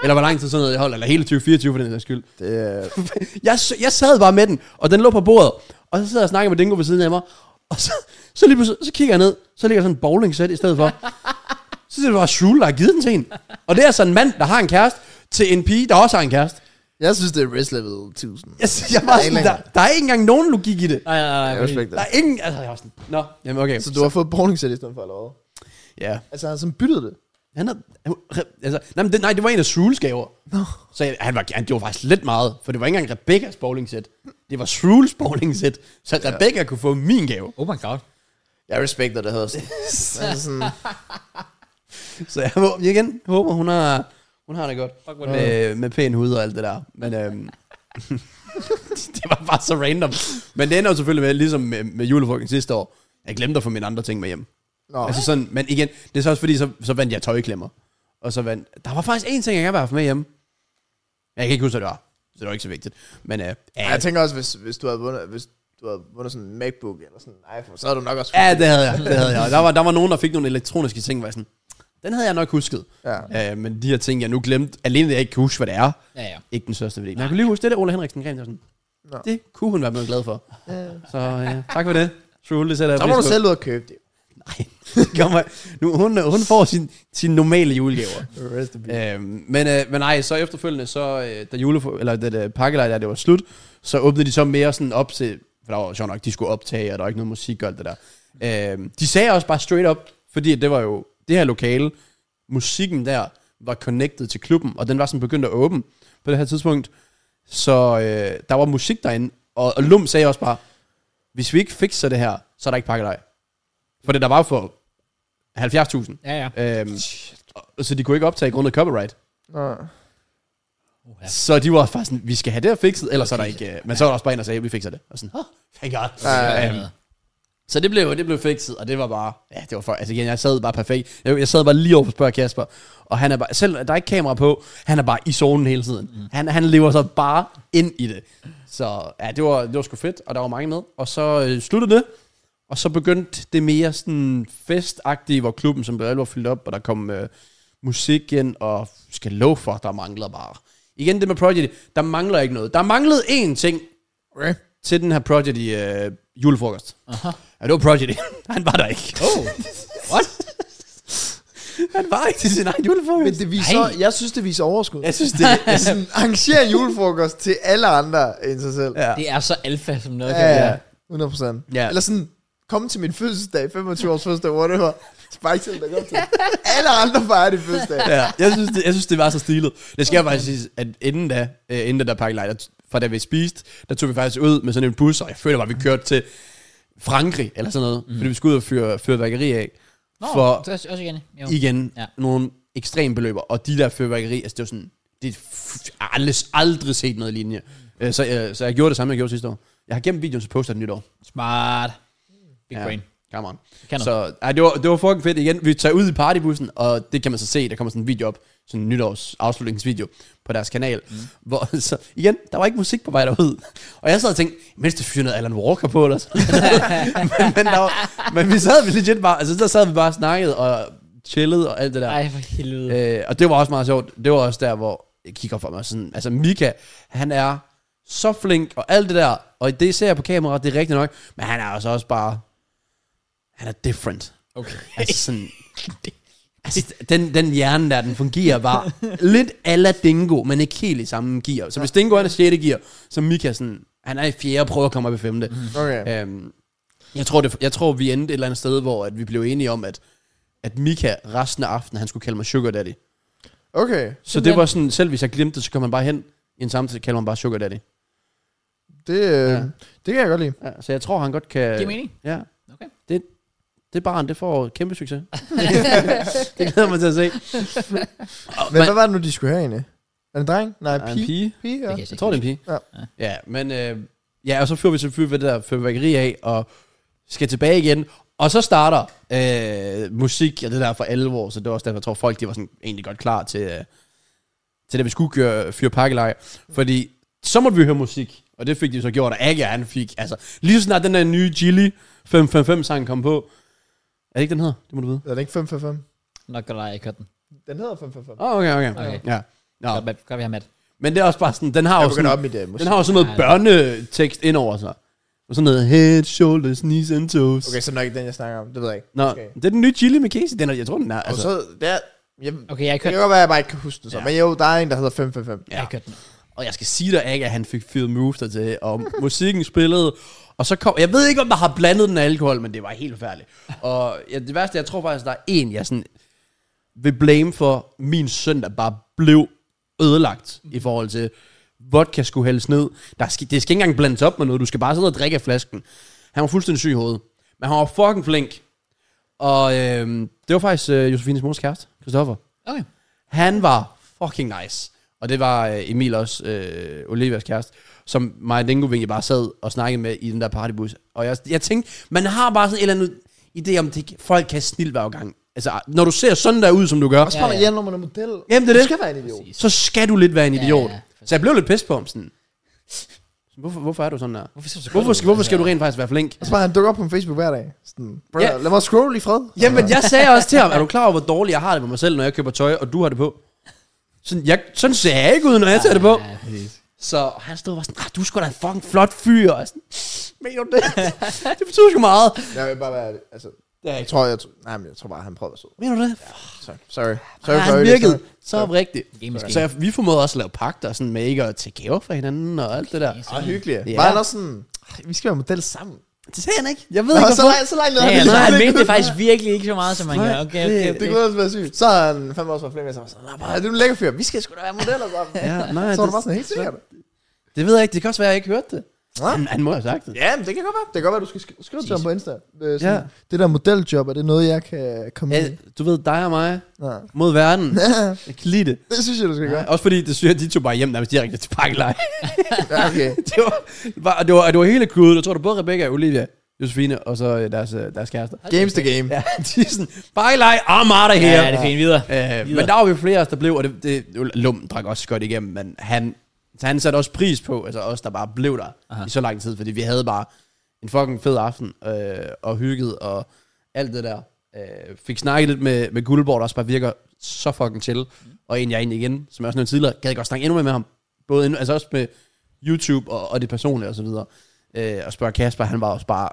Speaker 2: Eller hvor lang tid sådan noget jeg holder, eller hele 2024 for den sags skyld.
Speaker 3: Det er...
Speaker 2: Jeg, s- jeg sad bare med den, og den lå på bordet, og så sidder jeg og snakker med Dingo ved siden af mig, og så, så lige pludselig, så kigger jeg ned, så ligger sådan en bowling set i stedet for. Så siger det bare Shul, der har givet den til en. Og det er altså en mand, der har en kæreste, til en pige, der også har en kæreste.
Speaker 3: Jeg synes, det er risk level 1000.
Speaker 2: Jeg, jeg var
Speaker 3: Der er
Speaker 2: sådan,
Speaker 3: ikke
Speaker 2: der, der er ikke engang nogen logik i det.
Speaker 1: Nej, nej, nej.
Speaker 3: Jeg
Speaker 1: fordi-
Speaker 3: respekter
Speaker 2: Der
Speaker 3: det.
Speaker 2: er ingen, altså jeg var sådan, nå, jamen okay.
Speaker 3: Så du har fået bowlingsæt i stedet for, eller hvad?
Speaker 2: ja.
Speaker 3: Altså, han har sådan byttet det.
Speaker 2: Han havde, han- altså, nej, men det, nej, det var en af Shruls gaver. No. Så jeg- han var, han, det var faktisk lidt meget, for det var ikke engang Rebekkas bowlingsæt. Det var Shruls bowlingsæt, så Rebecca kunne få min gave.
Speaker 1: Oh my god.
Speaker 3: Jeg respekter det, Hørst. altså sådan...
Speaker 2: Så jeg, må- igen håber, hun har, hun har det godt.
Speaker 1: Fuck, hvor er
Speaker 2: med, med pæn hud og alt det der. Men øhm, det var bare så random. Men det ender jo selvfølgelig med, ligesom med, med julefrokosten sidste år, jeg glemte at få mine andre ting med hjem.
Speaker 3: Nå,
Speaker 2: Altså sådan, men igen, det er så også fordi, så, så vandt jeg tøjklemmer. Og så vandt... Der var faktisk én ting, jeg gerne ville have haft med hjemme. Jeg kan ikke huske, hvad det var. Så det var ikke så vigtigt. Men øh,
Speaker 3: Ej,
Speaker 2: ja,
Speaker 3: jeg tænker også, hvis, hvis du havde vundet... Hvis du havde vundet sådan en MacBook eller sådan en iPhone, så havde du nok også...
Speaker 2: ja, det havde jeg. Det havde jeg. Der, var, der var nogen, der fik nogle elektroniske ting, hvor jeg sådan, den havde jeg nok husket. Ja. Øh, men de her ting, jeg nu glemte, alene det, jeg ikke kan huske, hvad det er,
Speaker 1: Ja, ja.
Speaker 2: ikke den største værdi. Men jeg kunne lige huske det der, Ole Henriksen greb, sådan,
Speaker 3: Nå.
Speaker 2: det kunne hun være blevet glad for. Så øh, tak for det. True, det sætter jeg
Speaker 3: Så må
Speaker 2: pris
Speaker 3: du
Speaker 2: på.
Speaker 3: selv ud og købe det.
Speaker 2: Nej, det kommer- nu, hun, hun får sin, sin normale julegaver.
Speaker 3: Rest in peace.
Speaker 2: Øhm, men, øh, men nej, så efterfølgende, så, øh, da jule, eller da, da pakkelej der, det var slut, så åbnede de så mere sådan op til, for der var jo sjovt nok, de skulle optage, og der var ikke noget musik og alt det der. Øhm, de sagde også bare straight up, fordi det var jo det her lokale, musikken der var connected til klubben, og den var sådan begyndt at åbne på det her tidspunkt. Så øh, der var musik derinde, og, og Lum sagde også bare, hvis vi ikke fikser det her, så er der ikke pakkelej. For det der var jo for 70.000.
Speaker 1: Ja, ja.
Speaker 2: Øhm, og- så de kunne ikke optage grundet copyright.
Speaker 3: Nå.
Speaker 1: Uha.
Speaker 2: Så de var faktisk sådan, vi skal have det her fikset, ellers er der ikke... Øh, men så var der også bare en, der sagde, vi fikser det. Og sådan, oh, thank God.
Speaker 3: Ja,
Speaker 2: Øhm, så det blev, det blev fikset, og det var bare... Ja, det var for, altså igen, jeg sad bare perfekt. Jeg, jeg sad bare lige over på spørg Kasper, og han er bare... Selv der er ikke kamera på, han er bare i zonen hele tiden. Mm. Han, han lever så bare ind i det. Så ja, det var, det var sgu fedt, og der var mange med. Og så øh, sluttede det, og så begyndte det mere sådan festagtige, hvor klubben som blev alvor fyldt op, og der kom øh, musik ind, og skal love for, der manglede bare Igen det med Prodigy, der mangler ikke noget. Der manglede én ting
Speaker 4: Okay.
Speaker 2: til den her Prodigy øh, julefrokost. Aha. Ja, det var Prodigy. Han var der ikke.
Speaker 1: Oh,
Speaker 2: What? Han var ikke til sin egen julefrokost.
Speaker 3: Men det viser,
Speaker 1: Ej.
Speaker 3: jeg synes, det viser overskud.
Speaker 2: Jeg synes, det er
Speaker 3: Sådan, arrangere julefrokost til alle andre end sig selv.
Speaker 2: Ja.
Speaker 1: det er så alfa, som noget kan
Speaker 3: Ja,
Speaker 1: være.
Speaker 3: ja, 100 procent.
Speaker 2: Ja.
Speaker 3: Ja. Eller sådan, kom til min fødselsdag, 25 års fødselsdag, whatever. Spike selv, der kom til. Alle andre fejrer det fødselsdag.
Speaker 2: ja, jeg, synes, det, jeg synes, det var så stilet. Det skal jeg faktisk sige, at inden da, øh, inden da der pakke lejr, fra da vi spiste, der tog vi faktisk ud med sådan en bus, og jeg føler bare, vi kørte til Frankrig eller sådan noget, mm. fordi vi skulle ud og fyre fyrværkeri af.
Speaker 1: Mhm. Nå,
Speaker 2: for
Speaker 1: det er også også igen. Jo.
Speaker 2: igen, ja.
Speaker 1: Ja.
Speaker 2: nogle ekstrem beløber, og de der fyrværkeri, altså det var sådan, det er f- jeg har aldrig, aldrig set noget lignende. Øh, Så, øh, så jeg gjorde det samme, jeg gjorde sidste år. Jeg har gemt videoen, så poster jeg den nytår.
Speaker 1: Smart. Big
Speaker 2: Ja.
Speaker 1: brain.
Speaker 2: Come on.
Speaker 1: Kan noget.
Speaker 2: Så ej, det, var, det var fucking fedt igen. Vi tager ud i partybussen, og det kan man så se, der kommer sådan en video op, sådan en nytårs afslutningsvideo på deres kanal. Mm. Hvor, så igen, der var ikke musik på vej derud. Og jeg sad og tænkte, mens det fyrer noget Alan Walker på, eller sådan men, men, der var, men vi sad vi legit bare, altså der sad vi bare og snakkede og chillede og alt det der.
Speaker 1: Ej, for helvede.
Speaker 2: Øh, og det var også meget sjovt. Det var også der, hvor jeg kigger for mig sådan, altså Mika, han er så flink og alt det der, og det ser jeg på kamera, det er rigtigt nok, men han er altså også bare, han er different.
Speaker 1: Okay.
Speaker 2: Altså sådan, altså, den, den hjerne der, den fungerer bare lidt ala Dingo, men ikke helt i samme gear. Så hvis Dingo han er 6. gear, så er Mika sådan, han er i 4. og prøver at komme op i 5.
Speaker 3: Okay.
Speaker 2: Øhm, jeg, tror, det, jeg tror, vi endte et eller andet sted, hvor at vi blev enige om, at, at Mika resten af aftenen, han skulle kalde mig Sugar Daddy.
Speaker 3: Okay,
Speaker 2: Så det var sådan, selv hvis jeg glemte det, så kom man bare hen i en samtale, kalder man bare Sugar Daddy.
Speaker 3: det, øh,
Speaker 2: Ja.
Speaker 3: det kan jeg godt lide.
Speaker 2: Ja, så jeg tror, han godt kan...
Speaker 1: Giver mening?
Speaker 2: Ja.
Speaker 1: Okay.
Speaker 2: Det, det barn, det får kæmpe succes. det glæder man til at se.
Speaker 3: Men hvad var det nu, de skulle have egentlig? Er det en dreng? Nej,
Speaker 2: Ja,
Speaker 3: pige.
Speaker 2: en pige.
Speaker 3: pige ja.
Speaker 1: kan
Speaker 2: Jeg tror, det er en pige.
Speaker 3: Ja.
Speaker 2: ja men... Øh, ja, og så fyrer vi selvfølgelig ved det der fyrværkeri af, og skal tilbage igen. Og så starter øh, musik, og det der for alvor, så det var også derfor, jeg tror, folk de var sådan, egentlig godt klar til, øh, til det, vi skulle gøre, fyre pakkelejr. Fordi så måtte vi høre musik, og det fik de så gjort, og Aga han fik, altså, lige så snart den der nye Gilly 555-sang kom på, er det ikke den her? Det må du vide.
Speaker 3: Er det ikke 555?
Speaker 1: Nok godt, at jeg ikke hørte den.
Speaker 3: Den hedder 555.
Speaker 2: Åh, oh, okay, okay, okay.
Speaker 1: Okay.
Speaker 2: Ja. Nå,
Speaker 1: Godt, Matt. Godt, vi har Matt.
Speaker 2: men det er også bare sådan, den har
Speaker 3: Jeg
Speaker 2: jo sådan,
Speaker 3: begynder op mit uh, musik.
Speaker 2: den har jo sådan noget børnetekst ind over sig. Og sådan noget head, shoulders, knees and toes.
Speaker 3: Okay, så er det nok ikke den, jeg snakker om. Det ved jeg ikke.
Speaker 2: Nå,
Speaker 3: Måske.
Speaker 2: det er den nye Chili med Casey. Den er, jeg tror, den er.
Speaker 3: Og
Speaker 2: Altså,
Speaker 3: så, der, jeg,
Speaker 1: Okay, jeg har ikke hørt
Speaker 3: det kan godt være, at jeg bare ikke kan huske det så.
Speaker 2: Ja.
Speaker 3: Men jo, der er en, der hedder 555.
Speaker 1: Jeg har ikke hørt den.
Speaker 2: og jeg skal sige dig ikke, at han fik fyret moves der til, og musikken spillede, og så kom, jeg ved ikke, om der har blandet den alkohol, men det var helt færdigt. Og ja, det værste, jeg tror faktisk, der er en, jeg sådan vil blame for, min søndag bare blev ødelagt i forhold til, vodka skulle hældes ned. Der skal, det skal ikke engang blandes op med noget, du skal bare sidde og drikke af flasken. Han var fuldstændig syg i hovedet, men han var fucking flink. Og øhm, det var faktisk øh, Josefines mors kæreste, Christoffer.
Speaker 1: Okay.
Speaker 2: Han var fucking nice. Og det var øh, Emil også, øh, Olivias kæreste, som mig og Dingo egentlig bare sad og snakkede med i den der partybus. Og jeg, jeg tænkte, man har bare sådan en eller anden idé om, det, folk kan snille hver gang. Altså, når du ser sådan der ud, som du gør,
Speaker 3: Og så
Speaker 1: Ja,
Speaker 3: kommer
Speaker 1: ja.
Speaker 3: jeg hjem, når man er model.
Speaker 2: Jamen, det er
Speaker 3: Du
Speaker 2: det.
Speaker 3: skal være en idiot.
Speaker 2: så skal du lidt være en
Speaker 1: Ja,
Speaker 2: idiot.
Speaker 1: ja, præcis.
Speaker 2: så jeg blev lidt pisse på ham sådan. Hvorfor, hvorfor er du sådan der?
Speaker 1: Hvorfor, ser du så
Speaker 2: Hvorfor,
Speaker 1: kold ud?
Speaker 2: skal- hvorfor skal du rent faktisk være flink?
Speaker 3: Og så bare, han dukker op på Facebook hver dag. Sådan, brother,
Speaker 2: Ja.
Speaker 3: lad mig scrolle i fred. Altså,
Speaker 2: Jamen, jeg sagde også til ham, er du klar over, hvor dårligt jeg har det med mig selv, når jeg køber tøj, og du har det på? Sådan, jeg, sådan ser jeg ikke ud, når jeg tager det på.
Speaker 1: Ja, præcis.
Speaker 2: Så han stod og var sådan, "Ah, du er sgu da en fucking flot fyr. Og jeg sådan, mener du det? det betyder sgu meget.
Speaker 3: Jeg vil bare være, altså,
Speaker 2: Det er
Speaker 3: jeg tror, jeg, nej, men jeg tror bare, han prøver at være sød.
Speaker 2: Mener du det?
Speaker 3: Sorry. Sorry.
Speaker 2: Ja,
Speaker 3: Sorry for
Speaker 2: han
Speaker 3: øvrigt,
Speaker 2: virkede
Speaker 3: sorry.
Speaker 2: så oprigtigt.
Speaker 1: Game is game.
Speaker 2: Så jeg, vi formåede også at lave pakter sådan med ikke at tage gaver fra hinanden og alt det der.
Speaker 3: Og hyggeligt.
Speaker 2: Ja.
Speaker 3: Var han også sådan, vi skal være model sammen.
Speaker 2: Det sagde han ikke. Jeg ved
Speaker 3: Nå,
Speaker 2: ikke,
Speaker 3: så
Speaker 2: hvorfor.
Speaker 3: langt, så langt ned.
Speaker 1: Ja,
Speaker 3: har vi
Speaker 1: ja,
Speaker 3: lige
Speaker 1: nej, han
Speaker 3: kommet.
Speaker 1: mente det faktisk virkelig ikke så meget, som man
Speaker 2: Nej,
Speaker 1: gør. Okay, okay,
Speaker 2: det-
Speaker 1: okay.
Speaker 3: Det kunne også være sygt. Så er han fandme også for flere med sig. Sådan, "Nå, bare, du er en lækker fyr. Vi skal sgu da være modeller sammen.
Speaker 2: Ja, nej,
Speaker 3: så var det
Speaker 2: det,
Speaker 3: bare sådan helt sikkert.
Speaker 2: det, ved jeg ikke. Det kan også være, at jeg ikke hørte det.
Speaker 3: Nå.
Speaker 2: Han, han må have sagt det.
Speaker 3: Ja, men det kan godt være. Det kan godt være, du skal sk- skrive til ham på Insta. Øh, sådan,
Speaker 2: Ja.
Speaker 3: Det der modeljob, er det noget, jeg kan komme ind i?
Speaker 2: Ja, du ved, dig og mig
Speaker 3: Ja.
Speaker 2: mod verden. Jeg kan lide det.
Speaker 3: Det synes jeg, du skal gøre.
Speaker 2: Også fordi, det synes jeg, de tog bare hjem nærmest direkte til pakkeleje.
Speaker 3: Ja, okay.
Speaker 2: det, var, var, det, var, det var hele kluden. Jeg tror, det var både Rebecca, Olivia, Josefine og så øh, deres, øh, deres kærester.
Speaker 3: Games the game.
Speaker 2: Ja, de er sådan, bye like, I'm out of
Speaker 1: Ja,
Speaker 2: here.
Speaker 1: ja, det er fint videre.
Speaker 2: Øh, men der var vi flere af os, der blev, og det, det Lum drak også godt igennem, men han, så han satte også pris på, altså os, der bare blev der Aha. i så lang tid, fordi vi havde bare en fucking fed aften, øh, og hygget, og alt det der. Øh, fik snakket lidt med, med Guldborg, der også bare virker så fucking chill, Og en, jeg egentlig igen, som jeg også nævnte tidligere, gad godt snakke endnu mere med ham. Både endnu, altså også med YouTube og, og det personlige og så videre. Øh, og spørge Kasper, han var også bare,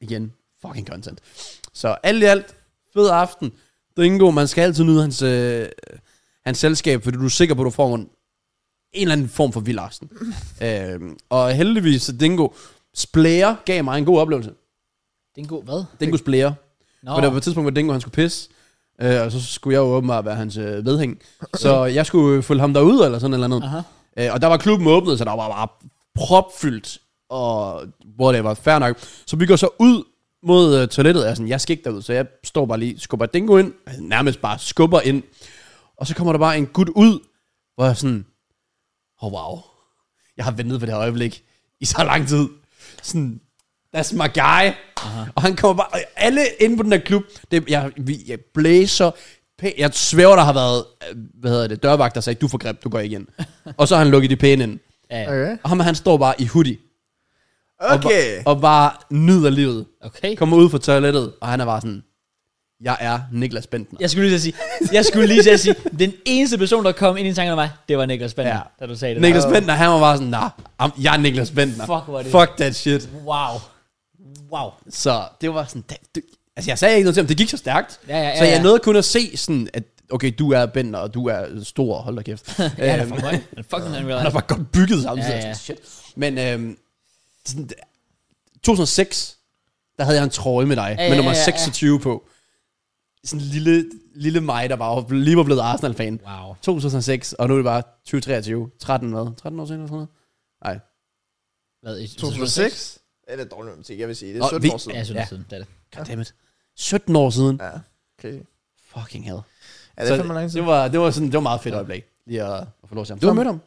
Speaker 2: igen, fucking content. Så alt i alt, fed aften. Dingo, man skal altid nyde hans, øh, hans selskab, fordi du er sikker på, at du får en, en eller anden form for vild aften. øh, og heldigvis, så Dingo, Splayer gav mig en god oplevelse.
Speaker 1: Det er en god, hvad?
Speaker 2: Dingos Splayer.
Speaker 1: Nå,
Speaker 2: Oh. For der var et tidspunkt, hvor Dingo han skulle pisse, øh, og så skulle jeg jo åbenbart være hans øh, vedhæng. Så jeg skulle følge ham derud eller sådan eller andet.
Speaker 1: Aha.
Speaker 2: Øh, og der var klubben åbnet, så der var bare propfyldt, og hvor det var fair nok. Så vi går så ud mod øh, toilettet, og jeg er sådan, jeg skal ikke derud, så jeg står bare lige, skubber Dingo ind, altså nærmest bare skubber ind. Og så kommer der bare en gut ud, hvor jeg sådan, oh wow, jeg har ventet på det her øjeblik i så lang tid. Sådan, that's my guy. Aha. Og han kommer bare, og alle inde på den der klub, det, jeg, vi, jeg blæser, pæ- jeg svæver, der har været, øh, hvad hedder det, dørvagt, der sagde, du får greb, du går igen. og så har han lukket de pæne ind.
Speaker 1: Ja,
Speaker 3: Okay.
Speaker 2: Og ham, han står bare i hoodie,
Speaker 4: Okay.
Speaker 2: og, og bare nyder livet.
Speaker 1: okay.
Speaker 2: Kommer ud fra toilettet, og han er bare sådan, jeg er Niklas Bentner.
Speaker 1: Jeg skulle lige til at sige, jeg skulle lige til at sige, den eneste person, der kom ind i tanken om mig, det var Niklas Bender,
Speaker 2: Ja.
Speaker 1: ja. da du sagde det.
Speaker 2: Niklas Bentner, han var bare sådan, nej, nah, I'm- jeg er Niklas Bentner.
Speaker 1: Fuck, hvor er det-
Speaker 2: Fuck that shit.
Speaker 1: Wow. Wow.
Speaker 2: Så det var sådan, da, du, altså jeg sagde ikke noget til ham, det gik så stærkt.
Speaker 1: Ja, ja, ja,
Speaker 2: så jeg
Speaker 1: ja.
Speaker 2: nåede kun at se sådan, at okay, du er Bender, og du er stor, hold da kæft. ja,
Speaker 1: Ja, han er fucking høj. Han er fucking unreal.
Speaker 2: Øhm. han er bare godt bygget samtidig.
Speaker 1: Ja, ja.
Speaker 2: Shit. Men øhm, sådan, 2006, der havde jeg en trøje med dig,
Speaker 1: Ja,
Speaker 2: ja,
Speaker 1: ja,
Speaker 2: med nummer
Speaker 1: ja, ja.
Speaker 2: 26 på. Sådan en lille, lille mig, der bare var- lige var blevet Arsenal-fan.
Speaker 1: Wow.
Speaker 2: 2006, og nu er det bare 2023. 13, hvad? 13 år senere, eller sådan noget? Nej.
Speaker 1: Hvad, i
Speaker 4: 2006? Ja, det er dårlig matematik, jeg vil sige. Det er
Speaker 2: Og
Speaker 4: 17
Speaker 2: vi-
Speaker 4: år siden.
Speaker 1: Ja,
Speaker 3: altså-
Speaker 1: jeg synes
Speaker 2: Ja.
Speaker 1: ja. siden, det er det.
Speaker 2: Goddammit. 17 år siden.
Speaker 4: Ja, okay.
Speaker 2: Fucking hell.
Speaker 4: Ja, det er
Speaker 2: Så
Speaker 4: fandme lang tid.
Speaker 2: Det var, det var sådan, det var meget fedt øjeblik, lige at, at få lov til ham. Du har mødt ham?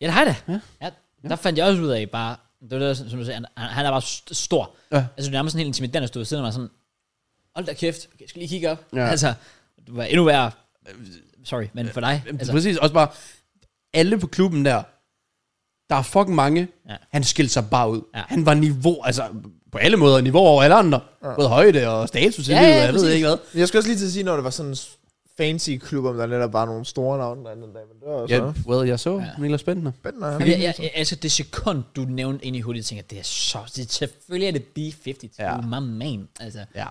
Speaker 1: Ja, det har jeg da.
Speaker 2: Ja.
Speaker 1: Ja. ja. Der fandt jeg også ud af bare, det var det, som du sagde, han, han er bare st- stor.
Speaker 2: Ja.
Speaker 1: Ja. Altså, det er nærmest sådan helt intimiderende at stå ved siden af mig sådan, hold da kæft, jeg skal lige kigge op.
Speaker 2: Ja.
Speaker 1: Ja. Altså, det var endnu værre, Øh, sorry, men for dig.
Speaker 2: Altså.
Speaker 1: Altså,
Speaker 2: Præcis, også bare alle på klubben der, der er fucking mange, ja.
Speaker 1: Ja.
Speaker 2: han skilte sig bare ud. Ja.
Speaker 1: Ja.
Speaker 2: Han var niveau, altså på alle måder niveau over alle andre. Ja. Både højde og status i ja,
Speaker 1: Ja,
Speaker 2: livet,
Speaker 1: ja,
Speaker 2: ja, jeg ved
Speaker 1: præcis.
Speaker 2: ikke hvad.
Speaker 4: Men Jeg skulle også lige til at sige, når det var sådan en fancy klub, om der netop var nogle store navne der anden dag, men det var også
Speaker 2: Ja,
Speaker 4: yep.
Speaker 2: well, jeg så ja.
Speaker 1: Ja.
Speaker 2: Niklas Bentner.
Speaker 4: spændende.
Speaker 1: jeg, jeg, jeg, altså det sekund, du nævnte ind i hovedet, jeg tænker, det er så, det, selvfølgelig er det B52,
Speaker 2: Ja.
Speaker 1: ja. my man. Altså,
Speaker 2: Ja.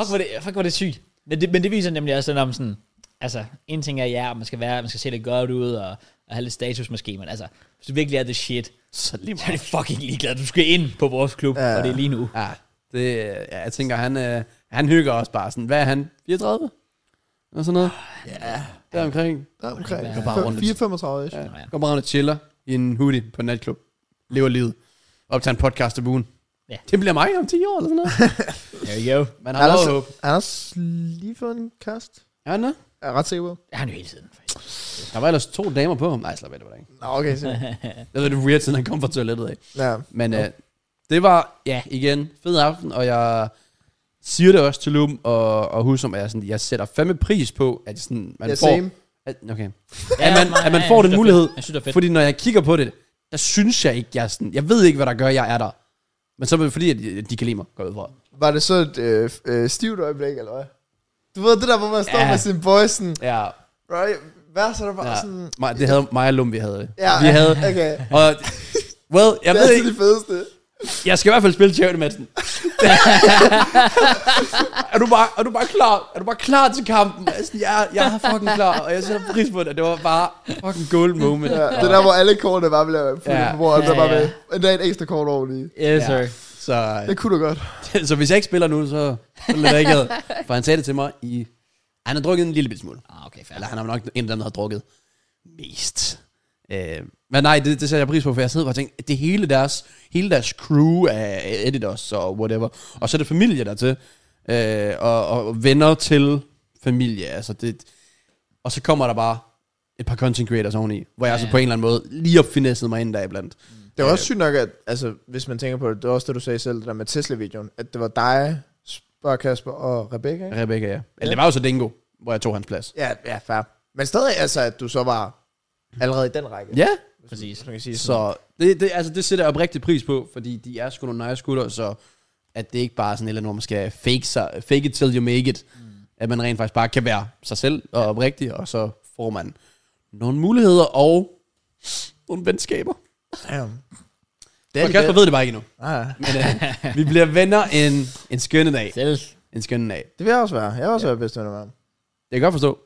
Speaker 1: Fuck, hvor det, fuck, hvor det sygt. Men det, men det viser nemlig også den om sådan, altså, en ting er, ja, man skal, være, man skal se det godt ud, og, og have lidt status måske, men altså, hvis du virkelig er the shit,
Speaker 2: Så lige
Speaker 1: så er
Speaker 2: meget.
Speaker 1: det fucking ligeglad. Du skal ind på vores klub,
Speaker 4: Ja.
Speaker 1: ja. og det er lige nu.
Speaker 2: Ja, det, ja, jeg tænker, han, øh, han hygger også bare sådan, hvad er han? 34? Og sådan noget. Ja. Der omkring.
Speaker 4: Der er omkring
Speaker 1: Det
Speaker 2: går bare rundt.
Speaker 4: 435 ish.
Speaker 2: Ja.
Speaker 4: Ja.
Speaker 1: Nå, ja.
Speaker 2: Går bare rundt og chiller i en hoodie på en natklub. Lever livet. Optager en podcast om ugen. Ja.
Speaker 1: Ja.
Speaker 2: Det bliver mig om 10 år eller sådan noget.
Speaker 1: There you go.
Speaker 2: Man har lov at håbe.
Speaker 4: Anders, Anders lige for en kast?
Speaker 2: Ja, nå.
Speaker 4: Jeg er ret sikker på.
Speaker 1: Det har han jo hele tiden. faktisk.
Speaker 2: Der var ellers to damer på ham. Nej, slap af, det var der ikke.
Speaker 4: Nå, okay, så.
Speaker 2: Det var det weird, siden han kom fra toilettet af.
Speaker 4: Ja.
Speaker 2: Men øh, det var, ja, igen, fed aften, og jeg siger det også til Lum og, og Husum, at jeg, sådan, jeg sætter fandme pris på, at sådan, man
Speaker 4: Ja,
Speaker 2: får...
Speaker 4: same.
Speaker 2: At, okay.
Speaker 1: Ja,
Speaker 2: at man,
Speaker 1: nej,
Speaker 2: at man
Speaker 1: ja,
Speaker 2: får
Speaker 1: jeg synes, det
Speaker 2: den
Speaker 1: er
Speaker 2: mulighed.
Speaker 1: fedt. Jeg synes, det er fedt.
Speaker 2: Fordi når jeg kigger på det, der synes jeg ikke, jeg er sådan... Jeg ved ikke, hvad der gør, jeg er der. Men så er det fordi, at de- de kan lide mig, går jeg ud fra.
Speaker 4: Var det så et øh, øh, stivt øjeblik, eller hvad? Du ved det der, hvor man står
Speaker 2: Ja.
Speaker 4: ja. med sin boys, sådan,
Speaker 2: Ja,
Speaker 4: right, hvad så er der bare
Speaker 2: ja.
Speaker 4: ja. sådan...
Speaker 2: Ah. Mig, det havde mig og Lum, vi havde det.
Speaker 4: Ja,
Speaker 2: vi havde...
Speaker 4: okay.
Speaker 2: Og, well, jeg
Speaker 4: Det er
Speaker 2: ved
Speaker 4: altså
Speaker 2: ikke,
Speaker 4: det fedeste.
Speaker 2: jeg skal i hvert fald spille charity matchen. er, du bare, er du bare klar? Er du bare klar til kampen? Altså, jeg, jeg er fucking klar, og jeg sætter pris på det. Det var bare fucking gold moment.
Speaker 4: Ja, det er der, hvor alle kortene bare bliver fuldt
Speaker 2: Ja.
Speaker 4: ja. på bordet,
Speaker 1: Ja,
Speaker 4: der bare
Speaker 1: ja.
Speaker 4: med en dag et ekstra kort oveni.
Speaker 1: Yes, sir.
Speaker 2: Så,
Speaker 4: Det kunne du godt.
Speaker 2: så hvis jeg ikke spiller nu, så, så lidt jeg ikke ad. For han sagde det til mig i... Han har drukket en lille bit smule.
Speaker 1: Ah, okay, fair.
Speaker 2: Eller han har nok en af dem, der har drukket mest. Øh, men nej, det, det sætter jeg pris på, for jeg sidder bare og tænker, det er hele deres, hele deres crew af editors og whatever, og så er det familie dertil, øh, og, og venner til familie, altså det, og så kommer der bare et par content creators oveni, hvor jeg ja,
Speaker 1: Ja,
Speaker 2: så
Speaker 1: ja.
Speaker 2: på en eller anden måde lige opfinessede mig ind der iblandt.
Speaker 4: Det var også sygt nok, at altså, hvis man tænker på det, det var også det, du sagde selv, det der med Tesla-videoen, at det var dig, Spørg Kasper og Rebecca, ikke?
Speaker 2: Rebecca, ja. Eller det var jo så Dingo, hvor jeg tog hans plads.
Speaker 4: Ja, ja, fair. Men stadig altså, at du så var allerede i den række.
Speaker 2: Ja,
Speaker 1: Præcis.
Speaker 4: Hvis man kan sige sådan.
Speaker 2: Så det, det, altså, det sætter jeg oprigtig pris på, fordi de er sgu nogle nice gutter, så at det ikke bare er sådan et eller andet, hvor man skal fake, sig, fake it till you make it. Mm. At man rent faktisk bare kan være sig selv og oprigtig, og så får man nogle muligheder og nogle venskaber.
Speaker 3: Damn.
Speaker 2: Det og Kasper ved det bare ikke endnu.
Speaker 3: Ah,
Speaker 2: Men, uh, vi bliver venner en, en skønne dag.
Speaker 1: Selv.
Speaker 2: En skønne dag.
Speaker 3: det vil jeg også være. Jeg vil også ja. være bedst venner med ham.
Speaker 2: Det kan jeg godt forstå.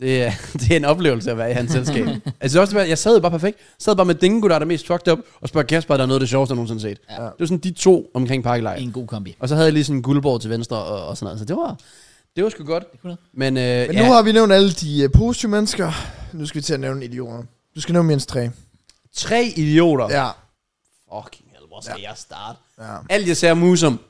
Speaker 2: Det er, det er en oplevelse at være i hans selskab. altså, også, jeg sad jo bare perfekt. Sad bare med Dingo, der er det mest fucked up, og spørger Kasper, der er noget af det sjoveste, jeg nogensinde har set. Ja. Det var sådan de to omkring parklejr.
Speaker 1: En god kombi.
Speaker 2: Og så havde jeg lige sådan en guldborg til venstre og, og sådan noget. Så det var, det var sgu godt.
Speaker 1: kunne noget.
Speaker 2: Men, øh,
Speaker 3: Men ja. nu har vi nævnt alle de uh, positive mennesker. Nu skal vi til at nævne idioter. Du skal nævne mindst tre.
Speaker 2: tre idioter.
Speaker 3: Ja.
Speaker 2: Fucking hell, hvor skal ja. jeg starte?
Speaker 3: Ja.
Speaker 2: Alt jeg ser musum,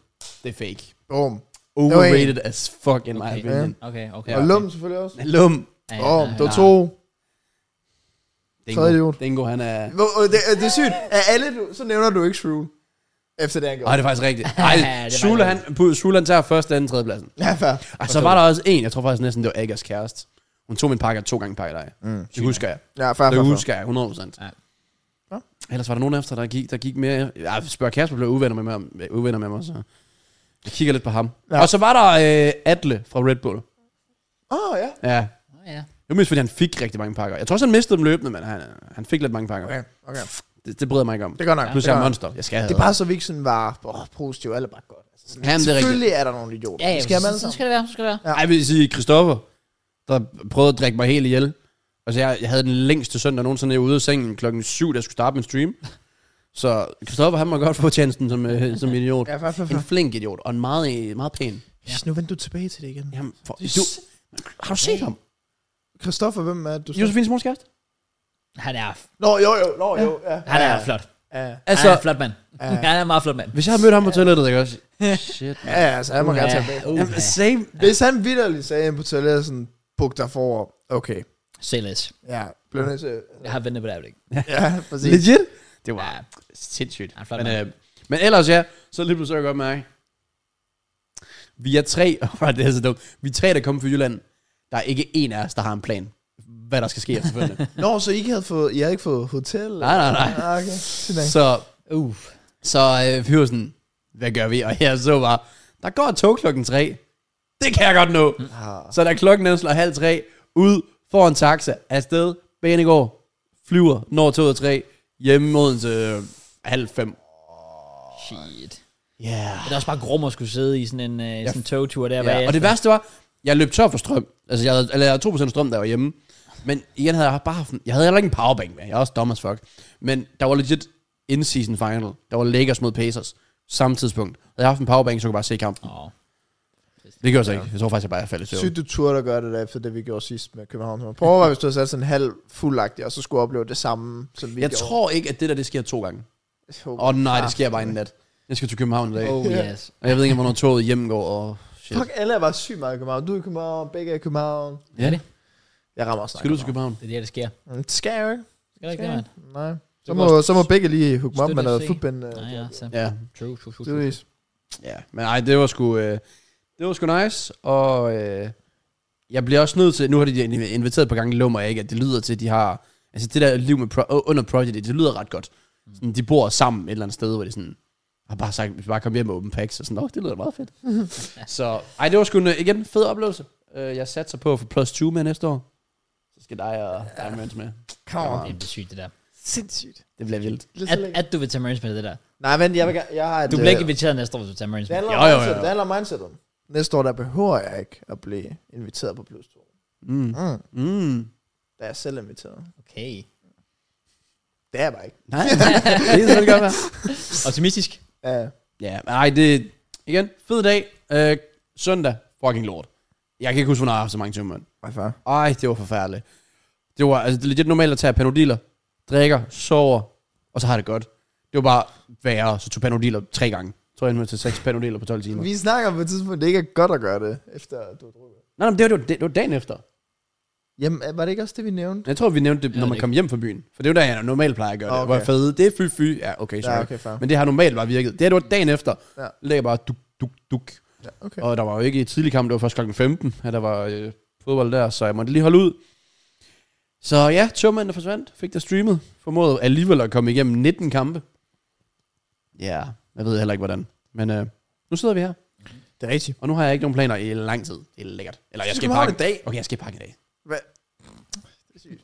Speaker 2: det er fake.
Speaker 3: Boom.
Speaker 2: Overrated as fuck in my
Speaker 1: Okay.
Speaker 2: opinion.
Speaker 1: Okay, okay.
Speaker 3: Ja, og Lum selvfølgelig også.
Speaker 2: Lum.
Speaker 1: Ja, ja,
Speaker 3: Boom.
Speaker 1: ja.
Speaker 3: Der var to. Tredje
Speaker 2: Dingo.
Speaker 3: idiot.
Speaker 2: Dingo, han er...
Speaker 3: Hvor- øh, Det, øh, det er sygt. Af alle, du, så nævner du ikke Shrew. Efter det, han gjorde.
Speaker 2: Nej, det er faktisk rigtigt.
Speaker 1: det er
Speaker 2: Ej,
Speaker 1: faktisk
Speaker 2: Sula, han, Sula, han tager først, anden, tredje pladsen.
Speaker 3: Ja, fair.
Speaker 2: Og så var der også en, jeg tror faktisk næsten, det var Agas kæreste. Hun tog min pakke to gange pakke dig. Mm. Det husker jeg.
Speaker 3: Ja, fair, fair,
Speaker 2: Det
Speaker 3: fair.
Speaker 2: husker jeg, 100%.
Speaker 1: Ja.
Speaker 3: Nå.
Speaker 2: Ellers var der nogen efter, der gik, der gik mere... Ja, spørg Kasper blev uvenner med mig, uvenner med mig så jeg kigger lidt på ham.
Speaker 3: Ja.
Speaker 2: Ja. Og så var der øh, Atle fra Red Bull.
Speaker 3: Åh, oh, ja.
Speaker 2: Ja.
Speaker 1: Nå, ja.
Speaker 2: Det var mest, fordi han fik rigtig mange pakker. Jeg tror også, han mistede dem løbende, men han, øh, han fik lidt mange pakker.
Speaker 3: Okay, okay.
Speaker 2: Det, det bryder jeg mig ikke om.
Speaker 3: Det er godt nok.
Speaker 2: Plus
Speaker 3: det,
Speaker 2: jeg
Speaker 3: er
Speaker 2: er
Speaker 3: godt nok.
Speaker 2: monster. Jeg skal have
Speaker 3: det er bare så, vi ikke sådan var oh, positiv. Alle er bare godt. Altså, sådan,
Speaker 2: Jamen, det er rigtigt.
Speaker 3: selvfølgelig er der nogle idioter.
Speaker 1: Ja, ja,
Speaker 3: Det skal man altså-
Speaker 1: så, så skal det være, så skal det være.
Speaker 3: Ja.
Speaker 2: Ja. Ej, vil jeg sige, Christoffer, der prøvede at drikke mig helt ihjel. Altså, jeg, jeg havde den længste søndag nogensinde, jeg var ude af sengen klokken 7, da jeg skulle starte min stream. Så Christoffer, han må godt få tjenesten som, øh, som idiot.
Speaker 3: Ja, fair, fair,
Speaker 2: En
Speaker 3: fair.
Speaker 2: flink idiot, og en meget, øh, meget pæn.
Speaker 3: Shh, Nu vender du tilbage til det igen.
Speaker 2: Jamen, for, du, har du set ham?
Speaker 3: Christoffer, hvem er det, du...
Speaker 2: Josefines mors kæreste?
Speaker 1: Han er,
Speaker 3: Nå, jo, jo, nå, jo. Ja.
Speaker 1: han er
Speaker 3: Ja,
Speaker 1: flot. Altså,
Speaker 3: Ja,
Speaker 1: han er
Speaker 2: Altså,
Speaker 1: en flot mand. Han er en meget flot mand.
Speaker 2: hvis jeg havde mødt ham på toilettet, ikke også? Shit, man.
Speaker 3: ja, altså, han må gerne tage med.
Speaker 1: uh,
Speaker 2: Jamen, same.
Speaker 3: Hvis han vidderligt sagde ind på toilettet, sådan, buk dig forover. Okay.
Speaker 1: Sælæs.
Speaker 3: Ja, blev nødt til...
Speaker 1: Jeg har ventet på det øjeblik.
Speaker 3: Ja, præcis.
Speaker 2: Legit?
Speaker 1: Ja,
Speaker 2: Det var sindssygt.
Speaker 1: Han er flot
Speaker 2: Men,
Speaker 1: mand.
Speaker 2: øh, men ellers ja, så lige pludselig kan jeg godt mærke, vi er tre, og det er så dumt, vi er tre, der kommer fra Jylland, der er ikke en af os, der har en plan, hvad der skal ske efterfølgende.
Speaker 3: Nå, så I ikke havde fået... I havde ikke fået hotel?
Speaker 2: nej, nej, nej.
Speaker 3: Ah, okay. Sygt nok.
Speaker 2: Så,
Speaker 1: Uh,
Speaker 2: så øh, vi var sådan, hvad gør vi? Og jeg så bare, der går et tog klokken tre. Det kan jeg godt nå. Så da klokken den slår halv tre, ud, får en taxa, afsted, Benegård, flyver, når toget tre, hjemme mod til øh, halv fem.
Speaker 1: shit.
Speaker 2: Ja. Yeah.
Speaker 1: Men det er også bare grum at skulle sidde i sådan en øh, sådan en togtur der.
Speaker 2: Ja, og det værste var, jeg løb tør for strøm. Altså, jeg havde, eller jeg havde 2% strøm, der var hjemme. Men igen havde jeg bare haft, jeg havde heller ikke en powerbank med. Jeg er også dumb as fuck. Men der var legit in-season final. Der var Lakers mod Pacers. Samme tidspunkt. Havde jeg haft en powerbank, så kunne jeg bare se kampen.
Speaker 1: Oh.
Speaker 2: Det gjorde jeg så ikke. Jeg tror faktisk, jeg bare faldt i søvn.
Speaker 3: Sygt, du turde at gøre det der, efter det vi gjorde sidst med København. Prøv at være, hvis du havde sat sådan en halv fuldagtig, og så skulle opleve det samme, som vi
Speaker 2: Jeg
Speaker 3: gjorde.
Speaker 2: tror ikke, at det der, det sker to gange.
Speaker 3: Håber.
Speaker 2: Åh oh, nej, det sker bare en nat. Jeg skal til København i dag.
Speaker 1: Oh,
Speaker 3: Ja.
Speaker 1: yes.
Speaker 2: Og jeg ved ikke, hvornår toget hjem går. Og shit.
Speaker 3: Fuck, alle er bare sygt meget i København. Du er i København, begge er i København.
Speaker 2: Ja,
Speaker 1: det.
Speaker 3: Jeg rammer også
Speaker 2: Skal du til København?
Speaker 1: Det er det, der sker.
Speaker 3: København? Mm, Det skal jeg jo ikke.
Speaker 1: Skal der ikke det, mand?
Speaker 3: Nej. Så
Speaker 1: kan
Speaker 3: må,
Speaker 1: også
Speaker 3: så må begge lige hugge mig op med
Speaker 1: støtte
Speaker 3: noget
Speaker 1: FC.
Speaker 3: fodbind.
Speaker 1: Nej, ja, så.
Speaker 2: Ja.
Speaker 1: True, true, true, true.
Speaker 3: Tydeligvis.
Speaker 2: Ja, men nej, det var sgu, øh, det var sgu nice, og øh, jeg bliver også nødt til, nu har de inviteret på gange lummer jeg ikke, at det lyder til, at de har, altså det der liv med pro, øh, under Prodigy, det lyder ret godt. Sådan, de bor sammen et eller andet sted, hvor de sådan, har bare sagt, vi skal bare komme hjem med open packs, og sådan, åh, det lyder meget fedt. så, ej, det var sgu en, øh, igen, fed oplevelse. Øh, jeg satser på at få plus 20 med næste år. Så skal dig og dig og Mørens med.
Speaker 3: Come on.
Speaker 1: Det er sygt, det der.
Speaker 3: Sindssygt.
Speaker 2: Det bliver vildt.
Speaker 3: Lidt
Speaker 1: At,
Speaker 3: så længe.
Speaker 1: at du vil tage Marines med det der.
Speaker 3: Nej, vent, jeg, vil, gerne- jeg har et...
Speaker 1: Du bliver
Speaker 3: øh,
Speaker 1: ikke inviteret næste år, hvis du tager Marines
Speaker 3: Det
Speaker 1: med.
Speaker 3: handler
Speaker 2: Jo, jo,
Speaker 3: om
Speaker 2: jo,
Speaker 3: mindset.
Speaker 2: jo.
Speaker 3: Det handler om mindsetet. Næste år, der behøver jeg ikke at blive inviteret på plus 2.
Speaker 2: Mm.
Speaker 3: Mm.
Speaker 2: Mm.
Speaker 3: Der er jeg selv inviteret.
Speaker 1: Okay.
Speaker 3: Det er jeg bare ikke.
Speaker 2: Nej, det er sådan godt være.
Speaker 1: Optimistisk.
Speaker 3: Ja.
Speaker 2: Ja, men ej, det igen, fed dag. Øh, søndag, fucking lort. Jeg kan ikke huske, hvornår jeg har haft så mange timer. mand.
Speaker 3: Hvad far?
Speaker 2: Ej, det var forfærdeligt. Det var altså, det er legit normalt at tage panodiler, drikker, sover, og så har det godt. Det var bare værre, så tog panodiler tre gange. Jeg tror, jeg nåede til seks panodiler på 12 timer.
Speaker 3: Vi snakker på et tidspunkt, det ikke er godt at gøre det, efter du har drukket.
Speaker 2: Nej, nej, men det var, det, var, det var dagen efter.
Speaker 3: Jamen, er- var det ikke også det, vi nævnte?
Speaker 2: Jeg tror, vi nævnte det,
Speaker 1: Ja,
Speaker 2: når
Speaker 1: det
Speaker 2: man
Speaker 1: er
Speaker 2: kom hjem fra byen. For det var da, jeg normalt plejer at gøre
Speaker 3: Ah, Okay.
Speaker 2: det. Hvor jeg fede, det er fy fy. Ja, okay, sorry.
Speaker 3: Ja, okay, fair.
Speaker 2: Men det har normalt bare virket. Det her, det var dagen efter.
Speaker 3: Ja.
Speaker 2: Ja. Lægger bare duk, duk, duk.
Speaker 3: Ja, okay.
Speaker 2: Og der var jo ikke i tidlig kamp, det var først klokken 15, at der var øh, fodbold der, så jeg måtte lige holde ud. Så ja, tømmermanden der forsvandt, fik der streamet, formåede alligevel at komme igennem 19 kampe. Ja, yeah, jeg ved heller ikke hvordan. Men øh, nu sidder vi her,
Speaker 3: Det er rigtigt.
Speaker 2: og nu har jeg ikke nogen planer i lang tid. Det er lækkert. Eller jeg
Speaker 3: Så
Speaker 2: skal
Speaker 3: du
Speaker 2: i
Speaker 3: har
Speaker 2: parken
Speaker 3: en dag?
Speaker 2: Okay, jeg skal i parken i dag.
Speaker 3: Hvad? Præcis.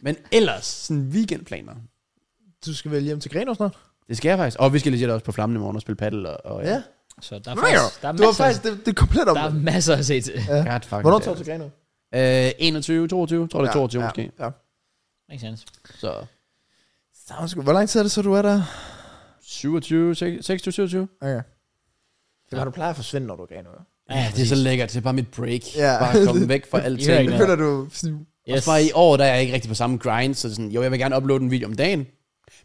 Speaker 2: Men ellers, sådan weekendplaner.
Speaker 4: Du skal vel hjem til Grenaa snart?
Speaker 2: Det skal jeg faktisk. Og vi skal lige sætte os på flammen i morgen og spille paddel. Og, og,
Speaker 4: Ja.
Speaker 1: Så der er
Speaker 4: Nå,
Speaker 1: faktisk, der er
Speaker 3: Det var
Speaker 1: masser,
Speaker 3: faktisk, det, det er komplet om.
Speaker 1: der er masser at se til.
Speaker 2: God, fucking
Speaker 4: Hvornår tager du
Speaker 2: damn.
Speaker 4: til Grenaa?
Speaker 2: Øh, 21, 22. Tror det er 22 ja, måske.
Speaker 3: Ja.
Speaker 1: Makes sense.
Speaker 2: Så
Speaker 4: Savner sgu- Hvor lang tid er det så, du er der?
Speaker 2: 27, 26, 27.
Speaker 4: Okay. Det var, du plejer at forsvinde, når du er i Grenaa.
Speaker 2: Ja, ja, det er så lækkert. Det er bare mit break.
Speaker 3: Ja.
Speaker 2: Bare komme væk fra alt.
Speaker 1: Ja,
Speaker 3: Nu
Speaker 1: ja.
Speaker 3: finder du sådan,
Speaker 2: Yes. Og bare i år, der er jeg ikke rigtig på samme grind, så det er sådan, jo, jeg vil gerne uploade en video om dagen,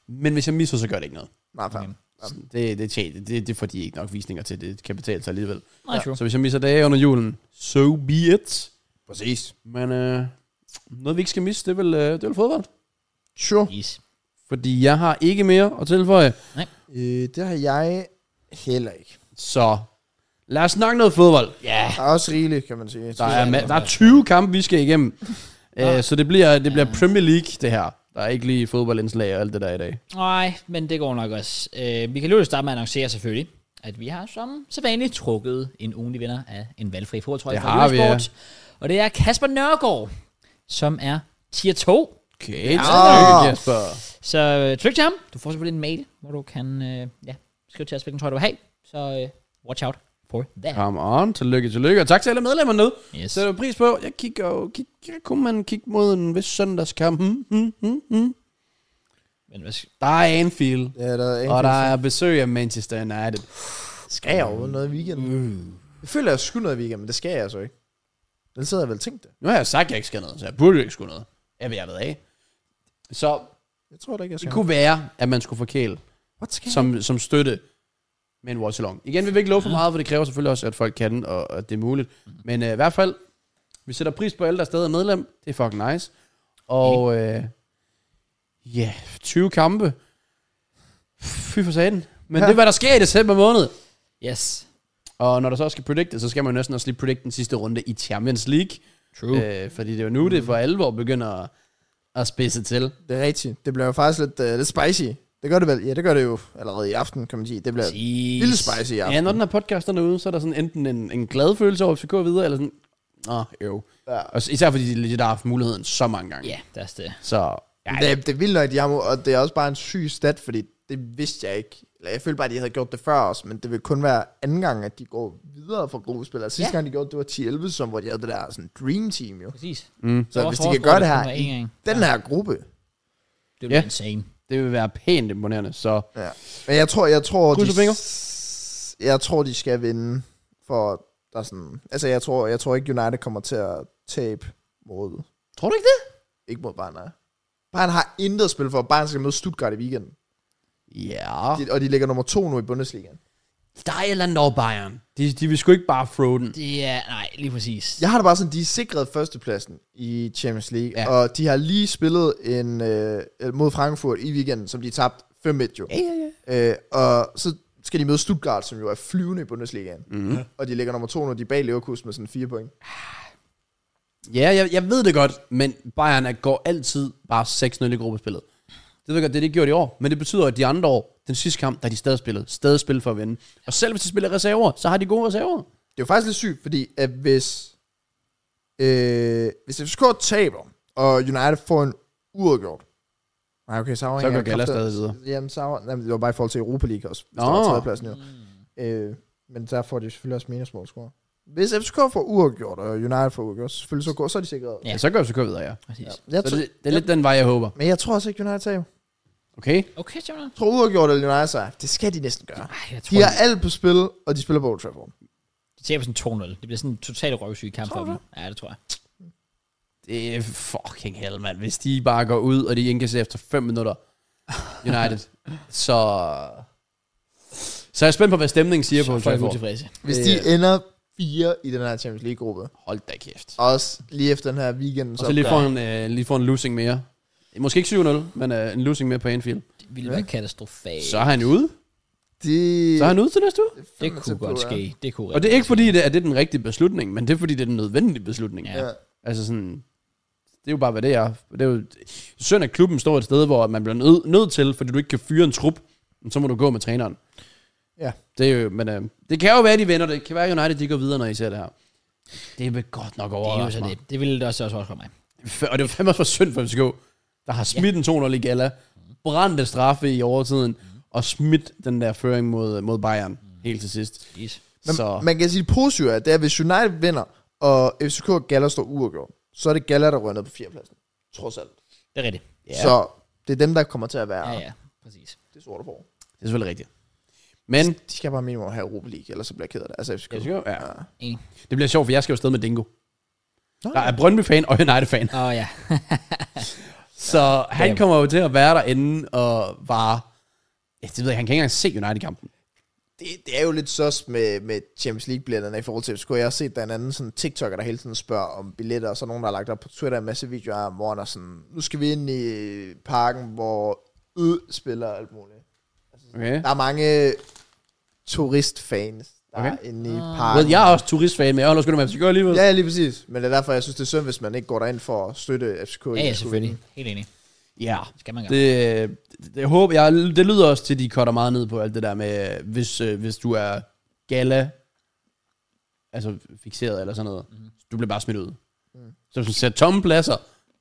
Speaker 2: men hvis jeg misser, så gør det ikke noget.
Speaker 3: nej, fam.
Speaker 2: Sådan, Det, det, tjent, det, det får de ikke nok visninger til, det kan betale sig alligevel.
Speaker 1: Nej, true.
Speaker 2: Så hvis jeg misser dage under julen, so be it. Præcis. Men øh, noget vi ikke skal misse, det er vel, øh, det er vel fodbold.
Speaker 3: Sure.
Speaker 1: Yes.
Speaker 2: Fordi jeg har ikke mere at tilføje.
Speaker 3: Øh, det har jeg heller ikke.
Speaker 2: Så lad os snakke noget fodbold.
Speaker 1: Ja.
Speaker 3: Der er også rigeligt, kan man sige.
Speaker 2: Der er, ma- der er 20 kampe, vi skal igennem. Øh, så det bliver, det bliver Premier League, det her. Der er ikke lige fodboldindslag og alt det der i dag.
Speaker 1: Nej, men det går nok også. Øh, vi kan lige starte med at annoncere selvfølgelig, at vi har som sædvanligt trukket en ugenlig vinder af en valgfri fodboldtrøje
Speaker 2: Det har
Speaker 1: fra
Speaker 2: vi, ja.
Speaker 1: Eurosport. Og det er Kasper Nørgaard, som er tier 2.
Speaker 2: Okay, ja. Jesper.
Speaker 1: Så øh, tryk til ham. Du får selvfølgelig en mail, hvor du kan øh, ja, skrive til os, hvilken trøje du vil have. Så øh, watch out for that.
Speaker 2: Come on, tillykke, tillykke. Og tak til alle medlemmerne derude.
Speaker 1: Yes.
Speaker 2: Sætter pris på. Jeg kigger jo, kig, jeg kunne man kigge mod en vis søndagskamp. Hmm, hmm, hmm, hmm.
Speaker 1: Men hvad skal-
Speaker 2: Der er Anfield,
Speaker 3: Ja, der er
Speaker 2: og
Speaker 3: en
Speaker 2: der er besøg af Manchester United.
Speaker 4: Skal jeg overhovedet noget i weekenden?
Speaker 2: Mm.
Speaker 4: Jeg føler, jeg skulle noget i weekenden, men det skal jeg altså ikke. Ellers havde jeg vel tænkt det.
Speaker 2: Nu har jeg jo sagt, at jeg ikke skal noget, så jeg burde jo ikke skulle noget. Jeg ved, jeg ved af. Så
Speaker 4: Jeg tror da ikke, jeg skal.
Speaker 2: det kunne være, at man skulle forkæle
Speaker 4: What skal jeg?
Speaker 2: som, som støtte med en watch along. Igen, vi vil ikke love for meget, for det kræver selvfølgelig også, at folk kan, den, og, og det er muligt.
Speaker 4: Mhm.
Speaker 2: Men øh, i hvert fald, vi sætter pris på alle, der stadig er medlem. Det er fucking nice. Og ja, øh, yeah, 20 kampe. Fy for satan. Men ja. det er, hvad der sker i december måned.
Speaker 1: Yes.
Speaker 2: Og når der så skal predicte, så skal man jo næsten også lige predicte den sidste runde i Champions League.
Speaker 4: Uh.
Speaker 1: True.
Speaker 2: Øh, fordi det er jo nu, det for alvor begynder at, at spidse til.
Speaker 3: Det er rigtigt. Det bliver jo faktisk lidt, uh, lidt spicy. Det gør det vel? Ja, det gør det jo allerede i aften, kan man sige. Det bliver en lille spicy i
Speaker 2: Ja,
Speaker 3: aften.
Speaker 2: ja når den her podcast er ude, så er der sådan enten en, en glad følelse over FCK videre, eller sådan, åh, jo.
Speaker 3: Ja.
Speaker 2: Og s- især fordi de legit har haft muligheden så mange gange.
Speaker 1: Ja, det er det.
Speaker 2: Så, ja,
Speaker 3: Det, er- det er vildt nok, de har, mo- og det er også bare en syg stat, fordi det vidste jeg ikke. Eller jeg følte bare, at de havde gjort det før os, men det vil kun være anden gang, at de går videre fra gruppespil. Og sidste
Speaker 1: Ja.
Speaker 3: gang, de gjorde det, det var 10-11, som, hvor de havde det der sådan dream team jo.
Speaker 1: Præcis.
Speaker 2: Mm.
Speaker 3: Så
Speaker 1: vores
Speaker 3: hvis de kan
Speaker 1: overfor,
Speaker 3: gøre det
Speaker 1: kun
Speaker 3: her
Speaker 1: var
Speaker 3: i
Speaker 1: én gang.
Speaker 3: Den her gruppe.
Speaker 1: Det
Speaker 2: Ja.
Speaker 1: bliver insane.
Speaker 2: det vil være pænt imponerende. Så
Speaker 3: Ja. Men jeg tror, jeg tror,
Speaker 2: Kryds og fingre.
Speaker 3: de, jeg tror, de skal vinde for der er sådan... Altså, jeg tror, jeg tror ikke, United kommer til at tabe mod...
Speaker 2: tror du ikke det?
Speaker 3: Ikke mod Bayern, nej. Bayern har intet at spille for. Bayern skal møde Stuttgart i weekenden.
Speaker 2: Ja.
Speaker 3: De, og de ligger nummer to nu i Bundesligaen.
Speaker 2: Der er et eller andet over Bayern. De, de vil sgu ikke bare throw den.
Speaker 1: Det er, nej, lige præcis.
Speaker 3: Jeg har det bare sådan, de er sikret førstepladsen i Champions League.
Speaker 2: Ja.
Speaker 3: Ja. Og de har lige spillet en, øh, mod Frankfurt i weekenden, som de tabte 5-1 jo.
Speaker 2: Ja, ja, ja.
Speaker 3: Øh, og så skal de møde Stuttgart, som jo er flyvende i Bundesligaen.
Speaker 2: Mhm.
Speaker 3: Mm-hmm. Og de ligger nummer to, når de er bag Leverkusen med sådan fire point.
Speaker 2: Ja, jeg, jeg ved det godt, men Bayern er, går altid bare 6-0 i gruppespillet. Det ved jeg godt, det er det, de gjorde i år. Men det betyder, at de andre år, den sidste kamp, der har de stadig spillet. Stadig spillet for at vinde. Og selv hvis de spiller reserver, så har de gode reserver.
Speaker 3: Det er jo faktisk lidt sygt, fordi at hvis, øh, hvis FCK taber, og United får en uafgjort, nej okay, Sauer
Speaker 2: Så går Galla stadig videre.
Speaker 3: Jamen, Sauer, nej, men det var bare i forhold til Europa League også, hvis
Speaker 2: Nå.
Speaker 3: der var tredjepladsen jo.
Speaker 1: Mm.
Speaker 3: Øh, men der får de selvfølgelig også minusmål score. Hvis FCK får uafgjort, og United får uafgjort, så selvfølgelig så går, så er de sikret.
Speaker 1: Ja.
Speaker 2: Ja. Så gør FCK videre, ja.
Speaker 1: Præcis.
Speaker 3: Jeg
Speaker 2: Så
Speaker 3: tror,
Speaker 2: det, det er lidt den vej, jeg håber.
Speaker 3: men jeg tror også ikke, United taber.
Speaker 2: Okay?
Speaker 1: Okay, Jonathan.
Speaker 3: Jeg tror uafgjort eller United sejr. Det skal de næsten gøre.
Speaker 1: Ej, jeg tror,
Speaker 3: De har alt på spil, og de spiller på Old Trafford.
Speaker 1: de taber sådan 2-0. Det bliver sådan en totalt røvsyg kamp for dem. Ja, det tror jeg.
Speaker 2: Det er fucking hell, mand. Hvis de bare går ud, og de indkasserer efter 5 minutter, United, så... Så er jeg spændt på, hvad stemningen siger på Old
Speaker 1: folk er
Speaker 2: Trafford.
Speaker 1: utilfredse.
Speaker 3: Hvis
Speaker 2: Øh.
Speaker 3: de ender fire i den her Champions League-gruppe,
Speaker 2: Hold da kæft.
Speaker 3: og også lige efter den her weekend,
Speaker 2: Og så lige får, en, øh, lige får en losing mere. Måske ikke 7-0, men øh, en losing mere på Anfield.
Speaker 1: Det ville være katastrofalt.
Speaker 2: Så er han ude.
Speaker 3: det,
Speaker 2: Så er han ude til næste uge.
Speaker 1: Det kunne godt ske. Det kunne
Speaker 2: Og det er ikke fordi, det er, det er den rigtige beslutning, men det er fordi, det er den nødvendige beslutning.
Speaker 1: Ja.
Speaker 2: Altså sådan, det er jo bare, hvad det er. Det er jo, synd, at klubben står et sted, hvor man bliver nødt nød til, fordi du ikke kan fyre en trup, men så må du gå med træneren.
Speaker 3: Ja.
Speaker 2: Det er jo, men øh, det kan jo være, de vinder det. kan være, United de går videre, når I ser det her. Det vil godt nok
Speaker 1: Det er jo
Speaker 2: overraske
Speaker 1: så
Speaker 2: mig.
Speaker 1: det. Det ville det også også overraske mig.
Speaker 2: Fa- Og det var fandme også for synd for FCK, der har smidt en 2-0 i gala, brændte straffe i overtiden, og smidt den der føring mod, mod Bayern helt til sidst.
Speaker 1: Yes.
Speaker 3: Men
Speaker 2: Så
Speaker 3: man kan sige, det positive er, det er, at hvis United vinder, og FCK og Gala står uafgjort, så er det Gala, der rører ned på fjerdepladsen. Trods alt.
Speaker 1: Det er rigtigt.
Speaker 3: Yeah. Så det er dem, der kommer til at være
Speaker 1: Ja,
Speaker 3: ja, ja.
Speaker 1: ja, præcis.
Speaker 3: det sorte på.
Speaker 2: det er selvfølgelig rigtigt. Men,
Speaker 3: De skal bare minimum have Europa League, ellers så bliver jeg ked af det. Altså FCK.
Speaker 2: FCK, ja.
Speaker 1: Enig.
Speaker 2: det bliver sjovt, for jeg skal jo afsted med Dingo. Der er Brøndby-fan og United-fan.
Speaker 1: Åh oh, ja.
Speaker 2: Så han
Speaker 1: Damn.
Speaker 2: kommer jo til at være derinde og bare... Ja, det ved jeg, han kan ikke engang se United-kampen.
Speaker 3: det, det er jo lidt sus med, med Champions League-billetterne i forhold til FCK. Jeg har set, der er en anden sådan TikToker, der hele tiden spørger om billetter, og så er nogen, der har lagt op på Twitter en masse videoer, om, hvor han er sådan, nu skal vi ind i parken, hvor Ød spiller og alt muligt.
Speaker 2: Okay?
Speaker 3: Der er mange turistfans, der okay.
Speaker 2: Okay.
Speaker 3: er inde i
Speaker 2: Ved,
Speaker 3: parken.
Speaker 2: jeg er også turistfan, men jeg holder sgu da med FCK alligevel.
Speaker 3: Ja, lige præcis. Men det er derfor, jeg synes, det er synd, hvis man ikke går derind for at støtte FCK.
Speaker 1: Ja, ja, selvfølgelig. Helt enig.
Speaker 2: Ja,
Speaker 1: Skal man gøre.
Speaker 2: Ah, det, det, jeg håber, jeg, det lyder også til, at de cutter meget ned på alt det der med, hvis, øh, hvis du er gala, altså fixeret eller sådan noget, mm. du bliver bare smidt ud. Mm. Så hvis du ser tomme pladser,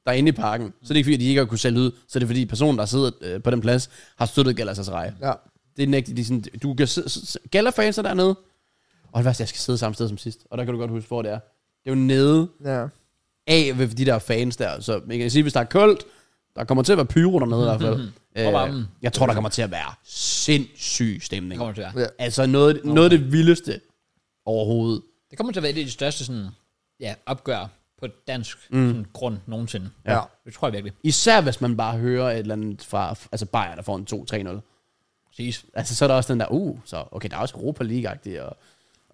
Speaker 2: der er inde i parken, så er det ikke fordi, de ikke har kunne sælge ud, så er det fordi personen, der sidder øh, på den plads, har støttet Galatasaray.
Speaker 3: Ja.
Speaker 2: Det nægter de sådan, du kan sidde, s- s- Gala-fans er dernede, og det værste, jeg skal sidde samme sted som sidst, og der kan du godt huske, hvor det er. Det er jo nede
Speaker 3: Ja.
Speaker 2: af ved de der fans der. Så man kan sige, hvis der er koldt, der kommer til at være pyro dernede i hvert fald.
Speaker 1: Og varmen.
Speaker 2: Øh, jeg tror, der kommer til at være sindssyg stemning.
Speaker 1: Det kommer det til at være.
Speaker 3: Ja.
Speaker 2: Altså noget, noget af det vildeste overhovedet.
Speaker 1: Det kommer til at være et af de største sådan, ja, opgør på dansk mm. sådan, grund nogensinde.
Speaker 3: Ja.
Speaker 1: Det tror jeg virkelig.
Speaker 2: Især hvis man bare hører et eller andet fra altså Bayern, der får en 2-3-0.
Speaker 1: Præcis.
Speaker 2: Altså så er der også den der, uh, så okay, der er også Europa League-agtigt at,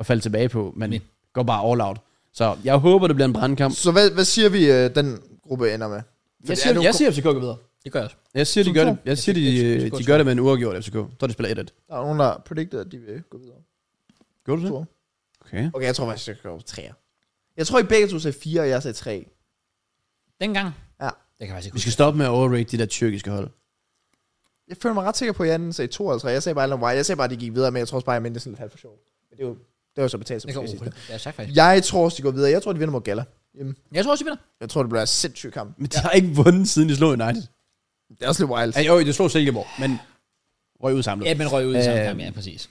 Speaker 2: at falde tilbage på, men
Speaker 1: Men-
Speaker 2: går bare all out. Så jeg håber, det bliver en brandkamp.
Speaker 3: Så hvad, hvad siger vi, øh, den gruppe ender med?
Speaker 2: Jeg siger, jeg siger FCK går videre.
Speaker 1: Det gør jeg også.
Speaker 2: Jeg siger, de
Speaker 3: Som
Speaker 2: gør
Speaker 3: to.
Speaker 2: det, jeg siger, de, de gør det med en uafgjort FCK. Så de spiller 1-1.
Speaker 3: Der er nogen, der predicted, at de vil gå videre.
Speaker 2: Gør du
Speaker 3: Tror.
Speaker 2: Okay.
Speaker 3: Okay, jeg tror faktisk, jeg skal gå på 3'er. Jeg tror, I begge to sagde 4, og jeg sagde 3.
Speaker 1: Dengang.
Speaker 3: Ja.
Speaker 1: Det kan jeg faktisk ikke
Speaker 2: Vi
Speaker 1: huske.
Speaker 2: skal stoppe med at overrate de der tyrkiske hold.
Speaker 3: Jeg føler mig ret sikker på, at jeg anden sagde 2 eller 3. Jeg sagde bare, at jeg sagde bare, at de gik videre, men jeg tror også bare, at jeg mente det sådan lidt halvt for sjov. Men det er jo, det var så betalt som
Speaker 1: Det kan
Speaker 3: det sidste.
Speaker 1: jeg Det er sagt faktisk.
Speaker 3: Jeg tror også, de går videre. Jeg tror, de vinder mod Gala. Jamen,
Speaker 1: Jeg tror også, vi vinder.
Speaker 3: jeg tror, det bliver en sindssyg kamp.
Speaker 2: Men de ja. har ikke vundet, siden de slog United.
Speaker 3: Det er også lidt wild.
Speaker 2: Ja, jo, de slog Silkeborg, men røg ud samlet.
Speaker 1: Ja,
Speaker 2: Yep.
Speaker 1: men røg ud i samme
Speaker 2: Øh,
Speaker 1: kamp, ja, præcis.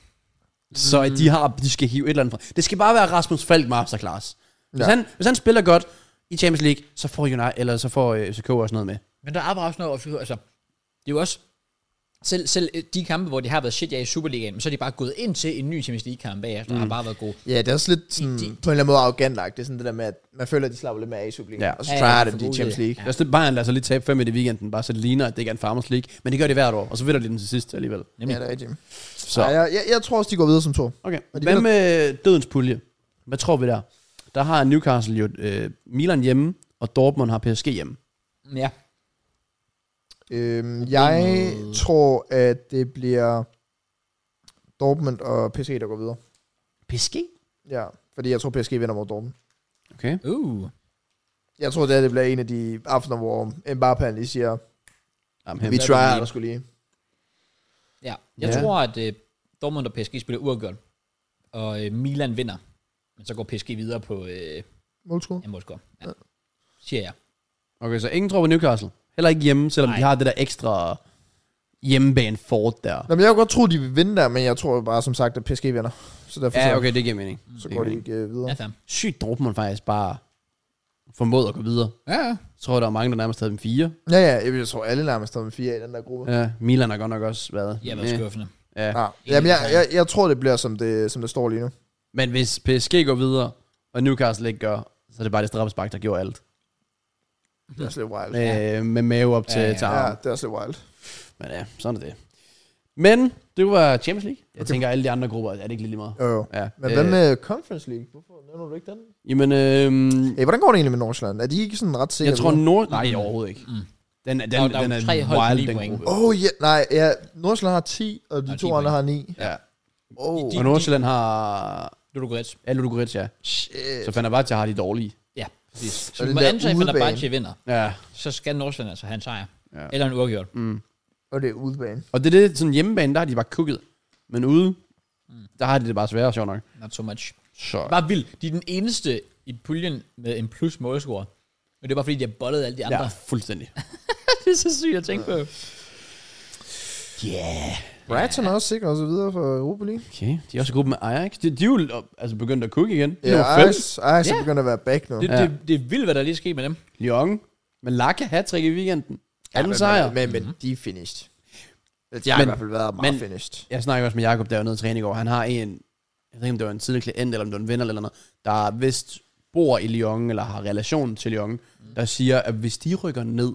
Speaker 2: Så øh, de, har, de skal hive et eller andet fra. Det skal bare være Rasmus Falk masterclass. Hvis,
Speaker 3: Ja.
Speaker 2: ja. han, hvis han spiller godt i Champions League, så får, United, eller så får øh, FCK også noget med.
Speaker 1: Men der er bare også noget over, altså, det er jo også, selv, selv øh, de kampe, hvor de har været shit, ja, i Superligaen, men så er de bare gået ind til en ny Champions League-kamp bagefter, mm. og har bare været gode.
Speaker 3: Ja, det er også lidt sådan,
Speaker 1: De-
Speaker 3: på en eller anden måde arrogant Det er sådan det der med, at man føler, at de slapper lidt mere af i Superligaen.
Speaker 2: Ja.
Speaker 3: Og så
Speaker 1: Ja, ja,
Speaker 3: tryharder
Speaker 1: for
Speaker 3: de i
Speaker 1: gode
Speaker 3: Champions
Speaker 1: idé.
Speaker 3: League.
Speaker 1: Ja.
Speaker 2: Ja. Altså, det- Bayern lader sig lige tabe fem i det weekenden, bare så det ligner, at det ikke er en Farmers League. Men det gør de hvert år, og så vinder de den til sidst alligevel.
Speaker 3: Ja, det er rigtigt.
Speaker 2: Så,
Speaker 3: Så. Ej, jeg, jeg, jeg, tror også, de går videre som to.
Speaker 2: okay.
Speaker 3: de
Speaker 2: Hvad med øh, dødens pulje? Hvad tror vi der? Der har Newcastle jo øh, Milan hjemme, og Dortmund har PSG hjemme.
Speaker 1: Ja,
Speaker 3: Øhm, jeg tror, at det bliver Dortmund og PSG, der går videre.
Speaker 2: PSG?
Speaker 3: Ja, fordi jeg tror, PSG vinder mod Dortmund.
Speaker 2: Okay.
Speaker 1: uh,
Speaker 3: Jeg tror, det, her, det bliver en af de aftener, hvor Mbappé han lige siger,
Speaker 2: Jamen,
Speaker 3: vi
Speaker 2: hvem-
Speaker 3: tryharder der skulle lige.
Speaker 1: ja. Jeg
Speaker 2: Ja.
Speaker 1: ja. tror, at uh, Dortmund og PSG spiller uafgjort, og uh, Milan vinder, men så går PSG videre på uh,
Speaker 3: Målskud.
Speaker 1: Amorskov. Ja. Siger jeg.
Speaker 2: Okay, så ingen tror på Newcastle. Heller ikke hjemme, selvom
Speaker 1: Nej.
Speaker 2: de har det der ekstra hjemmebane Ford der.
Speaker 3: Nå, men jeg kunne godt tro, de vil vinde der, men jeg tror bare, som sagt, at PSG vinder. Så derfor
Speaker 2: Ja,
Speaker 3: så,
Speaker 2: okay, det giver mening.
Speaker 3: så går de ikke øh, videre.
Speaker 1: Ja, fam.
Speaker 2: Sygt Dortmund faktisk bare formåede at gå videre.
Speaker 1: Ja, ja.
Speaker 2: Jeg tror, der er mange, der nærmest havde dem fire.
Speaker 3: Ja, ja, jeg, jeg tror, alle nærmest er med fire i den der gruppe.
Speaker 2: Ja, Milan har godt nok også været.
Speaker 1: Jeg har været
Speaker 2: Næh.
Speaker 1: skuffende.
Speaker 2: ja.
Speaker 3: Ja. Jamen, jeg, jeg, jeg, tror, det bliver, som det, som det står lige nu.
Speaker 2: Men hvis PSG går videre, og Newcastle ikke gør, så er det bare det straffespark, der gjorde alt.
Speaker 3: Det er også lidt wild.
Speaker 2: Ja. Øh, med mave op til,
Speaker 1: Ja,
Speaker 2: ja,
Speaker 1: ja.
Speaker 2: ja. til
Speaker 3: Ja,
Speaker 2: armen.
Speaker 3: det er også lidt wild.
Speaker 2: Men ja, sådan er det. Men det var Champions League. Jeg tænker, alle de andre grupper, er det ikke lige meget?
Speaker 3: Jo, jo.
Speaker 2: Ja.
Speaker 3: Men hvad
Speaker 2: Øh,
Speaker 3: med Conference League? Hvorfor nævner du ikke den?
Speaker 2: Jamen, øh,
Speaker 3: Hey, hvordan går det egentlig med Nordsjælland? Er de ikke sådan ret sikre?
Speaker 2: Jeg tror Nord... Nej, overhovedet ikke.
Speaker 1: Mm.
Speaker 2: Den, den,
Speaker 1: Der er-
Speaker 2: den,
Speaker 1: der er
Speaker 2: den
Speaker 1: jo
Speaker 2: er
Speaker 1: tre hold med ni
Speaker 2: wild, den
Speaker 1: point.
Speaker 2: gruppe.
Speaker 3: Åh, oh, ja, nej, ja. Nordsjælland har 10, og de
Speaker 1: Og
Speaker 3: to
Speaker 1: 10
Speaker 3: andre har 9.
Speaker 2: Ja.
Speaker 3: Oh,
Speaker 1: De-
Speaker 2: Og Nordsjælland har...
Speaker 1: Ludogorets.
Speaker 2: Ja, Ludogorets, ja.
Speaker 3: shit.
Speaker 2: Så Fenerbahçe har de dårlige.
Speaker 1: Ja, præcis. Så vi
Speaker 3: Og den
Speaker 1: må
Speaker 3: der
Speaker 1: antage, at
Speaker 3: udebane.
Speaker 1: Fenerbahce vinder.
Speaker 2: Ja.
Speaker 1: Så skal Nordsjælland altså have en sejr.
Speaker 2: Ja. Mm.
Speaker 1: Eller en uafgjort.
Speaker 3: Og det er udebane.
Speaker 2: Og det er det, sådan hjemmebane, der har de bare kukket. Men ude, der har de det bare sværere, sjovt nok.
Speaker 1: Not so much.
Speaker 2: Mm. Så...
Speaker 1: Bare vildt. De er den eneste i puljen med en plus målscore. Men det er bare fordi, de har bollet alle de andre.
Speaker 2: Ja,
Speaker 1: Ja.
Speaker 2: fuldstændig.
Speaker 1: det er så sygt at tænke på. Yeah.
Speaker 3: Brighton er også sikret og så videre for Europa League.
Speaker 2: Okay, de er også i gruppe med Ajax. De, de er jo op- altså begyndt at cook igen.
Speaker 3: Ja,
Speaker 2: Ja,
Speaker 3: Ajax, Ajax er
Speaker 1: Ja.
Speaker 3: begyndt at være back nu.
Speaker 1: Det,
Speaker 2: Ja.
Speaker 1: ja. det, det er vildt, hvad der lige sker med dem.
Speaker 2: Lyon. Men Laka hat i weekenden.
Speaker 3: Ja,
Speaker 2: Anden
Speaker 3: men-
Speaker 2: sejr.
Speaker 3: Men, men, men de er finished. De har
Speaker 2: Men-
Speaker 3: i hvert fald været meget
Speaker 2: men-
Speaker 3: finished.
Speaker 2: Jeg snakker også med Jacob, der var nede i træning i går. Han har en, jeg ved ikke om det var en tidligere klient, eller om det var en ven eller noget, der vist bor i Lyon, eller har relation til
Speaker 3: Mm.
Speaker 2: Lyon, der siger, at hvis de rykker ned,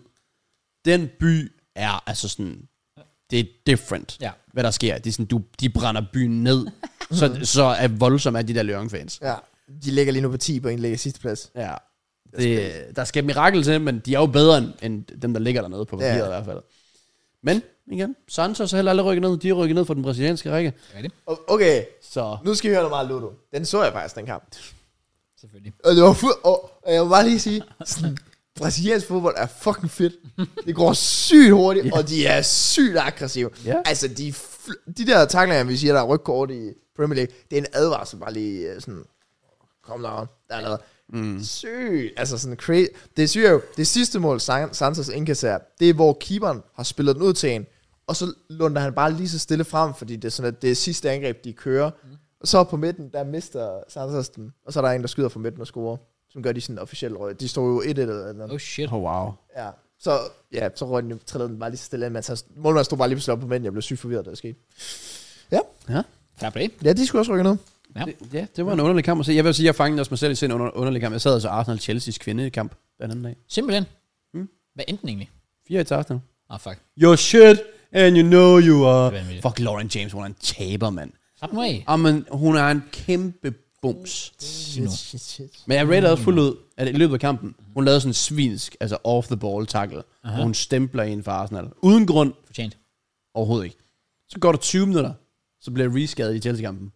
Speaker 2: den by er altså sådan, det er different,
Speaker 1: Ja.
Speaker 2: hvad der sker. Det er sådan, du, de brænder byen ned, så, så er voldsomme af de der Lyon-fans.
Speaker 3: Ja, de ligger lige nu på 10 point, ligger sidste plads.
Speaker 2: Ja. Det, der skal et mirakel til, men de er jo bedre end- end dem, der ligger dernede på
Speaker 3: Ja.
Speaker 2: papiret ja. i hvert fald. Men, igen, Santos er heller aldrig rykket ned. De er rykket ned fra den brasilianske række.
Speaker 1: Er det?
Speaker 3: O- Okay,
Speaker 2: Så
Speaker 3: nu skal vi høre noget meget Ludo. Den så jeg faktisk, den kamp.
Speaker 1: Selvfølgelig.
Speaker 3: Og det var fu- og, og jeg vil bare lige sige, sådan, brasiliansk fodbold er fucking fedt. Det går sygt hurtigt, og de er sygt aggressive.
Speaker 2: Ja.
Speaker 3: Altså, de, fl- de der taglinger, vi siger, der er rygkort i Premier League, det er en advarsel, bare lige øh, sådan, kom der, der er noget. Mm. Sygt, altså sådan crazy. Det syger jo, det sidste mål, San- Santos indkasserer, det er, hvor keeperen har spillet den ud til en, og så lunder han bare lige så stille frem, fordi det er sådan, at det er sidste angreb, de kører. Og så på midten, der mister Santos den, og så er der en, der skyder fra midten og scorer, som gør de sådan officielle røg. De står jo 1-1 eller noget.
Speaker 1: Oh shit.
Speaker 2: Oh, wow.
Speaker 3: Ja. Så, ja, så røg den jo, trillede den bare lige så stille ind, men så målmanden stod bare lige på slået på midten, jeg blev sygt forvirret, da det skete.
Speaker 1: Fair play.
Speaker 3: Ja, de skulle også rykke ned.
Speaker 2: Det, ja, det var en underlig kamp at se. Jeg vil sige, jeg fangede også mig selv i en under, underlig kamp. Jeg sad altså Arsenal Chelsea's kvindekamp den anden dag.
Speaker 1: Simpelthen.
Speaker 2: Mm.
Speaker 1: Hvad endte den egentlig?
Speaker 2: 4 til Arsenal.
Speaker 1: Ah, oh, fuck.
Speaker 2: You're shit, and you know you are.
Speaker 1: Det er vanvittigt.
Speaker 2: Fuck, Lauren James, hun er en taber, mand.
Speaker 1: Slap nu af.
Speaker 2: Jamen, hun er en kæmpe bums.
Speaker 1: nu.
Speaker 3: shit, shit.
Speaker 2: Men jeg rated også fuldt ud, at i løbet af kampen, hun lavede sådan en svinsk, altså off the ball tackle, uh-huh. og hun stempler en for Arsenal. Uden grund,
Speaker 1: Fortjent.
Speaker 2: overhovedet ikke. Så går der 20 minutter, så bliver reskadet i Chelsea-kampen.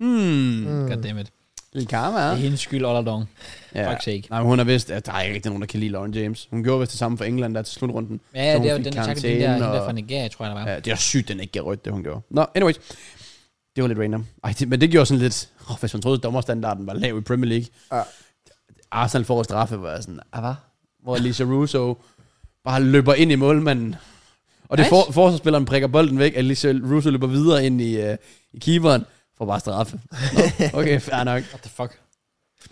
Speaker 2: Hmm,
Speaker 1: Mm. Goddammit.
Speaker 2: lille karma,
Speaker 1: Det
Speaker 2: ja.
Speaker 1: er hendes skyld, all along. Fuck's sake.
Speaker 2: Nej, men hun har vidst, at der er ikke rigtig nogen, der kan lide Lauren James. Hun gjorde vist det samme for England, der til slutrunden.
Speaker 1: Ja,
Speaker 2: Så hun
Speaker 1: det er jo
Speaker 2: fik
Speaker 1: den der tak, den
Speaker 2: karantæne
Speaker 1: der, og... der
Speaker 2: og-
Speaker 1: fra Nigeria, tror jeg, der var.
Speaker 2: Ja, det er sygt, den ikke gav rødt, det hun gjorde. Nå, anyways. Det var lidt random. Ej, det, men det gjorde sådan lidt... Oh, hvis man troede, at dommerstandarden var lav i Premier League.
Speaker 3: Ja.
Speaker 2: Arsenal får et straffe, hvor jeg sådan... Ah, hvad? Hvor Lisa Russo bare løber ind i målmanden. Og det
Speaker 1: Nice.
Speaker 2: for, forsvarsspilleren prikker bolden væk, at Lisa Russo løber videre ind i, uh, i keeperen for bare straffe. Nå, okay, fair nok.
Speaker 1: What the fuck?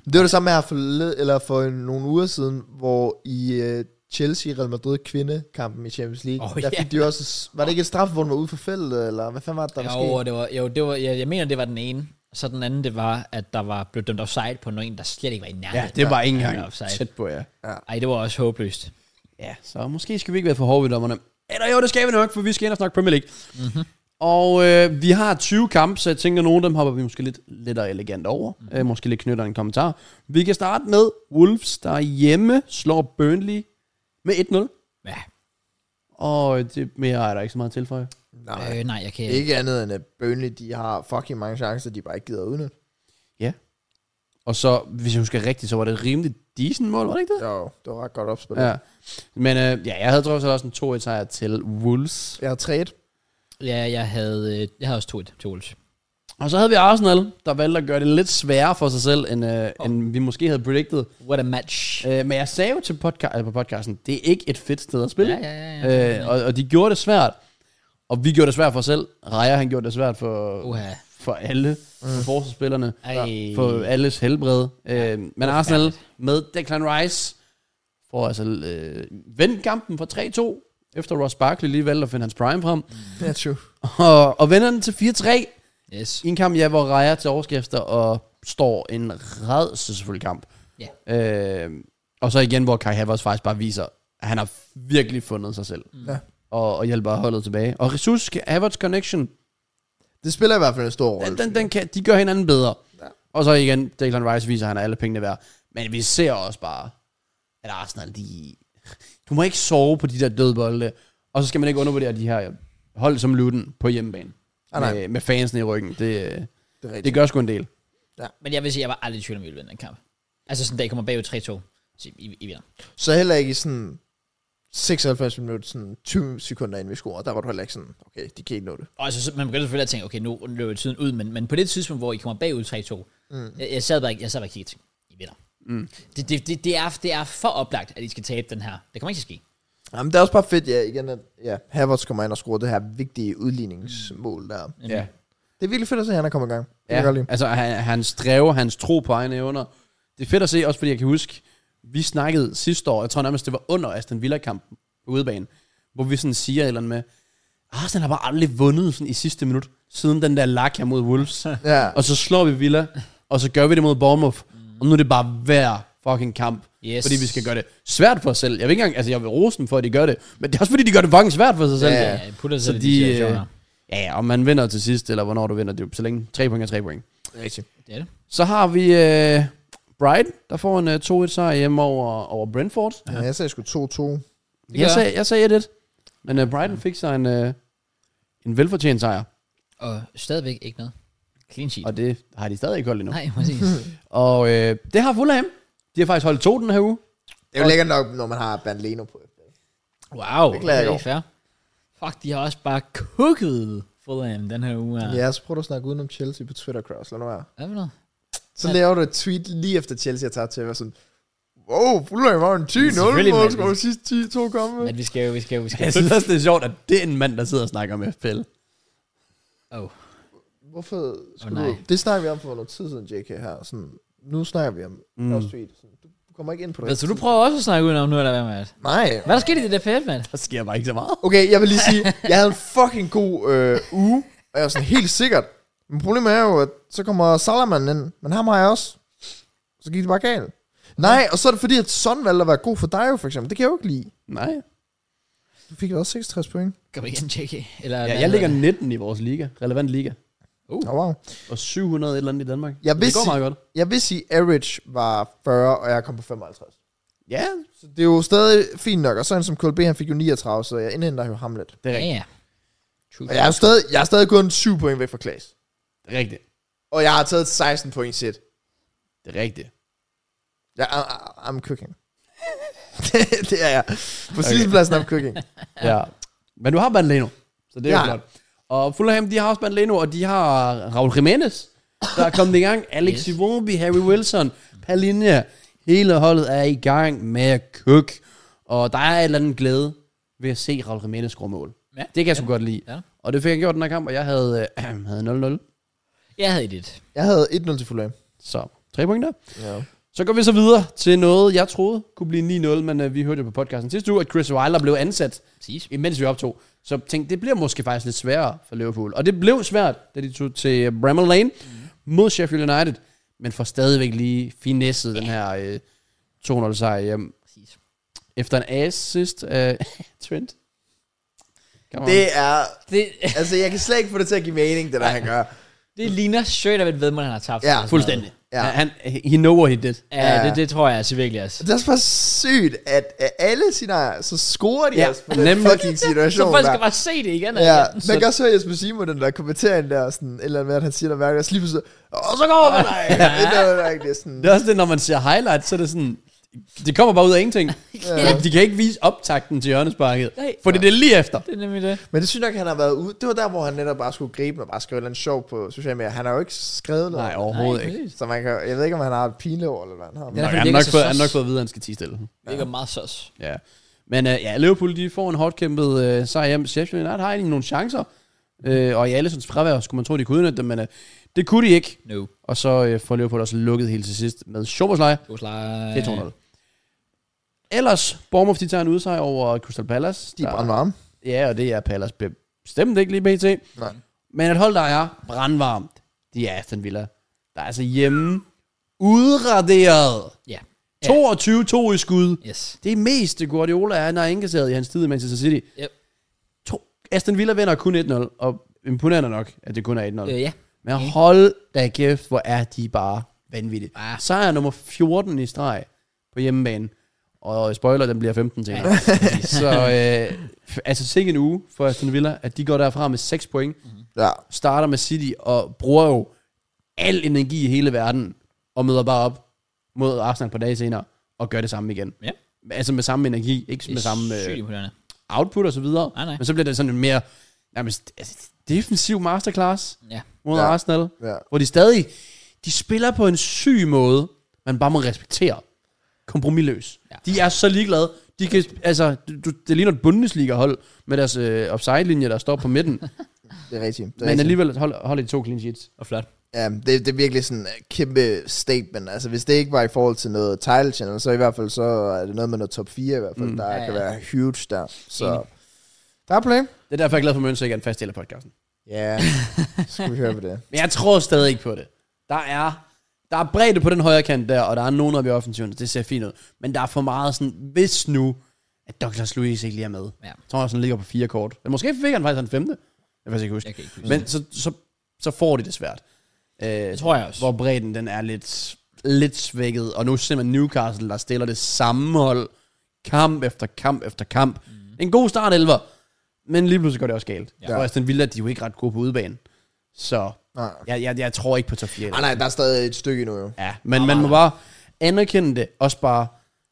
Speaker 3: Det var det samme her for, led- eller for en- nogle uger siden, hvor i øh, Chelsea-Real Madrid kvindekampen i Champions League,
Speaker 1: Åh,
Speaker 3: oh, der
Speaker 1: ja.
Speaker 3: fik de også, var det ikke et straf, hvor den var ude for feltet, eller hvad fanden var det, der var
Speaker 1: Jo,
Speaker 3: sket?
Speaker 1: og det var, jo, det var, jeg, jeg mener, det var den ene. Og så den anden, det var, at der var blevet dømt offside på en, der slet ikke var i
Speaker 2: Ja,
Speaker 1: nærheden.
Speaker 2: det var ikke
Speaker 1: Ja,
Speaker 2: engang
Speaker 1: offside.
Speaker 2: tæt på, ja.
Speaker 1: Ej, det var også håbløst.
Speaker 2: Ja, så måske skal vi ikke være for hårde ved dommerne. Eller jo, det skal vi nok, for vi skal ind og snakke Premier League. Mm-hmm. Og øh, vi har 20 kampe, så jeg tænker, at nogle af dem hopper vi måske lidt lettere elegant over. Mm-hmm. Øh, måske lidt knytter en kommentar. Vi kan starte med Wolves, der hjemme slår Burnley med 1-0.
Speaker 1: Ja.
Speaker 2: Og det mere er der ikke så meget at tilføje.
Speaker 3: Nej,
Speaker 1: Øh, nej, jeg kan ikke.
Speaker 3: ikke andet end, at Burnley, de har fucking mange chancer, de bare ikke gider at udnytte.
Speaker 2: Og så, hvis jeg husker rigtigt, så var det et rimelig decent mål, var det ikke det?
Speaker 3: Jo, det var ret godt opspillet.
Speaker 2: Ja. Men øh, ja, jeg havde trods alt også en 2 sejr til Wolves.
Speaker 3: Jeg har træet.
Speaker 1: Ja, jeg havde, øh, jeg havde også to et til Wolves.
Speaker 2: Og så havde vi Arsenal, der valgte at gøre det lidt sværere for sig selv, end, øh, oh. end vi måske havde predicted.
Speaker 1: What a match.
Speaker 2: Øh, men jeg sagde jo til podca- eller på podcasten, det er ikke et fedt sted at spille.
Speaker 1: Ja, ja, ja, ja.
Speaker 2: Øh, og, og de gjorde det svært. Og vi gjorde det svært for os selv. Rejer, han gjorde det svært for,
Speaker 1: Uha. Mm.
Speaker 2: for alle. For forsvarsspillerne.
Speaker 1: Ej.
Speaker 2: For alles helbred. Øh, men Arsenal med Declan Rice får altså øh, vendt kampen fra 3-2. Efter Ross Barkley lige valgte at finde hans prime frem.
Speaker 1: Mm.
Speaker 3: Ja, true.
Speaker 2: Og, og vender den til 4-3.
Speaker 1: Yes.
Speaker 2: I en kamp, ja, hvor Raja til overskrifter og står en redselsfuld kamp.
Speaker 1: Ja.
Speaker 2: Øh, og så igen, hvor Kai Havertz faktisk bare viser, at han har virkelig fundet sig selv.
Speaker 3: Ja.
Speaker 2: Og, og hjælper holdet tilbage. Og Jesus Havertz Connection,
Speaker 3: Det spiller i hvert fald en stor rolle.
Speaker 2: den, den, den kan, de gør hinanden bedre.
Speaker 3: Ja.
Speaker 2: Ja. Og så igen, Declan Rice viser, at han er alle pengene værd. Men vi ser også bare, at Arsenal, de... Du må ikke sove på de der dødbolde. Og så skal man ikke undervurdere de her hold som Luton på hjemmebane.
Speaker 3: Ah, nej.
Speaker 2: med, med fansen i ryggen. Det,
Speaker 3: det er rigtigt.
Speaker 2: det gør sgu en del.
Speaker 1: Men jeg vil sige, jeg var aldrig i tvivl om, at vi ville vinde den kamp. Altså sådan, da I kommer bagud 3-2, så I, I vinder.
Speaker 3: Så heller ikke i sådan 96 minutter, sådan 20 sekunder inden vi scorer, der var du heller ikke sådan, okay, de kan ikke nå det.
Speaker 1: Og altså, så- man begynder selvfølgelig at tænke, okay, nu løber tiden ud, men, men på det tidspunkt, hvor I kommer bagud 3-2, mm. jeg, jeg, sad bare, ikke- jeg sad bare og kiggede, og tænkte, I vinder. Det, det, det, det, er, det er for oplagt, at I skal tabe den her. Det kommer ikke til at ske.
Speaker 3: Jamen, det er også bare fedt, ja, igen, at ja, Havertz kommer ind og scorer det her vigtige udligningsmål der.
Speaker 1: Mm.
Speaker 2: Ja.
Speaker 3: Det er virkelig fedt at se, at han er kommet i gang. Det kan jeg godt
Speaker 2: Ja,
Speaker 3: lide.
Speaker 2: altså han, hans stræve, hans tro på egne evner. Det er fedt at se, også fordi jeg kan huske, vi snakkede sidste år, jeg tror nærmest, det var under Aston Villa-kampen på udebane, hvor vi sådan siger et eller andet med, Arsenal har bare aldrig vundet sådan i sidste minut, siden den der lak her mod Wolves.
Speaker 3: Ja.
Speaker 2: og så slår vi Villa, og så gør vi det mod Bournemouth, og nu er det bare hver fucking kamp.
Speaker 1: Yes.
Speaker 2: Fordi vi skal gøre det svært for os selv. Jeg vil ikke engang, altså jeg vil rose dem for, at de gør det, men det er også fordi, de gør det fucking svært for sig selv.
Speaker 3: Ja,
Speaker 1: Ja, putter
Speaker 2: Så
Speaker 1: sig
Speaker 2: de,
Speaker 1: de,
Speaker 2: øh,
Speaker 1: situationer.
Speaker 2: Ja, ja, om man vinder til sidst, eller hvornår du vinder, det er jo så længe. Tre point er tre point.
Speaker 3: Rigtigt.
Speaker 1: Det er det.
Speaker 2: Så har vi øh, Brighton, der får en øh, 2-1 sejr hjemme over, over Brentford.
Speaker 3: Ja, jeg sagde sgu 2-2.
Speaker 1: Det
Speaker 2: Jeg
Speaker 1: gør-
Speaker 2: sagde, jeg sagde 1-1, men øh, Brighton fik sig en, øh, en velfortjent sejr,
Speaker 1: Og stadigvæk ikke noget. Clean sheet.
Speaker 2: og det har de stadig ikke holdt endnu.
Speaker 1: Nej, præcis.
Speaker 2: Og øh, det har Fulham. De har faktisk holdt to den her uge.
Speaker 3: Det er jo lækkert nok, når man har Bernd Leno på.
Speaker 1: Wow, det,
Speaker 3: klager
Speaker 1: er
Speaker 3: jeg
Speaker 1: ikke fair. Fuck, de har også bare kukket Fulham den her uge. her.
Speaker 3: Ja, så prøv at snakke udenom Chelsea på Twitter, Kraus. Lad nu være.
Speaker 1: Hvad med noget?
Speaker 3: Så
Speaker 1: Ja.
Speaker 3: laver du et tweet lige efter Chelsea har tabt til at være sådan, wow, Fulham var en 10-0
Speaker 1: Selvfølgelig,
Speaker 3: mål,
Speaker 1: mand.
Speaker 3: skal de sidste 10 to kampe.
Speaker 1: Men vi skal jo, vi skal jo, vi skal
Speaker 2: Jeg synes også, det er sjovt, at det er en mand, der sidder og snakker om FPL.
Speaker 1: Oh,
Speaker 3: Hvorfor skulle
Speaker 1: nej.
Speaker 3: oh, du... Det snakker vi om for noget tid siden, JK, her. Sådan, nu snakker vi om mm. Kraus tweet. Sådan, du, du kommer ikke ind på det.
Speaker 1: Hvad, så du prøver også at snakke udenom nu, eller hvad, Matt?
Speaker 3: Nej.
Speaker 1: Hvad er der sket i det der fedt, mand?
Speaker 2: Der sker bare ikke så meget.
Speaker 3: Okay, jeg vil lige sige, jeg havde en fucking god øh, uge, og jeg var sådan helt sikkert. Men problemet er jo, at så kommer Salaman ind, men ham har jeg også. Så gik det bare galt. Nej, og så er det fordi, at Son valgte at være god for dig jo, for eksempel. Det kan jeg jo ikke lide.
Speaker 2: Nej.
Speaker 3: Du fik jo også 66 point.
Speaker 1: Kom igen, JK. Eller,
Speaker 2: Ja,
Speaker 1: hvad
Speaker 2: jeg
Speaker 1: hedder
Speaker 2: ligger
Speaker 1: det?
Speaker 2: 19 i vores liga. Relevant liga.
Speaker 3: Oh, wow.
Speaker 2: Og 700 et eller andet i Danmark.
Speaker 3: Jeg
Speaker 2: det
Speaker 3: vidste-
Speaker 2: går meget godt.
Speaker 3: Jeg vil sige, at average var 40, og jeg kom på 55.
Speaker 2: Ja,
Speaker 3: Så det er jo stadig fint nok, og sådan som KLB, han fik jo 39, så jeg indhenter jo ham lidt.
Speaker 2: det
Speaker 1: Ja,
Speaker 2: er rigtigt.
Speaker 1: ja. True.
Speaker 3: Og jeg er, jo stadig, jeg er stadig kun 7 point væk fra Klaas.
Speaker 2: Det er rigtigt.
Speaker 3: Og jeg har taget 16 point set.
Speaker 2: Det er rigtigt.
Speaker 3: Jeg, I, I- I'm cooking. det, det er jeg. På okay. sidste pladsen, I'm cooking.
Speaker 2: Ja. Men du har Bandleno. Så det er
Speaker 3: Ja.
Speaker 2: jo flot. Og Fulham, de har også Bandleno, og de har Raul Jimenez, der er kommet i gang. Alex
Speaker 1: Yes.
Speaker 2: yes. Iwobi, Harry Wilson, Palinja. Hele holdet er i gang med at cook. Og der er et eller andet glæde ved at se Raul Jimenez score mål.
Speaker 1: Ja.
Speaker 2: Det kan jeg sgu godt lide.
Speaker 1: Ja.
Speaker 2: Og det fik jeg gjort den her kamp, og jeg havde, øh, havde 0-0.
Speaker 1: Jeg havde det.
Speaker 3: Jeg havde 1-0 til Fulham.
Speaker 2: Så tre point der.
Speaker 3: Ja.
Speaker 2: Så går vi så videre til noget, jeg troede kunne blive 9-0, men øh, vi hørte jo på podcasten sidste uge, at Chris Wilder blev ansat,
Speaker 1: Præcis.
Speaker 2: imens vi optog. Så tænkte, det bliver måske faktisk lidt sværere for Liverpool. Og det blev svært, da de tog til øh, Bramall Lane
Speaker 1: Mhm.
Speaker 2: mm. mod Sheffield United, men får stadigvæk lige finesset den her øh, 2-0-sejr hjem.
Speaker 1: Præcis.
Speaker 2: Efter en assist af Trent. Come on.
Speaker 3: Det er...
Speaker 1: Det,
Speaker 3: Altså, jeg kan slet ikke få det til at give mening, det der, han gør.
Speaker 1: det ligner straight up et vedmål, han har tabt.
Speaker 3: Ja,
Speaker 1: Eller sådan
Speaker 2: Fuldstændig.
Speaker 3: Ja.
Speaker 2: Ja. Han, he know what he did.
Speaker 1: noget. Ja, det, det tror jeg altså virkelig også.
Speaker 3: Det er også bare sygt, at af alle scenarier, så scorer de
Speaker 2: Ja,
Speaker 3: ja, også på den
Speaker 2: nemlig.
Speaker 3: fucking
Speaker 1: Så
Speaker 3: situation
Speaker 1: folk
Speaker 3: der.
Speaker 1: skal bare se det igen. altså. og
Speaker 3: Ja,
Speaker 1: igen.
Speaker 3: man kan også høre Jesper Simon, den der kommentering der, sådan, et eller andet, hvad han siger, der værker, og så lige pludselig, og så kommer man dig! Ja. Det er sådan,
Speaker 2: Det er også det, når man ser highlights, så er det sådan... Det kommer bare ud af ingenting. ja. De kan ikke vise optakten til hjørnesparket.
Speaker 1: Nej.
Speaker 2: Fordi det er lige efter.
Speaker 1: Det er nemlig det.
Speaker 3: men det synes jeg nok, han har været ude. Det var der, hvor han netop bare skulle gribe den og bare skrive et eller andet sjov på sociale medier. Han har jo ikke skrevet noget.
Speaker 2: Nej, overhovedet
Speaker 1: Nej,
Speaker 2: ikke.
Speaker 1: præcis.
Speaker 3: Så man kan, jeg ved ikke, om han har et pinlov eller hvad han har.
Speaker 1: Ja.
Speaker 3: Men
Speaker 2: Nå,
Speaker 1: derfor,
Speaker 2: han
Speaker 1: det virker
Speaker 2: har nok,
Speaker 1: så
Speaker 2: fået,
Speaker 1: sus.
Speaker 2: han nok fået at vide, at han skal tige stille.
Speaker 1: Det virker meget søs.
Speaker 2: Ja. Men øh, ja, Liverpool, de får en hårdkæmpet øh, sejr hjem. Sheffield United har egentlig nogle chancer. Øh, og i Allisons fravær skulle man tro, de kunne udnytte dem, men øh, det kunne de ikke.
Speaker 1: No.
Speaker 2: Og så øh, får Liverpool også lukket helt til sidst med Schoberslej.
Speaker 1: Du slager.
Speaker 2: Det er 2-0. Ellers, Bournemouth, de tager en udsejr over Crystal Palace.
Speaker 3: de
Speaker 2: Der-
Speaker 3: er brandvarme.
Speaker 2: Ja, og det er Pallas bestemt ikke lige pt.
Speaker 3: Nej.
Speaker 2: Men et hold, der er brandvarmt, de er Aston Villa. Der er altså hjemme udraderet.
Speaker 1: Ja.
Speaker 2: 22-2 i skud.
Speaker 1: Yes.
Speaker 2: Det meste Guardiola er, når er indkasseret i hans tid i Manchester City.
Speaker 1: Yep.
Speaker 2: To. Aston Villa vinder kun 1-0, og imponerende nok, at det kun er 1-0.
Speaker 1: Øh, ja.
Speaker 2: Men hold da kæft, hvor er de bare vanvittige.
Speaker 1: Ah.
Speaker 2: Sejr nummer 14 i streg på hjemmebane. Og spoiler, den bliver 15 senere. Så øh, f- altså sikke en uge for Aston Villa, at de går derfra med 6 point,
Speaker 3: Ja.
Speaker 2: starter med City og bruger jo al energi i hele verden, og møder bare op mod Arsenal på dage senere, og gør det samme igen.
Speaker 1: Ja.
Speaker 2: Altså med samme energi, ikke
Speaker 1: Det er
Speaker 2: med samme
Speaker 1: sygt
Speaker 2: øh,
Speaker 1: imponerende.
Speaker 2: output og så videre.
Speaker 1: Nej, nej.
Speaker 2: Men så bliver det sådan en mere nærmest, altså, defensiv masterclass
Speaker 1: Ja.
Speaker 2: mod
Speaker 3: Ja.
Speaker 2: Arsenal
Speaker 3: Ja.
Speaker 2: hvor de stadig, de spiller på en syg måde, man bare må respektere. Kompromilløs.
Speaker 1: Ja.
Speaker 2: Ja. De er så ligeglade. De kan, altså, du, det ligner et Bundesliga-hold med deres øh, offside-linje, der står på midten.
Speaker 3: Det er rigtigt. Det er
Speaker 2: men
Speaker 3: rigtigt.
Speaker 2: alligevel hold- holder de to clean sheets.
Speaker 1: Og flot.
Speaker 3: Ja, det, det er virkelig sådan et kæmpe statement. Altså, hvis det ikke var i forhold til noget title channel, så i hvert fald så er det noget med noget top 4 i hvert fald, mm, der
Speaker 1: Ja,
Speaker 3: ja,
Speaker 1: ja.
Speaker 3: kan være huge der. Så
Speaker 1: Enig.
Speaker 3: der er play.
Speaker 2: Det er derfor, jeg er glad for, at Møns ikke er en fast del af podcasten.
Speaker 3: Ja, skal vi høre på det.
Speaker 2: Men jeg tror stadig ikke på det. Der er, der er bredde på den højre kant der, og der er nogen oppe i offensiven, og det ser fint ud. Men der er for meget sådan, hvis nu, at Douglas Luiz ikke lige er med.
Speaker 1: Ja.
Speaker 2: Jeg tror, han sådan ligger på fire kort. Men måske fik han faktisk en femte. Jeg kan faktisk ikke huske.
Speaker 1: Jeg kan ikke huske
Speaker 2: Men så, så, så får de det svært. Øh, det
Speaker 1: tror jeg også.
Speaker 2: Hvor bredden den er lidt, lidt svækket, og nu ser man Newcastle, der stiller det samme hold, kamp efter kamp efter kamp.
Speaker 3: Mhm.
Speaker 2: Mm. En god start, Elver, men lige pludselig går det også galt. Ja.
Speaker 1: Ja.
Speaker 2: Og Aston Villa, de er jo ikke ret gode på udebane. Så
Speaker 3: Nej.
Speaker 2: jeg, jeg, jeg tror ikke på top 4.
Speaker 3: Ah, nej, der er stadig et stykke endnu jo.
Speaker 2: Ja, men man må bare anerkende det. Også bare,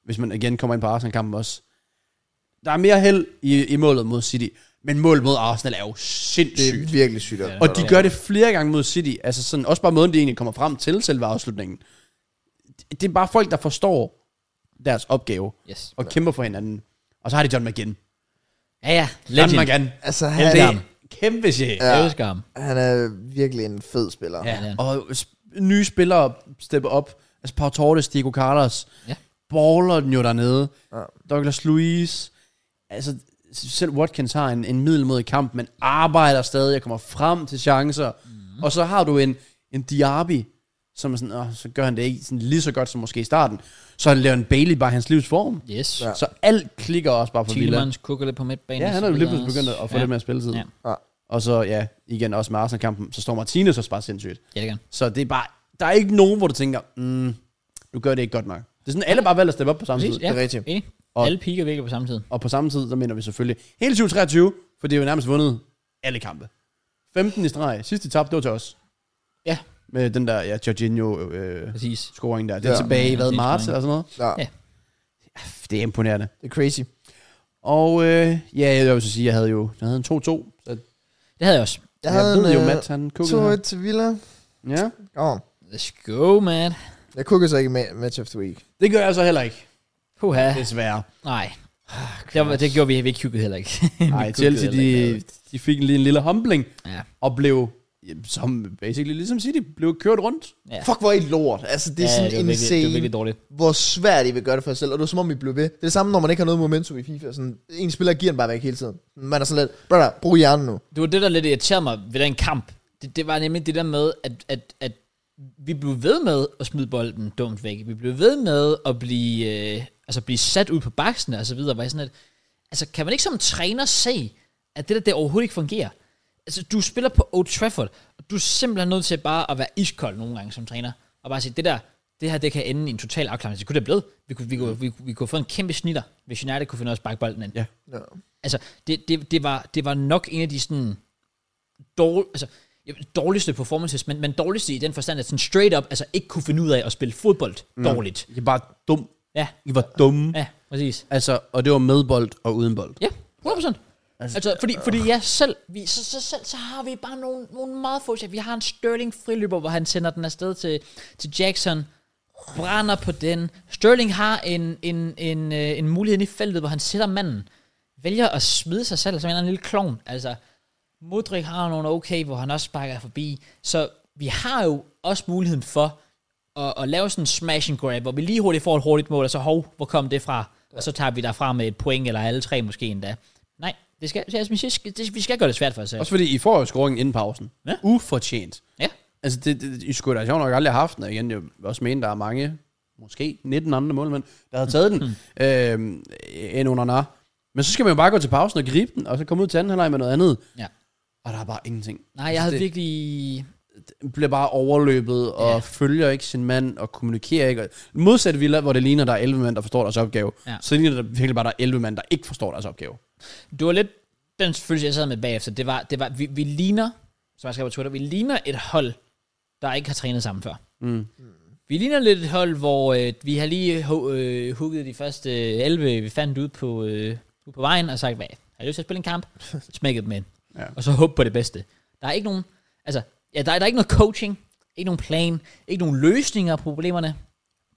Speaker 2: hvis man igen kommer ind på Arsenal-kampen også. Der er mere held i, i målet mod City. Men målet mod Arsenal er jo
Speaker 3: Det
Speaker 2: sindssygt.
Speaker 3: er virkelig sygt. Ja,
Speaker 2: Og de gør det flere gange mod City. Altså sådan, også bare måden, de egentlig kommer frem til selve afslutningen. Det- Det er bare folk, der forstår deres opgave
Speaker 1: Yes.
Speaker 2: og kæmper for hinanden. Og så har de John McGinn.
Speaker 1: Ja, ja.
Speaker 2: John
Speaker 1: Legend. Man
Speaker 2: McGinn.
Speaker 3: Altså,
Speaker 2: Ja,
Speaker 3: han,
Speaker 2: det
Speaker 3: er,
Speaker 2: er kæmpe chef.
Speaker 1: ja. Jeg elsker ham.
Speaker 3: han er virkelig en fed spiller.
Speaker 1: Ja, det
Speaker 2: Ja,
Speaker 1: er
Speaker 2: og s- nye spillere stepper op. Altså Pau Torres, Diego Carlos.
Speaker 1: Ja.
Speaker 2: Baller den jo dernede.
Speaker 3: Ja.
Speaker 2: Douglas Luiz. Altså, s- selv Watkins har en, en middelmodig kamp, men arbejder stadig og kommer frem til chancer.
Speaker 1: Mhm.
Speaker 2: Mm. Og så har du en, en Diaby, som er sådan, Åh, så gør han det ikke sådan lige så godt som måske i starten. Så han laver en Bailey bare hans livs form.
Speaker 1: Yes.
Speaker 3: Ja.
Speaker 2: Så alt klikker også bare på Villa.
Speaker 1: Tielemans kukker lidt på midtbanen.
Speaker 2: Ja,
Speaker 1: og
Speaker 2: han
Speaker 1: så
Speaker 2: er jo lige
Speaker 1: videre
Speaker 2: pludselig begyndt
Speaker 1: også.
Speaker 2: at få ja. lidt mere spilletid.
Speaker 1: Ja.
Speaker 3: Ja.
Speaker 2: Og så, ja, igen også med Arsenal-kampen, så står Martinez også bare sindssygt.
Speaker 1: Ja, det kan han.
Speaker 2: Så det er bare, der er ikke nogen, hvor du tænker, mm, du gør det ikke godt nok. Det er sådan, alle bare valgte at steppe op på samme
Speaker 1: Præcis,
Speaker 2: tid.
Speaker 1: ja.
Speaker 3: Det er rigtigt.
Speaker 1: Enig.
Speaker 2: Og-
Speaker 1: Alle piger virker på samme tid.
Speaker 2: Og på samme tid, så mener vi selvfølgelig hele 2023, for det er jo nærmest vundet alle kampe. 15 i streg. Sidste tab, det var til os.
Speaker 1: Ja.
Speaker 2: Med den der, ja, Jorginho øh,
Speaker 1: Præcis.
Speaker 2: scoring der. Det er ja.
Speaker 3: Ja.
Speaker 2: tilbage i, hvad,
Speaker 1: Ja,
Speaker 2: marts
Speaker 1: det er
Speaker 2: eller sådan noget.
Speaker 3: Ja.
Speaker 1: Ja.
Speaker 2: Det er imponerende.
Speaker 3: Det er crazy.
Speaker 2: Og øh, ja, jeg vil så sige, jeg havde jo jeg havde en 2-2. Så jeg,
Speaker 1: Det havde jeg også.
Speaker 3: Jeg havde
Speaker 2: ved
Speaker 3: en,
Speaker 2: jo,
Speaker 3: øh,
Speaker 2: Matt, han kukkede her.
Speaker 3: 2-1 til Villa.
Speaker 2: Ja.
Speaker 3: Oh,
Speaker 1: Let's go, man.
Speaker 3: jeg kukkede så ikke med match of the week.
Speaker 2: Det gør jeg så heller ikke,
Speaker 1: Puha.
Speaker 2: desværre.
Speaker 1: Nej. Det, var- det gjorde vi, vi ikke hyggede heller ikke. Vi
Speaker 2: Nej,
Speaker 1: hyggede
Speaker 2: Chelsea,
Speaker 1: heller ikke.
Speaker 2: de, de fik lige en lille humbling.
Speaker 1: Ja.
Speaker 2: og blev, jamen, som basically ligesom City, blev kørt rundt.
Speaker 1: Ja.
Speaker 3: Fuck, hvor er I lort. Altså, det er
Speaker 1: ja,
Speaker 3: sådan
Speaker 1: det var virkelig- Det var
Speaker 3: insane.
Speaker 1: virkelig dårligt.
Speaker 3: hvor svært I vil gøre det for jer selv, og det er som om I blev ved. Det er det samme, når man ikke har noget momentum i FIFA. Sådan, en spiller giver den bare væk hele tiden. Man er sådan lidt, brother, brug hjernen nu.
Speaker 1: Det var det, der lidt irriterede mig ved den kamp. Det, det var nemlig det der med, at, at, at vi blev ved med at smide bolden dumt væk. Vi blev ved med at blive, øh, altså blive sat ud på baksene og så videre. Var jeg sådan, at, altså, kan man ikke som træner se, at det der, der overhovedet ikke fungerer? Altså, du spiller på Old Trafford, og du er simpelthen nødt til bare at være iskold nogle gange som træner. Og bare sige, det der, det her, det kan ende i en total afklaring. Altså, Det kunne det have blevet. Vi kunne, vi, kunne, vi, kunne, vi kunne få en kæmpe snitter, hvis United kunne finde os bakke bolden ind.
Speaker 2: Ja.
Speaker 3: Ja.
Speaker 1: Altså, det, det, det, var, det var nok en af de sådan dårl, altså, ja, dårligste performances, men, men dårligste i den forstand, at sådan straight up, altså ikke kunne finde ud af at spille fodbold mm. dårligt.
Speaker 2: I er bare dum.
Speaker 1: Ja,
Speaker 2: I var dumme.
Speaker 1: ja, præcis.
Speaker 2: Altså, og det var med bold og uden bold.
Speaker 1: Ja, 100%. Altså, altså fordi, fordi ja, selv, vi, så, så, selv, så har vi bare nogle, nogle meget få chancer. Vi har en Sterling friløber, hvor han sender den afsted til, til Jackson, brænder på den. Sterling har en, en, en, øh, en mulighed inde i feltet, hvor han sætter manden, vælger at smide sig selv som en eller anden lille klovn. Altså, Modric har nogle okay, hvor han også sparker forbi. Så vi har jo også muligheden for at, at lave sådan en smash and grab, hvor vi lige hurtigt får et hurtigt mål, og så hov, hvor kom det fra? Og så tager vi derfra med et point, eller alle tre måske endda. Nej, det skal, altså, vi skal- det, vi skal gøre det svært for os selv.
Speaker 2: Også fordi I får jo scoringen inden pausen.
Speaker 1: Ja.
Speaker 2: Ufortjent.
Speaker 1: Ja,
Speaker 2: Altså, det, det, I skulle da sjovt nok aldrig have haft den, og igen, jeg vil også mene, der er mange, måske 19 andre målmænd, der har taget den, øhm, end under nar. Men så skal man jo bare gå til pausen og gribe den, og så komme ud til anden halvleg med noget andet,
Speaker 1: ja.
Speaker 2: og der er bare ingenting.
Speaker 1: Nej, jeg havde
Speaker 2: Altså, det-
Speaker 1: virkelig...
Speaker 2: bliver bare overløbet og ja. følger ikke sin mand og kommunikerer ikke. Og modsat Villa, hvor det ligner, der er 11 mand, der forstår deres opgave,
Speaker 1: Ja.
Speaker 2: ja. så ligner det virkelig bare, der er 11 mand, der ikke forstår deres opgave.
Speaker 1: Det var lidt den følelse, jeg sad med bagefter. Det var, det var vi, vi ligner, som jeg skrev på Twitter, vi ligner et hold, der ikke har trænet sammen før.
Speaker 2: Mm.
Speaker 1: Vi ligner lidt et hold, hvor øh, vi har lige hu- øh, hugget de første øh, 11, vi fandt ud på, øh, ude på vejen, og sagt, hvad, har I lyst til at spille en kamp? Smækket dem ind.
Speaker 2: Ja.
Speaker 1: Og så håb på det bedste. Der er ikke nogen, altså, ja, der, er, der er ikke noget coaching, ikke nogen plan, ikke nogen løsninger på problemerne.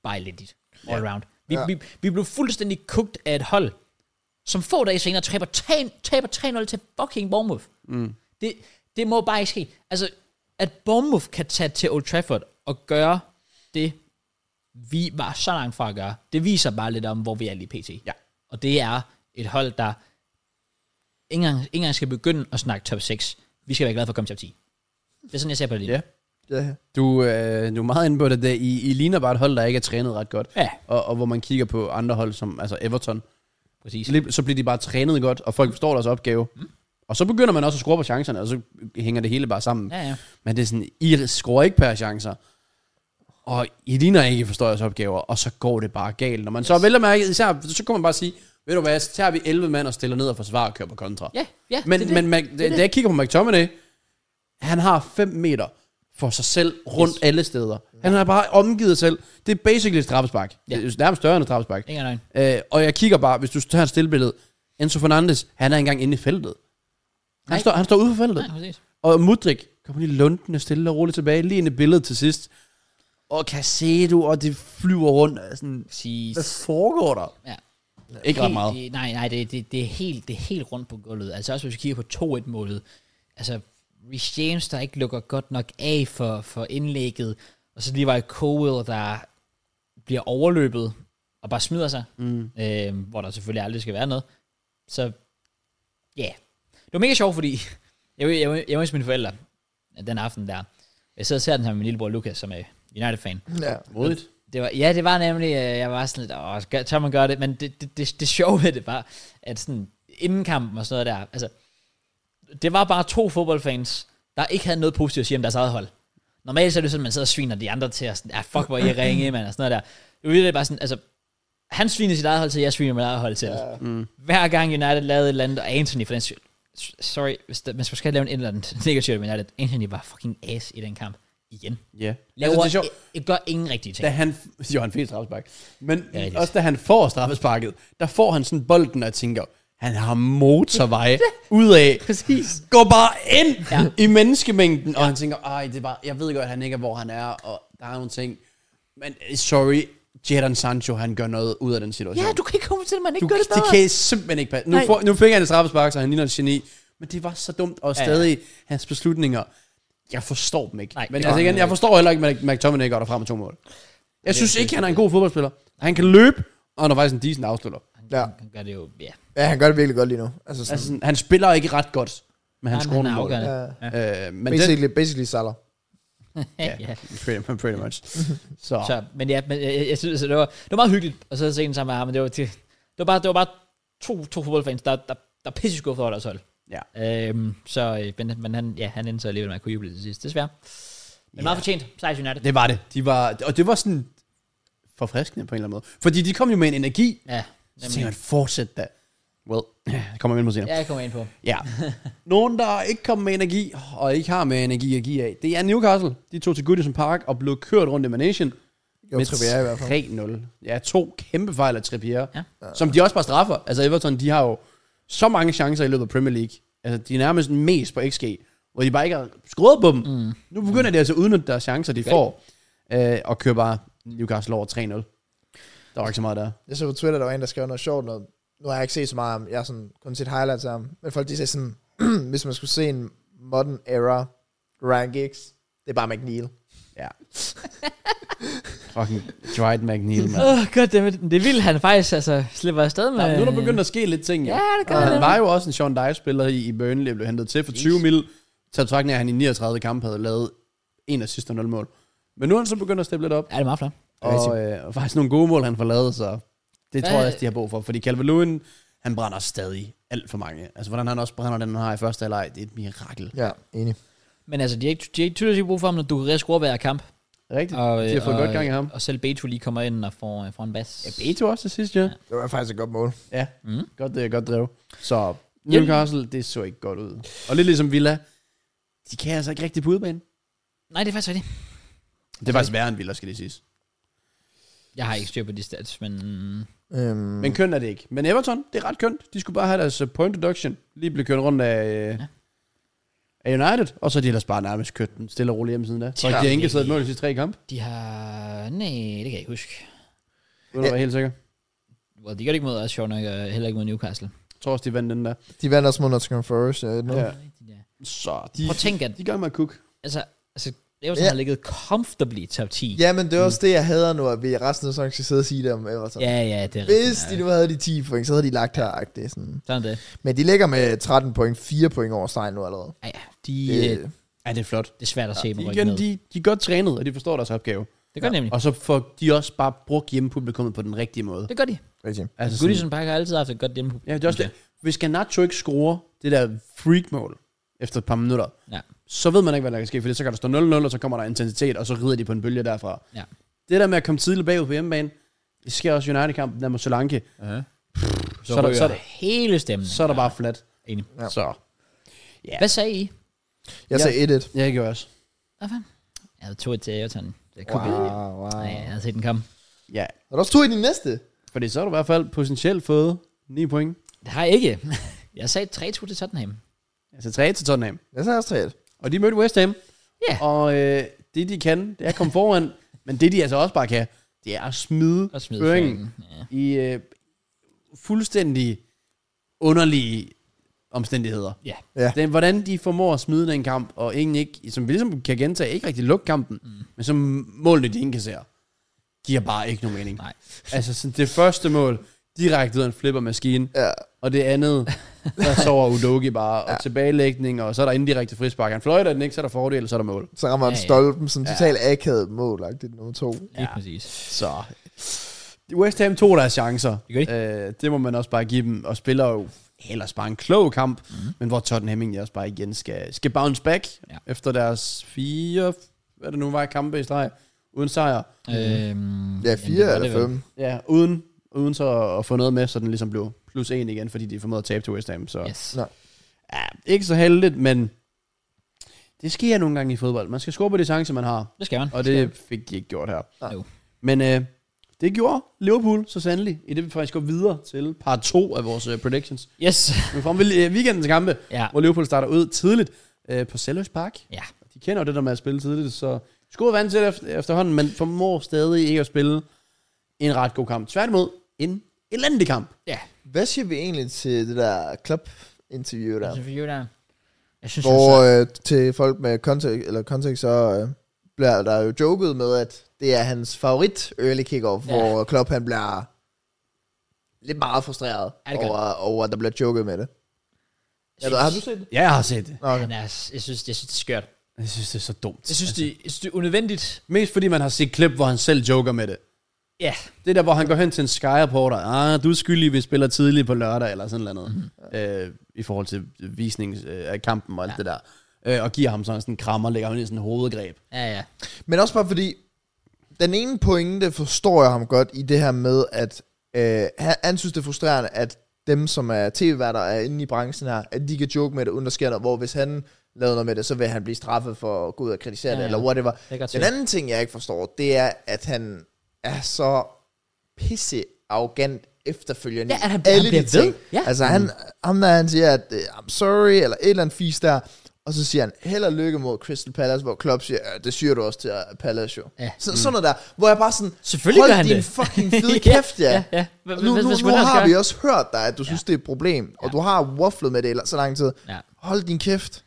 Speaker 1: bare elendigt. All yeah. around. Vi, yeah. vi, vi blev fuldstændig kogt af et hold, som få dage senere taber, ta- taber 3-0 til fucking Bournemouth. Mm. Det, det må bare ikke ske. Altså, at Bournemouth kan tage til Old Trafford og gøre det, vi var så langt fra at gøre, det viser bare lidt om, hvor vi er lige pt.
Speaker 2: Ja.
Speaker 1: Og det er et hold, der ikke engang, ikke engang skal begynde at snakke top 6. Vi skal være glade for at komme top 10. Det er sådan, jeg ser på det lige.
Speaker 2: Ja.
Speaker 3: Ja.
Speaker 2: Du, øh, du er meget inde på det. Der. I, I ligner bare et hold, der ikke er trænet ret godt.
Speaker 1: Ja.
Speaker 2: Og, og hvor man kigger på andre hold, som altså Everton.
Speaker 1: Præcis.
Speaker 2: Lige- Så bliver de bare trænet godt, og folk forstår deres opgave. Mm. Og så begynder man også at score på chancerne, og så hænger det hele bare sammen.
Speaker 1: Ja, ja.
Speaker 2: Men det er sådan, I scorer ikke per chancer. Og I ligner ikke, I forstår jeres opgaver, og så går det bare galt. Når man yes. så vælger mærke, især, så kan man bare sige, ved du hvad, så tager vi 11 mand og stiller ned og forsvarer og kører på kontra.
Speaker 1: Ja, ja,
Speaker 2: men
Speaker 1: det
Speaker 2: det
Speaker 1: er det.
Speaker 2: men Mac, det da jeg kigger på McTominay, han har 5 meter for sig selv rundt yes. alle steder. Han har bare omgivet sig selv. Det er basically et straffespark.
Speaker 1: Ja.
Speaker 2: Ja. Det er nærmest større end et straffespark.
Speaker 1: Ingen løgn.
Speaker 2: Øh, og jeg kigger bare, hvis du tager et stillbillede, Enzo Fernandes, han er ikke engang inde i feltet.
Speaker 1: Nej.
Speaker 2: Han står, han står ude for feltet.
Speaker 1: Nej, præcis.
Speaker 2: Og Mudrik kommer lige lundende stille og roligt tilbage, lige ind i billedet til sidst. Og Casedo, og det flyver rundt. og Sådan,
Speaker 1: Præcis.
Speaker 2: hvad foregår der?
Speaker 1: Ja.
Speaker 2: Ikke ret
Speaker 1: Helt-
Speaker 2: meget.
Speaker 1: Det, nej, nej, det, det, det, er helt, det er helt rundt på gulvet. Altså også hvis vi kigger på 2-1-målet. Altså, Rich James, der ikke lukker godt nok af for, for indlægget. Og så lige var Cowell, der bliver overløbet og bare smider sig. Mm. Øh, hvor der selvfølgelig aldrig skal være noget. Så, ja. Yeah. Det var mega sjovt, fordi jeg var jeg, var- jeg, var hos mine forældre den aften der. Jeg sidder og ser den her med min lillebror Lukas, som er United-fan.
Speaker 3: ja.
Speaker 2: Modigt.
Speaker 1: Det var, ja, det var nemlig, øh, jeg var sådan lidt, åh, skal- tør man gøre det? Men det, det, det, det sjove ved det var, at sådan, inden kampen og sådan noget der, altså, det var bare to fodboldfans, der ikke havde noget positivt at sige om deres eget hold. Normalt så er det sådan, at man sidder og sviner de andre til, og sådan, ja, fuck, hvor I er ringe, mand, og sådan noget der. Det var virkelig bare sådan, altså, han sviner sit eget hold til, jeg sviner mit eget hold til. Ja. Mm. Hver gang United lavede et eller andet, og Anthony for den sy- sorry, hvis der, man skal lave en eller anden negativ med United, Anthony var fucking ass i den kamp. Igen.
Speaker 2: Ja.
Speaker 1: Laver,
Speaker 2: Altså, det er
Speaker 1: altså,
Speaker 2: sjovt.
Speaker 1: det gør ingen rigtige ting.
Speaker 2: Da han, jo, han fik straffespark. Men
Speaker 1: Ja, det er
Speaker 2: også da han får straffesparket, der får han sådan bolden, og jeg tænker, han har motorvej ud af.
Speaker 1: Præcis.
Speaker 2: Går bare ind
Speaker 1: Ja.
Speaker 2: ja. i menneskemængden, og han tænker, ej, det er bare, jeg ved godt, han ikke er, hvor han er, og der er nogle ting. Men øh, sorry, Jadon Sancho, han gør noget ud af den situation.
Speaker 1: Ja, du kan ikke komme til, at man ikke
Speaker 2: Du,
Speaker 1: gør det
Speaker 2: det, det
Speaker 1: bedre.
Speaker 2: kan jeg simpelthen ikke passe. Nu,
Speaker 1: Nej.
Speaker 2: får, nu fik han et straffespark, så han ligner et geni. Men det var så dumt, og
Speaker 1: Ja, ja.
Speaker 2: stadig ja, ja. hans beslutninger, jeg forstår dem ikke.
Speaker 1: Nej,
Speaker 2: Nej, men
Speaker 1: det
Speaker 2: altså
Speaker 1: gør
Speaker 2: igen, jeg forstår heller ikke, at Mc- McTominay går derfra med to mål. Jeg synes ikke, han er en god fodboldspiller. Han kan løbe, og han er faktisk en decent afslutter.
Speaker 3: Ja.
Speaker 1: Han gør det jo, ja.
Speaker 3: ja, han gør det virkelig godt lige nu. Altså sådan,
Speaker 2: Altså, sådan, han spiller ikke ret godt, men han
Speaker 1: Nej, men
Speaker 2: scorer
Speaker 1: han er
Speaker 2: nogle mål.
Speaker 1: afgørende.
Speaker 3: ja.
Speaker 2: Øh, men det,
Speaker 3: basically, basically Salah.
Speaker 1: ja. ja.
Speaker 2: pretty, pretty much. Så,
Speaker 1: Så, men ja, men jeg, jeg, jeg synes, det var, det var meget hyggeligt, og så se den sammen med ham, men det var, det, det var bare, det var bare to, to fodboldfans, der, der, der er pisse skuffet over deres hold.
Speaker 2: ja.
Speaker 1: Øhm, så, øh, men, men han, ja, han endte så alligevel med at kunne juble til sidst, desværre. Men meget fortjent, sejt United.
Speaker 2: Det var det. De var, og det var sådan forfriskende på en eller anden måde. Fordi de kom jo med en energi.
Speaker 1: Ja,
Speaker 2: Så tænkte
Speaker 1: nemlig.
Speaker 2: man, fortsæt da. Well, det kommer vi ind på senere.
Speaker 1: Ja, jeg kommer ind på.
Speaker 2: Ja. Nogen, der ikke kom med energi, og ikke har med energi at give af, det er Newcastle. De tog til Goodison Park og blev kørt rundt i Manation.
Speaker 3: Jo, Trippier i hvert fald.
Speaker 2: 3-0. Ja, to kæmpe fejl af Trippier.
Speaker 1: Ja.
Speaker 2: Ja. Som de også bare straffer. Altså Everton, de har jo så mange chancer i løbet af Premier League. Altså, de er nærmest mest på XG, hvor de bare ikke har skruet på dem. Mm. Nu begynder de altså at udnytte deres chancer, de får, øh, og kører bare Newcastle over 3-0. Der var ikke så meget der.
Speaker 3: Jeg så på Twitter, der var en, der skrev noget sjovt noget. Nu har jeg ikke set så meget af ham. Jeg har sådan kun set highlights af ham. Men folk, de sagde sådan, hvis man skulle se en modern era Ryan Giggs, det er bare McNeil.
Speaker 2: Ja. Fucking Dwight McNeil, mand.
Speaker 1: Åh, oh, godt, det, det vil han faktisk, altså, slipper afsted med.
Speaker 2: Nå, men nu er der begyndt at ske lidt ting,
Speaker 1: Øh, Ja, det gør
Speaker 2: Og
Speaker 1: det.
Speaker 2: han var jo også en Sean Dice-spiller i, i Burnley, blev hentet til for 20 mil. Til betragtning af, at han i 39 kampe havde lavet en af sidste 0 mål. Men nu er han så begyndt at steppe lidt op.
Speaker 1: Ja, det er meget flot.
Speaker 2: Og, øh, og faktisk nogle gode mål, han får lavet, så det tror
Speaker 1: Hvad-
Speaker 2: jeg også, de har brug for. Fordi Calvert-Lewin, han brænder stadig alt for mange. Altså, hvordan han også brænder den, han har i første halvleg, det er et mirakel.
Speaker 3: Ja, enig.
Speaker 1: Men altså, de har ikke, de har ikke tydeligvis brug for ham, når du kan score hver kamp.
Speaker 2: Rigtigt.
Speaker 1: Og,
Speaker 2: de har fået
Speaker 1: og, øh,
Speaker 2: godt gang i ham.
Speaker 1: Og selv Beto lige kommer ind og får, får en bas.
Speaker 2: Ja, Beto også til sidst, ja.
Speaker 3: Det var faktisk et godt mål.
Speaker 2: Ja,
Speaker 1: Mm.
Speaker 2: mm. godt, det er godt drev. Så
Speaker 1: Jeg-
Speaker 2: Newcastle, det så ikke godt ud. Og lidt ligesom Villa, de kan altså ikke rigtig på udbanen.
Speaker 1: Nej, det er faktisk rigtigt.
Speaker 2: Det er faktisk værre end Villa, skal det siges.
Speaker 1: Jeg har ikke styr på de stats, men... mm,
Speaker 3: Øhm,
Speaker 2: Men kønt er det ikke. Men Everton, det er ret kønt. De skulle bare have deres øh, point deduction. Lige blive kørt rundt af, øh,
Speaker 1: Ja.
Speaker 2: af United. Og så er de ellers bare nærmest kørt den stille og roligt hjem siden da. Så
Speaker 1: Ja.
Speaker 2: de har ikke siddet mål i sidste tre kampe.
Speaker 1: De har... Nej, det kan jeg ikke huske.
Speaker 2: Uden at være helt sikker.
Speaker 1: Well, de gør det ikke mod os, sjovt nok, og heller ikke mod Newcastle.
Speaker 2: Jeg tror også, de vandt den der.
Speaker 3: De vandt også mod Nottingham Forest. Ja, nu.
Speaker 2: Ja.
Speaker 1: Ja.
Speaker 2: Så de,
Speaker 1: Prøv at tænke, at
Speaker 2: de gør med at cook.
Speaker 1: altså, altså, Everton
Speaker 3: Ja.
Speaker 1: har ligget comfortably i top 10.
Speaker 3: ja, men det er også det, jeg hader nu, at vi resten af sæsonen skal sidde og sige det om Everton.
Speaker 1: ja, ja det er
Speaker 3: Hvis
Speaker 1: rigtigt.
Speaker 3: de nu havde de 10 point, så havde de lagt her. Ej, Det er sådan.
Speaker 1: Sådan er det.
Speaker 3: Men de ligger med 13 point, 4 point over stregen nu allerede.
Speaker 1: Ja, ja, de,
Speaker 3: Det,
Speaker 1: øh,
Speaker 2: Ja, det er flot.
Speaker 1: det er svært at se med
Speaker 2: De, igen,
Speaker 1: ryggen ned.
Speaker 2: de, de er godt trænet, og de forstår deres opgave.
Speaker 1: Det gør de nemlig.
Speaker 2: Og så får de også bare brugt hjemmepublikummet på den rigtige måde.
Speaker 1: Det gør de.
Speaker 3: Rigtig.
Speaker 2: Altså sådan-
Speaker 1: Goodison Park har altid haft et godt hjemme.
Speaker 2: Ja, det er også det. Hvis Garnacho ikke scorer det der freak-mål efter et par minutter,
Speaker 1: Ja.
Speaker 2: så ved man ikke, hvad der kan ske, for så kan der stå 0-0, og så kommer der intensitet, og så rider de på en bølge derfra.
Speaker 1: Ja.
Speaker 2: Det der med at komme tidligt bagud på hjemmebane, det sker også i United-kampen der mod Sri Lanka,
Speaker 4: Ja.
Speaker 1: Så,
Speaker 2: Så er der-
Speaker 1: ryger
Speaker 2: så er der-
Speaker 1: hele stemmen.
Speaker 2: så er der bare flat.
Speaker 1: Enig.
Speaker 3: Ja.
Speaker 2: Så. Ja.
Speaker 1: Hvad sagde I?
Speaker 3: Jeg
Speaker 2: Ja.
Speaker 3: sagde 1-1.
Speaker 2: Ja, det gjorde jeg også.
Speaker 1: Hvad fanden? Jeg havde 2-1 til Everton. Det kunne wow.
Speaker 3: Wow, wow.
Speaker 1: Nej, jeg havde set den komme.
Speaker 2: Ja,
Speaker 3: Er der også to i din næste?
Speaker 2: fordi så har du i hvert fald potentielt fået 9 point.
Speaker 1: Det har jeg ikke. jeg sagde 3-2 til Tottenham.
Speaker 2: Altså 3 til Tottenham.
Speaker 3: Jeg sagde også 3
Speaker 2: Og de mødte West Ham.
Speaker 1: Ja.
Speaker 2: Og øh, det, de kan, det er at komme foran, men det, de altså også bare kan, det er at smide,
Speaker 1: Og smide
Speaker 2: føringen.
Speaker 1: føringen. Ja.
Speaker 2: i øh, fuldstændig underlige omstændigheder.
Speaker 1: ja.
Speaker 3: Ja.
Speaker 2: Den, hvordan de formår at smide den kamp, og ingen ikke, som vi ligesom kan gentage, ikke rigtig lukke kampen, mm. men som målene, de indkasserer, giver bare ikke nogen mening.
Speaker 1: Nej.
Speaker 2: Altså, sådan, det første mål, direkte ud af en flippermaskine,
Speaker 3: Ja.
Speaker 2: og det andet, der sover Udogi bare, og ja. tilbagelægning, og så er der indirekte frispark. Han fløjter den ikke, så er der fordel, og så er der mål.
Speaker 3: Så rammer han
Speaker 1: Ja, ja.
Speaker 3: stolpen som totalt akavet mål, det nummer to.
Speaker 1: Lige præcis.
Speaker 2: Så West Ham tog deres chancer.
Speaker 1: Det gør
Speaker 2: Øh, det må man også bare give dem. Og spiller jo ellers bare en klog kamp,
Speaker 1: Mhm.
Speaker 2: mm. men hvor Tottenham egentlig også bare igen skal, skal bounce back
Speaker 1: Ja.
Speaker 2: ja. efter deres fire, hvad det nu var, kampe i streg, uden sejr.
Speaker 1: Øhm,
Speaker 3: Ja,
Speaker 1: jamen, det
Speaker 3: 4
Speaker 1: var
Speaker 3: eller
Speaker 1: det vel.
Speaker 3: 5.
Speaker 2: Ja, uden, uden så at få noget med, så den ligesom blev plus en igen, fordi de formåede at tabe til West Ham. Så
Speaker 1: Yes.
Speaker 3: Nå.
Speaker 2: ja, ikke så heldigt, men det sker nogle gange i fodbold. Man skal score på de chancer, man har.
Speaker 1: Det skal man.
Speaker 2: Og det fik de ikke gjort her.
Speaker 1: Nej. Jo.
Speaker 2: Men øh, det gjorde Liverpool så sandelig, i det vi faktisk går videre til part 2 af vores øh, predictions.
Speaker 1: Yes.
Speaker 2: Men frem ved øh, weekendens kampe,
Speaker 1: Ja.
Speaker 2: hvor Liverpool starter ud tidligt øh, på Sellers Park.
Speaker 1: Ja.
Speaker 2: De kender jo det der med at spille tidligt, så scorede vand til det efter- efterhånden, men formår stadig ikke at spille en ret god kamp. Tværtimod en elendig kamp.
Speaker 1: Ja.
Speaker 3: Hvad siger vi egentlig til det der club-interview der?
Speaker 1: Altså, for you, der. Jeg synes,
Speaker 3: Hvor
Speaker 1: altså,
Speaker 3: øh, til folk med kontekst, eller kontekst så øh, bliver der jo joket med, at det er hans favorit early kickoff,
Speaker 1: Ja.
Speaker 3: ja. hvor Klopp han bliver lidt meget frustreret
Speaker 1: Ja, det gør
Speaker 3: over, over, at der bliver joket med det.
Speaker 1: jeg
Speaker 3: Ja, har du
Speaker 1: synes-
Speaker 3: set det?
Speaker 2: Ja, jeg har set det.
Speaker 3: Nå, okay.
Speaker 1: Men altså, jeg synes, jeg synes, det er skørt. Altså-
Speaker 2: Jeg synes, det er så dumt.
Speaker 1: Jeg synes, det, jeg synes, det er unødvendigt.
Speaker 2: Mest fordi man har set klip, hvor han selv joker med det.
Speaker 1: Ja.
Speaker 2: Det der, hvor han går hen til en Sky-reporter. Ah, du er skyldig, vi spiller tidligt på lørdag, eller sådan noget. Mm-hmm. Øh, I forhold til visning øh, af kampen og alt ja. det der. Øh, og giver ham sådan sådan en krammer, lægger ham ind i sådan en hovedgreb.
Speaker 1: Ja, ja.
Speaker 3: Men også bare fordi, den ene pointe forstår jeg ham godt i det her med, at øh, han, han synes det er frustrerende, at dem, som er tv-værter og er inde i branchen her, at de kan joke med det, uden der sker noget, hvor hvis han lavede noget med det, så vil han blive straffet for at gå ud og kritisere
Speaker 1: Ja,
Speaker 3: ja, det,
Speaker 1: ja.
Speaker 3: eller whatever.
Speaker 1: Det er godt
Speaker 3: Den
Speaker 1: set.
Speaker 3: anden ting, jeg ikke forstår, det er, at han er så pisse arrogant efterfølgende.
Speaker 1: Ja, at
Speaker 3: i
Speaker 1: han- han bliver ved. Ja.
Speaker 3: Altså, han, ham der, han siger, at øh, I'm sorry, eller et eller andet fis der, og så siger han, held og lykke mod Crystal Palace, hvor Klopp siger, "Ja, det siger du også til øh, Palace jo.
Speaker 1: Ja.
Speaker 3: Så, sådan noget der, hvor jeg bare sådan,
Speaker 1: Selvfølgelig
Speaker 3: hold
Speaker 1: gør han
Speaker 3: din
Speaker 1: det.
Speaker 3: fucking fede kæft, ja.
Speaker 1: ja, ja. Hva-
Speaker 3: Og
Speaker 1: hva-
Speaker 3: Nu,
Speaker 1: hvad-
Speaker 3: nu,
Speaker 1: hvad
Speaker 3: nu
Speaker 1: skulle han ellers
Speaker 3: har
Speaker 1: gøre?
Speaker 3: vi også hørt dig, at du synes, det er et problem, og du har wafflet med det eller så lang tid.
Speaker 1: Ja.
Speaker 3: Hold din kæft.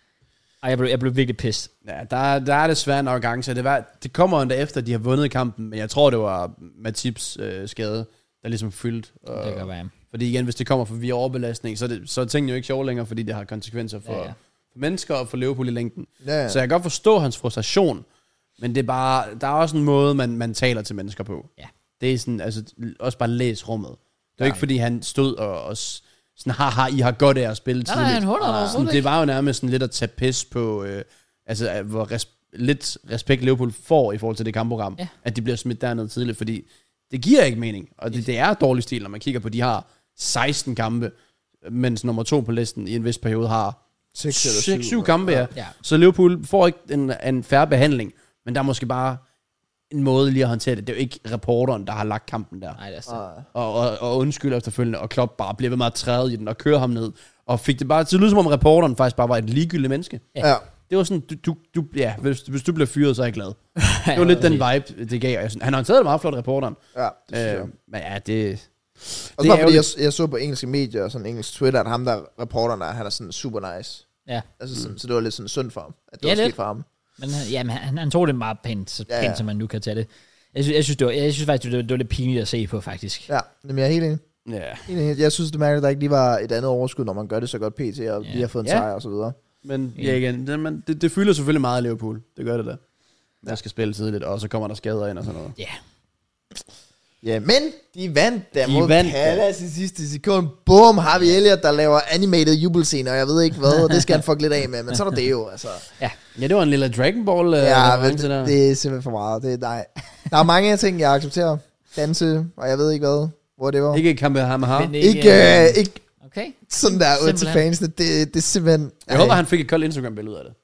Speaker 1: Ej, jeg blev, jeg blev virkelig pissed.
Speaker 2: Ja, der, er- der er desværre en arrogance. Det, var, det kommer endda efter, de har vundet kampen, men jeg tror, det var Matips øh, skade, der ligesom fyldte.
Speaker 1: Det
Speaker 2: Øh,
Speaker 1: kan godt være.
Speaker 2: fordi igen, hvis det kommer for via overbelastning, så er, det, så er tingene jo ikke sjov længere, fordi det har konsekvenser for,
Speaker 1: Ja,
Speaker 2: ja,
Speaker 1: ja.
Speaker 2: ja. for mennesker og for Liverpool i længden.
Speaker 3: Ja, ja.
Speaker 2: Så jeg kan godt forstå hans frustration, men det er bare, der er også en måde, man, man taler til mennesker på.
Speaker 1: Ja.
Speaker 2: Det er sådan, altså, også bare læs rummet. Det er jo ikke, fordi han stod og, og s- sådan, haha, I har godt af at spille
Speaker 1: Nej,
Speaker 2: tidligt.
Speaker 1: nej, han huller ah,
Speaker 2: sådan, det var jo nærmest sådan lidt at tage pis på, øh, altså, at hvor res- lidt respekt Liverpool får i forhold til det kampprogram,
Speaker 1: Ja.
Speaker 2: at de bliver smidt derned tidligt, fordi det giver ikke mening, og det, det er dårlig stil, når man kigger på, de har 16 kampe, mens nummer to på listen i en vis periode har
Speaker 3: 6
Speaker 2: 6-7 kampe, ja.
Speaker 1: Ja.
Speaker 2: ja. Så Liverpool får ikke en, en færre behandling, men der er måske bare en måde lige at håndtere det. Det er jo ikke reporteren, der har lagt kampen der.
Speaker 1: Nej, det er altså- sådan.
Speaker 3: Ah.
Speaker 2: Og, og, og undskylder efterfølgende, og Klopp bare bliver ved med at træde i den og køre ham ned. Og fik det bare til at lyde, som om reporteren faktisk bare var et ligegyldigt menneske.
Speaker 1: Ja.
Speaker 3: Ja.
Speaker 2: Det var sådan, du, du, du ja, hvis, hvis du bliver fyret, så er jeg glad. Det var lidt den vibe, det gav. og Jeg synes, han håndterede det meget flot, reporteren.
Speaker 3: Ja.
Speaker 2: Øh, men ja, det...
Speaker 3: Og
Speaker 2: Det
Speaker 3: det
Speaker 2: er
Speaker 3: bare fordi, jeg,
Speaker 2: ærgerligt.
Speaker 3: jeg, så på engelske medier og sådan engelsk Twitter, at ham der reporteren der, han er sådan super nice.
Speaker 1: Ja.
Speaker 3: Altså,
Speaker 2: Mm.
Speaker 3: sådan, Så det var lidt sådan synd for ham, at det
Speaker 1: Ja,
Speaker 3: var sket
Speaker 1: lidt.
Speaker 3: for ham.
Speaker 1: Men han- jamen, han, han tog det meget pænt, så pænt,
Speaker 3: Ja,
Speaker 1: ja,
Speaker 3: ja.
Speaker 1: ja. som man nu kan tage det. Jeg synes, jeg synes, det var, jeg synes faktisk, det var, det var lidt pinligt at se på, faktisk.
Speaker 3: Ja, men jeg er helt enig.
Speaker 2: Ja,
Speaker 3: Helt enig. Jeg synes, det mærker, at der ikke lige var et andet overskud, når man gør det så godt pt, og yeah. lige har fået en
Speaker 2: Ja.
Speaker 3: sejr og så videre.
Speaker 2: men ja, igen, det, man, det, det fylder selvfølgelig meget af Liverpool. Det gør det da. Der skal spille tidligt, og så kommer der skader ind og sådan noget.
Speaker 1: Ja.
Speaker 3: Ja, men de vandt der
Speaker 2: De
Speaker 3: mod
Speaker 2: vandt, ja.
Speaker 3: Palace i sidste sekund. Boom, Harvey Elliott, der laver animated jubelscener, og jeg ved ikke hvad, og det skal han fuck lidt af med, men så er der det jo, altså.
Speaker 2: Ja, det var en lille Dragon Ball. øh,
Speaker 3: Ja, men
Speaker 2: reference der.
Speaker 3: det, det er simpelthen for meget. Det, er- nej. Der er mange ting, jeg accepterer. Danse, og jeg ved ikke hvad, hvor det var. Ikke,
Speaker 2: Ikke kampe ham med ham.
Speaker 1: Men
Speaker 3: ikke, øh, ikke
Speaker 1: Okay.
Speaker 3: sådan der ud til
Speaker 1: Simpelthen.
Speaker 3: fansene. Det, det er simpelthen...
Speaker 2: Jeg håber, han fik et koldt Instagram-billede ud af det.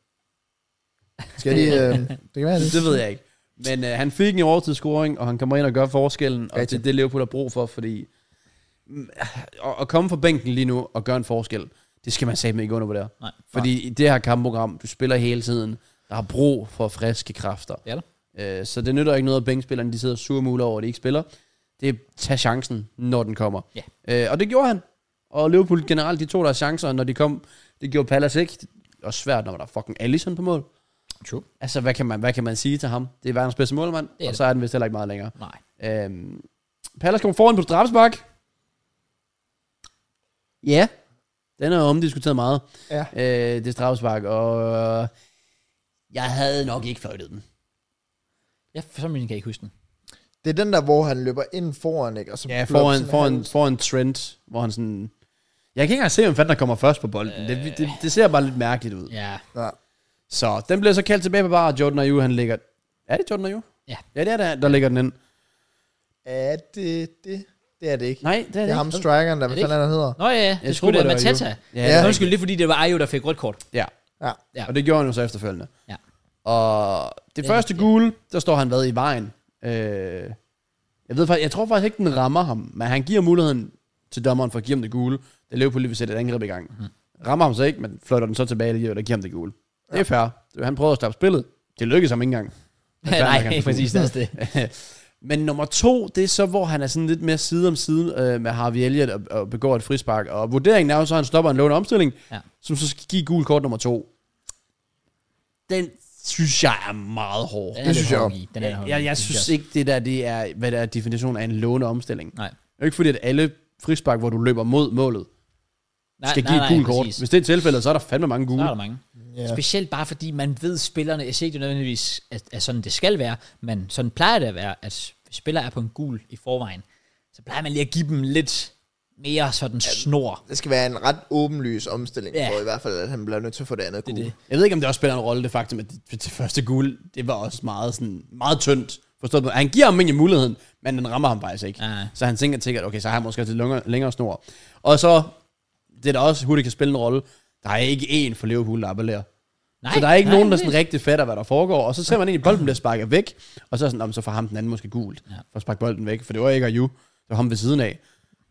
Speaker 3: Skal jeg lige... Øh, det kan være, det.
Speaker 2: Det ved jeg ikke. Men øh, han fik en i overtidsscoring, og han kommer ind og gør forskellen, og det er
Speaker 3: Rigtig.
Speaker 2: det, Liverpool har brug for, fordi mm, at- at komme fra bænken lige nu og gøre en forskel, det skal man satme ikke undervurdere.
Speaker 1: Nej.
Speaker 2: Fordi i det her kampprogram, du spiller hele tiden, der har brug for friske kræfter.
Speaker 1: Ja da.
Speaker 2: Øh, så det nytter ikke noget, at bænkspillerne de sidder surmuler over, at de ikke spiller. Det er tage chancen, når den kommer.
Speaker 1: Ja.
Speaker 2: Øh, og det gjorde han. Og Liverpool generelt, de tog deres chancer, og når de kom. Det gjorde Palace ikke. Det er også svært, når der er fucking Allison på mål.
Speaker 1: True.
Speaker 2: Altså, hvad kan man, hvad kan man sige til ham? Det er verdens bedste målmand,
Speaker 1: Det er
Speaker 2: og
Speaker 1: det.
Speaker 2: så er den vist heller ikke meget længere.
Speaker 1: Nej.
Speaker 2: Øhm, Pallas kommer foran på drabsbak. Ja, den er jo omdiskuteret meget.
Speaker 3: Ja.
Speaker 2: Øh, det er strafspark, og øh, jeg havde nok ikke fløjtet den.
Speaker 1: Jeg, for sådan en kan jeg ikke huske den.
Speaker 3: Det er den der, hvor han løber ind foran, ikke? Og så
Speaker 2: Ja,
Speaker 3: blubber
Speaker 2: foran,
Speaker 3: sådan
Speaker 2: foran,
Speaker 3: halvt.
Speaker 2: foran Trent, hvor han sådan... Jeg kan ikke engang se, hvem fanden der kommer først på bolden. Øh. Det, det, det, ser bare lidt mærkeligt ud.
Speaker 1: Ja.
Speaker 3: Ja.
Speaker 2: Så den bliver så kaldt tilbage på bar, og Jordan Ayew, han ligger... Er det Jordan Ayew?
Speaker 1: Ja.
Speaker 2: Ja, det er der, der ligger den ind.
Speaker 3: Er det det? Det er det ikke.
Speaker 2: Nej, det er
Speaker 3: Det er
Speaker 2: det
Speaker 3: ham strikeren, der hvad
Speaker 1: det
Speaker 3: fanden han hedder.
Speaker 1: Nå ja, ja, det
Speaker 2: troede,
Speaker 1: skulle det
Speaker 2: det
Speaker 1: være
Speaker 2: var
Speaker 1: Mateta.
Speaker 2: Ayew. Ja,
Speaker 1: Ja,
Speaker 3: ja.
Speaker 1: ja. Undskyld, det er fordi, det var Ayo, der fik rødt kort.
Speaker 2: ikke. Ja.
Speaker 3: Ja.
Speaker 1: Ja.
Speaker 2: Og det gjorde han jo så efterfølgende.
Speaker 1: Ja.
Speaker 2: Og det
Speaker 1: Ja,
Speaker 2: første
Speaker 1: ja.
Speaker 2: gule, der står han hvad i vejen. Øh, jeg, ved, faktisk- jeg tror faktisk ikke, den rammer ham, men han giver muligheden til dommeren for at give ham det gule. Det løber på lige ved at sætte et angreb i gang.
Speaker 1: Mhm.
Speaker 2: Mm. Rammer ham så ikke, men fløjter den så tilbage alligevel og giver ham det gule. Det er fair. Det- Han prøvede at stoppe spillet. Det lykkedes ham ikke engang. Men fair nok,
Speaker 1: Nej,
Speaker 2: han
Speaker 1: ikke
Speaker 2: får
Speaker 1: præcis det er også det.
Speaker 2: men nummer to, det er så, hvor han er sådan lidt mere side om side øh, med Harvey Elliott og, og begår et frispark. Og vurderingen er jo så, at han stopper en lovende omstilling, ja.
Speaker 1: Ja.
Speaker 2: som så skal give gul kort nummer to. Den synes jeg er meget hård.
Speaker 1: Den
Speaker 2: Ja.
Speaker 1: er lidt
Speaker 3: synes jeg
Speaker 1: hård
Speaker 3: også.
Speaker 1: i. Den er lidt
Speaker 2: Jeg,
Speaker 1: hård
Speaker 2: jeg,
Speaker 1: i,
Speaker 2: jeg synes ikke, det der det er, hvad der er definitionen af en lovende omstilling.
Speaker 1: Nej.
Speaker 2: Det er jo ikke fordi, at alle frispark, hvor du løber mod målet,
Speaker 1: Nej,
Speaker 2: skal
Speaker 1: nej,
Speaker 2: give
Speaker 1: nej,
Speaker 2: et gul kort.
Speaker 1: præcis.
Speaker 2: Hvis det er tilfældet, så er der fandme mange
Speaker 1: Der
Speaker 2: gule.
Speaker 1: er der mange.
Speaker 3: Ja.
Speaker 1: Ja. Specielt bare fordi man ved spillerne, jeg siger ikke det nødvendigvis, at, at sådan det skal være, men sådan plejer det at være, at hvis spillere er på en gul i forvejen, så plejer man lige at give dem lidt mere sådan snor.
Speaker 3: Det skal være en ret åbenlys omstilling,
Speaker 1: Ja.
Speaker 3: for i hvert fald, at han bliver nødt til at få det andet gule.
Speaker 1: det.
Speaker 2: Jeg ved ikke, om det også spiller en rolle, det faktum, at det, det første gule, det var også meget, sådan, meget tyndt. Forstået på. Han giver ham egentlig muligheden, men den rammer ham faktisk ikke.
Speaker 1: Ja.
Speaker 2: Så han tænker sikkert, okay, så har han måske lidt længere, længere snor. Og så, det der også hurtigt kan spille en rolle, der er ikke en for Liverpool, der appellerer.
Speaker 1: Nej,
Speaker 2: Så der er ikke
Speaker 1: nej,
Speaker 2: nogen, der
Speaker 1: det-
Speaker 2: sådan rigtig fatter, hvad der foregår. Og så ser man egentlig, at bolden bliver sparket væk. Og så er sådan, om så får ham den anden måske gult. Ja. For at sparke bolden væk. For det var ikke Ayu. Det var ham ved siden af.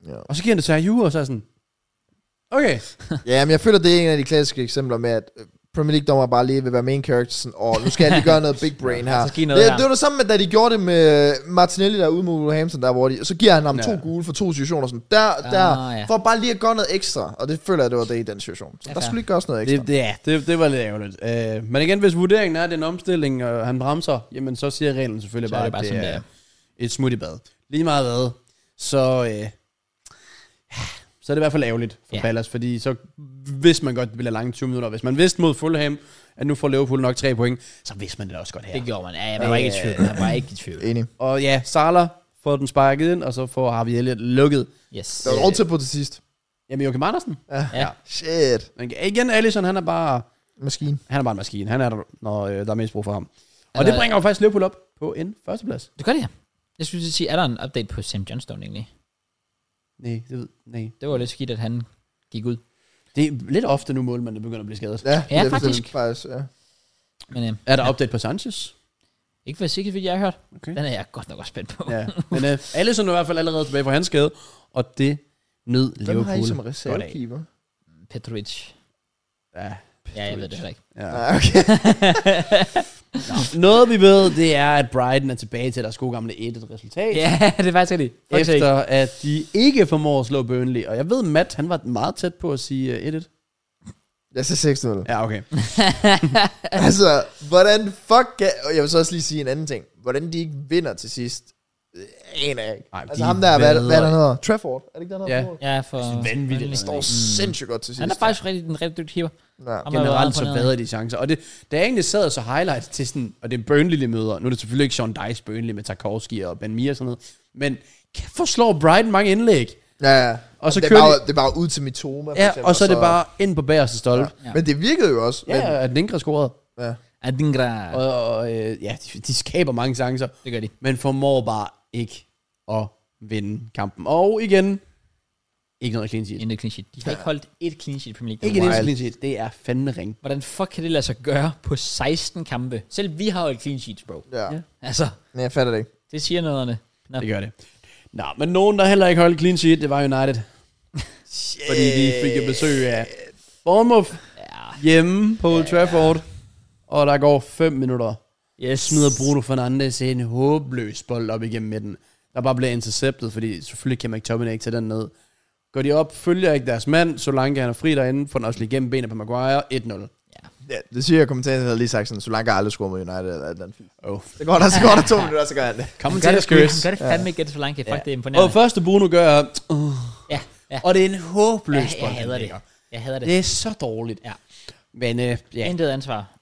Speaker 3: Ja.
Speaker 2: Og så giver han det til Ayu, og så er sådan... Okay.
Speaker 3: Ja, men jeg føler, det er en af de klassiske eksempler med, at øh, Premier League dommer bare lige vil være main character, sådan, åh, nu skal jeg lige gøre noget big brain her.
Speaker 1: Så skal I noget
Speaker 3: det,
Speaker 1: her.
Speaker 3: det, var det samme med, da de gjorde det med øh, Martinelli, der er ude mod Wolverhampton, der, hvor de, så giver han ham
Speaker 2: Ja.
Speaker 3: to gule for to situationer, sådan, der, der,
Speaker 1: Ah, ja.
Speaker 3: for bare lige at gøre noget ekstra, og det føler jeg, det var det i den situation. Så
Speaker 1: Ja,
Speaker 3: der
Speaker 1: fair.
Speaker 3: skulle lige gøres noget ekstra.
Speaker 2: Det, det, ja, det, det var lidt ærgerligt. Øh, men igen, hvis vurderingen er, at det er en omstilling, og han bremser, jamen så siger reglen selvfølgelig
Speaker 1: Så er
Speaker 2: bare,
Speaker 1: det
Speaker 2: at
Speaker 1: bare
Speaker 2: det
Speaker 1: sådan,
Speaker 2: er
Speaker 1: det er.
Speaker 2: et smut i bad. Lige meget hvad. Så, øh, så er det i hvert fald ærgerligt for
Speaker 1: Ja.
Speaker 2: ja. Pallas, fordi så vidste man godt, det ville have lange 20 minutter. Hvis man vidste mod Fulham, at nu får Liverpool nok 3 point, så vidste man det også godt her.
Speaker 1: Det gjorde man. Ja, man var ikke i tvivl. Man var ikke i tvivl.
Speaker 3: Enig.
Speaker 2: Og ja, Salah får den sparket ind, og så får Harvey Elliott lukket.
Speaker 1: Yes.
Speaker 3: Der var råd til på til sidst.
Speaker 2: Jamen, Joachim Andersen.
Speaker 1: Ja.
Speaker 3: Shit.
Speaker 2: Men igen, Allison, han er bare...
Speaker 3: Maskine.
Speaker 2: Han er bare en maskine. Han er der, når øh, der er mest brug for ham. Og
Speaker 1: Er der-
Speaker 2: det bringer jo faktisk Liverpool op på en førsteplads.
Speaker 1: Det gør det her. Jeg skulle lige sige, er der en update på Sam Johnstone egentlig?
Speaker 2: Nej, det ved nej.
Speaker 1: Det var lidt skidt, at han gik ud.
Speaker 2: Det er lidt ofte nu, målmanden begynder at blive skadet. Ja.
Speaker 3: Ja, det er
Speaker 1: faktisk.
Speaker 3: faktisk ja.
Speaker 1: Men øh,
Speaker 2: Er der update på Sanchez?
Speaker 1: ikke for sikkert, hvad jeg har hørt.
Speaker 2: Okay.
Speaker 1: Den er jeg godt nok også spændt på.
Speaker 2: Ja. Men øh, Alisson er i hvert fald allerede tilbage fra hans skade, og det nød
Speaker 3: Hvem har I
Speaker 2: Liverpool.
Speaker 3: som
Speaker 2: godt af.
Speaker 3: reservekeeper?
Speaker 1: Petrovic.
Speaker 2: Ja,
Speaker 1: Ja, jeg ved det heller ikke.
Speaker 2: Ja.
Speaker 3: Nej, okay.
Speaker 2: Noget vi ved, det er, at Brighton er tilbage til deres gode gamle 1 resultat.
Speaker 1: Ja, det er faktisk rigtigt. Fuck sake.
Speaker 2: Efter at de ikke formår at slå Burnley. Og jeg ved, Matt, han var meget tæt på at sige øh, 1-1.
Speaker 3: Jeg siger 6-0.
Speaker 2: Ja, okay.
Speaker 3: Altså, hvordan fuck kan... Og jeg vil så også lige sige en anden ting. Hvordan de ikke vinder til sidst, øh, aner jeg ikke.
Speaker 2: Ej,
Speaker 3: altså
Speaker 2: de
Speaker 3: ham der, hvad,
Speaker 2: vader
Speaker 3: hvad er der hedder? Trafford, er det ikke der,
Speaker 2: Ja.
Speaker 3: der hedder?
Speaker 1: Ja, for...
Speaker 2: vanvittigt.
Speaker 1: Han
Speaker 3: står
Speaker 1: står-
Speaker 3: sindssygt godt til sidst.
Speaker 1: Han er faktisk rigtig, en rigtig dygtig hiver.
Speaker 3: Ja.
Speaker 1: Ham er jeg meget
Speaker 2: Generelt så
Speaker 1: imponeret
Speaker 2: bedre de chancer. Og det, da jeg egentlig sad og så highlights til sådan, og det er Burnley, de møder. Nu er det selvfølgelig ikke Sean Dice Burnley med Tarkovsky og Ben Mee og sådan noget. Men kæft, hvor slår Brighton mange indlæg.
Speaker 3: Ja, ja.
Speaker 2: Og så
Speaker 3: det, er
Speaker 2: kører
Speaker 3: bare,
Speaker 2: de-
Speaker 3: det er bare ud til Mitoma. for
Speaker 2: Ja,
Speaker 3: eksempel,
Speaker 2: og så er det bare ind på bagerste stolpe.
Speaker 3: Ja. Men det virkede jo også.
Speaker 2: Ja, ja at den ikke scoret.
Speaker 3: Men, ja.
Speaker 1: Adingra.
Speaker 2: Og, og øh, ja, de, de skaber mange chancer,
Speaker 1: Det gør de.
Speaker 2: men formår bare ikke at vinde kampen. Og igen, ikke noget clean sheet.
Speaker 1: Intet clean sheet. De har ikke holdt et clean sheet i Premier League.
Speaker 2: Ikke en
Speaker 1: Wow.
Speaker 2: eneste clean sheet, det er fandme ring.
Speaker 1: Hvordan fuck kan det lade sig gøre på 16 kampe? Selv vi har jo et clean sheet, bro.
Speaker 3: ja.
Speaker 2: Ja.
Speaker 1: Altså,
Speaker 3: Men jeg fatter det ikke.
Speaker 1: det siger noget om det. Nå.
Speaker 2: Det gør det. Nå, men nogen, der heller ikke holdt clean sheet, det var United. Fordi de fik et besøg af Bournemouth
Speaker 1: Ja.
Speaker 2: hjemme på Old Trafford. Og der går 5 minutter.
Speaker 1: Yes.
Speaker 2: Smider Bruno Fernandes en håbløs bold op igennem midten. Der bare bliver interceptet, fordi selvfølgelig kan McTominay ikke tage den ned. Går de op, følger ikke deres mand. Solanke han er fri derinde, får den også lige igennem benet på Maguire. 1-0.
Speaker 3: Ja, det siger jeg kommentatoren, havde lige sagt sådan, Solanke har aldrig scoret mod United eller et eller andet.
Speaker 2: Oh.
Speaker 3: Så går der, så går der to minutter, så gør han det.
Speaker 2: Kom
Speaker 1: Han
Speaker 2: til
Speaker 1: gør det,
Speaker 2: at
Speaker 1: sgu ikke. Han gør det fandme ikke, Gætte Solanke. Fuck, det er imponerende.
Speaker 2: Og første Bruno gør... Uh,
Speaker 1: Ja, ja.
Speaker 2: og det er en
Speaker 1: Ja,
Speaker 2: håbløs bold.
Speaker 1: jeg
Speaker 2: han
Speaker 1: hader det.
Speaker 2: lægger.
Speaker 1: Jeg hader det.
Speaker 2: Det er så dårligt.
Speaker 1: Ja.
Speaker 2: Men øh,
Speaker 1: Ja.
Speaker 2: ja,
Speaker 1: Intet ansvar.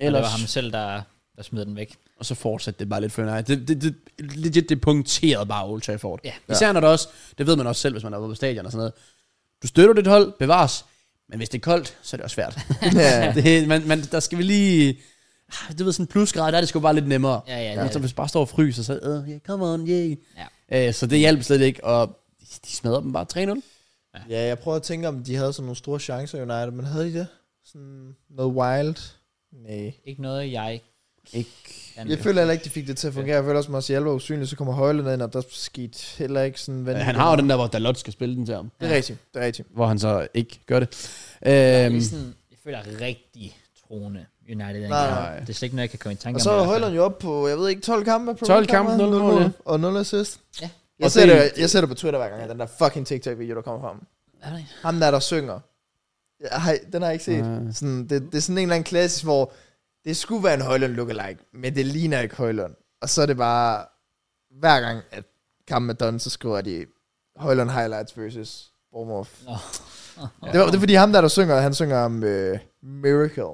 Speaker 1: Ellers...
Speaker 2: Ellers-
Speaker 1: Det var ham selv, der, der smed den væk.
Speaker 2: og så fortsætter det bare lidt for United. Det, det, det, legit, det punkterede bare Old Trafford.
Speaker 1: Ja.
Speaker 2: Især når det også, det ved man også selv, hvis man er ude på stadion og sådan noget. Du støtter dit hold, bevares, men hvis det er koldt, så er det også svært.
Speaker 3: Ja.
Speaker 2: det, man, man, der skal vi lige... Ah, Du ved, sådan en plusgrad, der er det sgu bare lidt nemmere.
Speaker 1: Ja, ja, det
Speaker 2: Men
Speaker 1: er
Speaker 2: så
Speaker 1: det.
Speaker 2: hvis du bare står og fryser, så øh, yeah, come on, yeah.
Speaker 1: Ja.
Speaker 2: Øh, så det hjalp slet ikke, og de, de smadrer dem bare 3-0.
Speaker 3: Ja, jeg prøver at tænke, om de havde sådan nogle store chancer i United, men havde de det? Sådan noget wild? Nej.
Speaker 1: Ikke noget, jeg
Speaker 2: Ikke.
Speaker 1: kan.
Speaker 3: Jeg føler heller ikke, de fik det til at fungere. Jeg føler også, at Martial var usynlig, så kommer Højlund ind, og der skete heller ikke sådan...
Speaker 2: Øh,
Speaker 3: Vanvittigt.
Speaker 2: Han har jo den der, hvor Dalot skal spille den til ham,
Speaker 3: Det er rigtigt, det er rigtigt.
Speaker 2: hvor han så ikke gør det. Øhm,
Speaker 1: Ikke sådan, jeg føler rigtig troende United. Nej,
Speaker 3: Nej,
Speaker 1: nej.
Speaker 2: nej.
Speaker 1: Det er slet ikke noget, jeg kan komme i tanke
Speaker 3: Og
Speaker 1: om. altså-
Speaker 3: så
Speaker 1: i
Speaker 3: er
Speaker 1: hvert fald.
Speaker 3: Højlund jo op på, jeg ved ikke, 12 kampe? Premier
Speaker 2: 12 kampe,
Speaker 3: League-kampe,
Speaker 2: nul mål,
Speaker 3: Og 0 assist.
Speaker 1: Ja.
Speaker 3: Jeg
Speaker 2: Og
Speaker 3: ser,
Speaker 2: det-
Speaker 3: det, jeg ser det på Twitter hver gang, at den der fucking TikTok-video, der kommer frem.
Speaker 1: Er det ikke?
Speaker 3: Ham der, der synger. Ja, hej, den har jeg ikke set.
Speaker 2: Nej.
Speaker 3: Sådan, det, det er sådan en eller anden klassisk, hvor det skulle være en Højlund lookalike, men det ligner ikke Højlund. Og så er det bare, hver gang, at kampen er done, så skriver de Højlund highlights versus Bormorf.
Speaker 1: Nå.
Speaker 3: Det, var, det er fordi ham der, der synger, han synger om øh, Miracle.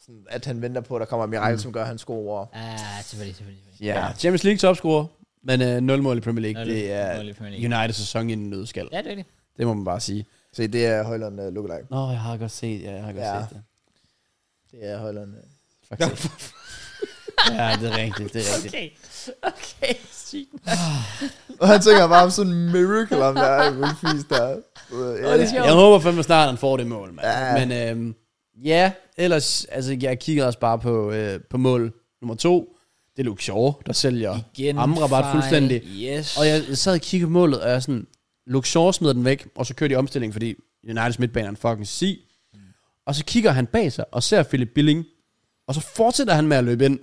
Speaker 3: Sådan, at han venter på, at der kommer et mirakel, mm. som gør hans gode ord.
Speaker 1: Ah, selvfølgelig, selvfølgelig. selvfølgelig.
Speaker 2: Ja, yeah. Champions League topscorer, men øh, 0 mål i Premier League,
Speaker 1: Nul
Speaker 2: det er
Speaker 1: mål i Premier League.
Speaker 2: United sæson i en nødskal.
Speaker 1: Ja, det er det.
Speaker 2: Det må man bare sige.
Speaker 3: Se, det er Højlund uh, lookalike.
Speaker 2: Nå, jeg har godt set, ja, jeg har godt
Speaker 3: Ja.
Speaker 2: set det.
Speaker 3: Det er Højlund. Uh.
Speaker 2: Faktisk. ja, det er rigtigt, det er rigtigt.
Speaker 1: Okay, okay, sygt.
Speaker 3: Og han synger bare om sådan en miracle om der. Jeg vil fisk der. Uh, ja,
Speaker 1: det er
Speaker 3: det,
Speaker 1: sjovt.
Speaker 2: Jeg håber fandme snart, han får det mål, mand.
Speaker 3: Ja.
Speaker 2: Men øhm, ja, ellers, altså jeg kigger også bare på, øh, på mål nummer to. Det er Luke Shaw, der sælger
Speaker 1: Igen.
Speaker 2: Amrabat
Speaker 1: fejl.
Speaker 2: fuldstændig.
Speaker 1: Yes.
Speaker 2: Og jeg sad og kiggede på målet, og jeg er sådan, Luke Shaw smider den væk, og så kører de omstilling, fordi Uniteds midtbane er en fucking si. Og så kigger han bag sig, og ser Philip Billing, og så fortsætter han med at løbe ind,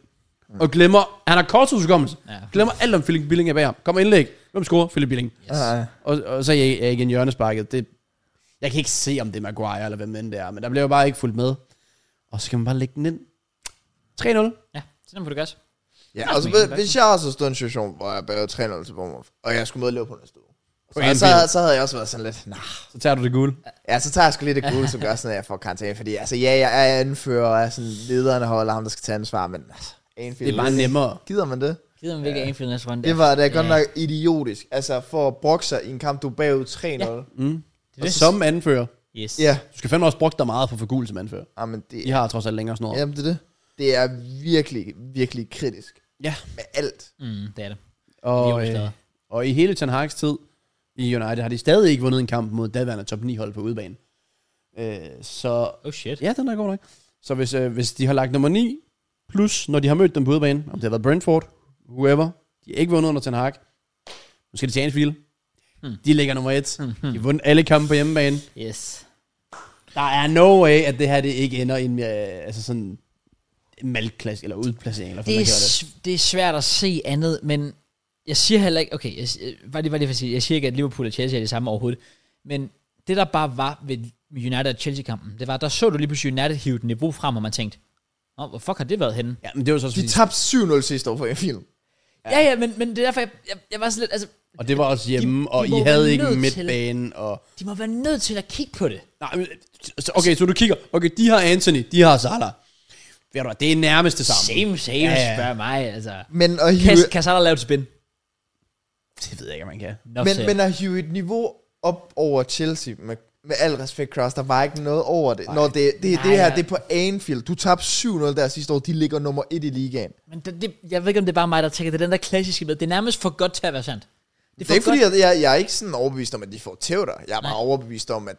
Speaker 2: og glemmer, han har korttidsudkommelse,
Speaker 1: Ja.
Speaker 2: glemmer alt om Philip Billing er bag ham. Kom indlæg, hvem scorer? Philip Billing.
Speaker 1: Yes.
Speaker 3: uh,
Speaker 2: Og, og så er jeg, jeg igen hjørnesparket. Det, jeg kan ikke se, om det er Maguire, eller hvem end det er, men der bliver jo bare ikke fulgt med. Og så kan man bare lægge den ind. 3-0.
Speaker 1: Ja, sådan må du gøre. så.
Speaker 3: ja, og så ved- hvis jeg også stod i en situation, hvor jeg bagede 3-0 til Bournemouth, og jeg skulle møde Liverpool næste uge.
Speaker 2: På
Speaker 3: Så, så,
Speaker 2: Anfield.
Speaker 3: så havde jeg også været sådan lidt, nej.
Speaker 2: Så tager du det gule.
Speaker 3: Ja, så tager jeg sgu lige det gule, som gør sådan, at jeg får karantæne. Fordi altså, ja, jeg er anfører, og er sådan lederen af holdet, ham der skal tage ansvar, men altså,
Speaker 2: Det er bare
Speaker 3: nemt.
Speaker 2: nemmere.
Speaker 3: Gider man det?
Speaker 1: Gider man virkelig Anfield næste runde?
Speaker 3: Det var da godt
Speaker 1: Ja.
Speaker 3: nok idiotisk. Altså, for at brokke sig i en kamp, du er bagud 3-0. Ja.
Speaker 2: Mm.
Speaker 1: er det.
Speaker 2: Som anfører.
Speaker 1: Yes.
Speaker 3: ja.
Speaker 2: Du skal fandme også brugt dig meget for forgul som anfører.
Speaker 3: Jamen, det,
Speaker 2: I har trods alt længere snor.
Speaker 3: jamen, det er det. Det er virkelig, virkelig kritisk.
Speaker 2: Ja.
Speaker 3: Med alt.
Speaker 1: Mm, det er det.
Speaker 2: Og,
Speaker 1: Lige
Speaker 2: øh,
Speaker 1: overstået.
Speaker 2: og i hele Ten Hag's tid i United har de stadig ikke vundet en kamp mod daværende top 9 hold på udebane. Øh, så
Speaker 1: Oh shit.
Speaker 2: ja, den er god nok. Så hvis, øh, hvis de har lagt nummer 9, plus når de har mødt dem på udebane, om det har været Brentford, whoever, de har ikke vundet under Ten Hag. Nu skal de til Anfield.
Speaker 1: Hmm.
Speaker 2: De ligger nummer 1.
Speaker 1: Mm,
Speaker 2: De
Speaker 1: mm.
Speaker 2: har vundet alle kampe på hjemmebane.
Speaker 1: Yes.
Speaker 2: Der er no way, at det her det ikke ender i en øh, altså sådan malklasse eller udplacering. Eller hvad
Speaker 1: det,
Speaker 2: man
Speaker 1: er,
Speaker 2: kalder det.
Speaker 1: sv- det er svært at se andet, men jeg siger heller ikke, okay, jeg, si- øh, var det, var det for at sige, jeg siger ikke, at Liverpool og Chelsea er det samme overhovedet, men det der bare var ved United og Chelsea-kampen, det var, der så du lige pludselig United hive et niveau frem, og man tænkte, Nå, hvor fuck har det været henne?
Speaker 2: Ja, men det var så også
Speaker 3: De
Speaker 2: fordi,
Speaker 3: tabte 7-0 sidste år for en film.
Speaker 1: Ja, ja, men, men det er derfor, jeg, jeg, jeg var sådan lidt, altså,
Speaker 2: og det var også hjemme,
Speaker 1: de
Speaker 2: og I
Speaker 1: må
Speaker 2: havde
Speaker 1: være
Speaker 2: ikke
Speaker 1: nødt
Speaker 2: en
Speaker 1: til-
Speaker 2: midtbane, og...
Speaker 1: de må være nødt til at kigge på det.
Speaker 2: Nej, men, så- okay, så du kigger. Okay, de har Anthony, de har Salah. Ved du hvad, det er nærmest det samme.
Speaker 1: Same, same,
Speaker 2: Ja,
Speaker 1: ja,
Speaker 2: ja.
Speaker 1: ja. spørg mig, altså.
Speaker 3: Men at
Speaker 1: Kan,
Speaker 3: hive,
Speaker 1: kan Salah lave et spin?
Speaker 2: Det ved jeg ikke, om man kan.
Speaker 1: Nå,
Speaker 3: men, men at hive et niveau op over Chelsea, med, med al respekt, Cross, der var ikke noget over det. Når det, det, det,
Speaker 1: Nej,
Speaker 3: det her,
Speaker 1: ja.
Speaker 3: det er på Anfield. Du tabte 7-0 der sidste år, de ligger nummer 1 i ligaen.
Speaker 1: men det, det, jeg ved ikke, om det er bare mig, der tænker, det er den der klassiske med, det er nærmest for godt til at være sandt.
Speaker 3: Det er ikke fordi, at jeg, jeg er ikke sådan overbevist om, at de får tæv der. Jeg er bare
Speaker 1: Nej.
Speaker 3: overbevist om, at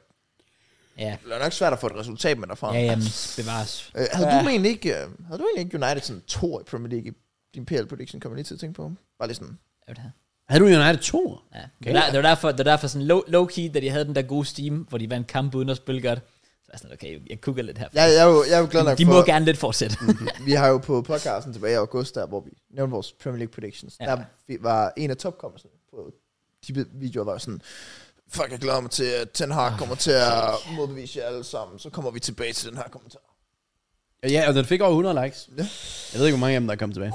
Speaker 1: Ja,
Speaker 3: det er nok svært at få et resultat med derfra.
Speaker 1: ja, jamen, bevares.
Speaker 3: Øh, havde, du egentlig ikke, øh, havde du egentlig ikke United sådan to i Premier League i din PL prediction, kommer jeg lige til at tænke på? Bare lige sådan.
Speaker 1: Hvad er det her?
Speaker 2: Havde du United 2?
Speaker 1: Ja. Okay. Det, var, det, var derfor, det var derfor sådan low, low key, da de havde den der gode steam, hvor de vandt kampe uden at spille godt. Så var jeg sådan, okay, jeg kugger lidt her.
Speaker 3: Jeg, jeg, er jo, jeg Mm. er jo glad nok
Speaker 1: de
Speaker 3: for,
Speaker 1: må gerne lidt fortsætte.
Speaker 3: vi har jo på podcasten tilbage i august, der, hvor vi nævnte vores Premier League predictions. Ja.
Speaker 1: Ja.
Speaker 3: Der vi- var en af topkommelserne på de vi- videoer, var sådan, fuck, jeg glæder mig til, at Ten Hag kommer til at modbevise jer alle sammen. Så kommer vi tilbage til den her kommentar.
Speaker 2: Ja, og den fik over 100 likes.
Speaker 3: Ja.
Speaker 2: Jeg ved ikke, hvor mange af dem, der er kommet tilbage.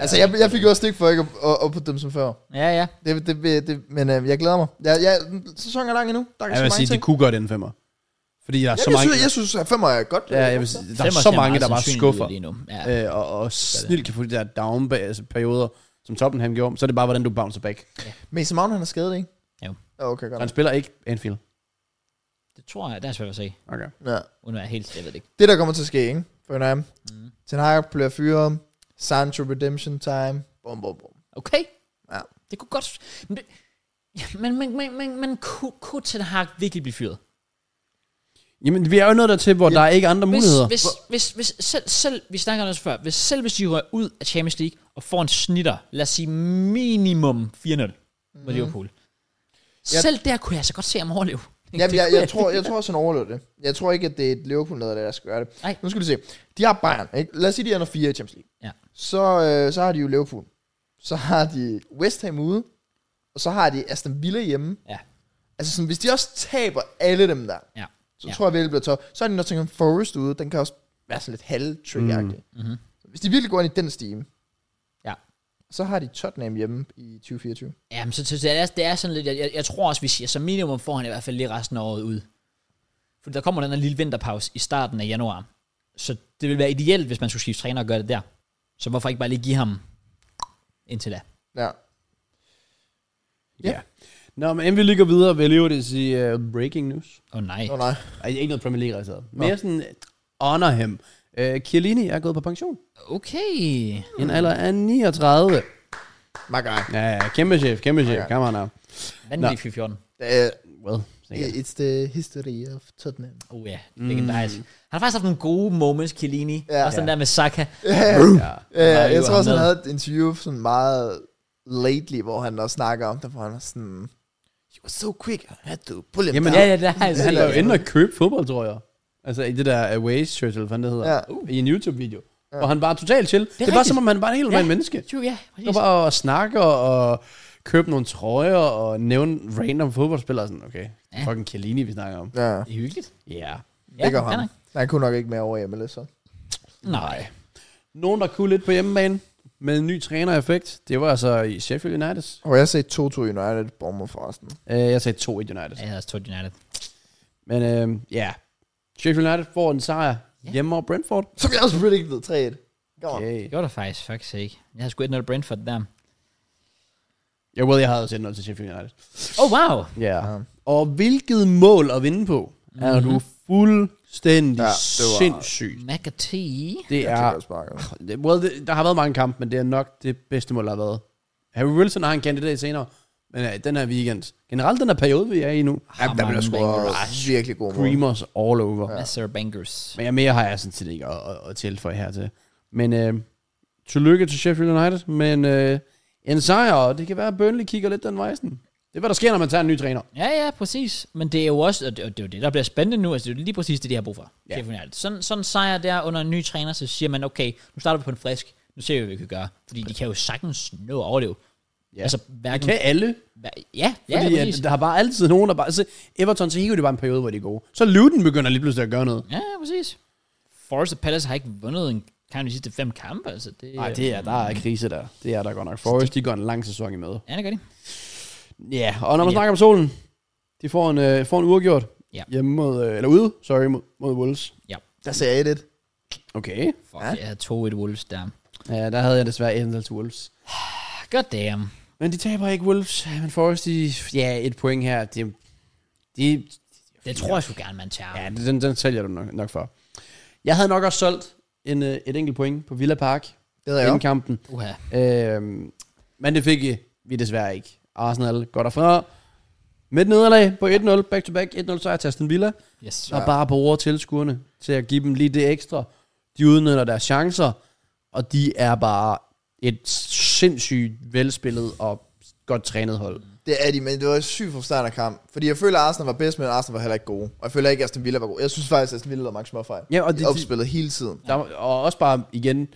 Speaker 3: Altså, jeg, jeg fik jo også stik for ikke at, at, at putte dem som før.
Speaker 1: ja, ja.
Speaker 3: Det, det, det, det, men øh, jeg glæder mig. Jeg, jeg, sæsonen er lang endnu. Der er
Speaker 2: Jeg
Speaker 3: så
Speaker 2: vil
Speaker 3: mange
Speaker 2: sige, de
Speaker 3: ting.
Speaker 2: kunne godt en femmer. Fordi der er
Speaker 3: Jeg,
Speaker 2: så
Speaker 3: jeg,
Speaker 2: mange...
Speaker 3: synes, jeg synes, at femmer er godt.
Speaker 2: ja, jeg vil sige, der er
Speaker 1: Selvom
Speaker 2: så
Speaker 1: ser
Speaker 2: mange,
Speaker 1: meget
Speaker 2: der bare
Speaker 1: sandsynligt ud
Speaker 2: skuffer.
Speaker 1: Lige nu. Ja. Øh,
Speaker 2: Øh, og, og snilt kan få de der down altså, perioder, som Tottenham gjorde. Så er det bare, hvordan du bouncer back.
Speaker 3: Mason Mount, han er skadet, ikke?
Speaker 1: Jo.
Speaker 3: Okay,
Speaker 2: Så
Speaker 3: godt.
Speaker 2: han spiller ikke Anfield. nok.
Speaker 1: det tror jeg, der er svært at se.
Speaker 2: Okay.
Speaker 3: Ja.
Speaker 1: Uden at være helt, jeg ved det ikke.
Speaker 3: Det, der kommer til at ske, ikke? For United.
Speaker 1: Mm.
Speaker 3: Ten Hag bliver fyret. Sancho redemption time. Bum, bum, bum.
Speaker 1: Okay.
Speaker 3: Ja.
Speaker 1: Det kunne godt... Men, det, ja, men, men, men, men, men kunne, kunne Ten Hag virkelig blive fyret?
Speaker 2: Jamen, vi er jo nået dertil, hvor
Speaker 3: Ja.
Speaker 2: der er ikke andre
Speaker 1: Hvis,
Speaker 2: muligheder.
Speaker 1: hvis, hvis, hvis, selv, selv, vi snakker om det også før, hvis selv hvis de rører ud af Champions League og får en snitter, lad os sige minimum 4-0 mod
Speaker 3: Mhm.
Speaker 1: Liverpool.
Speaker 3: Jeg-
Speaker 1: Selv der kunne jeg så godt se ham overleve.
Speaker 3: Jamen,
Speaker 1: Det
Speaker 3: jeg,
Speaker 1: kunne
Speaker 3: jeg, tror, jeg tror også, han overlever det. Jeg tror ikke, at det er et liverpool nederlag der skal gøre det.
Speaker 1: Nej.
Speaker 3: Nu skal vi se. De har Bayern, ikke? Lad os sige, de ender fire i Champions League.
Speaker 1: Ja.
Speaker 3: Så, øh, så har de jo Liverpool. Så har de West Ham ude. Og så har de Aston Villa hjemme.
Speaker 1: Ja.
Speaker 3: Altså sådan, hvis de også taber alle dem der,
Speaker 1: Ja.
Speaker 3: så
Speaker 1: Ja.
Speaker 3: tror jeg virkelig, det bliver top. Så er de Nottingham Forest ude. Den kan også være sådan lidt halv
Speaker 1: Mhm.
Speaker 3: Hvis de virkelig går ind i den stime,
Speaker 1: Ja.
Speaker 3: så har de Tottenham hjemme i 2024.
Speaker 1: Jamen, så, så det, er, det er sådan lidt, jeg, jeg, jeg tror også, vi siger, som minimum får han i hvert fald lige resten af året ud. For der kommer den her lille vinterpause i starten af januar. Så det ville være ideelt, hvis man skulle skifte træner og gøre det der. Så hvorfor ikke bare lige give ham indtil da?
Speaker 3: Ja.
Speaker 2: Ja. Nå, men inden vi lige går videre, vil jeg lige hurtigt sige uh, breaking news.
Speaker 1: Åh oh, nej.
Speaker 3: Nå nej.
Speaker 2: Ej, ikke noget Premier League-relateret. Mere sådan honor him. Uh, Chiellini er gået på pension.
Speaker 1: Okay.
Speaker 2: I En alder af 39.
Speaker 3: My guy.
Speaker 2: Ja, ja, kæmpe chef, kæmpe chef.
Speaker 3: Ja.
Speaker 2: Come on now.
Speaker 1: Vanvittig 14.
Speaker 3: Uh,
Speaker 2: Well, sikkert.
Speaker 3: it's the history of Tottenham.
Speaker 1: Oh ja, yeah. legendarisk. Mm. Han har faktisk haft nogle gode moments, Chiellini.
Speaker 3: Ja.
Speaker 1: Ja. Også den der med Saka.
Speaker 2: ja.
Speaker 3: Uh, jeg
Speaker 1: hiver
Speaker 3: tror
Speaker 1: ham
Speaker 3: også, han
Speaker 1: med.
Speaker 3: havde et interview sådan meget lately, hvor han også snakker om det, hvor han var sådan, you were so quick, I had to pull him
Speaker 2: Jamen,
Speaker 3: down.
Speaker 1: Ja, ja, det har jeg
Speaker 2: Han
Speaker 1: set.
Speaker 2: er jo inde og købe fodbold, tror jeg. Altså i det der away shirt, eller hvad det hedder.
Speaker 3: Ja.
Speaker 2: Ja. Uh. I en YouTube-video. Ja. Hvor han bare er totalt chill. Det, det var
Speaker 1: rigtigt.
Speaker 2: som om han bare er en helt normal ja. menneske.
Speaker 1: Jo, ja. præcis.
Speaker 2: Så bare og snakker og købe nogle trøjer og nævne random fodboldspillere. Sådan, okay, ja.
Speaker 1: Ja.
Speaker 2: fucking Chiellini, vi snakker om.
Speaker 3: Ja, ja.
Speaker 1: Det er hyggeligt.
Speaker 2: Ja. Yeah.
Speaker 1: Ja,
Speaker 3: det gør
Speaker 1: fair
Speaker 3: ham.
Speaker 1: nok.
Speaker 3: Han kunne nok ikke mere over i MLS, så.
Speaker 1: Nej.
Speaker 2: Nogen, der kunne lidt på hjemmebane med en ny træner-effekt, det var altså i Sheffield United.
Speaker 3: Og jeg sagde 2-2 United, Bournemouth forresten.
Speaker 2: Uh, jeg sagde 2-1 United.
Speaker 1: Ja, jeg har også tog United.
Speaker 2: Men ja, uh, yeah. Sheffield United får en sejr
Speaker 1: Ja.
Speaker 2: hjemme over Brentford.
Speaker 3: Som jeg også predicted 3-1. Come on.
Speaker 2: Okay.
Speaker 1: Det gjorde der faktisk faktisk ikke. Jeg har sgu 1-0 Brentford der.
Speaker 2: Jeg ved, jeg havde sendt noget til Sheffield United.
Speaker 1: Oh, wow.
Speaker 2: Ja.
Speaker 3: Ja.
Speaker 2: Yeah. Og hvilket mål at vinde på, er mm-hmm. du fuldstændig
Speaker 3: Ja, det
Speaker 2: ja,
Speaker 3: var-
Speaker 2: sindssygt.
Speaker 1: McAtee.
Speaker 2: Det
Speaker 3: Jeg tænker
Speaker 2: er...
Speaker 3: også bare, ja.
Speaker 2: det- Well, det, der har været mange kampe, men det er nok det bedste mål, der har været. Harry Wilson har en kandidat senere, men øh, den her weekend. Generelt den her periode, vi er i nu.
Speaker 3: Ja, der bliver sgu virkelig god mål.
Speaker 2: Creamers all over. Ja.
Speaker 1: Masser af bangers.
Speaker 2: Men jeg mere har jeg sådan set ikke at, at, at tilføje hertil. Men øh, tillykke til Sheffield United, men øh, en sejr, og det kan være, at Burnley kigger lidt den vej sådan. Det er, hvad der sker, når man tager en ny træner.
Speaker 1: Ja, ja, præcis. Men det er jo også, og det, og det er jo det, der bliver spændende nu, altså det er jo lige præcis det, de har brug for.
Speaker 2: Ja.
Speaker 1: Ja. Sådan, sådan en sejr der under en ny træner, så siger man, okay, nu starter vi på en frisk, nu ser vi, hvad vi kan gøre. Fordi de kan jo sagtens nå at overleve.
Speaker 2: Ja.
Speaker 1: Ja. Altså,
Speaker 2: Det
Speaker 1: hverken...
Speaker 2: kan alle.
Speaker 1: hver- Ja, ja,
Speaker 2: Fordi ja,
Speaker 1: præcis.
Speaker 2: at, der har bare altid nogen, der bare... Altså, Everton, så gik jo det bare en periode, hvor de er gode. Så Luton begynder lige pludselig at gøre noget.
Speaker 1: Ja, ja, præcis. Forrest og Palace har ikke vundet en kamp de sidste fem kampe, altså det...
Speaker 2: Nej, det er, der er krise der. Det er der godt nok. Forrest, de går en lang sæson i møde.
Speaker 1: Ja, det gør de.
Speaker 2: Ja, og når man
Speaker 1: Ja.
Speaker 2: snakker om solen, de får en, øh, får en uregjort.
Speaker 1: Ja.
Speaker 2: Hjemme mod, øh, eller ude, sorry, mod, mod Wolves.
Speaker 3: Der sagde jeg det.
Speaker 2: Okay.
Speaker 1: Fuck, ja. jeg havde 2-1 Wolves der.
Speaker 2: Ja, der havde jeg desværre Endel til Wolves.
Speaker 1: God damn.
Speaker 2: Men de taber ikke Wolves. Men Forrest, de, ja, et point her. De, de,
Speaker 1: Det tror jeg sgu gerne, man tager.
Speaker 2: ja, den, den sælger du nok, nok for. Jeg havde nok også solgt en, øh, et enkelt point på Villa Park.
Speaker 3: Det havde jeg
Speaker 2: Ja. Inden
Speaker 3: også.
Speaker 2: kampen.
Speaker 1: Uha.
Speaker 2: Øhm, men det fik øh, vi desværre ikke. Arsenal går derfra. Med et nederlag på 1-0, back-to-back, 1-0 sejr til Aston Villa.
Speaker 1: Yes.
Speaker 2: Der er bare bruger tilskuerne til at give dem lige det ekstra. De udnytter deres chancer, og de er bare et sindssygt velspillet og godt trænet hold.
Speaker 3: Det er de, men det var sygt fra start af kamp. Fordi jeg føler, at Arsenal var bedst, men Arsenal var heller ikke gode. Og jeg føler ikke, at Aston Villa var god. Jeg synes faktisk, at Aston Villa lavede mange småfejl.
Speaker 2: Ja, og
Speaker 3: De
Speaker 2: de, de,
Speaker 3: opspillede hele tiden.
Speaker 2: der, og også bare igen,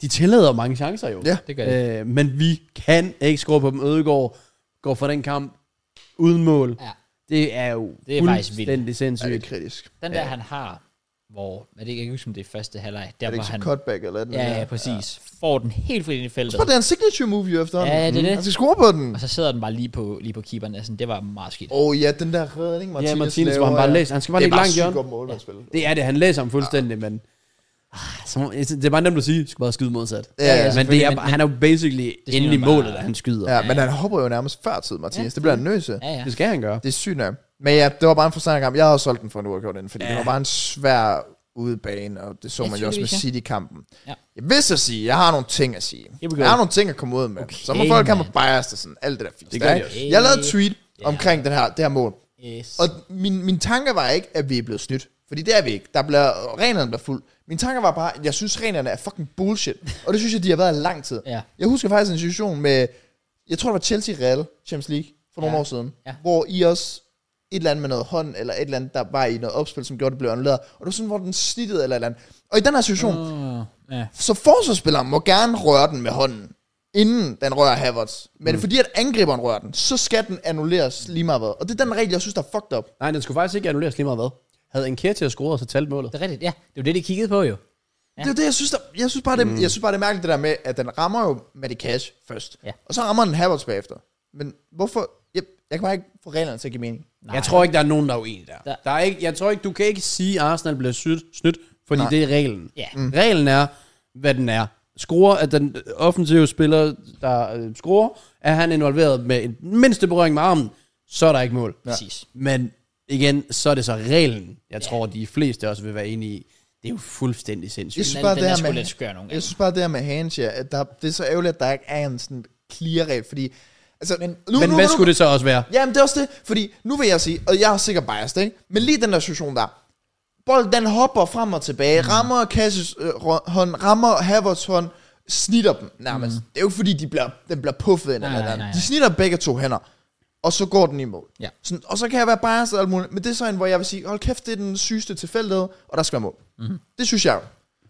Speaker 2: de tillader mange chancer jo.
Speaker 3: Ja.
Speaker 1: Det gør det.
Speaker 2: Øh, men vi kan ikke score på dem. Ødegaard går for den kamp uden mål.
Speaker 1: Ja.
Speaker 2: Det er jo
Speaker 1: Det er faktisk vildt.
Speaker 2: fuldstændig
Speaker 3: Ja, det er
Speaker 2: sindssygt.
Speaker 3: kritisk.
Speaker 1: Den der, han har, hvor... Er det ikke, jeg kan ikke huske, om det er første halvleg. Der
Speaker 3: Er det
Speaker 1: var
Speaker 3: ikke
Speaker 1: han...
Speaker 3: sådan cutback eller den
Speaker 1: Ja, ja, præcis. Ja. Får den helt fri ind i feltet.
Speaker 3: Tror det er en signature move jo efterhånden.
Speaker 1: Ja, det er det.
Speaker 3: Han skal score på den.
Speaker 1: Og så sidder den bare lige på, lige på keeperen. Altså, det var meget skidt.
Speaker 3: Åh oh, ja, den der redning, Martinez
Speaker 2: Ja, Martinez, hvor han bare læser. Han skal bare
Speaker 3: Det
Speaker 2: lige
Speaker 3: er bare
Speaker 2: langt
Speaker 3: sygt
Speaker 2: hjørne.
Speaker 3: godt målmandsspil.
Speaker 2: Det er det, han læser ham fuldstændig, ja. men... Ah, så, må- det er bare nemt at sige, skal bare skyde modsat.
Speaker 3: Ja, ja.
Speaker 2: men det er,
Speaker 1: men-
Speaker 2: men, han er jo basically
Speaker 1: Det
Speaker 2: inde i
Speaker 1: skal man
Speaker 2: målet,
Speaker 1: bare-
Speaker 2: da han skyder.
Speaker 3: Ja,
Speaker 2: Ja.
Speaker 3: men han hopper jo nærmest før tid, Martinez.
Speaker 1: Ja.
Speaker 3: Det bliver han nødt til.
Speaker 1: Ja, ja.
Speaker 2: Det skal han gøre.
Speaker 3: Det er sygt nok. Men ja, det var bare en frustrerende kamp. Jeg havde solgt den for en uafgjort inden, fordi ja. det var bare en svær udebane, og det så
Speaker 1: Ja,
Speaker 3: man jo også med
Speaker 1: tydeligvis,
Speaker 3: City-kampen.
Speaker 1: Ja.
Speaker 3: Jeg vil så sige, jeg har nogle ting at sige.
Speaker 1: Here we go.
Speaker 3: Jeg har nogle ting at komme ud med. Okay, så må
Speaker 1: Okay,
Speaker 3: folk have mig
Speaker 1: mand.
Speaker 3: biased og sådan, alt det der fisk.
Speaker 2: Det gør de
Speaker 3: ikke?
Speaker 1: også.
Speaker 3: Jeg lavede et tweet
Speaker 1: Ja.
Speaker 3: omkring den her, det her mål.
Speaker 1: Yes.
Speaker 3: Og min, min tanke var ikke, at vi er blevet snydt. Fordi det er vi ikke. Der bliver, reglerne bliver fuld. Min tanke var bare, at jeg synes, reglerne er fucking bullshit. Og det synes jeg, de har været i lang tid.
Speaker 1: Ja.
Speaker 3: Jeg husker faktisk en situation med, jeg tror det var Chelsea Real Champions League for nogle
Speaker 1: Ja.
Speaker 3: år siden,
Speaker 1: Ja.
Speaker 3: hvor I også et eller andet med noget hånd, eller et eller andet, der var i noget opspil, som gjorde, det blev annulleret. Og det var sådan, hvor den snittede eller et eller andet. Og i den her situation, mm.
Speaker 1: Åh, ja.
Speaker 3: så forsvarsspilleren må gerne røre den med hånden, inden den rører Havertz. Men mm. fordi at angriberen rører den, så skal den annulleres lige meget hvad. Og det er den regel, jeg synes, der er fucked up.
Speaker 2: Nej, den skulle faktisk ikke annulleres lige meget hvad. Havde en kære til at score, og så talte målet.
Speaker 1: Det er rigtigt. Ja, det var det, de kiggede på jo.
Speaker 3: Ja. Det er det, jeg synes, der, jeg synes bare, det, mm. jeg synes bare, det er mærkeligt det der med, at den rammer jo Matty Cash først.
Speaker 1: Ja.
Speaker 3: Og så rammer den Havertz bagefter. Men hvorfor? Jeg, jeg kan bare ikke få reglerne til at give mening.
Speaker 1: Nej.
Speaker 2: Jeg tror ikke, der er nogen, der er uenige der.
Speaker 1: Der-
Speaker 2: der. der er ikke, jeg tror ikke, du kan ikke sige, at Arsenal bliver snydt, snydt fordi Nej. det er reglen.
Speaker 1: Ja.
Speaker 2: Mm. Reglen er, hvad den er. Scorer, at den offensive spiller, der øh, scorer, er han involveret med en mindste berøring med armen, så er der ikke mål.
Speaker 1: Præcis.
Speaker 2: Men igen, så er det så reglen, jeg tror, de fleste også vil være enige i. Det er jo fuldstændig
Speaker 3: Jeg
Speaker 2: sindssygt.
Speaker 3: synes
Speaker 1: Den-
Speaker 3: bare,
Speaker 1: den
Speaker 3: det
Speaker 1: er
Speaker 3: her
Speaker 1: sgu
Speaker 3: med,
Speaker 1: lidt skør nogle gange.
Speaker 3: Jeg synes bare, det her med Hansia, at der, det er så ærgerligt, at der ikke er en sådan clear regel, fordi... Altså, men, nu,
Speaker 2: Men hvad skulle det så også være?
Speaker 3: Jamen, det er også det, fordi nu vil jeg sige, og jeg er sikkert biased, ikke? Men lige den der situation der, bolden den hopper frem og
Speaker 1: Mm.
Speaker 3: tilbage, rammer Cassis øh, rå- hånd, rammer Havertz hånd, snitter dem nærmest. Mm. Det er jo ikke fordi, de bliver, den bliver puffet ind
Speaker 1: Nej,
Speaker 3: eller
Speaker 1: nej,
Speaker 3: andet.
Speaker 1: nej,
Speaker 3: De
Speaker 1: nej.
Speaker 3: snitter begge to hænder, og så går den i mål.
Speaker 1: Ja.
Speaker 3: Sådan, og så kan jeg være biased og alt muligt, men det er sådan, hvor jeg vil sige, hold kæft, det er den sygeste tilfældighed, og der skal være mål. Mm.
Speaker 1: Mhm.
Speaker 3: Det synes jeg jo.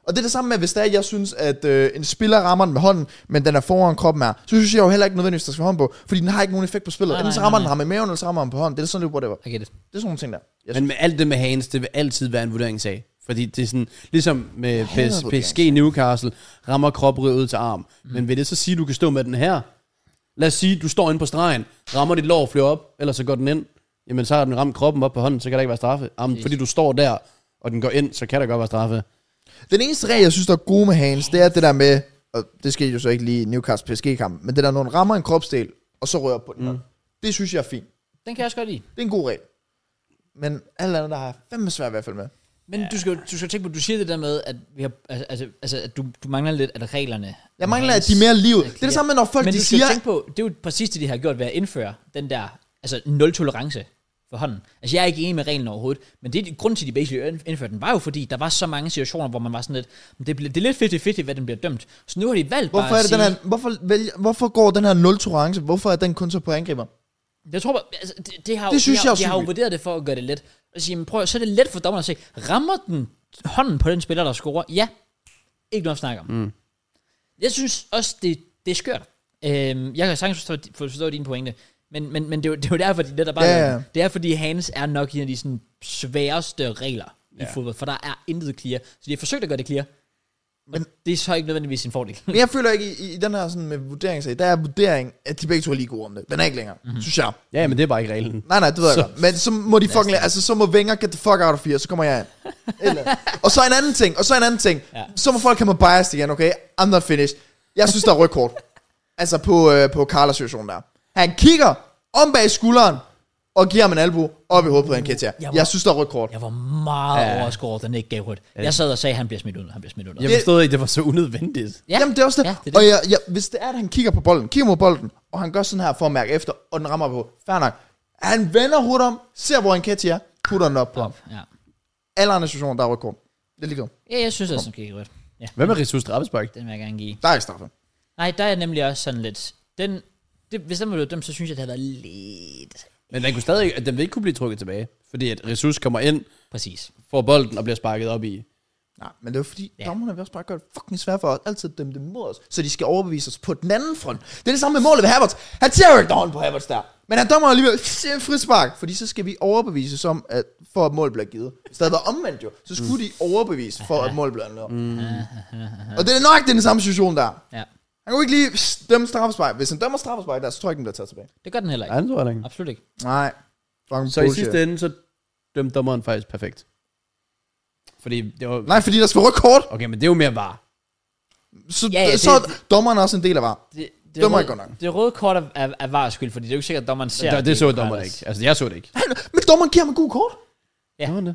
Speaker 3: Og det er det samme med, hvis det er, jeg synes, at øh, en spiller rammer den med hånden, men den er foran kroppen her, så synes jeg jo heller ikke nødvendigvis, der skal hånd på, fordi den har ikke nogen effekt på spillet.
Speaker 1: Nej,
Speaker 3: Enten så
Speaker 1: nej,
Speaker 3: rammer
Speaker 1: nej,
Speaker 3: den ham i maven, eller så rammer han på hånden. Det er sådan lidt, whatever.
Speaker 1: I get it.
Speaker 3: Det er sådan nogle ting der. Jeg
Speaker 2: Men med alt det med Hans, det vil altid være en vurderingssag. Fordi det er sådan, ligesom med
Speaker 3: hader
Speaker 2: PS- PSG
Speaker 3: vurderingssag.
Speaker 2: Newcastle, rammer kroprivet ud til arm. Mm. Men vil det så sige, du kan stå med den her? Lad os sige, du står inde på stregen, rammer dit lår flyver op, eller så går den ind. Jamen, så har den ramt kroppen op på hånden, så kan der ikke være straffe. Jamen, fordi du står der, og den går ind, så kan der godt være straffe.
Speaker 3: Den eneste regel, jeg synes, der er gode med Hans, det er det der med, og det skete jo så ikke lige i Newcastle psg kampen men det der, når den rammer en kropsdel, og så rører på den. Mm. Det synes jeg er fint.
Speaker 1: Den kan jeg også godt lide.
Speaker 3: Det er en god regel. Men alt andet, der har jeg fandme svært i hvert fald med.
Speaker 1: Men du skal, du skal tænke på, du siger det der med, at, vi har, altså, altså, altså, at du, du mangler lidt, at reglerne...
Speaker 3: Jeg mangler, at de er mere liv. Det er det samme med, når folk
Speaker 1: Men
Speaker 3: de
Speaker 1: du skal
Speaker 3: siger...
Speaker 1: tænke på, det er jo præcis det, de har gjort ved at indføre den der altså nul-tolerance for hånden. Altså jeg er ikke enig med reglen overhovedet, men det, grund til, at de basically ind- indførte den, var jo fordi, der var så mange situationer, hvor man var sådan lidt, "Men det, bliver- det er lidt 50-50, hvad den bliver dømt. Så nu har de valgt
Speaker 3: Hvorfor,
Speaker 1: bare
Speaker 3: er
Speaker 1: at
Speaker 3: det
Speaker 1: sige,
Speaker 3: den her, hvorfor, vælger, hvorfor går den her nul tolerance? Hvorfor er den kun så på angriber?
Speaker 1: Jeg tror bare, altså, det, det, har, jo-
Speaker 3: Det synes
Speaker 1: de har,
Speaker 3: jeg er
Speaker 1: de har jo
Speaker 3: sygt.
Speaker 1: vurderet det for at gøre det let. Og sige, men prøv, at- så er det let for dommeren at se, rammer den hånden på den spiller, der scorer? Ja. Ikke noget at snakke om. Mm. Jeg synes også, det, det er skørt. Øhm, jeg kan sagtens forstå, forstå dine pointe, men, men, men det, er jo, det er jo derfor, de netop bare...
Speaker 5: Ja, ja.
Speaker 1: Yeah. Det er fordi Hans er nok en af de sådan, sværeste regler i fodbold, for der er intet clear. Så de har forsøgt at gøre det clear, men det er så ikke nødvendigvis en fordel.
Speaker 3: Men jeg føler ikke, i, i den her sådan med vurderingssag, der er vurdering, at de begge to er lige gode om det. Den er ikke længere,
Speaker 1: Mhm.
Speaker 3: mm-hmm. synes jeg.
Speaker 2: Ja, men det er bare ikke reglen.
Speaker 3: Nej, nej, det ved jeg godt. Men så må de fucking... lade- Altså, så må Wenger get the fuck out of here, så kommer jeg ind. Eller. og så en anden ting, og så en anden ting.
Speaker 1: Ja.
Speaker 3: Ja. Så må folk have mig biased igen, okay? I'm not finished. Jeg synes, der er rødkort. altså på, øh, på Carlas situation der. Han kigger om bag skulderen, og giver ham en albu op i hovedet på Enketia.
Speaker 1: Jeg
Speaker 3: Jeg,
Speaker 1: var-
Speaker 3: jeg synes, der er rødkort.
Speaker 1: Jeg var meget ja. overrasket over, at den ikke gav rødt. Jeg sad og sagde, at han bliver smidt ud, han bliver smidt ud.
Speaker 2: Jeg forstod ikke, det var så unødvendigt.
Speaker 1: Ja.
Speaker 3: Jamen, det er også det.
Speaker 1: Ja,
Speaker 3: Ja,
Speaker 1: det
Speaker 3: det,
Speaker 1: er
Speaker 3: det.
Speaker 1: det.
Speaker 3: Og jeg, jeg, hvis det er, at han kigger på bolden, kigger mod bolden, og han gør sådan her for at mærke efter, og den rammer på, fair nok. Han vender hovedet om, ser, hvor Enketia er, putter den op på ham.
Speaker 1: Ja.
Speaker 3: Alle andre situationer, der er rødkort. Det er lige
Speaker 1: Ja, jeg synes også, den gik rødt. Ja,
Speaker 2: Hvad med Rissus straffespark?
Speaker 1: den vil jeg gerne give.
Speaker 3: Der er ikke straffe.
Speaker 1: Nej, der er jeg nemlig også sådan lidt... Den, det, hvis den var dømt, så synes jeg, det havde været lidt...
Speaker 2: Men den, kunne stadig, at den vil ikke kunne blive trukket tilbage, fordi at Rissus kommer ind,
Speaker 1: Præcis.
Speaker 2: får bolden og bliver sparket op i.
Speaker 3: Nej, men det er jo fordi,
Speaker 1: Ja.
Speaker 3: ja. dommerne vil også bare gøre det fucking svært for os. Altid dømme dem mod os, så de skal overbevise os på den anden front. Det er det samme med målet ved Havertz. Han ser jo ikke hånden på Havertz der. Men han dommer alligevel "Se, frispark, fordi så skal vi overbevise om, at for at målet bliver givet. Hvis det havde været omvendt jo, så skulle de overbevise for, at målet bliver annulleret. Mm. Og det er nok den samme situation der.
Speaker 1: Ja,
Speaker 3: Han kunne ikke lige "Psst, dømme straffespark. Hvis han dømmer straffespark der, så tror jeg ikke, den bliver taget tilbage.
Speaker 1: det gør den heller ikke.
Speaker 2: Ja, det tror jeg ikke.
Speaker 1: Absolut ikke.
Speaker 3: Nej. Fucking
Speaker 2: Så i
Speaker 3: bullshit.
Speaker 2: sidste ende, så dømte dommeren faktisk perfekt. Fordi det var...
Speaker 3: Nej, fordi der skal rødkort,
Speaker 2: Okay, men det er jo mere var.
Speaker 3: så,
Speaker 1: Ja, ja,
Speaker 3: ja, så
Speaker 1: det-
Speaker 3: er dommeren også en del af var.
Speaker 1: Det, det,
Speaker 3: Dømmer ikke godt nok.
Speaker 1: Det røde kort er, er, er vars skyld, fordi det er jo ikke sikkert, at dommeren ser...
Speaker 2: Ja, det, det
Speaker 1: er
Speaker 2: så
Speaker 1: Carlos.
Speaker 2: dommeren ikke. Altså, jeg så det ikke.
Speaker 3: Men dommeren giver ham en god kort.
Speaker 1: Ja.
Speaker 2: Gjorde han det?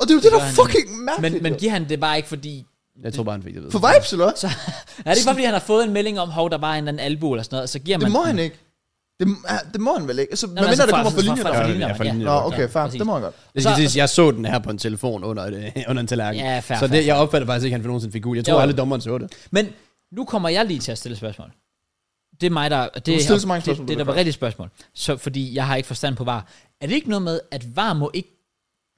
Speaker 3: Og det er jo det,
Speaker 1: gør
Speaker 3: der
Speaker 1: han
Speaker 3: er
Speaker 1: nemlig.
Speaker 3: fucking mærkeligt.
Speaker 1: Men, men giver han det bare ikke, fordi...
Speaker 2: Jeg tror bare, han fik det ved.
Speaker 3: For vibes, eller hvad?
Speaker 1: Så, nej, det er bare, fordi han har fået en melding om, hov, der var en eller anden albu eller sådan noget, og så giver man...
Speaker 3: Det må han ikke. Det, ah, det må han vel ikke. Så,
Speaker 1: Nå,
Speaker 3: Nå,
Speaker 1: men
Speaker 3: men
Speaker 1: altså
Speaker 3: mindre, det kommer
Speaker 1: fra-
Speaker 3: fra linjen.
Speaker 1: fra- fra
Speaker 2: Ja,
Speaker 3: der.
Speaker 1: linjen,
Speaker 2: ja, fra
Speaker 1: ja.
Speaker 2: linjen,
Speaker 3: Nå,
Speaker 2: ja,
Speaker 3: okay, fair.
Speaker 1: præcis.
Speaker 3: Det må han godt.
Speaker 2: Det skal
Speaker 1: Så-
Speaker 2: siges, jeg så den her på en telefon under, det, under en tallerken.
Speaker 1: Ja, fair,
Speaker 2: så
Speaker 1: fair,
Speaker 2: det, jeg opfatter faktisk ikke, at han nogensinde fik gul. Jeg
Speaker 1: Jo.
Speaker 2: tror, alle dommeren så det.
Speaker 1: Men nu kommer jeg lige til at stille spørgsmål. Det er mig, der... Det,
Speaker 3: må stille så mange
Speaker 1: det,
Speaker 3: spørgsmål, du
Speaker 1: det, der
Speaker 3: vil
Speaker 1: var
Speaker 3: først.
Speaker 1: rigtigt spørgsmål. Så, fordi jeg har ikke forstand på var. Er det ikke noget med, at var må ikke...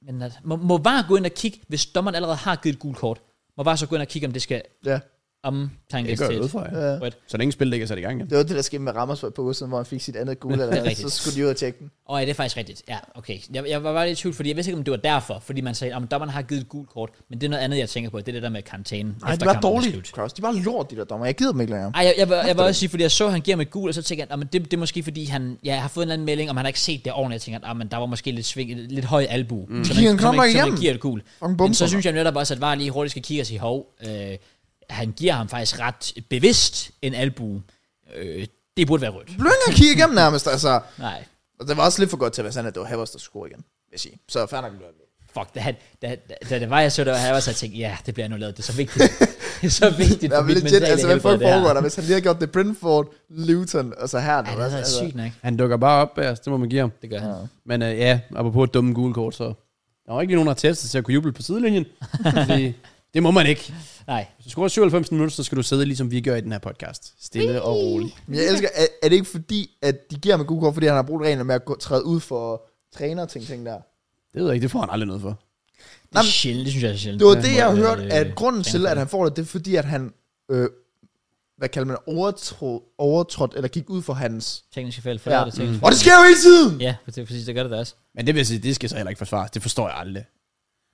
Speaker 1: Men at, må, må var gå ind og kigge, hvis dommeren allerede har givet et gult kort? Må var så gå ind og kigge, om det skal
Speaker 3: Ja.
Speaker 1: omtankes
Speaker 2: Det gør
Speaker 1: til
Speaker 2: jeg ud
Speaker 1: et
Speaker 2: fra, ja.
Speaker 3: ja.
Speaker 1: rødt?
Speaker 2: Så længe spillet ikke er sat i gang igen.
Speaker 5: Det var det, der skete med Rammersvej på udsiden, hvor han fik sit andet gule.
Speaker 1: Det er
Speaker 5: Eller,
Speaker 1: rigtigt.
Speaker 5: så skulle de ud og tjekke den.
Speaker 1: Åh, ja, det er faktisk rigtigt. Ja, okay. Jeg, jeg var bare lidt i tvivl, fordi jeg vidste ikke, om det var derfor. Fordi man sagde, om dommeren har givet et gult kort. Men det er noget andet, jeg tænker på. Det er det der med karantæne.
Speaker 3: Nej,
Speaker 1: efter
Speaker 3: det var
Speaker 1: kampen er
Speaker 3: dårligt,
Speaker 1: slut.
Speaker 3: Kraus. De var lort, de der dommer. Jeg gider dem ikke længere.
Speaker 1: Ej, jeg, jeg, jeg, jeg vil også sige, fordi jeg så, at han giver mig gul, og så tænker jeg, "Nå, men det, det er måske, fordi han ja, har fået en eller anden melding, om han har ikke set det ordentligt. Jeg tænker, at men der var måske lidt, sving, lidt høj albu, mm. så man,
Speaker 3: Giver han
Speaker 1: så man,
Speaker 3: knap nok
Speaker 1: så man
Speaker 3: igennem?
Speaker 1: giver det gul. Men
Speaker 3: bumper,
Speaker 1: så
Speaker 3: mand.
Speaker 1: synes jeg netop også, at var lige hurtigt skal kigge og sige, hov, øh, han giver ham faktisk ret bevidst en albu. Øh, det burde være rødt.
Speaker 3: Blev ikke engang kigge igennem nærmest, altså.
Speaker 1: Nej,
Speaker 3: Og det var også lidt for godt til at være sandt, at det var Havers, der scorede igen, vil jeg sige. Så fair nok, det blev annulleret.
Speaker 1: fuck, da, han, da, da, da det var, jeg så det, og jeg også havde tænkt, ja, det bliver annulleret, det er så vigtigt. det er så vigtigt
Speaker 3: Ja,
Speaker 1: for
Speaker 3: men
Speaker 1: mit
Speaker 3: legit,
Speaker 1: mentale
Speaker 3: altså, hvad
Speaker 1: helbred,
Speaker 3: fuck
Speaker 1: det her.
Speaker 3: foregår der, hvis han lige har gjort det Brentford, Luton, og så her.
Speaker 1: Ja, det er altså sygt nok.
Speaker 2: Han dukker bare op bag os, det må man give ham.
Speaker 1: Det gør han.
Speaker 2: Men øh, ja, apropos dumme gule kort, så der var ikke lige nogen, der har testet til at kunne juble på sidelinjen. fordi det må man ikke.
Speaker 1: Nej,
Speaker 2: Hvis du scorer 97 minutter, så skal du sidde, ligesom vi gør i den her podcast. Stille og roligt.
Speaker 3: Men jeg elsker, er, er, det ikke fordi, at de giver ham en god kort, fordi han har brugt reglerne med at gå, træde ud for træner ting, ting der?
Speaker 2: Det ved jeg ikke, det får han aldrig noget for.
Speaker 1: det er
Speaker 3: Nå, men-
Speaker 1: sjældent, det synes jeg er sjældent.
Speaker 3: Det var
Speaker 1: må
Speaker 3: det, jeg har
Speaker 1: være,
Speaker 3: hørt,
Speaker 1: øh,
Speaker 3: at grunden
Speaker 1: tænker
Speaker 3: til,
Speaker 1: på
Speaker 3: at
Speaker 1: det.
Speaker 3: han får det, det er fordi, at han, øh, hvad kalder man, det, overtro, overtrådt, eller gik ud for hans...
Speaker 1: tekniske fejl, for ja.
Speaker 3: Ja.
Speaker 1: det tekniske
Speaker 3: Mm. Og det sker jo hele tiden!
Speaker 1: Ja, det er præcis, det gør det da også.
Speaker 2: Men det vil jeg sige, det skal så heller ikke forsvares. Det forstår jeg aldrig.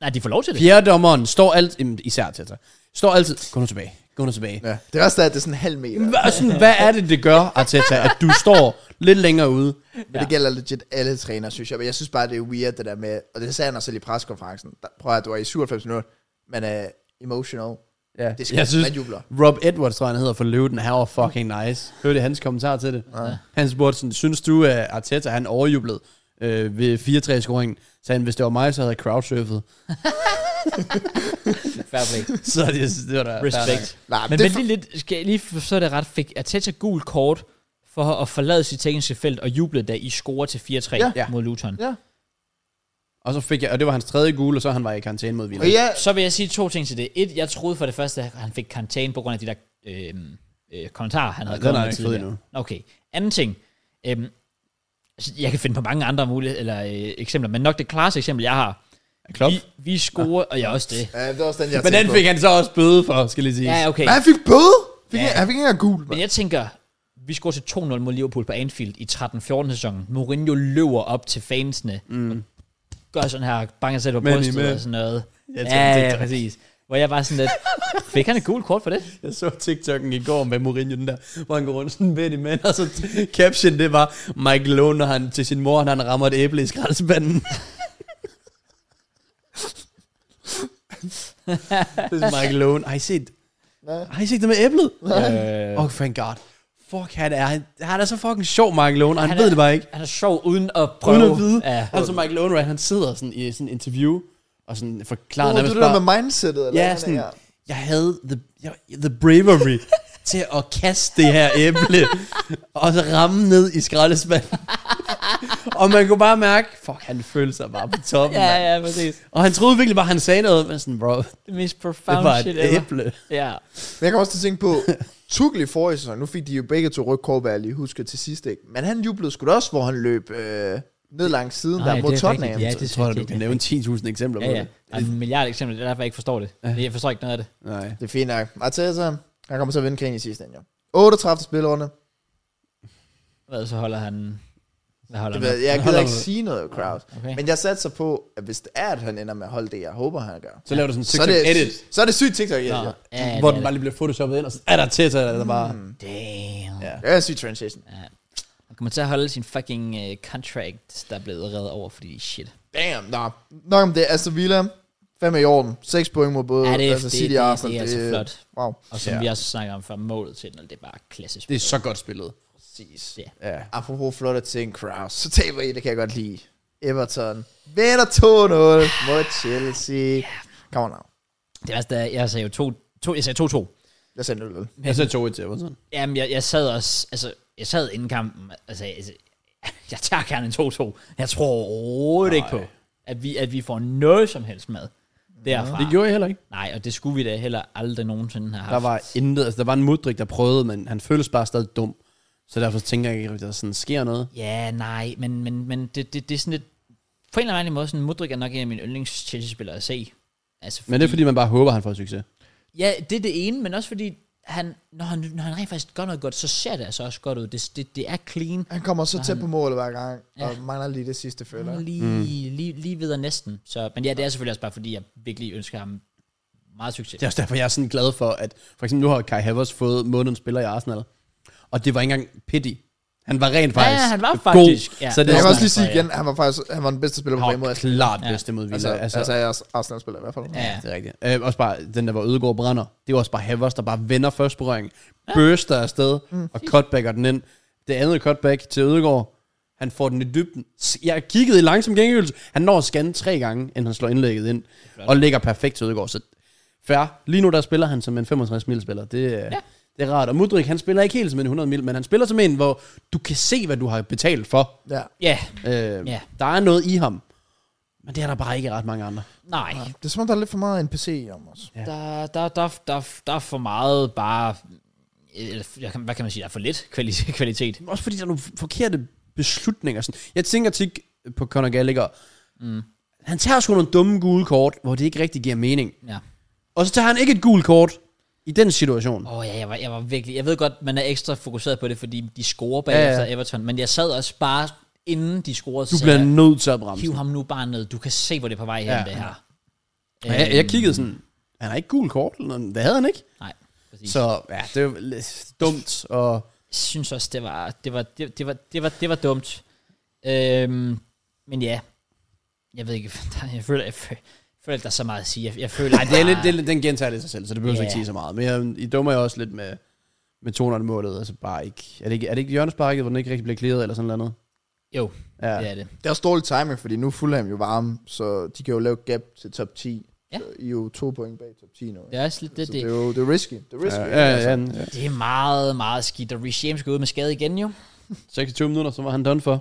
Speaker 1: Nej, de får lov til det.
Speaker 2: Fjerdommeren står altid, især til sig, står altid, gå nu tilbage, gå nu tilbage.
Speaker 3: Ja. Det er også da, at det er sådan en halv meter. Men
Speaker 2: Hvad, sådan, hvad er det, det gør, Arteta, at du står lidt længere ude?
Speaker 3: det gælder legit alle trænere, synes jeg. Men jeg synes bare, det er weird, det der med... Og det sagde han også selv i preskonferencen. Der, prøv at høre, du var i 97 minutter, men uh, emotional.
Speaker 2: Ja,
Speaker 3: Det skal
Speaker 2: jeg synes,
Speaker 3: man jubler.
Speaker 2: Rob Edwards, tror jeg, han hedder for Løven, han var fucking nice. Hørte hans kommentar til det. Ja. Han spurgte sådan, synes du, at Arteta, han overjublede øh, ved 4-3-scoringen? Så han, hvis det var mig, så havde jeg crowdsurfet.
Speaker 1: Fair play.
Speaker 2: så det, det var da
Speaker 1: Respect.
Speaker 3: Nej,
Speaker 1: Men,
Speaker 3: det
Speaker 1: men
Speaker 3: er
Speaker 1: lige lidt, skal jeg lige forstå det ret, fik Arteta gul kort for at forlade sit tekniske felt og juble, da I scorer til 4-3 ja.
Speaker 2: Ja.
Speaker 1: mod Luton. Ja.
Speaker 3: Ja.
Speaker 2: Og så fik jeg, og det var hans tredje gule, og så han var i karantæne mod
Speaker 3: Og
Speaker 2: Villa.
Speaker 3: ja,
Speaker 1: Så vil jeg sige to ting til det. Et, jeg troede for det første, at han fik karantæne på grund af de der øhm, øh, øh, kommentarer, han havde
Speaker 2: den har
Speaker 1: kommet
Speaker 2: jeg
Speaker 1: med
Speaker 2: ikke fået
Speaker 1: tidligere. Okay. Anden ting. Øh, jeg kan finde på mange andre mulige, eller, øh, eksempler, men nok det klareste eksempel, jeg har.
Speaker 2: Klop.
Speaker 1: Vi, vi scorer, og jeg også det.
Speaker 3: Ja, det var også den, jeg
Speaker 2: Men den fik han så også bøde for, skal lige sige.
Speaker 1: Ja, okay.
Speaker 3: Men han fik bøde? Fik
Speaker 1: Ja.
Speaker 3: ja. Han fik ikke engang gul,
Speaker 1: Men
Speaker 3: mand.
Speaker 1: jeg tænker, vi scorer til 2-0 mod Liverpool på Anfield i 13-14 sæsonen. Mourinho løber op til fansene. Mm. Og gør sådan her, banker sig selv på
Speaker 2: Men I
Speaker 1: brystet
Speaker 2: med.
Speaker 1: og sådan noget.
Speaker 2: Jeg tænkte,
Speaker 1: ja,
Speaker 2: det er
Speaker 1: ja,
Speaker 2: tak.
Speaker 1: præcis. Hvor jeg bare sådan lidt, fik han et gult kort for det?
Speaker 2: Jeg så TikTok'en i går med Mourinho, den der, hvor han går rundt sådan ved i mand, og så caption, det var Mike Lone, når han til sin mor, når han rammer et æble i skraldespanden. det er Mike Lone. Har I set,
Speaker 3: Nej.
Speaker 2: har I set det med æblet?
Speaker 1: øh,
Speaker 2: Oh, thank God. Fuck, han er, han han er så fucking sjov, Mike Lone, og
Speaker 1: Han
Speaker 2: han, han
Speaker 1: er-
Speaker 2: ved det bare ikke.
Speaker 1: han er sjov uden at prøve.
Speaker 2: Uden at vide.
Speaker 1: Ja.
Speaker 2: Altså Mike Lone, right, han sidder sådan i sådan et interview, og sådan forklarer
Speaker 3: Uh, det
Speaker 2: nærmest
Speaker 3: er det
Speaker 2: bare,
Speaker 3: der med mindsetet, eller
Speaker 2: Ja,
Speaker 3: hvad
Speaker 2: sådan,
Speaker 3: det er.
Speaker 2: jeg havde the, jeg, the bravery til at kaste det her æble, og så ramme ned i skraldespanden. og man kunne bare mærke, fuck, han følte sig bare på toppen.
Speaker 1: ja,
Speaker 2: ja.
Speaker 1: ja, præcis.
Speaker 2: Og han troede virkelig bare, han sagde noget, men sådan, bro, det
Speaker 1: Det mest profound
Speaker 2: var
Speaker 1: shit
Speaker 2: et
Speaker 1: ever.
Speaker 2: æble.
Speaker 1: Ja.
Speaker 3: Men jeg kan også til at tænke på, Tuchel i forrige sæson, nu fik de jo begge to rødt kort, hvad jeg lige husker til sidst, ikke? Men han jublede sgu da også, hvor han løb øh, ned langs siden
Speaker 1: Nej,
Speaker 3: der mod
Speaker 1: det er
Speaker 3: Tottenham.
Speaker 1: rigtigt, ja.
Speaker 3: Ja.
Speaker 2: Ja,
Speaker 1: det
Speaker 2: det
Speaker 1: er
Speaker 2: tror jeg, du
Speaker 1: rigtigt,
Speaker 2: kan
Speaker 1: ja.
Speaker 2: nævne 10.000 eksempler
Speaker 1: Ja,
Speaker 2: på
Speaker 1: ja.
Speaker 2: det.
Speaker 1: Der er en milliard eksempler, det er derfor, jeg ikke forstår det. Jeg forstår ikke noget af det.
Speaker 2: Nej.
Speaker 3: Det er fint nok. Arteta, han kommer til at vinde krigen i sidste ende, jo. 38. spilrunde.
Speaker 1: Hvad, så holder han... Hvad holder
Speaker 3: Det
Speaker 1: han?
Speaker 3: ved, jeg
Speaker 2: Hold
Speaker 3: gider
Speaker 2: op.
Speaker 3: ikke sige noget, crowd.
Speaker 1: Okay.
Speaker 3: Men jeg satser på, at hvis det er, at han ender med at holde det, jeg håber, han gør.
Speaker 2: Så laver du sådan en
Speaker 3: Så er det,
Speaker 2: TikTok-edit,
Speaker 3: så er det sygt TikTok,
Speaker 1: Nå,
Speaker 3: ja. ja.
Speaker 1: ja, det
Speaker 2: hvor
Speaker 1: er
Speaker 2: den
Speaker 1: det.
Speaker 2: bare lige bliver photoshoppet ind, og så er der tæt, der bare...
Speaker 3: Mm.
Speaker 1: Damn.
Speaker 2: Ja.
Speaker 3: Det er en syg transition.
Speaker 1: Han kommer til at holde sin fucking uh, contract, der er blevet reddet over, fordi shit.
Speaker 3: Damn, nå. Nok om det. Aston Villa, fem i orden. 6 point mod både
Speaker 1: Ja, det, er-
Speaker 3: altså,
Speaker 1: det,
Speaker 3: City
Speaker 1: det,
Speaker 3: og
Speaker 1: det,
Speaker 3: Arsenal.
Speaker 1: det, er altså flot.
Speaker 3: Wow.
Speaker 1: Og som
Speaker 2: Ja.
Speaker 1: ja. vi også snakker om før, målet til den, og det er bare klassisk.
Speaker 2: Det er så godt spillet.
Speaker 3: Præcis.
Speaker 1: Ja.
Speaker 2: Ja.
Speaker 3: Apropos flotte ting, crowd. Så taber I, det kan jeg godt lide. Everton. Vinder 2-0 mod Chelsea. Come on now.
Speaker 1: Det er altså, da- jeg sagde jo to, to, jeg sagde 2-2.
Speaker 3: Jeg sender 0
Speaker 2: Jeg så tog et til, sådan.
Speaker 1: Jamen, jeg, jeg sad også, altså, jeg sad inden kampen, altså, altså jeg tager gerne en 2-2. Jeg tror overhovedet ikke på, at vi, at vi får noget som helst med derfra.
Speaker 2: Det gjorde jeg heller ikke.
Speaker 1: Nej, og det skulle vi da heller aldrig nogensinde have haft.
Speaker 2: Der var intet, altså der var en mudrik, der prøvede, men han føles bare stadig dum. Så derfor tænker jeg ikke, at der sådan sker noget.
Speaker 1: Ja, nej, men, men, men det, det, det er sådan lidt... På en eller anden måde, sådan Mudrik er nok en af mine yndlings Chelsea-spillere at se. Altså,
Speaker 2: Men det er fordi, man bare håber, han får succes.
Speaker 1: Ja, det er det ene, men også fordi, han, når, han, når han rent faktisk gør noget godt, så ser det altså også godt ud. Det, det, det er clean.
Speaker 3: Han kommer så tæt på målet hver gang,
Speaker 1: Ja.
Speaker 3: og mangler lige det sidste føler. jeg.
Speaker 1: Lige, mm. lige, lige videre næsten. Så, men ja, det er selvfølgelig også bare fordi, jeg virkelig ønsker ham meget succes.
Speaker 2: Det er også derfor, jeg er sådan glad for, at for eksempel nu har Kai Havers fået månedens spiller i Arsenal. Og det var ikke engang pity. Han var rent faktisk
Speaker 1: han var
Speaker 2: god.
Speaker 1: faktisk- ja.
Speaker 2: Så det
Speaker 3: Jeg
Speaker 2: er
Speaker 3: kan
Speaker 1: var
Speaker 3: også
Speaker 2: sådan,
Speaker 3: lige sige
Speaker 1: Ja.
Speaker 3: igen, han var faktisk han var den bedste spiller på
Speaker 2: han
Speaker 3: Bremen.
Speaker 2: var
Speaker 3: Altså,
Speaker 2: klart
Speaker 1: Ja.
Speaker 2: bedste mod Villa.
Speaker 3: altså,
Speaker 2: Altså,
Speaker 3: altså, jeg er Arsenal-spiller i hvert fald.
Speaker 1: Ja.
Speaker 2: Det er rigtigt. Øh, også bare den der, hvor Ødegaard brænder. Det var også bare Havers, der bare vender først berøring. Ja. Burster afsted mm. og cutbacker den ind. Det andet cutback til Ødegaard. Han får den i dybden. S- Jeg kiggede i langsom gengivelse. Han når at scanne tre gange, inden han slår indlægget ind. Og ligger perfekt til Ødegaard. Så fair. Lige nu der spiller han som en 65 mil spiller. Det, ja. det er rart. Og Mudrik, han spiller ikke helt som en 100 mil, men han spiller som en, hvor du kan se, hvad du har betalt for.
Speaker 3: Ja.
Speaker 1: Ja,
Speaker 2: Øh,
Speaker 1: Ja.
Speaker 2: Der er noget i ham. Men det er der bare ikke ret mange andre.
Speaker 1: nej.
Speaker 3: Det er som om, der er lidt for meget NPC i ham også.
Speaker 2: Ja.
Speaker 1: Der, der, der, der, der er for meget bare... eller, jeg kan- Hvad kan man sige? Der er for lidt kvali- kvalitet.
Speaker 2: også fordi der er nogle forkerte beslutninger. Sådan. Jeg tænker tit på Conor Gallagher. Mm. Han tager sgu nogle dumme gule kort, hvor det ikke rigtig giver mening.
Speaker 1: Ja.
Speaker 2: Og så tager han ikke et gult kort i den situation.
Speaker 1: Åh oh, ja, jeg var, jeg var virkelig... Jeg ved godt, man er ekstra fokuseret på det, fordi de scorer bagefter ja,
Speaker 2: Ja,
Speaker 1: ja. Everton, men jeg sad også bare, inden de scorede,
Speaker 2: Du
Speaker 1: så
Speaker 2: bliver
Speaker 1: jeg,
Speaker 2: nødt til at bremse.
Speaker 1: hiv ham nu bare ned. Du kan se, hvor det er på vej hen,
Speaker 2: Ja.
Speaker 1: ja. det her.
Speaker 2: Og Jeg,
Speaker 1: Øh.
Speaker 2: jeg kiggede sådan, han har ikke gul kort. eller noget. Det havde han ikke.
Speaker 1: Øhm, Nej, præcis. Så.
Speaker 2: Så ja, det var lidt dumt. Og
Speaker 1: Jeg synes også, det var, det var, det, det var, det var, det var dumt. Øhm, men ja, jeg ved ikke, der, jeg føler, jeg føler, jeg føler, ikke, der er så meget at sige. Jeg, jeg føler,
Speaker 2: Ej, det er
Speaker 1: bare-
Speaker 2: lidt, det er, lidt- den gentager lidt sig selv, så det behøver yeah.
Speaker 1: Ja.
Speaker 2: ikke sige så meget. Men jeg, I dummer jeg også lidt med, med 200-målet. Altså bare ikke, er, det ikke, er det ikke hjørnesparket, hvor den ikke rigtig bliver clearet eller sådan noget?
Speaker 1: Jo,
Speaker 2: Ja.
Speaker 1: det er det.
Speaker 3: Det er også dårlig timing, fordi nu er Fulham jo varme, så de kan jo lave gap til top 10.
Speaker 1: Ja.
Speaker 3: Så I er jo to point bag top 10 nu.
Speaker 1: Det er også lidt det,
Speaker 3: så det,
Speaker 1: det.
Speaker 3: er jo det er risky. Det er risky.
Speaker 2: Ja, ja, ja, ja.
Speaker 1: Det er meget, meget skidt, og Rich James går ud med skade igen jo.
Speaker 2: 26 minutter, så var han done for.
Speaker 1: Ja.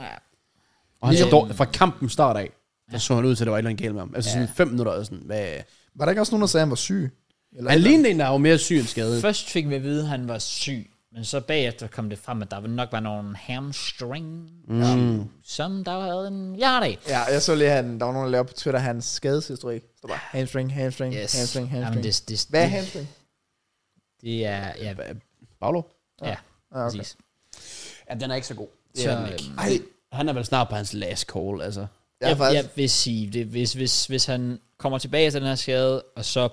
Speaker 2: Og han
Speaker 1: Ja.
Speaker 2: så dårlig, fra kampen start af, der så han ud til, at der var et eller andet galt med ham. Altså sådan 5 minutter, og sådan, hvad...
Speaker 3: Var der ikke også nogen, der sagde, at han var syg? Eller
Speaker 2: Han lignede en, der var mere syg end skadet.
Speaker 1: Først fik vi at vide, at han var syg, Men så bagefter kom det frem, at der nok var nogle hamstring,
Speaker 2: Mm.
Speaker 1: som der var en hjerte i.
Speaker 4: Ja, jeg så lige, han, der var nogen, der lavede på Twitter hans skadeshistorik. Så der bare hamstring, hamstring, yes. hamstring, hamstring.
Speaker 1: Jamen, det, det,
Speaker 4: Hvad er
Speaker 1: det,
Speaker 4: hamstring?
Speaker 1: det er, ja,
Speaker 2: Baglov?
Speaker 1: ja,
Speaker 4: Ah, okay.
Speaker 1: præcis.
Speaker 2: Ja, den er ikke så god.
Speaker 1: Det er den ikke.
Speaker 2: Ej. Han er vel snart på hans last call, altså.
Speaker 3: Jeg er
Speaker 1: Jeg, jeg,
Speaker 3: faktisk...
Speaker 1: jeg vil sige, det, hvis, hvis, hvis han kommer tilbage til den her skade, og så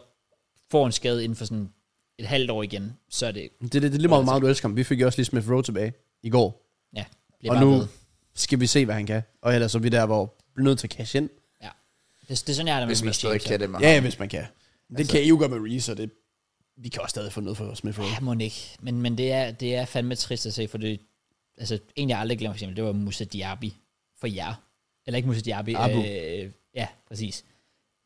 Speaker 1: får en skade inden for sådan et halvt år igen, så er det,
Speaker 2: Det, det, det er lige meget, hvor meget du elsker ham. Vi fik jo også lige Smith Rowe tilbage i går.
Speaker 1: ja, bliver
Speaker 2: Og
Speaker 1: bare
Speaker 2: nu
Speaker 1: ved.
Speaker 2: skal vi se, hvad han kan. Og ellers er vi der, hvor vi er nødt til at cash ind.
Speaker 1: Ja. Det, det er sådan, jeg er der med
Speaker 3: Hvis man
Speaker 1: Reece
Speaker 3: stadig
Speaker 1: James.
Speaker 3: kan det, man.
Speaker 2: Ja, hvis man kan. Det altså, kan I jo gøre med Reese, og det, vi kan også stadig få noget for Smith Rowe.
Speaker 1: Ja, må ikke. Men, men det, er, det er fandme trist at se, for det, altså, en jeg aldrig glemmer, for eksempel, det var Musa Diaby for jer. Eller ikke Musa Diaby.
Speaker 2: Abu.
Speaker 1: Øh, ja, præcis.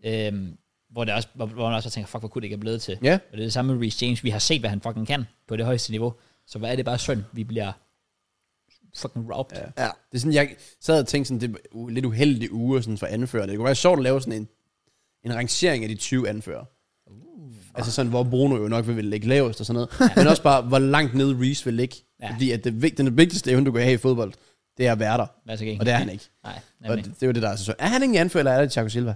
Speaker 1: Øhm, hvor, det også, hvor, hvor man også tænker, fuck, hvor kunne det ikke er blevet til.
Speaker 2: Ja.
Speaker 1: Og det er det samme med Reece James. Vi har set, hvad han fucking kan på det højeste niveau. Så hvad er det bare synd, vi bliver fucking robbed. Ja.
Speaker 2: Ja. Det er sådan, jeg sad og tænkte sådan, det var u- lidt uheldige uger sådan for anfører. Det kunne være sjovt at lave sådan en, en rangering af de 20 anfører. Uh, altså sådan, hvor Bruno jo nok vil ligge lavest og sådan noget. men også bare, hvor langt ned Reese vil ligge.
Speaker 1: Ja.
Speaker 2: Ja. Fordi at det, vig- den vigtigste evne, du kan have i fodbold, det er at være der.
Speaker 1: Hvad så gik?
Speaker 2: Og det er han ikke.
Speaker 1: Nej,
Speaker 2: Og
Speaker 1: nemlig.
Speaker 2: det, det er jo det, der er så sjovt. Er han ikke anfører, eller er det Thiago Silva?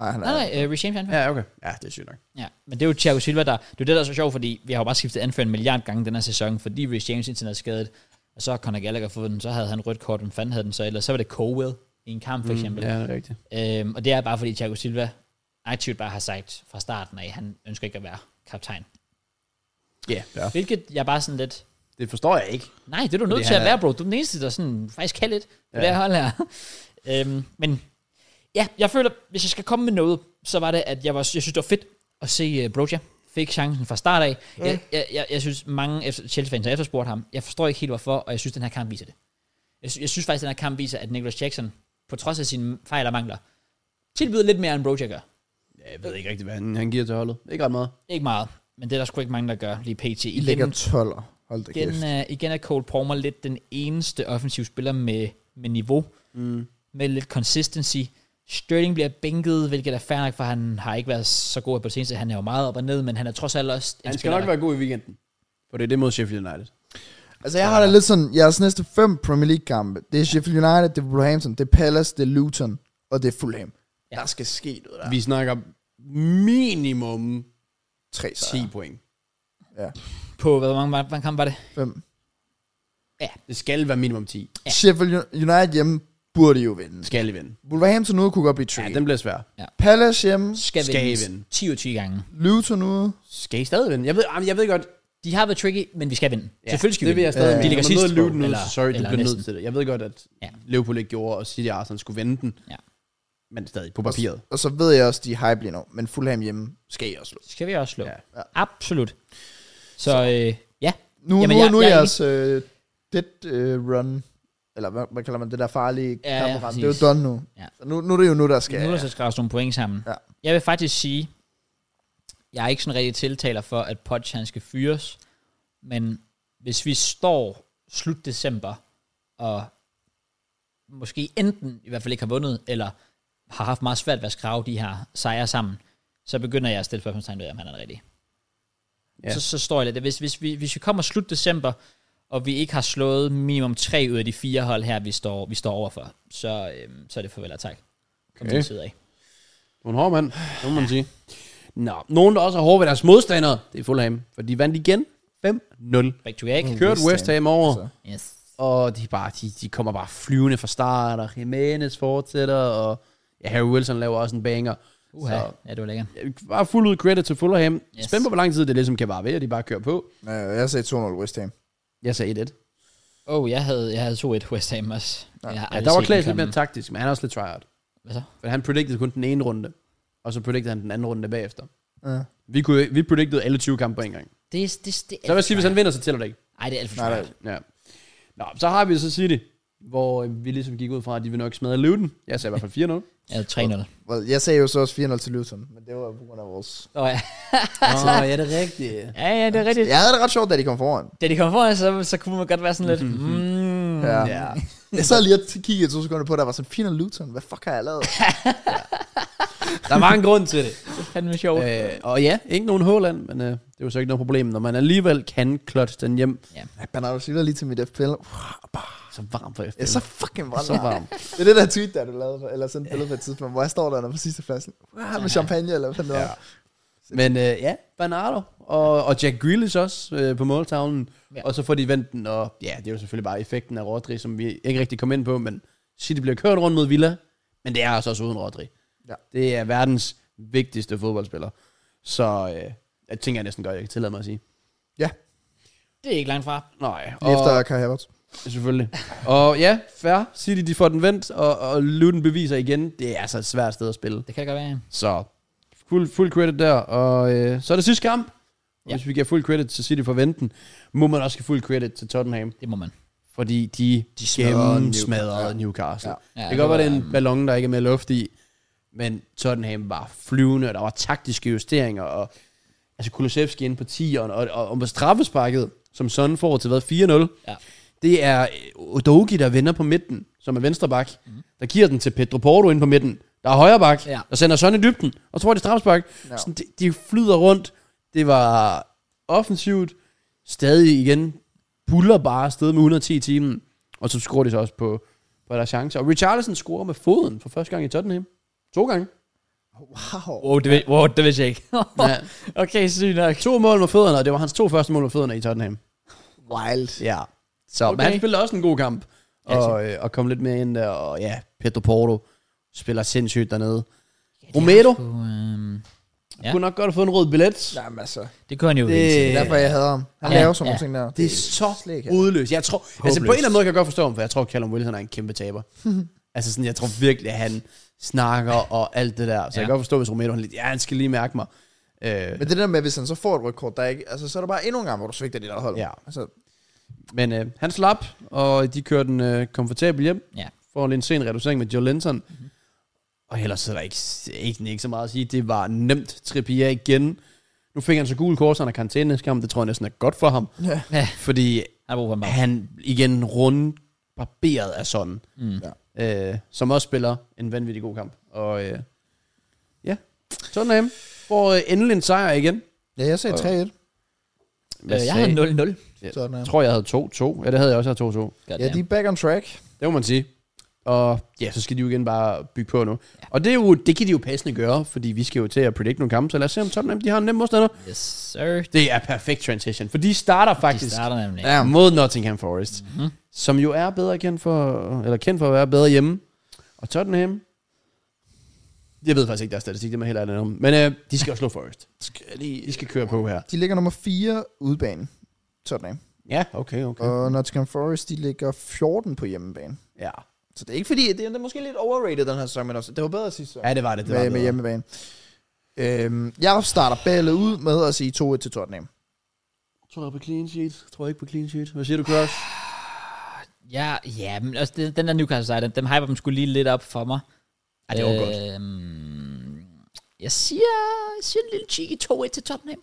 Speaker 3: Nej, han er...
Speaker 1: Nej, nej, uh, Reece James er anfører.
Speaker 2: Ja, okay. Ja, det er sygt nok.
Speaker 1: Ja. Men det er jo Thiago Silva, der... Det er jo det, der er så sjovt, fordi vi har jo bare skiftet anfører en milliard gange den her sæson, fordi Rich James indtil er skadet, og så har Conor Gallagher fået den, så havde han rødt kort, hvem fanden havde den så ellers? Så var det Cowell i en kamp, for eksempel.
Speaker 2: Mm, Ja, det er rigtigt.
Speaker 1: Øhm, og det er bare, fordi Thiago Silva aktivt bare har sagt fra starten af, han ønsker ikke at være kaptajn.
Speaker 2: Ja, ja.
Speaker 1: Hvilket jeg bare sådan lidt...
Speaker 2: Det forstår jeg ikke.
Speaker 1: Nej, det er du nødt
Speaker 2: Fordi
Speaker 1: til
Speaker 2: han
Speaker 1: at
Speaker 2: er-
Speaker 1: være, bro. Du er den eneste, der sådan faktisk kan lidt på ja. det her hold her. øhm, men ja, jeg føler, hvis jeg skal komme med noget, så var det, at jeg, var, jeg synes, det var fedt at se uh, Broja fik chancen fra start af. Jeg, jeg, jeg, jeg synes, mange efter- Chelsea-fans har efterspurgt ham. Jeg forstår ikke helt, hvorfor, og jeg synes, den her kamp viser det. Jeg, sy- jeg synes faktisk, den her kamp viser, at Nicholas Jackson, på trods af sine fejl og mangler, tilbyder lidt mere, end Broja gør.
Speaker 2: Ja, jeg ved ikke rigtig, hvad han, han giver til holdet. Ikke ret meget.
Speaker 1: Ikke meget, men det er der sgu ikke mange, der gør lige pt.
Speaker 3: I ligger 12'er. Hold da kæft.
Speaker 1: Igen, uh, igen er Cole Palmer lidt den eneste offensiv spiller med, med niveau, mm. med lidt consistency. Sterling bliver bænket, hvilket er fair nok, for han har ikke været så god på det seneste. Han er jo meget op og ned, men han er trods alt også en
Speaker 2: Han skal
Speaker 1: spiller,
Speaker 2: nok være god i weekenden. For det er det mod Sheffield United.
Speaker 3: Altså, jeg har det lidt sådan, jeres næste fem Premier League-kampe, det er Sheffield United, det er Wolverhampton, det er Palace, det er Luton, og det er Fulham.
Speaker 1: Ja.
Speaker 3: Ja. Der skal ske noget der.
Speaker 2: Vi snakker minimum
Speaker 3: Tre
Speaker 2: 10
Speaker 3: sejre.
Speaker 2: point.
Speaker 3: Ja.
Speaker 1: på, hvad mange, mange kamp var det?
Speaker 3: Fem.
Speaker 2: Det skal være minimum 10.
Speaker 1: Ja.
Speaker 3: Sheffield United hjemme burde I jo vinde.
Speaker 2: Skal I vinde.
Speaker 3: Wolverhampton ude kunne godt blive
Speaker 2: Ja,
Speaker 3: tricky.
Speaker 2: den bliver svær.
Speaker 3: Palace hjemme,
Speaker 1: Skal,
Speaker 2: Skal
Speaker 1: vindes
Speaker 2: vinde.
Speaker 1: 10 ud 10 gange.
Speaker 3: Luton ude.
Speaker 2: Skal I stadig vinde? Jeg ved, jamen, jeg ved godt,
Speaker 1: De har været tricky, men vi skal vinde. Ja,
Speaker 2: Ja,
Speaker 1: Selvfølgelig skal
Speaker 2: det
Speaker 1: vi
Speaker 2: vil jeg
Speaker 1: vinde. Øh,
Speaker 2: stadig mene.
Speaker 3: Ja.
Speaker 1: De ligger
Speaker 2: Øh, Når man
Speaker 1: sidst på,
Speaker 2: nåede Luton, nu,
Speaker 1: eller-
Speaker 2: sorry, du
Speaker 1: eller
Speaker 2: bliver
Speaker 1: næsten.
Speaker 2: nødt til det. Jeg ved godt, at
Speaker 1: Ja.
Speaker 2: ja. Liverpool ikke gjorde, og City og Arsenal skulle vende den.
Speaker 1: Ja.
Speaker 2: Men stadig på papiret.
Speaker 3: Og så ved jeg også, de er hype lige nu, men Fulham hjemme skal I også slå.
Speaker 1: Skal vi også slå? Ja.
Speaker 2: Ja.
Speaker 1: Ja. Absolut. Så, så. Øh, ja,
Speaker 3: Nu,
Speaker 1: Jamen,
Speaker 3: Jamen, nu,
Speaker 1: jeg-
Speaker 3: nu
Speaker 1: jeg
Speaker 3: er
Speaker 1: er
Speaker 3: jeres øh, dead øh, run, eller hvad, hvad kalder man det der farlige
Speaker 1: Ja, ja,
Speaker 3: ja, kammerat, det er
Speaker 1: præcis.
Speaker 3: jo done nu.
Speaker 1: Ja.
Speaker 3: Ja. Så nu, nu er det jo nu, der skal...
Speaker 1: Nu er der så skrevet nogle point sammen.
Speaker 3: Ja.
Speaker 1: Jeg vil faktisk sige, jeg er ikke sådan rigtig tiltaler for, at Poch han skal fyres, men hvis vi står slut december, og måske enten i hvert fald ikke har vundet, eller har haft meget svært ved at skrave de her sejre sammen, så begynder jeg at stille spørgsmålstegn ved, om han er den rigtige. Ja.
Speaker 2: Ja.
Speaker 1: Så, så står jeg lidt. Hvis, hvis, vi, hvis vi kommer slut december, og vi ikke har slået minimum tre ud af de fire hold her, vi står, vi står overfor, så, øhm, så er det farvel og tak. Kom
Speaker 2: Okay.
Speaker 1: okay. til af.
Speaker 2: Du er en hård mand, det må man sige. Nå, nogen der også er hårde ved deres modstandere, det er Fulham. For de vandt igen 5-0.
Speaker 1: Back to back.
Speaker 2: Kørte West Ham altså. over.
Speaker 3: Så.
Speaker 1: Mm. Yes.
Speaker 2: Og de, er bare, de, de kommer bare flyvende fra start, og Jimenez fortsætter, og ja, Harry Wilson laver også en banger.
Speaker 1: Uha,
Speaker 2: Så-
Speaker 1: ja, det var lækkert.
Speaker 2: Jeg vil Bare fuld ud credit til Fulham.
Speaker 1: Yes.
Speaker 2: Yes. Spænd på, hvor lang tid det ligesom kan vare ved, at de bare kører på.
Speaker 3: Øh, jeg sagde 2-0 West Ham.
Speaker 2: Jeg sagde 1-1.
Speaker 1: Åh, oh, jeg havde, jeg havde 2-1 West Ham også. Ja,
Speaker 2: Ja, der var Klaas lidt mere taktisk, men han er også lidt tryhard.
Speaker 1: Hvad så?
Speaker 2: For han predicted kun den ene runde, og så predicted han den anden runde bagefter.
Speaker 3: Ja.
Speaker 2: Vi, kunne, vi predicted alle 20 kampe på en gang.
Speaker 1: Det, er- det, det, det
Speaker 2: Så vil jeg sige, hvis han vinder, så tæller det ikke.
Speaker 1: Ej, det er alt for
Speaker 3: Nej,
Speaker 1: svært.
Speaker 2: Ja. Nå, så har vi så City, hvor øh, vi ligesom gik ud fra, at de vil nok smadre Luton. Jeg sagde i hvert fald 4-0.
Speaker 1: Jeg havde 3-0.
Speaker 3: Well, jeg sagde jo så også 4-0 til Luton, men det var på grund af vores...
Speaker 1: Oh, ja.
Speaker 2: Åh, oh, ja, det er rigtigt.
Speaker 1: ja, ja, det er rigtigt.
Speaker 3: Jeg havde det ret sjovt, da de kom foran.
Speaker 1: Da de kom foran, så, så kunne man godt være sådan lidt... Mm,
Speaker 3: Ja.
Speaker 2: Ja.
Speaker 3: Jeg sad lige og t- kiggede to sekunder på, der var sådan, 4-0 Luton, hvad fuck har jeg lavet?
Speaker 2: Der var en grund til det.
Speaker 1: Det er fandme sjovt. Øh,
Speaker 2: Øh, og ja, ikke nogen Håland, men øh, det er jo så ikke noget problem, når man alligevel kan klot den hjem.
Speaker 3: Bernardo Silva lige til mit FPL.
Speaker 2: Så varm for efter.
Speaker 3: Jeg er så fucking brændt.
Speaker 2: så varm.
Speaker 3: Det er det der tweet, der du lavede, for- eller sådan et billede på et tidspunkt, hvor jeg står der, og er på sidste pladsen. Wow, med champagne, eller hvad fanden ja.
Speaker 2: men øh, ja, Bernardo og, og Jack Grealish også øh, på måltavlen.
Speaker 1: Ja.
Speaker 2: Ja. Og så får de vendt den, og ja, det er jo selvfølgelig bare effekten af Rodri, som vi ikke rigtig kom ind på, men City bliver kørt rundt mod Villa, men det er altså også uden Rodri.
Speaker 3: Ja.
Speaker 2: Det er verdens vigtigste fodboldspiller. Så øh, jeg tænker jeg næsten godt, jeg kan tillade mig at sige.
Speaker 3: Ja,
Speaker 1: det er ikke langt fra.
Speaker 2: Nej,
Speaker 3: lige efter Kai Havertz.
Speaker 2: Selvfølgelig. og ja, fair. City, de får den vendt, og, og Luton beviser igen. Det er altså et svært sted at spille.
Speaker 1: Det kan det godt være.
Speaker 2: Så fuld, fuld credit der. Og øh, så er det sidste kamp.
Speaker 1: Ja.
Speaker 2: Ja. Hvis vi giver fuld credit til City for venten, må man også give fuld credit til Tottenham.
Speaker 1: Det må man.
Speaker 2: Fordi de, de
Speaker 3: smadrede
Speaker 2: gennemsmadrede
Speaker 3: Newcastle.
Speaker 2: Newcastle.
Speaker 3: Ja.
Speaker 1: Ja,
Speaker 2: Ja. Ja, det
Speaker 1: det
Speaker 2: kan godt være, det er
Speaker 1: var,
Speaker 2: en ballon, der ikke er mere luft i. Men Tottenham var flyvende, og der var taktiske justeringer. Og, altså Kulusevski inde på 10'eren, og, og, og på straffesparket, som sådan får til hvad, 4-0.
Speaker 1: Ja.
Speaker 2: Det er øh, Odogi, der vender på midten, som er venstre bak, mm. der giver den til Pedro Porto ind på midten, der er højre bak,
Speaker 1: Mhm. Ja.
Speaker 2: der sender sådan i dybden, og tror, det er straffespark. Ja. Sådan, de, de flyder rundt. Det var offensivt. Stadig igen buller bare afsted med 110 i timen. Og så scorer de så også på, på deres chancer. Og Richarlison scorer med foden for første gang i Tottenham. To gange.
Speaker 3: Wow.
Speaker 1: Wow, det, vid- wow, det vidste jeg ikke.
Speaker 2: Ja.
Speaker 1: okay, sygt nok.
Speaker 2: To mål med fødderne, og det var hans to første mål med fødderne i Tottenham.
Speaker 3: Wild.
Speaker 2: Ja. Så okay.
Speaker 1: Okay.
Speaker 2: men han spillede også en god kamp. Og,
Speaker 1: Altså.
Speaker 2: øh, og kom lidt mere ind der. Og ja, Pedro Porto spiller sindssygt dernede.
Speaker 1: Ja,
Speaker 2: Romero?
Speaker 1: Det, er sgu, øhm, Ja.
Speaker 2: Ja. Kunne nok godt have fået en rød billet.
Speaker 3: Jamen altså,
Speaker 1: det kunne han jo
Speaker 2: Det-
Speaker 1: hele
Speaker 3: det
Speaker 1: tiden.
Speaker 3: er derfor, jeg hader ham. Han
Speaker 1: Ja,
Speaker 3: laver sådan nogle
Speaker 1: ja.
Speaker 3: ting der.
Speaker 2: Øh, Det er så
Speaker 3: slet ikke-
Speaker 2: udløst. Jeg tror, altså på en
Speaker 4: Håbløst.
Speaker 2: eller anden måde kan jeg godt forstå ham, for jeg tror, Callum Wilson er en kæmpe taber. altså sådan, jeg tror virkelig, at han snakker og alt det der. Så ja.
Speaker 1: Ja.
Speaker 2: jeg kan godt forstå, hvis Romero, han, lidt, ja, han skal lige mærke mig. Øh,
Speaker 3: Men det der med, hvis han så får et rødt kort, der er ikke, altså, så er der bare endnu en gang, hvor du svigter dit eget hold.
Speaker 2: Ja.
Speaker 3: Altså,
Speaker 2: men øh, han slap, og de kørte den øh, komfortabelt hjem.
Speaker 1: Ja.
Speaker 2: Får lige en sen reducering med Joe Linton. Mm-hmm. Og ellers er der ikke, ikke, ikke så meget at sige. Det var nemt. Trippier igen. Nu fik han så gul kort, så han er karantæne næste kamp. Det tror jeg næsten er godt for ham.
Speaker 3: ja.
Speaker 1: Ja,
Speaker 2: Fordi
Speaker 1: han har brug for en bag.
Speaker 2: han igen rund barberet af sådan.
Speaker 1: Mm.
Speaker 2: øh, som også spiller en vanvittig god kamp. Og øh, ja, Tottenham får øh, endelig en sejr igen.
Speaker 3: ja, jeg sagde 3-1.
Speaker 1: Øh, jeg havde 0-0.
Speaker 3: Sådan her.
Speaker 2: jeg tror, jeg havde 2-2. Ja, det havde jeg også, jeg havde 2-2.
Speaker 1: God
Speaker 3: Ja, de
Speaker 1: damn.
Speaker 3: er back on track.
Speaker 2: Det må man sige. Og ja, så skal de jo igen bare bygge på nu. Ja. Og det, er jo, det kan de jo passende gøre, fordi vi skal jo til at predict nogle kampe, så lad os se, om Tottenham de har en nem modstander.
Speaker 1: Yes, sir.
Speaker 2: Det er perfekt transition, for de starter
Speaker 1: De
Speaker 2: faktisk
Speaker 1: starter nemlig.
Speaker 2: ja. mod Nottingham Forest, mm-hmm. som jo er bedre kendt for, eller kendt for at være bedre hjemme. Og Tottenham, jeg ved faktisk ikke deres statistik, det må jeg heller andet om. Men øh, de skal jo slå Forest. Skal de, de skal køre på her.
Speaker 3: De ligger nummer 4 udebane. Tottenham.
Speaker 2: Ja, okay, okay.
Speaker 3: Og Nottingham Forest, de ligger 14 på hjemmebane.
Speaker 2: Ja,
Speaker 3: Så det er ikke fordi, det er, det er måske lidt overrated den her sæson, men også, det var bedre sidste sæson.
Speaker 2: ja det var det. det var
Speaker 3: med, med
Speaker 2: bedre.
Speaker 3: hjemmebane. Øhm, jeg starter ballet ud med at sige 2-1 til Tottenham.
Speaker 2: Tror jeg på clean sheet? Tror jeg ikke på clean sheet? Hvad siger du, Cross?
Speaker 1: Ja, ja, men også det, den der Newcastle side, dem, dem hyper dem skulle lige lidt op for mig.
Speaker 2: Ja, det var godt.
Speaker 1: Øhm, jeg siger, jeg siger en lille cheeky 2-1 til Tottenham.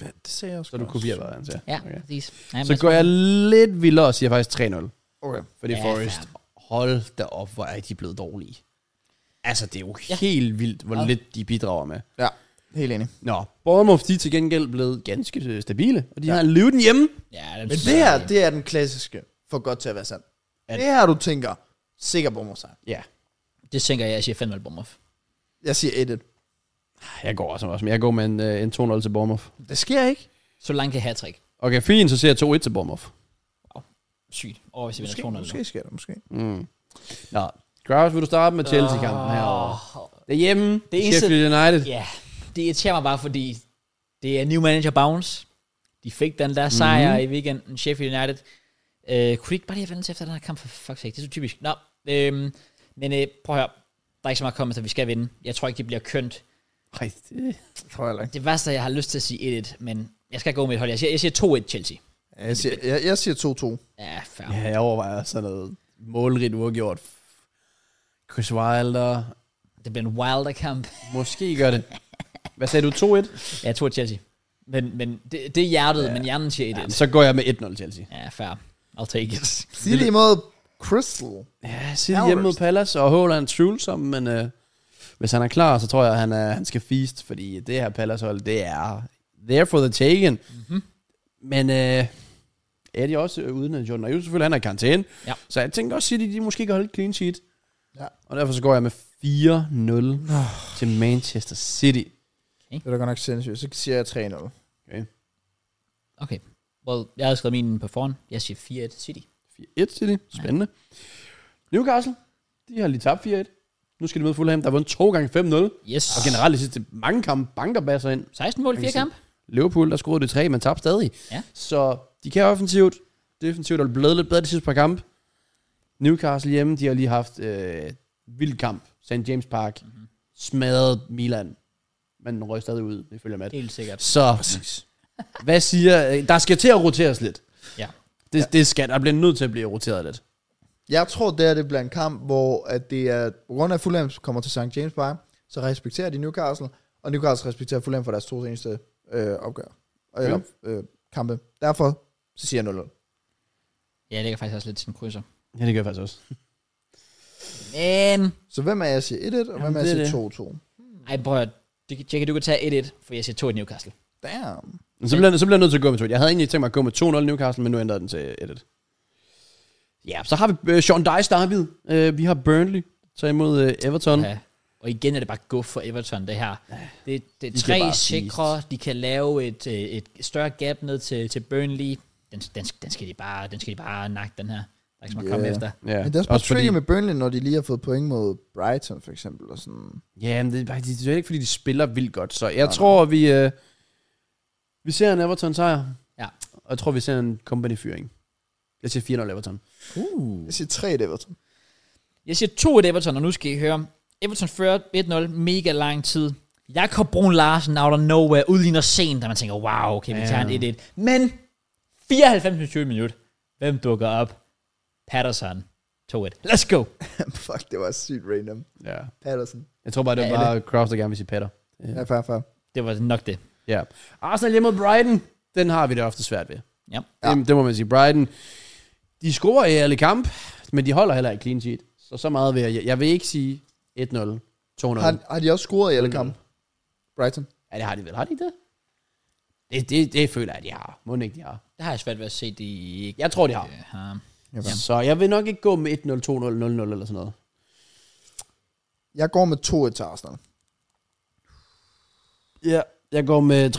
Speaker 3: Det sagde jeg også
Speaker 2: Så du kopierer bare, han siger.
Speaker 1: Ja,
Speaker 2: Okay.
Speaker 1: præcis. Ja, men
Speaker 2: Så går jeg lidt vildere og siger faktisk 3-0.
Speaker 3: Okay.
Speaker 2: Fordi
Speaker 1: Ja,
Speaker 2: ja, Forest, hold da op, hvor er de blevet dårlige. Altså, det er jo ja. helt vildt, hvor
Speaker 1: Ja.
Speaker 2: ja. lidt de bidrager med.
Speaker 3: Ja, helt enig.
Speaker 2: Nå, Bournemouth, de er til gengæld blevet ganske øh, stabile, og de ja. har løbet den hjemme.
Speaker 1: Ja,
Speaker 3: Men det her, det er den klassiske for godt til at være sandt.
Speaker 2: At-
Speaker 3: Det her, du tænker, sikker på sig.
Speaker 2: Ja,
Speaker 1: det tænker jeg, jeg siger fandme Bournemouth.
Speaker 3: Jeg siger 1-1.
Speaker 2: jeg går også, også men jeg går med en, øh, en 2-0 til Bournemouth.
Speaker 3: Det sker ikke.
Speaker 1: Så langt kan hat-trick.
Speaker 2: Okay, fint, så ser jeg 2-1 til Bournemouth.
Speaker 1: Sygt. Og hvis jeg vinder
Speaker 3: Måske,
Speaker 1: 200
Speaker 3: måske sker det, måske.
Speaker 2: Mm. Nå, Kraus, vil du starte med Chelsea-kampen her? Det er hjemme, det
Speaker 1: Det
Speaker 2: er
Speaker 1: eneste-
Speaker 2: Sheffield United.
Speaker 1: Ja, det irriterer mig bare, fordi det er new manager bounce. De fik den der sejr mm-hmm. i weekenden, Sheffield United. Øh, kunne de ikke bare lige have vendt efter den her kamp? For fuck's sake, det er så typisk. Nå, øhm, men øh, prøv at høre. Der er ikke så meget at komme efter, vi skal vinde. Jeg tror ikke, det bliver kønt.
Speaker 2: Ej, det...
Speaker 3: Tror jeg ikke.
Speaker 1: Det værste, jeg har lyst til at sige 1-1, men jeg skal gå med et hold. Jeg siger, jeg siger 2-1 Chelsea.
Speaker 3: Jeg siger, jeg, jeg siger 2-2.
Speaker 1: Ja, fair.
Speaker 2: Ja, jeg overvejer sådan noget målrigt uafgjort. Chris Wilder,
Speaker 1: Det bliver en wilder kamp.
Speaker 2: måske gør det. Hvad sagde du, 2-1?
Speaker 1: Ja, 2 Chelsea. Men, men det, det er hjertet, ja. men hjernen siger 1-1.
Speaker 2: Så går jeg med 1-0 Chelsea.
Speaker 1: Ja, fair. I'll take it.
Speaker 3: Sig det imod Crystal.
Speaker 2: Ja, City
Speaker 3: Havertz.
Speaker 2: hjemme mod Palace, og Haaland tvivlsom, men øh, Hvis han er klar, så tror jeg, at han, er, han skal feast, fordi det her Pallas-hold, det er there for the taken. Mm-hmm. Men øh, er de også øh, uden at Jordan Ayew selvfølgelig, han er i karantæne.
Speaker 1: Ja.
Speaker 2: Så jeg tænker også, at de måske kan holde et clean sheet.
Speaker 3: Ja.
Speaker 2: Og derfor så går jeg med 4-0 til Manchester City.
Speaker 3: Det er da godt nok sindssygt. Så siger jeg 3-0.
Speaker 1: Okay. Well, jeg havde skrevet min på forhånd. Jeg siger 4-1 City.
Speaker 2: 4-1 City. Spændende. Newcastle, de har lige tabt 4-1. Nu skal de møde Fulham, der har vundet to gange 5-0.
Speaker 1: Yes.
Speaker 2: Og generelt i sidste mange kampe banker basser ind.
Speaker 1: 16 mål i fire kampe.
Speaker 2: Liverpool, der scorede det tre, men tabte stadig.
Speaker 1: Ja.
Speaker 2: Så de kan offensivt. Defensivt er det blevet lidt bedre de sidste par kampe. Newcastle hjemme, de har lige haft øh, vild kamp. St. James Park
Speaker 1: Mhm.
Speaker 2: mm-hmm. smadrede Milan. Men den røg stadig ud, ifølge Matt.
Speaker 1: Helt sikkert.
Speaker 2: Så hvad siger... øh, Der skal til at roteres lidt.
Speaker 1: Ja.
Speaker 2: Det, ja. det skal. Der bliver nødt til at blive roteret lidt.
Speaker 3: Jeg tror, det er det bliver en kamp, hvor at det er, på grund af Fulham kommer til St. James Park, så respekterer de Newcastle, og Newcastle respekterer Fulham for deres to seneste øh, opgør. Og, eller, øh, kampe. Derfor så siger jeg 0-0.
Speaker 1: Ja, jeg lægger faktisk også lidt til en krydser.
Speaker 2: Ja, det gør jeg faktisk også.
Speaker 1: Men...
Speaker 3: Så hvem er jeg siger 1-1, og Jamen, hvem er jeg
Speaker 2: det er
Speaker 3: siger 2-2?
Speaker 1: Ej, prøv at... Du, kan- Jackie, du kan tage 1-1, for jeg siger 2-1 Newcastle.
Speaker 3: Damn.
Speaker 2: Men så bliver, så bliver jeg nødt til at gå med 2 Jeg havde egentlig tænkt mig at gå med 2-0 Newcastle, men nu ændrede jeg den til 1-1. Ja, så har vi øh, Sean Dice Darvid. Øh, vi har Burnley. Så imod øh, Everton. Ja.
Speaker 1: Ja. Og igen er det bare go for Everton, det her. Det, det er
Speaker 2: De kan
Speaker 1: tre
Speaker 2: bare
Speaker 1: sikre, de kan lave et, øh, et større gap ned til, til Burnley. Den, den, den, skal de bare, den skal de bare nakke, den her. Der er ikke så meget yeah. komme
Speaker 3: Ja.
Speaker 1: efter.
Speaker 2: ja.
Speaker 3: Men det er også bare tricky med Burnley, når de lige har fået point mod Brighton, for eksempel. Og sådan.
Speaker 2: Ja, men det er, bare- det er jo ikke, fordi de spiller vildt godt. Så jeg tror, vi... Øh, vi ser en Everton-sejr.
Speaker 1: Ja.
Speaker 2: Og jeg tror, vi ser en company-fyring. Jeg siger 4-0 Everton. Mm.
Speaker 1: Uh.
Speaker 3: Jeg siger 3-1 Everton.
Speaker 1: Jeg siger 2-1 Everton, og nu skal I høre. Everton fører 1-0, mega lang tid. Jakob Brun Larsen out of nowhere udligner sent, da man tænker, wow, okay, vi tager en 1-1. Men 94 minut. Hvem dukker op? Patterson. 2-1. Let's go.
Speaker 3: Fuck, det var sygt random.
Speaker 2: Ja.
Speaker 3: Patterson.
Speaker 2: Jeg tror bare, det var
Speaker 1: Ja,
Speaker 2: bare Kraus, der gerne vil sige Petter.
Speaker 3: Ja, fair, fair.
Speaker 1: Det var nok det.
Speaker 2: Ja. Arsenal hjemme mod Brighton. Den har vi det ofte svært ved.
Speaker 1: Ja.
Speaker 2: Ja. Det, det må man sige. Brighton, de scorer i alle kamp, men de holder heller ikke clean sheet. Så så meget vil jeg. Jeg vil ikke sige 1-0, 2-0.
Speaker 3: Har, har de også scoret i alle
Speaker 2: 0-0.
Speaker 3: kampe? Brighton?
Speaker 2: Ja, det har de vel. Har de ikke det? Det, det, det føler jeg, at de har. Må ikke, de har.
Speaker 1: Det har jeg svært ved at se, de ikke øh,
Speaker 2: Jeg tror, de har.
Speaker 1: har.
Speaker 2: Ja. Så jeg vil nok ikke gå med 1-0, 2-0, 0-0 eller sådan noget.
Speaker 3: Jeg går med 2-1 til Arsenal.
Speaker 2: Ja, jeg går med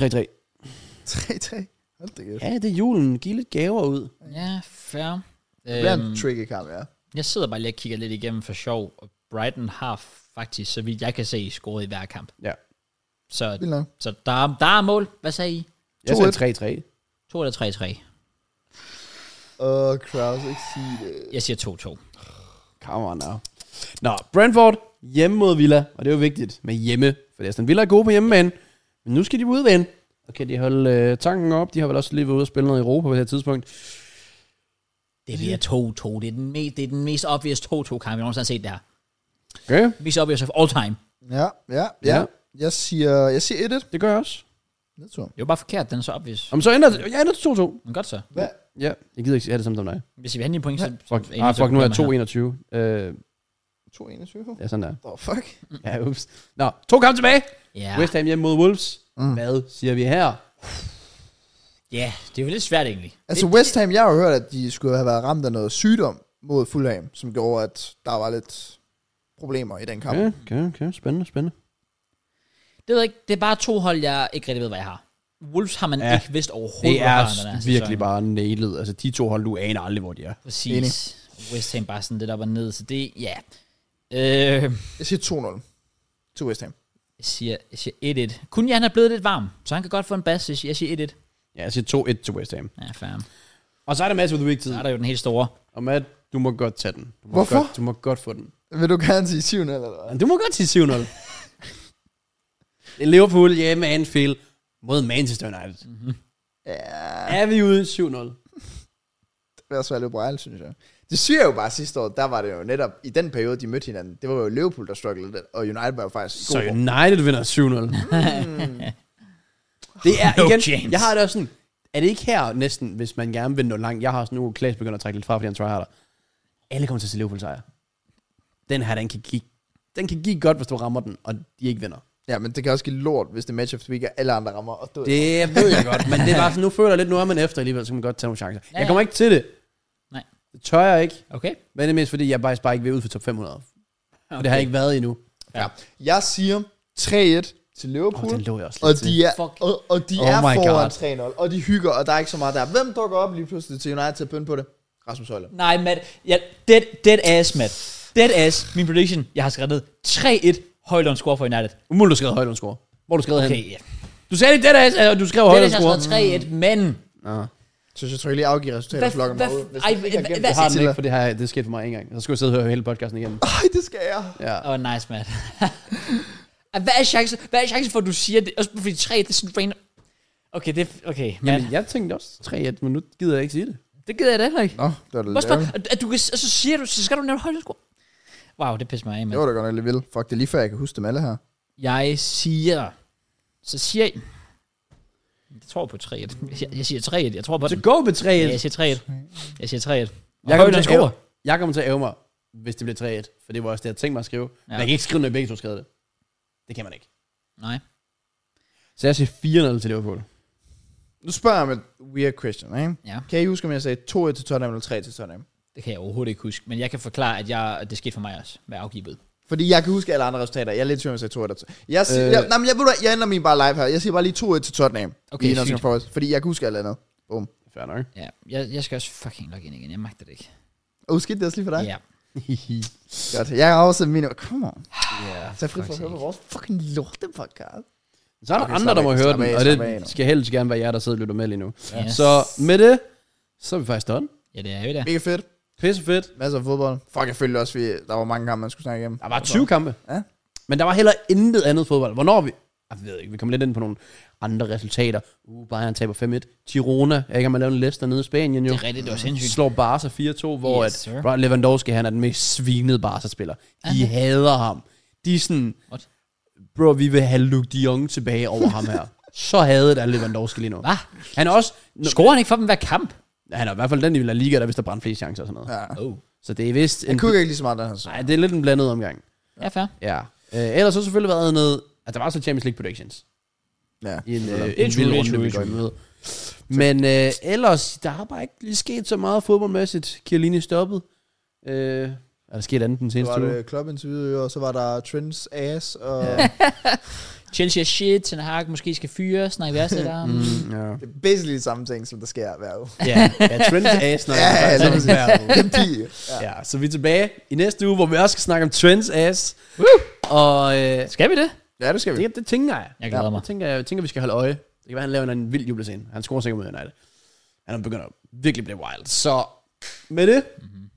Speaker 2: 3-3.
Speaker 3: 3-3. Hold da kæft.
Speaker 2: Ja, det er julen. Giv lidt gaver ud.
Speaker 1: Ja, fair.
Speaker 3: Det bliver
Speaker 1: Øhm,
Speaker 3: en tricky kamp, ja.
Speaker 1: jeg sidder bare lige og kigger lidt igennem for sjov, og Brighton har faktisk, så vidt jeg kan se, scoret i hver kamp.
Speaker 2: Ja.
Speaker 1: Så,
Speaker 3: Vildt nok.
Speaker 1: så der, er- der er mål. Hvad sagde I?
Speaker 2: Jeg
Speaker 3: 2-1.
Speaker 2: siger 3-3.
Speaker 1: 2 eller 3-3?
Speaker 3: Åh, oh, Kraus, ikke sige det.
Speaker 1: Jeg siger 2-2.
Speaker 2: Come on now. Nå, Brentford hjemme mod Villa, og det er jo vigtigt med hjemme, for Aston Villa er gode på hjemmebane, men nu skal de udvinde. Og kan de holde øh, tanken op? De har vel også lige været ude og spille noget i Europa på det her tidspunkt.
Speaker 1: Det bliver 2-2. Det er den, me- det er den mest obvious 2-2-kamp, jeg nogensinde har set der.
Speaker 2: Okay,
Speaker 1: Mest obvious of all time.
Speaker 3: Ja, ja, ja.
Speaker 2: Ja.
Speaker 3: ja. Jeg siger, jeg siger 1-1.
Speaker 2: det gør jeg også.
Speaker 3: Nedtur.
Speaker 1: Det var bare forkert, den er så obvious.
Speaker 2: Om så ender jeg ender til 2-2.
Speaker 1: Men godt så.
Speaker 3: Hvad?
Speaker 2: Ja, jeg gider ikke have det samme som dig.
Speaker 1: Hvis vi vil have en point, så...
Speaker 2: Fuck, ah, fuck nu er jeg 2-21. Øh,
Speaker 3: 2-21?
Speaker 2: ja, sådan der.
Speaker 3: Åh, oh, fuck.
Speaker 2: Ja, ups. Nå, to kampe tilbage.
Speaker 1: Mm. Ja,
Speaker 2: Ja. West Ham hjemme mod Wolves. Mm. Hvad siger vi her?
Speaker 1: ja, det er jo lidt svært egentlig.
Speaker 3: Altså West Ham, jeg har jo hørt, at de skulle have været ramt af noget sygdom mod Fulham, som gjorde, at der var lidt problemer i den kamp.
Speaker 2: Okay, okay, okay. Spændende, spændende.
Speaker 1: Det ved jeg ikke. Det er bare to hold, jeg ikke rigtig ved, hvad jeg har. Wolves har man
Speaker 2: Ja.
Speaker 1: ja. ikke vidst overhovedet,
Speaker 2: Det
Speaker 1: hvor
Speaker 2: er
Speaker 1: har den her
Speaker 2: virkelig
Speaker 1: sæson.
Speaker 2: bare nailet. Altså, de to hold, du aner aldrig, hvor de er.
Speaker 1: Præcis.
Speaker 3: Enig.
Speaker 1: West Ham bare sådan lidt op og ned, så det, ja. Øh,
Speaker 3: Jeg siger 2-0 til West Ham.
Speaker 1: jeg siger, jeg siger 1-1. Kun han er blevet lidt varm, så han kan godt få en bas. Jeg siger- jeg siger 1-1.
Speaker 2: Ja, jeg siger 2-1 til West Ham.
Speaker 1: Ja, fair.
Speaker 2: Og så er der Mads with the week tid.
Speaker 1: Så er der jo den helt store.
Speaker 2: Og Matt, du må godt tage den. Du må
Speaker 3: Hvorfor?
Speaker 2: Godt, du må godt få den.
Speaker 3: Vil du gerne sige 7-0 eller hvad?
Speaker 2: Men Du må godt sige 7-0. Det er Liverpool hjemme yeah, Anfield mod Manchester United. Mm.
Speaker 3: Ja,
Speaker 2: Er vi ude 7-0?
Speaker 3: det var svært at brejle, synes jeg. Det siger jeg jo bare sidste år, der var det jo netop i den periode, de mødte hinanden. Det var jo Liverpool, der strugglede lidt, og United var jo faktisk i
Speaker 2: Så
Speaker 3: god form.
Speaker 2: United vinder 7-0. det er
Speaker 1: No
Speaker 2: igen,
Speaker 1: chance.
Speaker 2: jeg har det også sådan, er det ikke her næsten, hvis man gerne vil nå langt? Jeg har sådan nu, Klaas begynder at trække lidt fra, fordi han tryharder. Alle kommer til at se Liverpool sejr. Den her, den kan kigge den kan give godt, hvis du rammer den, og de ikke vinder.
Speaker 3: Ja, men det kan også give lort, hvis det er match of the week, og alle andre rammer. Og du, det.
Speaker 2: Det ved jeg godt, men det er bare sådan, nu føler jeg lidt, nu er man efter alligevel, så kan man godt tage nogle chancer.
Speaker 1: Ja,
Speaker 2: Jeg kommer
Speaker 1: ja.
Speaker 2: ikke til det.
Speaker 1: Nej.
Speaker 2: Det tør jeg ikke,
Speaker 1: Okay.
Speaker 2: men det er mest fordi, jeg faktisk bare ikke vil ud for top 500. Okay. Og det har jeg ikke været endnu.
Speaker 3: Jeg siger 3-1 til
Speaker 2: Åh, oh,
Speaker 3: Liverpool.
Speaker 2: den lå jeg også
Speaker 3: Og
Speaker 2: lidt til.
Speaker 3: de er,
Speaker 1: Fuck.
Speaker 3: og, og de
Speaker 2: Oh
Speaker 3: oh er
Speaker 2: my
Speaker 3: foran
Speaker 2: God.
Speaker 3: 3-0, og de hygger, og der er ikke så meget der. Hvem dukker op lige pludselig til United til at pynte på det? Rasmus Højler.
Speaker 1: Nej, Matt. Ja, dead, dead ass, Matt. Dead ass. Min prediction, jeg har skrevet ned. 3-1 Højlund score for United.
Speaker 2: Umuligt, du skrev Højlund score. Hvor du skrev okay.
Speaker 1: Okay,
Speaker 2: hen?
Speaker 1: ja.
Speaker 2: Du sagde det, det der, og du skrev
Speaker 1: Dead
Speaker 2: Højlund
Speaker 1: ass, jeg
Speaker 2: score.
Speaker 1: har skrevet 3-1, Mm. men...
Speaker 2: Nå.
Speaker 3: Så jeg tror, jeg lige afgiver resultatet og flokker mig ud. hvis
Speaker 1: ej,
Speaker 3: jeg ikke har
Speaker 1: hvad-
Speaker 3: gemt
Speaker 1: hvad
Speaker 2: Jeg har den
Speaker 1: siger
Speaker 2: ikke, for det, har jeg, det skete for mig en gang. Så skulle jeg sidde og høre hele podcasten igennem.
Speaker 3: det. Ej, det skal jeg.
Speaker 2: Ja.
Speaker 1: Åh, oh, nice, Matt. Ej, hvad er chancen, hvad er chancen for, at du siger det? Også fordi 3 det er sådan random. Okay, det er... Okay, Matt.
Speaker 2: Jamen, jeg tænkte også 3-1, men nu gider jeg ikke sige det.
Speaker 1: det gider jeg da heller ikke.
Speaker 3: Nå, det var da
Speaker 1: Hvorfor?
Speaker 3: lidt ærgerligt.
Speaker 1: At, at du kan, og så siger du, så skal du nævne Højlund score. Wow, det pisser mig af,
Speaker 3: Det
Speaker 1: Matt.
Speaker 3: var da godt nok lidt vildt. Fuck, det er lige før, jeg kan huske dem alle her.
Speaker 1: Jeg siger... Så siger jeg... Jeg tror på 3-1. Jeg siger- Jeg siger 3-1. Jeg tror på
Speaker 2: Så
Speaker 1: den.
Speaker 2: gå med 3-1.
Speaker 1: Ja, jeg siger 3-1. Jeg siger 3-1.
Speaker 2: Jeg
Speaker 1: Jeg
Speaker 2: kommer,
Speaker 1: kan
Speaker 2: til
Speaker 1: ikke
Speaker 2: at æve,
Speaker 1: score.
Speaker 2: jeg kommer til at æve mig, hvis det bliver 3-1. For det var også det, jeg tænkte mig at skrive. Ja. Men jeg kan ikke skrive, når begge to skrev det. Det kan man ikke.
Speaker 1: Nej.
Speaker 2: Så jeg siger 4-0 til Liverpool.
Speaker 3: Nu spørger jeg med weird question, ikke?
Speaker 1: Ja.
Speaker 3: Kan I huske, om jeg sagde 2-1 til Tottenham eller 3 til Tottenham?
Speaker 1: Det kan jeg overhovedet ikke huske. Men jeg kan forklare, at, jeg, at det skete for mig også med afgivet.
Speaker 3: Fordi jeg kan huske alle andre resultater. Jeg er lidt tvivl, om jeg sagde 2 eller 3. Jeg, siger,
Speaker 2: Øh.
Speaker 3: øh. jeg, nej, men jeg, ved du hvad, jeg ændrer min bare live her. Jeg siger bare lige 2-1 til Tottenham.
Speaker 1: Okay,
Speaker 3: i Nottingham
Speaker 1: sygt.
Speaker 3: Forest, Fordi jeg kan huske alt andet. Boom.
Speaker 2: Fair nok.
Speaker 1: Ja, jeg, jeg skal også fucking logge ind igen. Jeg magter det ikke.
Speaker 3: Og husk Oh, det også lige for dig.
Speaker 1: Ja.
Speaker 3: Yeah. Godt. Jeg har også min... Come on.
Speaker 2: Yeah.
Speaker 3: Så fri for
Speaker 1: Fuck's
Speaker 3: at høre på vores fucking lorte podcast.
Speaker 2: Så er der
Speaker 3: Okay,
Speaker 2: okay, andre,
Speaker 3: slap
Speaker 2: der må
Speaker 3: af,
Speaker 2: høre
Speaker 3: slap
Speaker 2: den,
Speaker 3: af,
Speaker 2: og
Speaker 3: slap af nu.
Speaker 2: det skal helst gerne være jer, der sidder og lytter med lige nu.
Speaker 1: Ja.
Speaker 2: Så med det, så er vi faktisk done.
Speaker 1: Ja, det er vi da.
Speaker 3: Mega fedt.
Speaker 2: Pisse fedt.
Speaker 3: Masser af fodbold. Fuck, jeg følte også, vi, der var mange kampe, man skulle snakke igennem.
Speaker 2: Der var 20 kampe.
Speaker 3: Ja.
Speaker 2: Men der var heller intet andet fodbold. Hvornår er vi... Jeg ved ikke, vi kommer lidt ind på nogle andre resultater. Uh, Bayern taber 5-1. Girona, jeg kan man lave en liste nede i Spanien jo.
Speaker 1: Det er rigtigt, det var sindssygt.
Speaker 2: slår Barca 4-2, hvor
Speaker 1: Yes,
Speaker 2: yes,
Speaker 1: sir.
Speaker 2: at Brian Lewandowski, han er den mest svinede Barca-spiller. De hader ham. De er sådan,
Speaker 1: What?
Speaker 2: bro, vi vil have Luke de Jong tilbage over ham her. Så hadet er Lewandowski lige nu.
Speaker 1: Hvad?
Speaker 2: Han er også... Nå,
Speaker 1: Scorer han ikke for dem hver kamp?
Speaker 2: han er i hvert fald den i La Liga, der vist har brændt flest chancer og sådan noget. Ja.
Speaker 3: Ja.
Speaker 1: Oh.
Speaker 2: Så det er vist... En,
Speaker 3: Jeg kunne ikke lige så meget den her sæson.
Speaker 2: Ej, det er lidt en blandet omgang.
Speaker 1: Ja, fair.
Speaker 2: Ja. Øh, ellers har selvfølgelig været noget... Altså, der var så Champions League predictions.
Speaker 3: Ja.
Speaker 2: I en, øh,
Speaker 1: er
Speaker 2: en
Speaker 1: true,
Speaker 2: vild
Speaker 1: det er
Speaker 2: runde,
Speaker 1: true,
Speaker 2: vi
Speaker 1: det
Speaker 2: går
Speaker 1: er
Speaker 2: i møde. Men øh, ellers, der har bare ikke lige sket så meget fodboldmæssigt. Chiellini stoppet. Øh, er der sket andet den
Speaker 3: Så var
Speaker 2: seneste uge?
Speaker 3: det klubinterviewet, og så var der Trends ass, og
Speaker 1: Chelsea er shit. Ten Hag måske skal fyre. Snakke værst lidt om.
Speaker 2: Mm, ja.
Speaker 3: det er basically det samme ting, som der sker hver uge.
Speaker 2: ja, ja, Trent Ass, når
Speaker 3: Ja,
Speaker 2: jeg
Speaker 3: ja,
Speaker 2: faktisk
Speaker 3: lige
Speaker 2: er svært.
Speaker 3: Det er pige. Ja.
Speaker 2: Ja, så vi er tilbage i næste uge, hvor vi også skal snakke om Trents Ass. Og øh,
Speaker 1: Skal vi det?
Speaker 3: ja, det skal vi.
Speaker 2: det, det tænker jeg.
Speaker 1: Jeg glæder mig.
Speaker 2: Jeg tænker, jeg tænker, vi skal holde øje. Det kan være, han laver en eller anden vild jubelscene. Han scorer sikkert mod United. Han er begyndt at virkelig blive wild. Så med det, mm-hmm.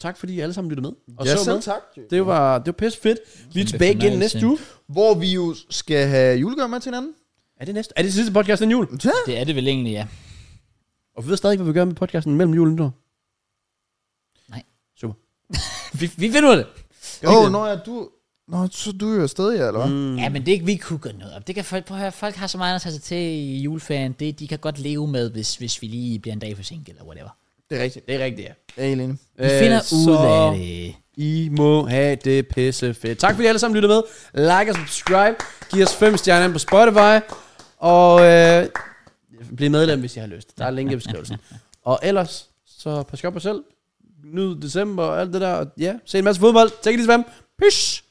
Speaker 2: tak fordi I alle sammen lyttede med. Og
Speaker 3: Ja,
Speaker 2: så med.
Speaker 3: selv tak. Jake.
Speaker 2: Det var, det var pisse fedt. Vi er tilbage igen
Speaker 1: fornøjelse.
Speaker 2: næste uge.
Speaker 3: Hvor vi jo skal have julegaver med til hinanden.
Speaker 2: Er det næste? Er det sidste podcast inden jul?
Speaker 3: Ja.
Speaker 1: Det er det vel egentlig, ja.
Speaker 2: Og vi ved stadig ikke, hvad vi gør med podcasten mellem jul og nytår.
Speaker 1: Nej.
Speaker 2: Super.
Speaker 1: Vi, vi finder ud af det.
Speaker 2: vi
Speaker 3: Åh,
Speaker 2: det?
Speaker 3: når jeg, du... Nå, så er du er jo afsted, ja, eller hvad? Mm.
Speaker 1: Ja, men det er ikke, vi kunne gøre noget op. Det kan folk, prøv at høre, folk har så meget at tage sig til i juleferien. Det, de kan godt leve med, hvis, hvis vi lige bliver en dag for sent eller whatever.
Speaker 3: Det er rigtigt.
Speaker 2: Det er rigtigt, ja.
Speaker 3: Jeg er helt enig.
Speaker 1: Vi
Speaker 2: Øh,
Speaker 1: finder ud af det.
Speaker 2: I må have det pisse fedt. Tak fordi I alle sammen lyttede med. Like og subscribe. Giv os 5 stjerner ind på Spotify. Og øh, bliv medlem, hvis I har lyst. Der er link i beskrivelsen. Og ellers, så pas godt på jer selv. Nyd december og alt det der. Og ja, se en masse fodbold. Tak i det, Peace.